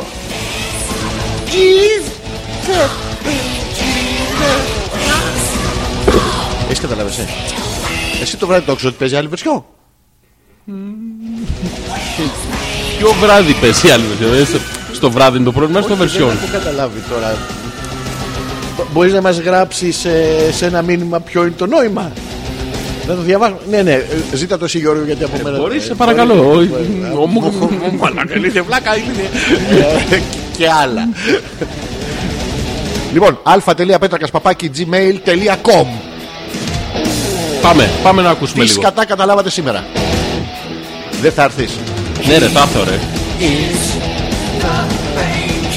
Speaker 1: Εσύ καταλάβες, ε. Εσύ το βράδυ το άκουσες ότι παίζει άλλη βερσιόν.
Speaker 2: Ποιο βράδυ πέσει άλλη βερσιόν. Στο- Στο βράδυ είναι το πρόβλημα, στο
Speaker 1: Όχι,
Speaker 2: βερσιόν.
Speaker 1: Δεν έχω καταλάβει τώρα. Μπορείς να μας γράψεις σε, σε ένα μήνυμα ποιο είναι το νόημα. Να το διαβάσουμε. Ναι, ναι, ε, ζήτα το εσύ Γιώργο γιατί από μένα.
Speaker 2: Μπορείς,
Speaker 1: ε,
Speaker 2: σε παρακαλώ.
Speaker 1: μπορεί.
Speaker 2: Ο- ο- ο- ο-
Speaker 1: Μαλάκα, είναι βλάκα, είναι. Ε, Και άλλα. Λοιπόν, α.πέτρακα.gmail.com
Speaker 2: Πάμε, πάμε να ακούσουμε
Speaker 1: Τι
Speaker 2: λίγο.
Speaker 1: σκατά καταλάβατε σήμερα. Δεν θα έρθει.
Speaker 2: Ναι, ρε, θα έρθω, ρε.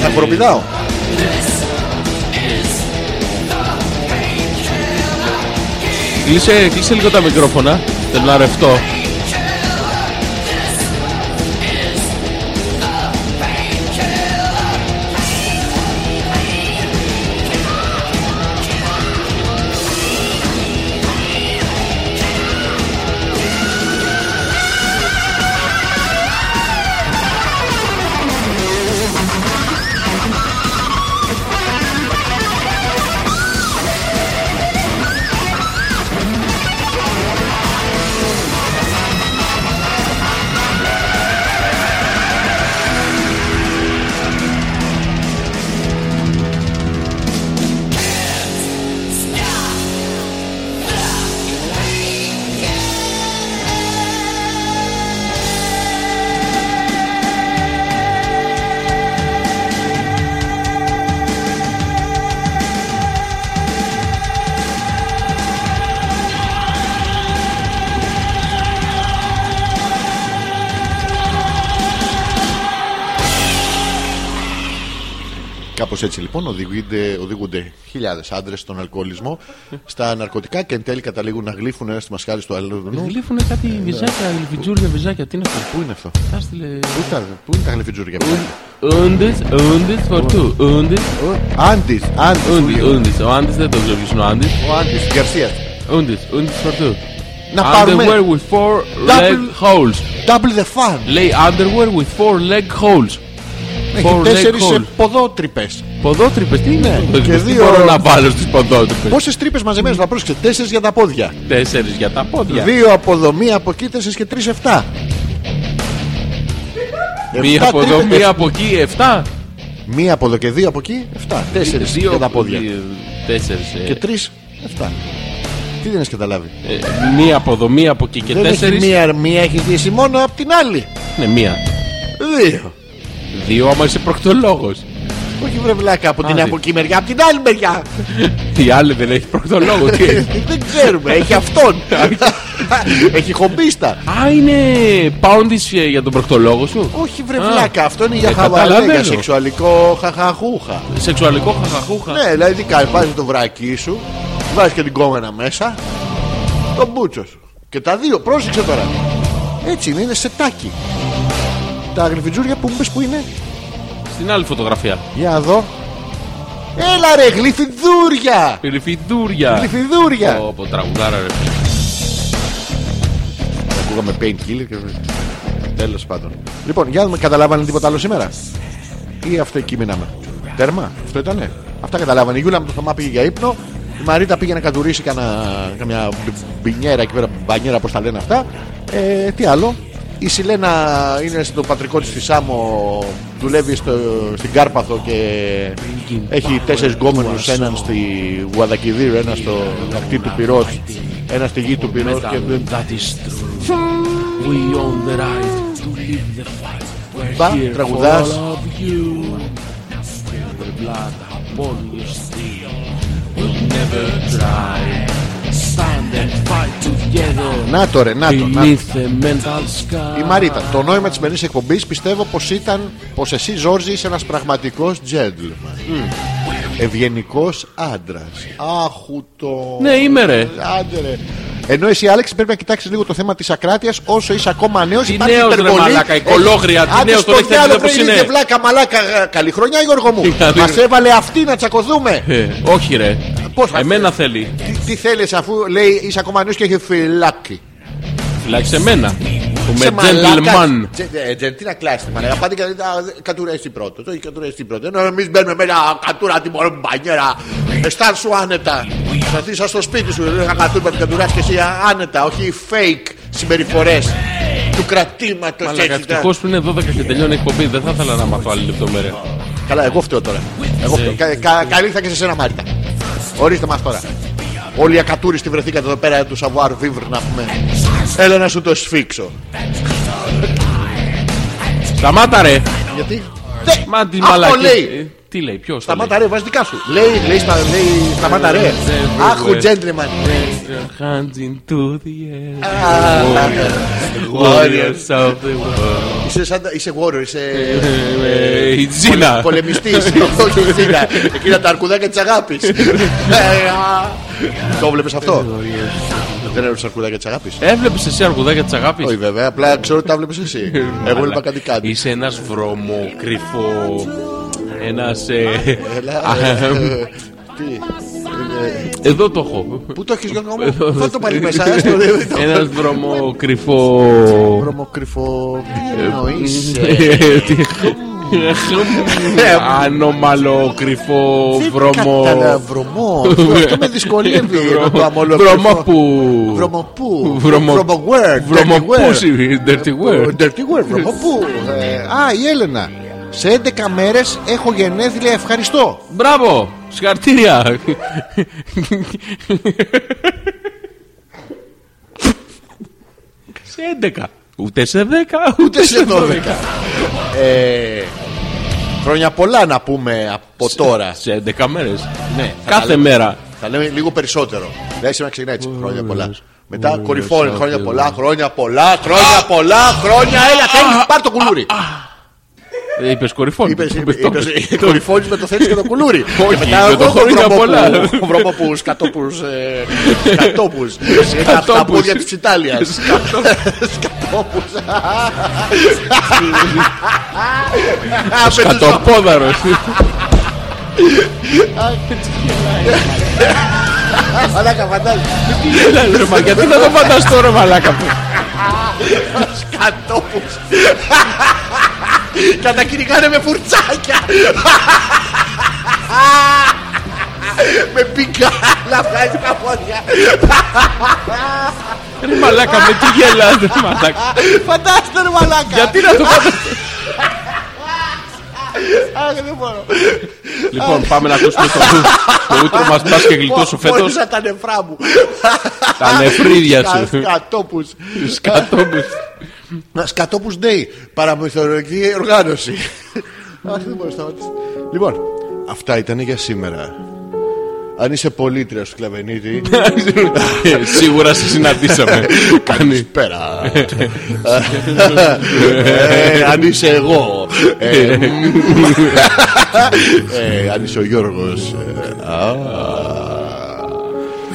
Speaker 1: Θα χοροπηδάω.
Speaker 2: Κλείσε, κλείσε λίγο τα μικρόφωνα. Θέλω να ρευτώ.
Speaker 1: Κάπω έτσι λοιπόν οδηγούνται, οδηγούνται χιλιάδες άντρες στον αλκοολισμό, στα ναρκωτικά και εν τέλει καταλήγουν να γλύφουν ένα στη μασχάλη του αλλού.
Speaker 2: Γλύφουνε κάτι βυζάκια, βιτζούρια, βυζάκια. Τι είναι αυτό.
Speaker 1: Πού είναι αυτό,
Speaker 2: Τα στείλε.
Speaker 1: Πού ήταν- Πού είναι τα γλυφιτζούρια
Speaker 2: Ούντις, ούντις φορτού. Ούντις,
Speaker 1: Άντι,
Speaker 2: ούντις,
Speaker 1: Άντι.
Speaker 2: ούντις. Ο Άντις δεν το βλέπεις, είναι ο Άντις.
Speaker 1: Ο Άντις Γκαρσίας.
Speaker 2: Ούντις, ούντις φορτού.
Speaker 1: Να πάρουμε.
Speaker 2: Underwear with four leg
Speaker 1: Double-
Speaker 2: holes.
Speaker 1: Double the fun.
Speaker 2: Λέει underwear with four leg holes.
Speaker 1: Έχει
Speaker 2: Four
Speaker 1: τέσσερι
Speaker 2: leg holes.
Speaker 1: ποδότρυπες.
Speaker 2: Ποδότρυπες, τι είναι
Speaker 1: Ναι,
Speaker 2: ποδότρυπες,
Speaker 1: και
Speaker 2: τι
Speaker 1: δύο-
Speaker 2: μπορώ να βάλω στις ποδότρυπες.
Speaker 1: Πόσες τρύπες μαζεμένες να πρόσεξε, τέσσερις για τα πόδια.
Speaker 2: Τέσσερις για τα πόδια.
Speaker 1: Δύο από εδώ, μία από εκεί, τέσσερις και τρεις εφτά.
Speaker 2: Μία
Speaker 1: Εφτά
Speaker 2: από εδώ,
Speaker 1: τρύπες.
Speaker 2: μία από εκεί, εφτά.
Speaker 1: Μία από εδώ και δύο από εκεί, εφτά. Τέσσερις
Speaker 2: Δύο
Speaker 1: για τα πόδια.
Speaker 2: Τέσσερις. ε,
Speaker 1: Και τρεις, εφτά. Τι δεν έχεις καταλάβει.
Speaker 2: ε, Μία από εδώ, μία από εκεί και
Speaker 1: δεν
Speaker 2: τέσσερις.
Speaker 1: έχει μία, μία έχεις δύση μόνο από την άλλη.
Speaker 2: Ναι, μία.
Speaker 1: Δύο.
Speaker 2: Δύο άμα είσαι προκτολόγος.
Speaker 1: Όχι βρε βλάκα από την
Speaker 2: Άντε.
Speaker 1: από εκεί μεριά, από την άλλη μεριά.
Speaker 2: Η άλλη δεν έχει προκτολόγο. τι έχει.
Speaker 1: δεν ξέρουμε, έχει αυτόν. έχει χομπίστα.
Speaker 2: Α, είναι poundies ε, για τον προκτολόγο σου.
Speaker 1: Όχι βρε
Speaker 2: Α.
Speaker 1: βλάκα, αυτό είναι για
Speaker 2: Ε,
Speaker 1: χαβαλέ, για
Speaker 2: καταλαβαίνω.
Speaker 1: σεξουαλικό χαχαχούχα.
Speaker 2: Σεξουαλικό χαχαχούχα.
Speaker 1: Ναι, δηλαδή κάνεις, βάζεις το βρακί σου, βάζεις και την κόμενα μέσα, τον μπούτσο σου. Και τα δύο, πρόσεξε τώρα. Έτσι είναι, είναι σετάκι. Τα αγριφιτζούρια που μου πες που είναι,
Speaker 2: Στην άλλη φωτογραφία.
Speaker 1: για να δω. Έλα ρε, γλυφιδούρια!
Speaker 2: Γλυφιδούρια.
Speaker 1: Γλυφιδούρια!
Speaker 2: Όπω τραγουδάρα ρε. φίλε.
Speaker 1: Ακούγαμε pain killer και... Τέλος πάντων. Λοιπόν, για να δούμε, καταλάβανε τίποτα άλλο σήμερα. Ή αυτό εκεί μείναμε. Τέρμα, αυτό ήτανε. Αυτά καταλάβανε. Η Γιούλα με το Θωμά πήγε για ύπνο. Η Μαρίτα πήγε να κατουρίσει κανα- καμιά μπι- μπινιέρα εκεί πέρα, μπανιέρα, πώς τα λένε αυτά. Ε, τι άλλο. Η Σιλένα είναι στο πατρικό της Σάμο, δουλεύει στο, στην Κάρπαθο και έχει τέσσερις γκόμενους. Έναν στη Γουαδακιδίρ, ένα στο ακτή του Πυρός, ένα στη γη του Πυρός και
Speaker 2: That is true. We own the right to live the fight. We're
Speaker 1: Μπα,
Speaker 2: here
Speaker 1: τραγουδάς.
Speaker 2: for all of you. The blood upon your steel will never dry. Stand and fight together.
Speaker 1: Να το ρε, να το. Να. το.
Speaker 2: Beneath the mental sky.
Speaker 1: Η Μαρίτα, το νόημα της σημερινής εκπομπής πιστεύω πως ήταν πως εσύ, Ζόρζη, είσαι ένας πραγματικός gentleman. Ευγενικός άντρας. Άχου το.
Speaker 2: Ναι, είμαι ρε.
Speaker 1: Άντε ρε. Ενώ εσύ, Άλεξ, πρέπει να κοιτάξεις λίγο το θέμα της ακράτειας όσο είσαι ακόμα νέος.
Speaker 2: Τι νέος, ρε, μαλάκα, η κολόγρια, τι νέος, τον ναι. έχετε δει πώς είναι.
Speaker 1: είναι. βλάκα, μαλάκα. ε, Καλή χρονιά, Γιώργο μου.
Speaker 2: Καλή-
Speaker 1: Μας έβαλε αυτή να τσακωθούμε.
Speaker 2: Ε, όχι ρε.
Speaker 1: Πώς θα-
Speaker 2: Εμένα θέλεις.
Speaker 1: τι, τι θέλεις αφού λέει είσαι ακόμα νέος και έχει φυλάκι.
Speaker 2: Τουλάχιστον εμένα. Που
Speaker 1: Σε
Speaker 2: με
Speaker 1: μαλάκα.
Speaker 2: gentleman.
Speaker 1: Τζε- ε, τζε- Τι να κλάσεις, μαλάκα. Πάτε και α, δε- κατούρα εσύ πρώτος. Το έχει κατούρα εσύ πρώτος. Ενώ εμείς μπαίνουμε με ένα κατούρα την μωρή μπανιέρα. Αισθάνσου άνετα. Θα δεις στο σπίτι σου. Ένα κατούρα την κατουρά και εσύ α, άνετα. Όχι fake συμπεριφορές του κρατήματος.
Speaker 2: Αλλά ευτυχώ που είναι 12 και τελειώνει η εκπομπή, δεν θα ήθελα να μάθω άλλη λεπτομέρεια.
Speaker 1: Καλά, εγώ φταίω τώρα. Εγώ φταίω. Κα- κα- Καλή θα και σε σένα, Μάρτα. Ορίστε μας τώρα. Όλοι οι ακατούριστοι βρεθήκατε εδώ πέρα του Σαβουάρ Βίβρ να πούμε. Έλα να σου το σφίξω.
Speaker 2: Σταμάτα ρε!
Speaker 1: Γιατί.
Speaker 2: Μα τη
Speaker 1: Αυτό
Speaker 2: μαλακή.
Speaker 1: λέει.
Speaker 2: Ε, Τι λέει, ποιος.
Speaker 1: Σταμάτα ρε, βάζεις δικά σου. Λέει, λέει, στα, λέει σταμάτα ρε. Άχου, gentleman.
Speaker 2: Hands into the air.
Speaker 1: Warriors.
Speaker 2: Warriors of the world.
Speaker 1: Είσαι σαν, τα- είσαι warrior, είσαι
Speaker 2: Ε, Η Τζίνα.
Speaker 1: πολεμιστής. Όχι, Ζήνα. Εκείνα τα αρκουδάκια της αγάπης. Ε, α. Το βλέπεις αυτό. Δεν έβλεπες αρκουδάκια της αγάπης.
Speaker 2: Έβλεπε εσύ αρκουδάκια τη
Speaker 1: Όχι
Speaker 2: αγάπη.
Speaker 1: βέβαια, απλά ξέρω ότι τα βλέπεις εσύ. Εγώ έβλεπα κάτι κάτι.
Speaker 2: Είσαι ένα βρωμό, κρυφό. Ένα.
Speaker 1: Έλα, ε, τι.
Speaker 2: Εδώ το έχω.
Speaker 1: Πού το έχεις Γιώργο μου, θα το πάλι μέσα. ας το δει- το-
Speaker 2: Ένας βρωμό, κρυφό.
Speaker 1: Βρωμοκρυφό, τι εννοείς. ε?
Speaker 2: Ανώμαλο, Ε, κρυφό,
Speaker 1: Δεν
Speaker 2: βρωμό.
Speaker 1: κατάλαβα, Βρωμό. Αυτό με δυσκολεύει. να το αμολόγω.
Speaker 2: Βρωμόπου.
Speaker 1: Βρωμοπού.
Speaker 2: Βρωμο-
Speaker 1: Βρωμογουέρ.
Speaker 2: Βρωμοπούση, dirty word.
Speaker 1: Dirty word. Βρωμοπού. Ε, Α, η Έλενα. Σε 11 μέρε έχω γενέθλια, ευχαριστώ.
Speaker 2: Μπράβο! Συγχαρητήρια! σε 11. Ούτε σε 10, ούτε
Speaker 1: Ούτε σε 12. Ε, Χρόνια πολλά να πούμε από τώρα.
Speaker 2: Σε 11 μέρες. Ναι, κάθε μέρα.
Speaker 1: Θα λέμε λίγο περισσότερο. Δεν σήμερα ξεκινάει έτσι. Χρόνια πολλά. Μετά κορυφώνει. Χρόνια πολλά, χρόνια πολλά, χρόνια πολλά, χρόνια. Έλα, θέλει πάρ το κουλούρι.
Speaker 2: Είπε κορυφών.
Speaker 1: Είπες,
Speaker 2: Είπες
Speaker 1: είπε-
Speaker 2: το.
Speaker 1: είπες, κορυφώνεις με το θέλεις και το κουλούρι.
Speaker 2: Όχι,
Speaker 1: Και μετά
Speaker 2: με το
Speaker 1: εγώ
Speaker 2: χωρίς
Speaker 1: βρωμόπου-
Speaker 2: απ' όλα.
Speaker 1: Βρωμόπους, κατόπους, ε, κατόπους. Σε τα
Speaker 2: Κατόπους.
Speaker 1: χταπόδια της Ιτάλιας. Σκατόπους. Α, με τους-
Speaker 2: Κατοπόδαρο.
Speaker 1: Μαλάκα, φαντάζομαι.
Speaker 2: Μα γιατί να το φανταστώ, ρε μαλάκα.
Speaker 1: Κατόπους. Και να τα κυνηγάνε με φουρτσάκια. Με πικάλα βγάζει τα πόδια.
Speaker 2: Ρε μαλάκα, με τι γελάς, ρε μαλάκα.
Speaker 1: Φαντάστε ρε μαλάκα.
Speaker 2: Γιατί να το φανταστώ.
Speaker 1: Αχ, δεν μπορώ.
Speaker 2: Λοιπόν, πάμε να ακούσουμε το, το ούτρο μας μπας και γλιτώσω φέτος.
Speaker 1: Πόνισα τα νεφρά μου.
Speaker 2: Τα νεφρίδια σου.
Speaker 1: Σκα- Σκατόπους.
Speaker 2: Σκατόπους.
Speaker 1: Σκατόπους Day. Παραμυθολογική οργάνωση. Αχ, δεν μπορώ να σταματήσω. Λοιπόν, αυτά ήταν για σήμερα. Αν είσαι πολίτρια του Κλαβενίτη,
Speaker 2: Ναι, Ε, Σίγουρα σε συναντήσαμε. Κάνει.
Speaker 1: πέρα. Ε, Αν είσαι εγώ. Ε,
Speaker 2: Ναι.
Speaker 1: μ, ε, Αν είσαι ο Γιώργος. ε, α.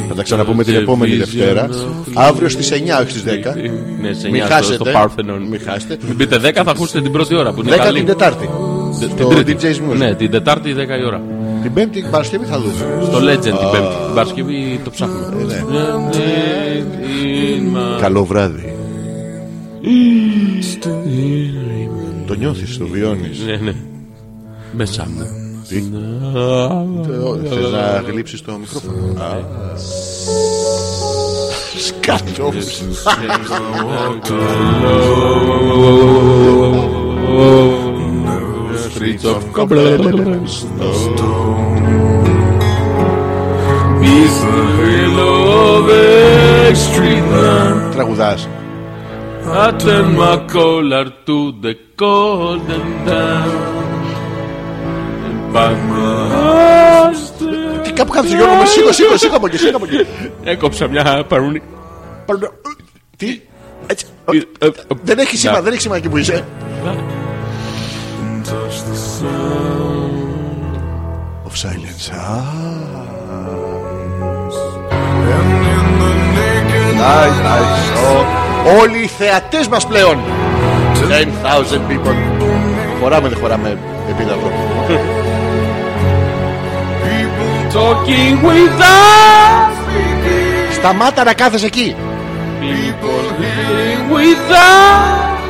Speaker 1: Θα τα ξαναπούμε την επόμενη Δευτέρα. Αύριο στις 9, όχι στις 10.
Speaker 2: Ναι, σε
Speaker 1: Μην
Speaker 2: νοιάζω στο
Speaker 1: χάσετε.
Speaker 2: Parthenon.
Speaker 1: Μην χάσετε.
Speaker 2: Μην πείτε 10, θα ακούσετε την πρώτη ώρα που είναι
Speaker 1: 10
Speaker 2: καλή.
Speaker 1: την Τετάρτη. Στο
Speaker 2: Τρίτη.
Speaker 1: DJ's Music.
Speaker 2: Ναι, την Τετάρτη 10 η ώρα.
Speaker 1: Την Πέμπτη την Παρασκευή θα δούμε.
Speaker 2: Στο Legend την Πέμπτη. Την Παρασκευή το ψάχνουμε.
Speaker 1: Καλό βράδυ. Το νιώθεις, το βιώνεις.
Speaker 2: Ναι, ναι. Μέσα μου.
Speaker 1: Ε, Θες να γλύψεις το
Speaker 2: Ναι.
Speaker 1: μικρόφωνο. Α. Σκάτω.
Speaker 2: Ναι, Streets of Coblenz. Beneath the halo of extreme light.
Speaker 1: Τραγουδάς.
Speaker 2: I turn my collar to the cold and damp. And by my
Speaker 1: Τι Ε, κάπου κάθεσαι Γιώργο με σήκω, σήκω, σήκω από εκεί, σήκω από εκεί.
Speaker 2: Έκοψα μια παρούνη.
Speaker 1: Παρ- Τι. Έτσι. Δεν έχει σήμα, δεν έχει σήμα εκεί που είσαι. Of silence. Α. Night, night, show. Όλοι οι θεατές μας πλέον 10,000 people Χωράμε δεν χωράμε επίδαυρο
Speaker 2: Talking with us,
Speaker 1: Σταμάτα να κάθεσαι εκεί
Speaker 2: people healing with us,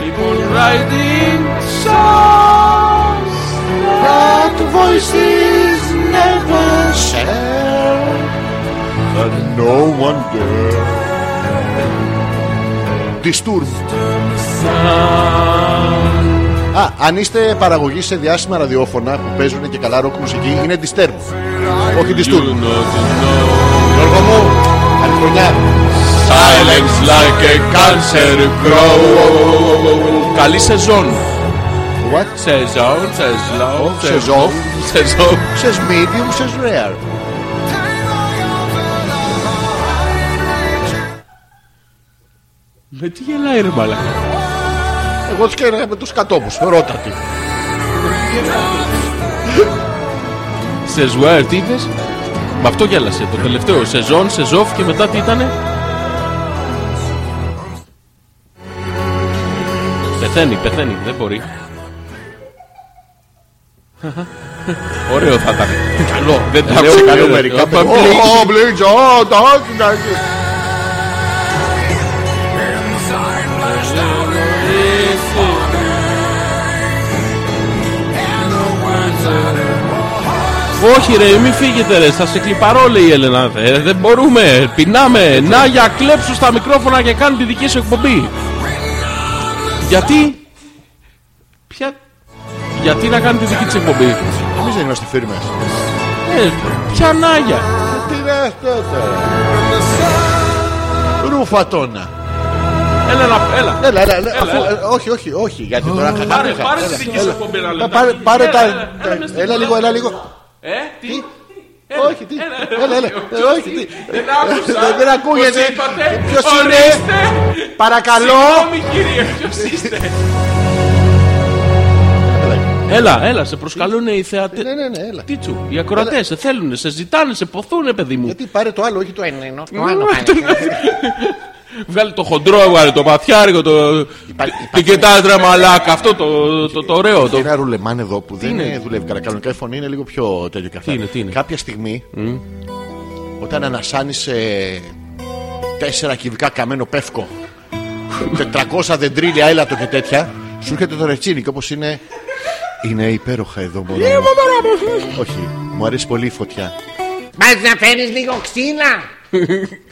Speaker 2: people writing songs that voices never
Speaker 1: And no wonder Disturbed
Speaker 2: sound.
Speaker 1: Α, αν είστε παραγωγή σε διάσημα ραδιόφωνα που παίζουν και καλά ροκ μουσική, είναι Disturbed. Όχι Disturbed. Γιώργο μου, καλή χρονιά.
Speaker 2: Silence like a cancer grow. Καλή σεζόν.
Speaker 1: What?
Speaker 2: Σεζόν, σεζόν,
Speaker 1: Σεζόν.
Speaker 2: σεζόν.
Speaker 1: Says medium, says rare.
Speaker 2: Με τι γελάει ρε μαλάκα.
Speaker 1: Εγώ σκέφτομαι με τους κατόπους, ρώτα τι.
Speaker 2: Σεζουέρ, τι είπες. Με αυτό γέλασε το τελευταίο. Σεζόν, σεζόφ και μετά τι ήτανε. Πεθαίνει, πεθαίνει, δεν μπορεί. Ωραίο θα ήταν. Καλό, δεν τα άκουσε
Speaker 1: Λέω, λέω
Speaker 2: κανένα.
Speaker 1: μερικά
Speaker 2: Όπα,
Speaker 1: παιδιά.
Speaker 2: μπλέξε.
Speaker 1: Ω, μπλέξε, ω, τα άκουσα.
Speaker 2: Όχι ρε, μη φύγετε ρε, θα σε κλιπαρώ λέει η Έλενα Ε, Δεν μπορούμε, πεινάμε Να για κλέψου στα μικρόφωνα και κάνε τη δική σου εκπομπή Γιατί Ποια Γιατί να κάνει τη δική της εκπομπή
Speaker 1: Εμείς δεν είμαστε φίρμες.
Speaker 2: ε, Ποια Νάγια
Speaker 1: Τι είναι αυτό τώρα. Ρουφατόνα.
Speaker 2: Έλενα, έλα
Speaker 1: Έλα, έλα, έλα. αφού- ε, Όχι, όχι, όχι. Γιατί τώρα
Speaker 2: Πάρε,
Speaker 1: κατάλαβα.
Speaker 2: πάρε τη δική σου εκπομπή να λέμε.
Speaker 1: Πάρε, πάρε
Speaker 2: Έλα,
Speaker 1: τα.
Speaker 2: έλα,
Speaker 1: τα-
Speaker 2: έλα, μες στην
Speaker 1: Έλα λίγο,
Speaker 2: κουβέντα.
Speaker 1: έλα λίγο.
Speaker 2: Ε, τι
Speaker 1: Όχι, τι. Έλα, έλα. Ε, Όχι, τι.
Speaker 2: Δεν άκουσα
Speaker 1: Δεν- Δεν ακούγεται.
Speaker 2: Πώς είπατε
Speaker 1: Ποιος
Speaker 2: Ορίστε.
Speaker 1: είναι. Παρακαλώ.
Speaker 2: Συγγνώμη κύριε, ποιος είστε Έλα, έλα, σε προσκαλούν οι θεατές.
Speaker 1: Ναι, ναι, ναι, έλα.
Speaker 2: Τίτσου, οι ακροατές σε θέλουν, σε ζητάνε, σε ποθούν, παιδί μου.
Speaker 1: Γιατί πάρε το άλλο, όχι το ναι. ένα.
Speaker 4: Ενώ το άλλο κάνει.
Speaker 2: Βγάλε το χοντρό, βγάλε το παθιάρικο, το. Την κοιτάς ρε μαλάκα, αυτό το, το, το ωραίο.
Speaker 1: Το...
Speaker 2: Το...
Speaker 1: Ένα ρουλεμάν εδώ που δεν
Speaker 2: είναι?
Speaker 1: είναι, δουλεύει καλά. Κανονικά η φωνή είναι λίγο πιο τέτοιο και αυτά.
Speaker 2: Τι είναι, τι είναι?
Speaker 1: Κάποια στιγμή, όταν ανασάνει τέσσερα κυβικά καμένο πεύκο, 400 δεντρίλια έλατο και τέτοια, σου έρχεται το ρετσίνι και όπως είναι. Είναι υπέροχα εδώ μόνο. Όχι, μου αρέσει πολύ η φωτιά.
Speaker 4: Μας να φέρεις λίγο ξύλα.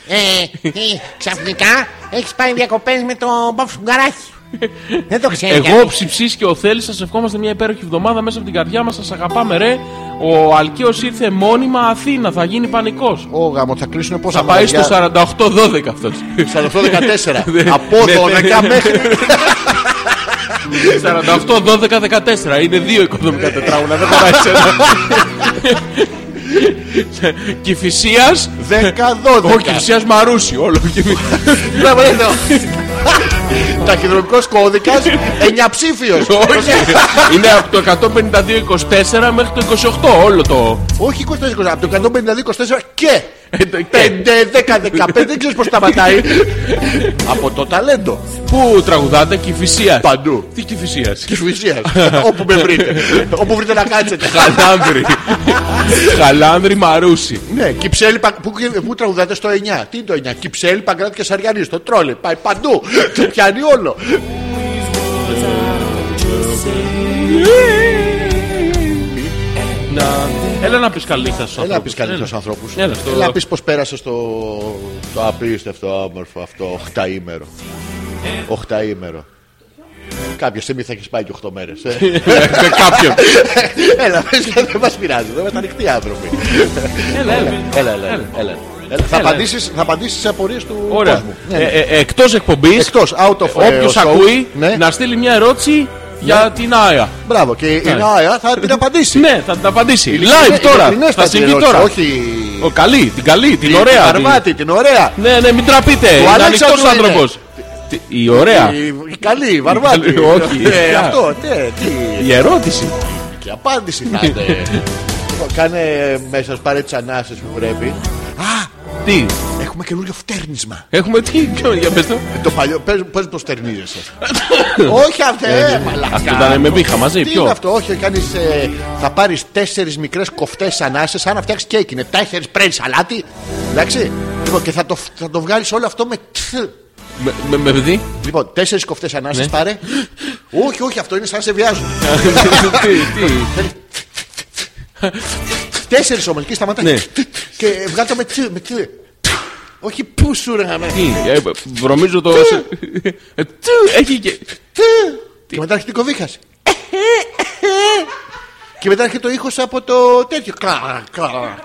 Speaker 4: ε, ε, ξαφνικά έχεις πάει διακοπές με τον Μπαφ Σουγκαράκη. Δεν το ξέρει.
Speaker 2: Εγώ,
Speaker 4: κανείς.
Speaker 2: ο Ψιψής και ο Θέλης σας ευχόμαστε μια υπέροχη εβδομάδα μέσα από την καρδιά μας. Σας αγαπάμε, ρε. Ο Αλκαίος ήρθε μόνιμα Αθήνα, θα γίνει πανικός.
Speaker 1: Ω γάμο, θα κλείσουν πόσα
Speaker 2: Θα πάει στο
Speaker 1: μαγαζιά.
Speaker 2: 48-12 αυτός.
Speaker 1: 48-14.
Speaker 2: Ναι.
Speaker 1: Από δωδεκά μέχρι
Speaker 2: 48-12-14. Είναι δύο οικοδομικά τετράγωνα, δεν χωράει σε ένα. Κηφισίας
Speaker 1: 10-12.
Speaker 2: Όχι, Κυφσία Μαρούσι, όλο.
Speaker 1: Μπράβο, εδώ. Ταχυδρομικός κώδικας 9 ψήφιος
Speaker 2: Όχι, είναι από το 152-24 μέχρι το 28, όλο το.
Speaker 1: Όχι 24, από το 152-24 και
Speaker 2: Ε, το- και-
Speaker 1: 5-10-15 δεν ξέρεις πως σταματάει Από το ταλέντο
Speaker 2: Πού τραγουδάτε, Κυφυσίας.
Speaker 1: Παντού.
Speaker 2: Τι Κυφυσίας.
Speaker 1: της φυσίας Όπου με βρείτε Όπου βρείτε να κάτσετε
Speaker 2: Χαλάνδρη. Χαλάνδρη Μαρούσι.
Speaker 1: Ναι, Κυψέλη, Πα- πού, πού τραγουδάτε στο 9. Τι είναι το 9, Κυψέλη, Παγκράτη και Σαριανής. Το τρόλε, πάει παντού. το πιάνει όλο.
Speaker 2: Να. Έλα να πεις καλή σας στους
Speaker 1: Έλα να πει
Speaker 2: ανθρώπους.
Speaker 1: καλή στου ανθρώπους.
Speaker 2: Έλα, στο-
Speaker 1: Έλα να πεις πώ πέρασε το, το απίστευτο όμορφο αυτό οχταήμερο. Οχταήμερο. Κάποια στιγμή θα έχεις πάει και 8 μέρε.
Speaker 2: Με Ε, κάποιον.
Speaker 1: Έλα, πες, δεν μας πειράζει, δεν είμαστε ανοιχτοί άνθρωποι.
Speaker 2: Έλα, έλα.
Speaker 1: Έλα, έλα, έλα. έλα. Θα απαντήσεις- Θα απαντήσεις σε απορίες του
Speaker 2: Ωραία. Ε,
Speaker 1: κόσμου.
Speaker 2: Εκτός εκπομπής,
Speaker 1: Εκτός, out of ε,
Speaker 2: όποιος
Speaker 1: show.
Speaker 2: ακούει
Speaker 1: Ναι.
Speaker 2: να στείλει μια ερώτηση για την ΑΕΑ.
Speaker 1: Μπράβο, και η Νάια θα την απαντήσει.
Speaker 2: Ναι, θα την απαντήσει.
Speaker 1: Είναι-
Speaker 2: Ναι. Live τώρα.
Speaker 1: ειλικρινέστατη
Speaker 2: Θα συμβεί
Speaker 1: ερώτηση,
Speaker 2: τώρα.
Speaker 1: Όχι.
Speaker 2: Ο, καλή, την καλή, την
Speaker 1: Την
Speaker 2: ωραία. την-
Speaker 1: Αρβάτη, την ωραία.
Speaker 2: Ναι, ναι, μην τραπείτε. Είναι
Speaker 1: Αλέξανδρου
Speaker 2: ανοιχτός
Speaker 1: είναι.
Speaker 2: άνθρωπος. Η ωραία.
Speaker 1: Η, η καλή, η βαρβάτη.
Speaker 2: καλή, όχι,
Speaker 1: Ε,
Speaker 2: η-
Speaker 1: αυτό, ναι, τι.
Speaker 2: Η ερώτηση.
Speaker 1: Και απάντηση θα είναι. Λοιπόν, Κάνε μέσα, σου, πάρε τις ανάσες που πρέπει. Α,
Speaker 2: Τι.
Speaker 1: έχουμε καινούριο φτέρνισμα.
Speaker 2: Έχουμε τι. ποιο, Για πες το.
Speaker 1: Ε, Το παλιό, πες, πες το στερνίζεσαι. όχι αυτέ, Ε, μαλάκα. Ε,
Speaker 2: Αυτό ήταν με βήχα μαζί.
Speaker 1: Τι είναι
Speaker 2: Ποιο.
Speaker 1: αυτό, όχι, κάνεις, ε, θα πάρεις τέσσερις μικρές κοφτές ανάσες, σαν να φτιάξεις κέικ. Είναι τάχερ, παίρνει σαλάτι. Εντάξει. Λοιπόν, και θα το, θα το βγάλεις όλο αυτό με τθ.
Speaker 2: Με- Με με δει.
Speaker 1: Λοιπόν, τέσσερις κοφτές ανάσες
Speaker 2: Ναι.
Speaker 1: πάρε. όχι, όχι, αυτό είναι σαν να σε βιάζουν.
Speaker 2: Τι, τι.
Speaker 1: Τέσσερις όμως και σταματάει.
Speaker 2: Ναι.
Speaker 1: Και βγάλει το με τσου, με τσου. Όχι πού σου ρε γαμέ.
Speaker 2: Τι, ε, Βρωμίζω το. Ε, τι, Έχει και.
Speaker 1: Τι. Και μετά έρχεται η κοβίχας. Και μετά έρχεται το ήχος από το τέτοιο. Κλα, κλα.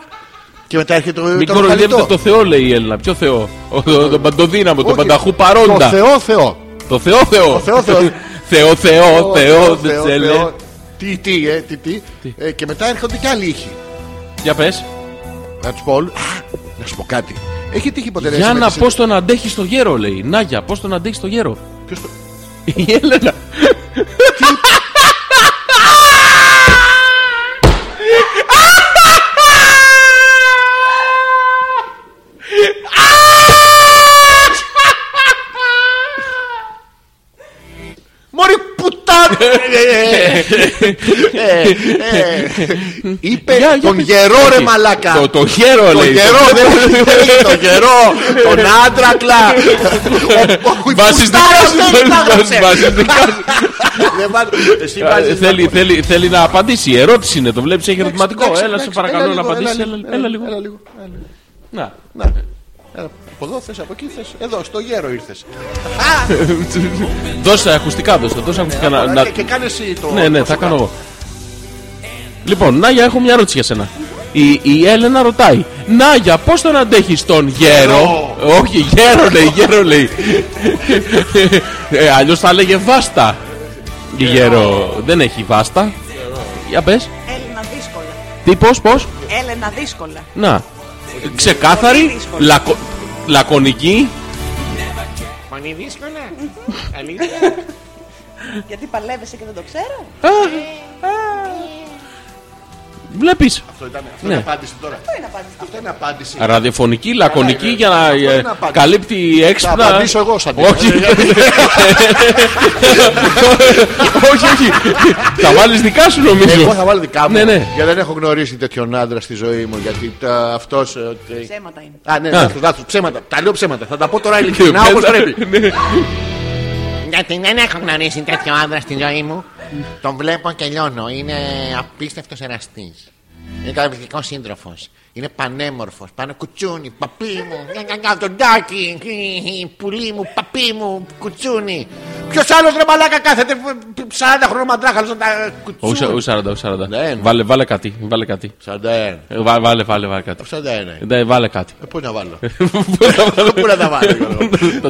Speaker 1: Και μετά έρχεται το.
Speaker 2: Μην
Speaker 1: το μαχαλιτό.
Speaker 2: κοροϊδεύετε το Θεό, λέει η Έλληνα. Ποιο Θεό. Ο- το- Τον παντοδύναμο, τον
Speaker 1: Όχι.
Speaker 2: πανταχού
Speaker 1: Το
Speaker 2: παρόντα.
Speaker 1: Θεό, Θεό.
Speaker 2: Το Θεό, Θεό.
Speaker 1: Θεό, Θεό.
Speaker 2: Θεό, Θεό, Θεό, δεν
Speaker 1: Θεό,
Speaker 2: σε λέει.
Speaker 1: Θεό. Τι, τι, ε, τι, τι. Ε, Και μετά έρχονται και άλλοι ήχοι.
Speaker 2: Για πες.
Speaker 1: Να τους πω όλους. Α, Να σου πω κάτι. Έχει τύχει ποτέ να
Speaker 2: Για
Speaker 1: είσαι με
Speaker 2: να
Speaker 1: τις-
Speaker 2: πώ τον αντέχει στο γέρο, λέει. Νάγια, πώ τον αντέχει στο γέρο.
Speaker 1: Ποιος το-
Speaker 2: Η Έλενα.
Speaker 1: Μωρή πουτάνα! Ε, ε, ε, Είπε
Speaker 2: Για, για
Speaker 1: Ε, τον
Speaker 2: πες.
Speaker 1: γερό ρε
Speaker 2: Όχι.
Speaker 1: μαλάκα.
Speaker 2: Το- Το γέρο,
Speaker 1: Τον
Speaker 2: λέει.
Speaker 1: γερό, δεν
Speaker 2: ε,
Speaker 1: έλεγε τον γερό, τον άντρακλα.
Speaker 2: Βασιστικά σου, βασιστικά σου. Ε, Θέλει, θέλει, θέλει να απαντήσει. Η ερώτηση είναι, το βλέπει, έχει ερωτηματικό. Έλα, σε παρακαλώ να απαντήσει. Έλα λίγο. Να.
Speaker 1: Να. Έλα, Από εδώ θες, από εκεί θες. Εδώ, στο γέρο ήρθες.
Speaker 2: Δώσε ακουστικά, δώσε. Δώσε ακουστικά. να-
Speaker 1: Αλλά
Speaker 2: να-
Speaker 1: και- Και κάνε εσύ το...
Speaker 2: Ναι, ναι,
Speaker 1: το
Speaker 2: θα
Speaker 1: σου
Speaker 2: κάνω
Speaker 1: κάνω.
Speaker 2: εγώ. Λοιπόν, Νάγια, έχω μια ερώτηση για σένα. Η, η Έλενα ρωτάει, Νάγια, πώς τον αντέχεις τον γέρο. Όχι, γέρο λέει, γέρο λέει. ε, Αλλιώς θα λέγε βάστα. Η γέρο δεν έχει βάστα. Για πες.
Speaker 6: Έλληνα δύσκολα.
Speaker 2: Τι, πώς, πώς.
Speaker 6: Έλενα δύσκολα.
Speaker 2: Να. Ξεκάθαρη,
Speaker 6: δύσκολο.
Speaker 2: λακο, λακωνική.
Speaker 4: Πολύ δύσκολα. Αλήθεια.
Speaker 6: Γιατί παλεύεσαι και δεν το ξέρω.
Speaker 2: Βλέπεις.
Speaker 1: Αυτό ήταν αυτό
Speaker 2: Ναι.
Speaker 1: είναι απάντηση τώρα.
Speaker 6: Αυτό είναι απάντηση.
Speaker 1: Αυτό είναι απάντηση.
Speaker 2: Ραδιοφωνική, λακωνική
Speaker 1: ναι, ναι.
Speaker 2: για να
Speaker 1: Αυτό
Speaker 2: ε,
Speaker 1: είναι απάντηση.
Speaker 2: καλύπτει
Speaker 1: Θα
Speaker 2: έξυπνα.
Speaker 1: απαντήσω εγώ Ε, σαν
Speaker 2: Όχι. όχι, όχι. Θα βάλεις δικά σου
Speaker 1: Εγώ
Speaker 2: νομίζω.
Speaker 1: θα βάλω δικά μου.
Speaker 2: Ναι, ναι.
Speaker 1: Γιατί δεν έχω γνωρίσει τέτοιον άντρα στη ζωή μου. Γιατί αυτό.
Speaker 6: Ψέματα είναι.
Speaker 1: Α, ναι,
Speaker 2: Α.
Speaker 1: λάθος, λάθος, ψέματα. Τα λέω ψέματα. Θα τα πω τώρα ειλικρινά όπως
Speaker 2: Ναι,
Speaker 1: πρέπει.
Speaker 4: Γιατί δεν έχω γνωρίσει τέτοιο άντρα στη ζωή μου. Τον βλέπω και λιώνω. Είναι απίστευτος εραστής. Είναι καταπληκτικό σύντροφος. Είναι πανέμορφος. Πάνω κουτσούνι, παπί μου. Νιανιανιά, Δοντάκι. Πουλί μου, παπί μου, κουτσούνι.
Speaker 1: Ποιος άλλος ρε μαλάκα κάθεται ε, 40 χρόνια μαντράχαλος να τα
Speaker 2: Όχι,
Speaker 1: κουτσούν.
Speaker 2: όχι, 40, όχι, 40.
Speaker 1: Ναι, ναι.
Speaker 2: Βάλε, βάλε κάτι. Βάλε κάτι.
Speaker 1: 41.
Speaker 2: Ε, βά- Βάλε, βάλε, βάλε κάτι.
Speaker 1: 41. είναι.
Speaker 2: Ναι, βάλε κάτι.
Speaker 1: Ε, Πού να βάλω.
Speaker 2: Πού να βάλω.
Speaker 1: Πού να τα βάλω, Γιώργο.
Speaker 2: Τα-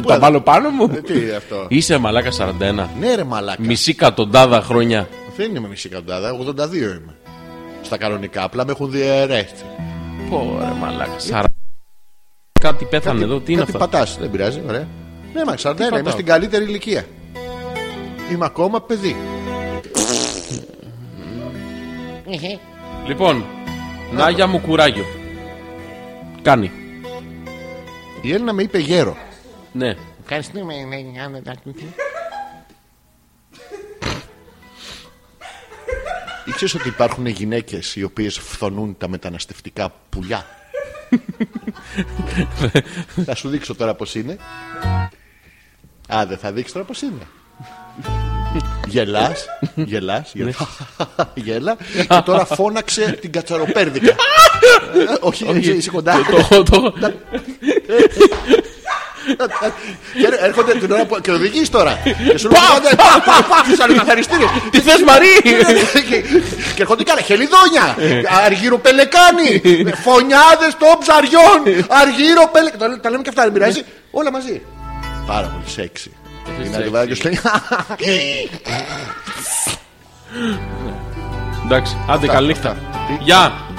Speaker 1: Πού
Speaker 2: Τα
Speaker 1: να-
Speaker 2: βάλω πάνω μου.
Speaker 1: Ε, Τι είναι αυτό.
Speaker 2: Είσαι μαλάκα 41.
Speaker 1: Ναι, ρε μαλάκα.
Speaker 2: Μισή κατοντάδα χρόνια.
Speaker 1: Δεν είμαι μισή εκατοντάδα, 82 είμαι. Στα κανονικά, απλά με έχουν διαιρέσει.
Speaker 2: Πόρε μαλάκα. 40. Κάτι πέθανε εδώ, τι είναι
Speaker 1: Κάτι
Speaker 2: αυτό.
Speaker 1: πατάς, δεν πειράζει, ωραία. Ναι, μα 41, είμαι
Speaker 2: πατάω?
Speaker 1: στην καλύτερη ηλικία. Είμαι ακόμα παιδί.
Speaker 2: Λοιπόν, Νάγια μου κουράγιο. Κάνει.
Speaker 1: Η Έλληνα με είπε γέρο.
Speaker 2: Ναι.
Speaker 4: Ευχαριστούμε, Ελένη, αν δεν τα ακούτε.
Speaker 1: Ήξερε ότι υπάρχουν γυναίκες οι οποίες φθονούν τα μεταναστευτικά πουλιά. θα σου δείξω τώρα πώς είναι. Α, δεν θα δείξω τώρα πώς είναι. Γελάς, γελάς, γελά. Και τώρα φώναξε την κατσαροπέρδικα. Ε, Όχι, είσαι- είσαι κοντά.
Speaker 2: Το- το- το-
Speaker 1: Και έρ- Έρχονται την ώρα που. και οδηγείς τώρα. Και σου λέω: «Άντε, Πάω, πάω, πάω στου αλοκαθαριστήρε.
Speaker 2: Τι θες Μαρή!
Speaker 1: Και- Ε. Και έρχονται κι άλλα. Χελιδόνια! Αργύρο πελεκάνη! Φωνιάδες των ψαριών! Αργύρο πελεκάνη! Τα λέμε και αυτά, δεν πειράζει. Όλα μαζί. Πάρα πολύ σεξι. Είναι
Speaker 2: σεξι.
Speaker 1: αντιβάρη και σου λέει,
Speaker 2: Εντάξει, άντε καλή νύχτα.
Speaker 1: αυτά. Τι?
Speaker 2: Γεια!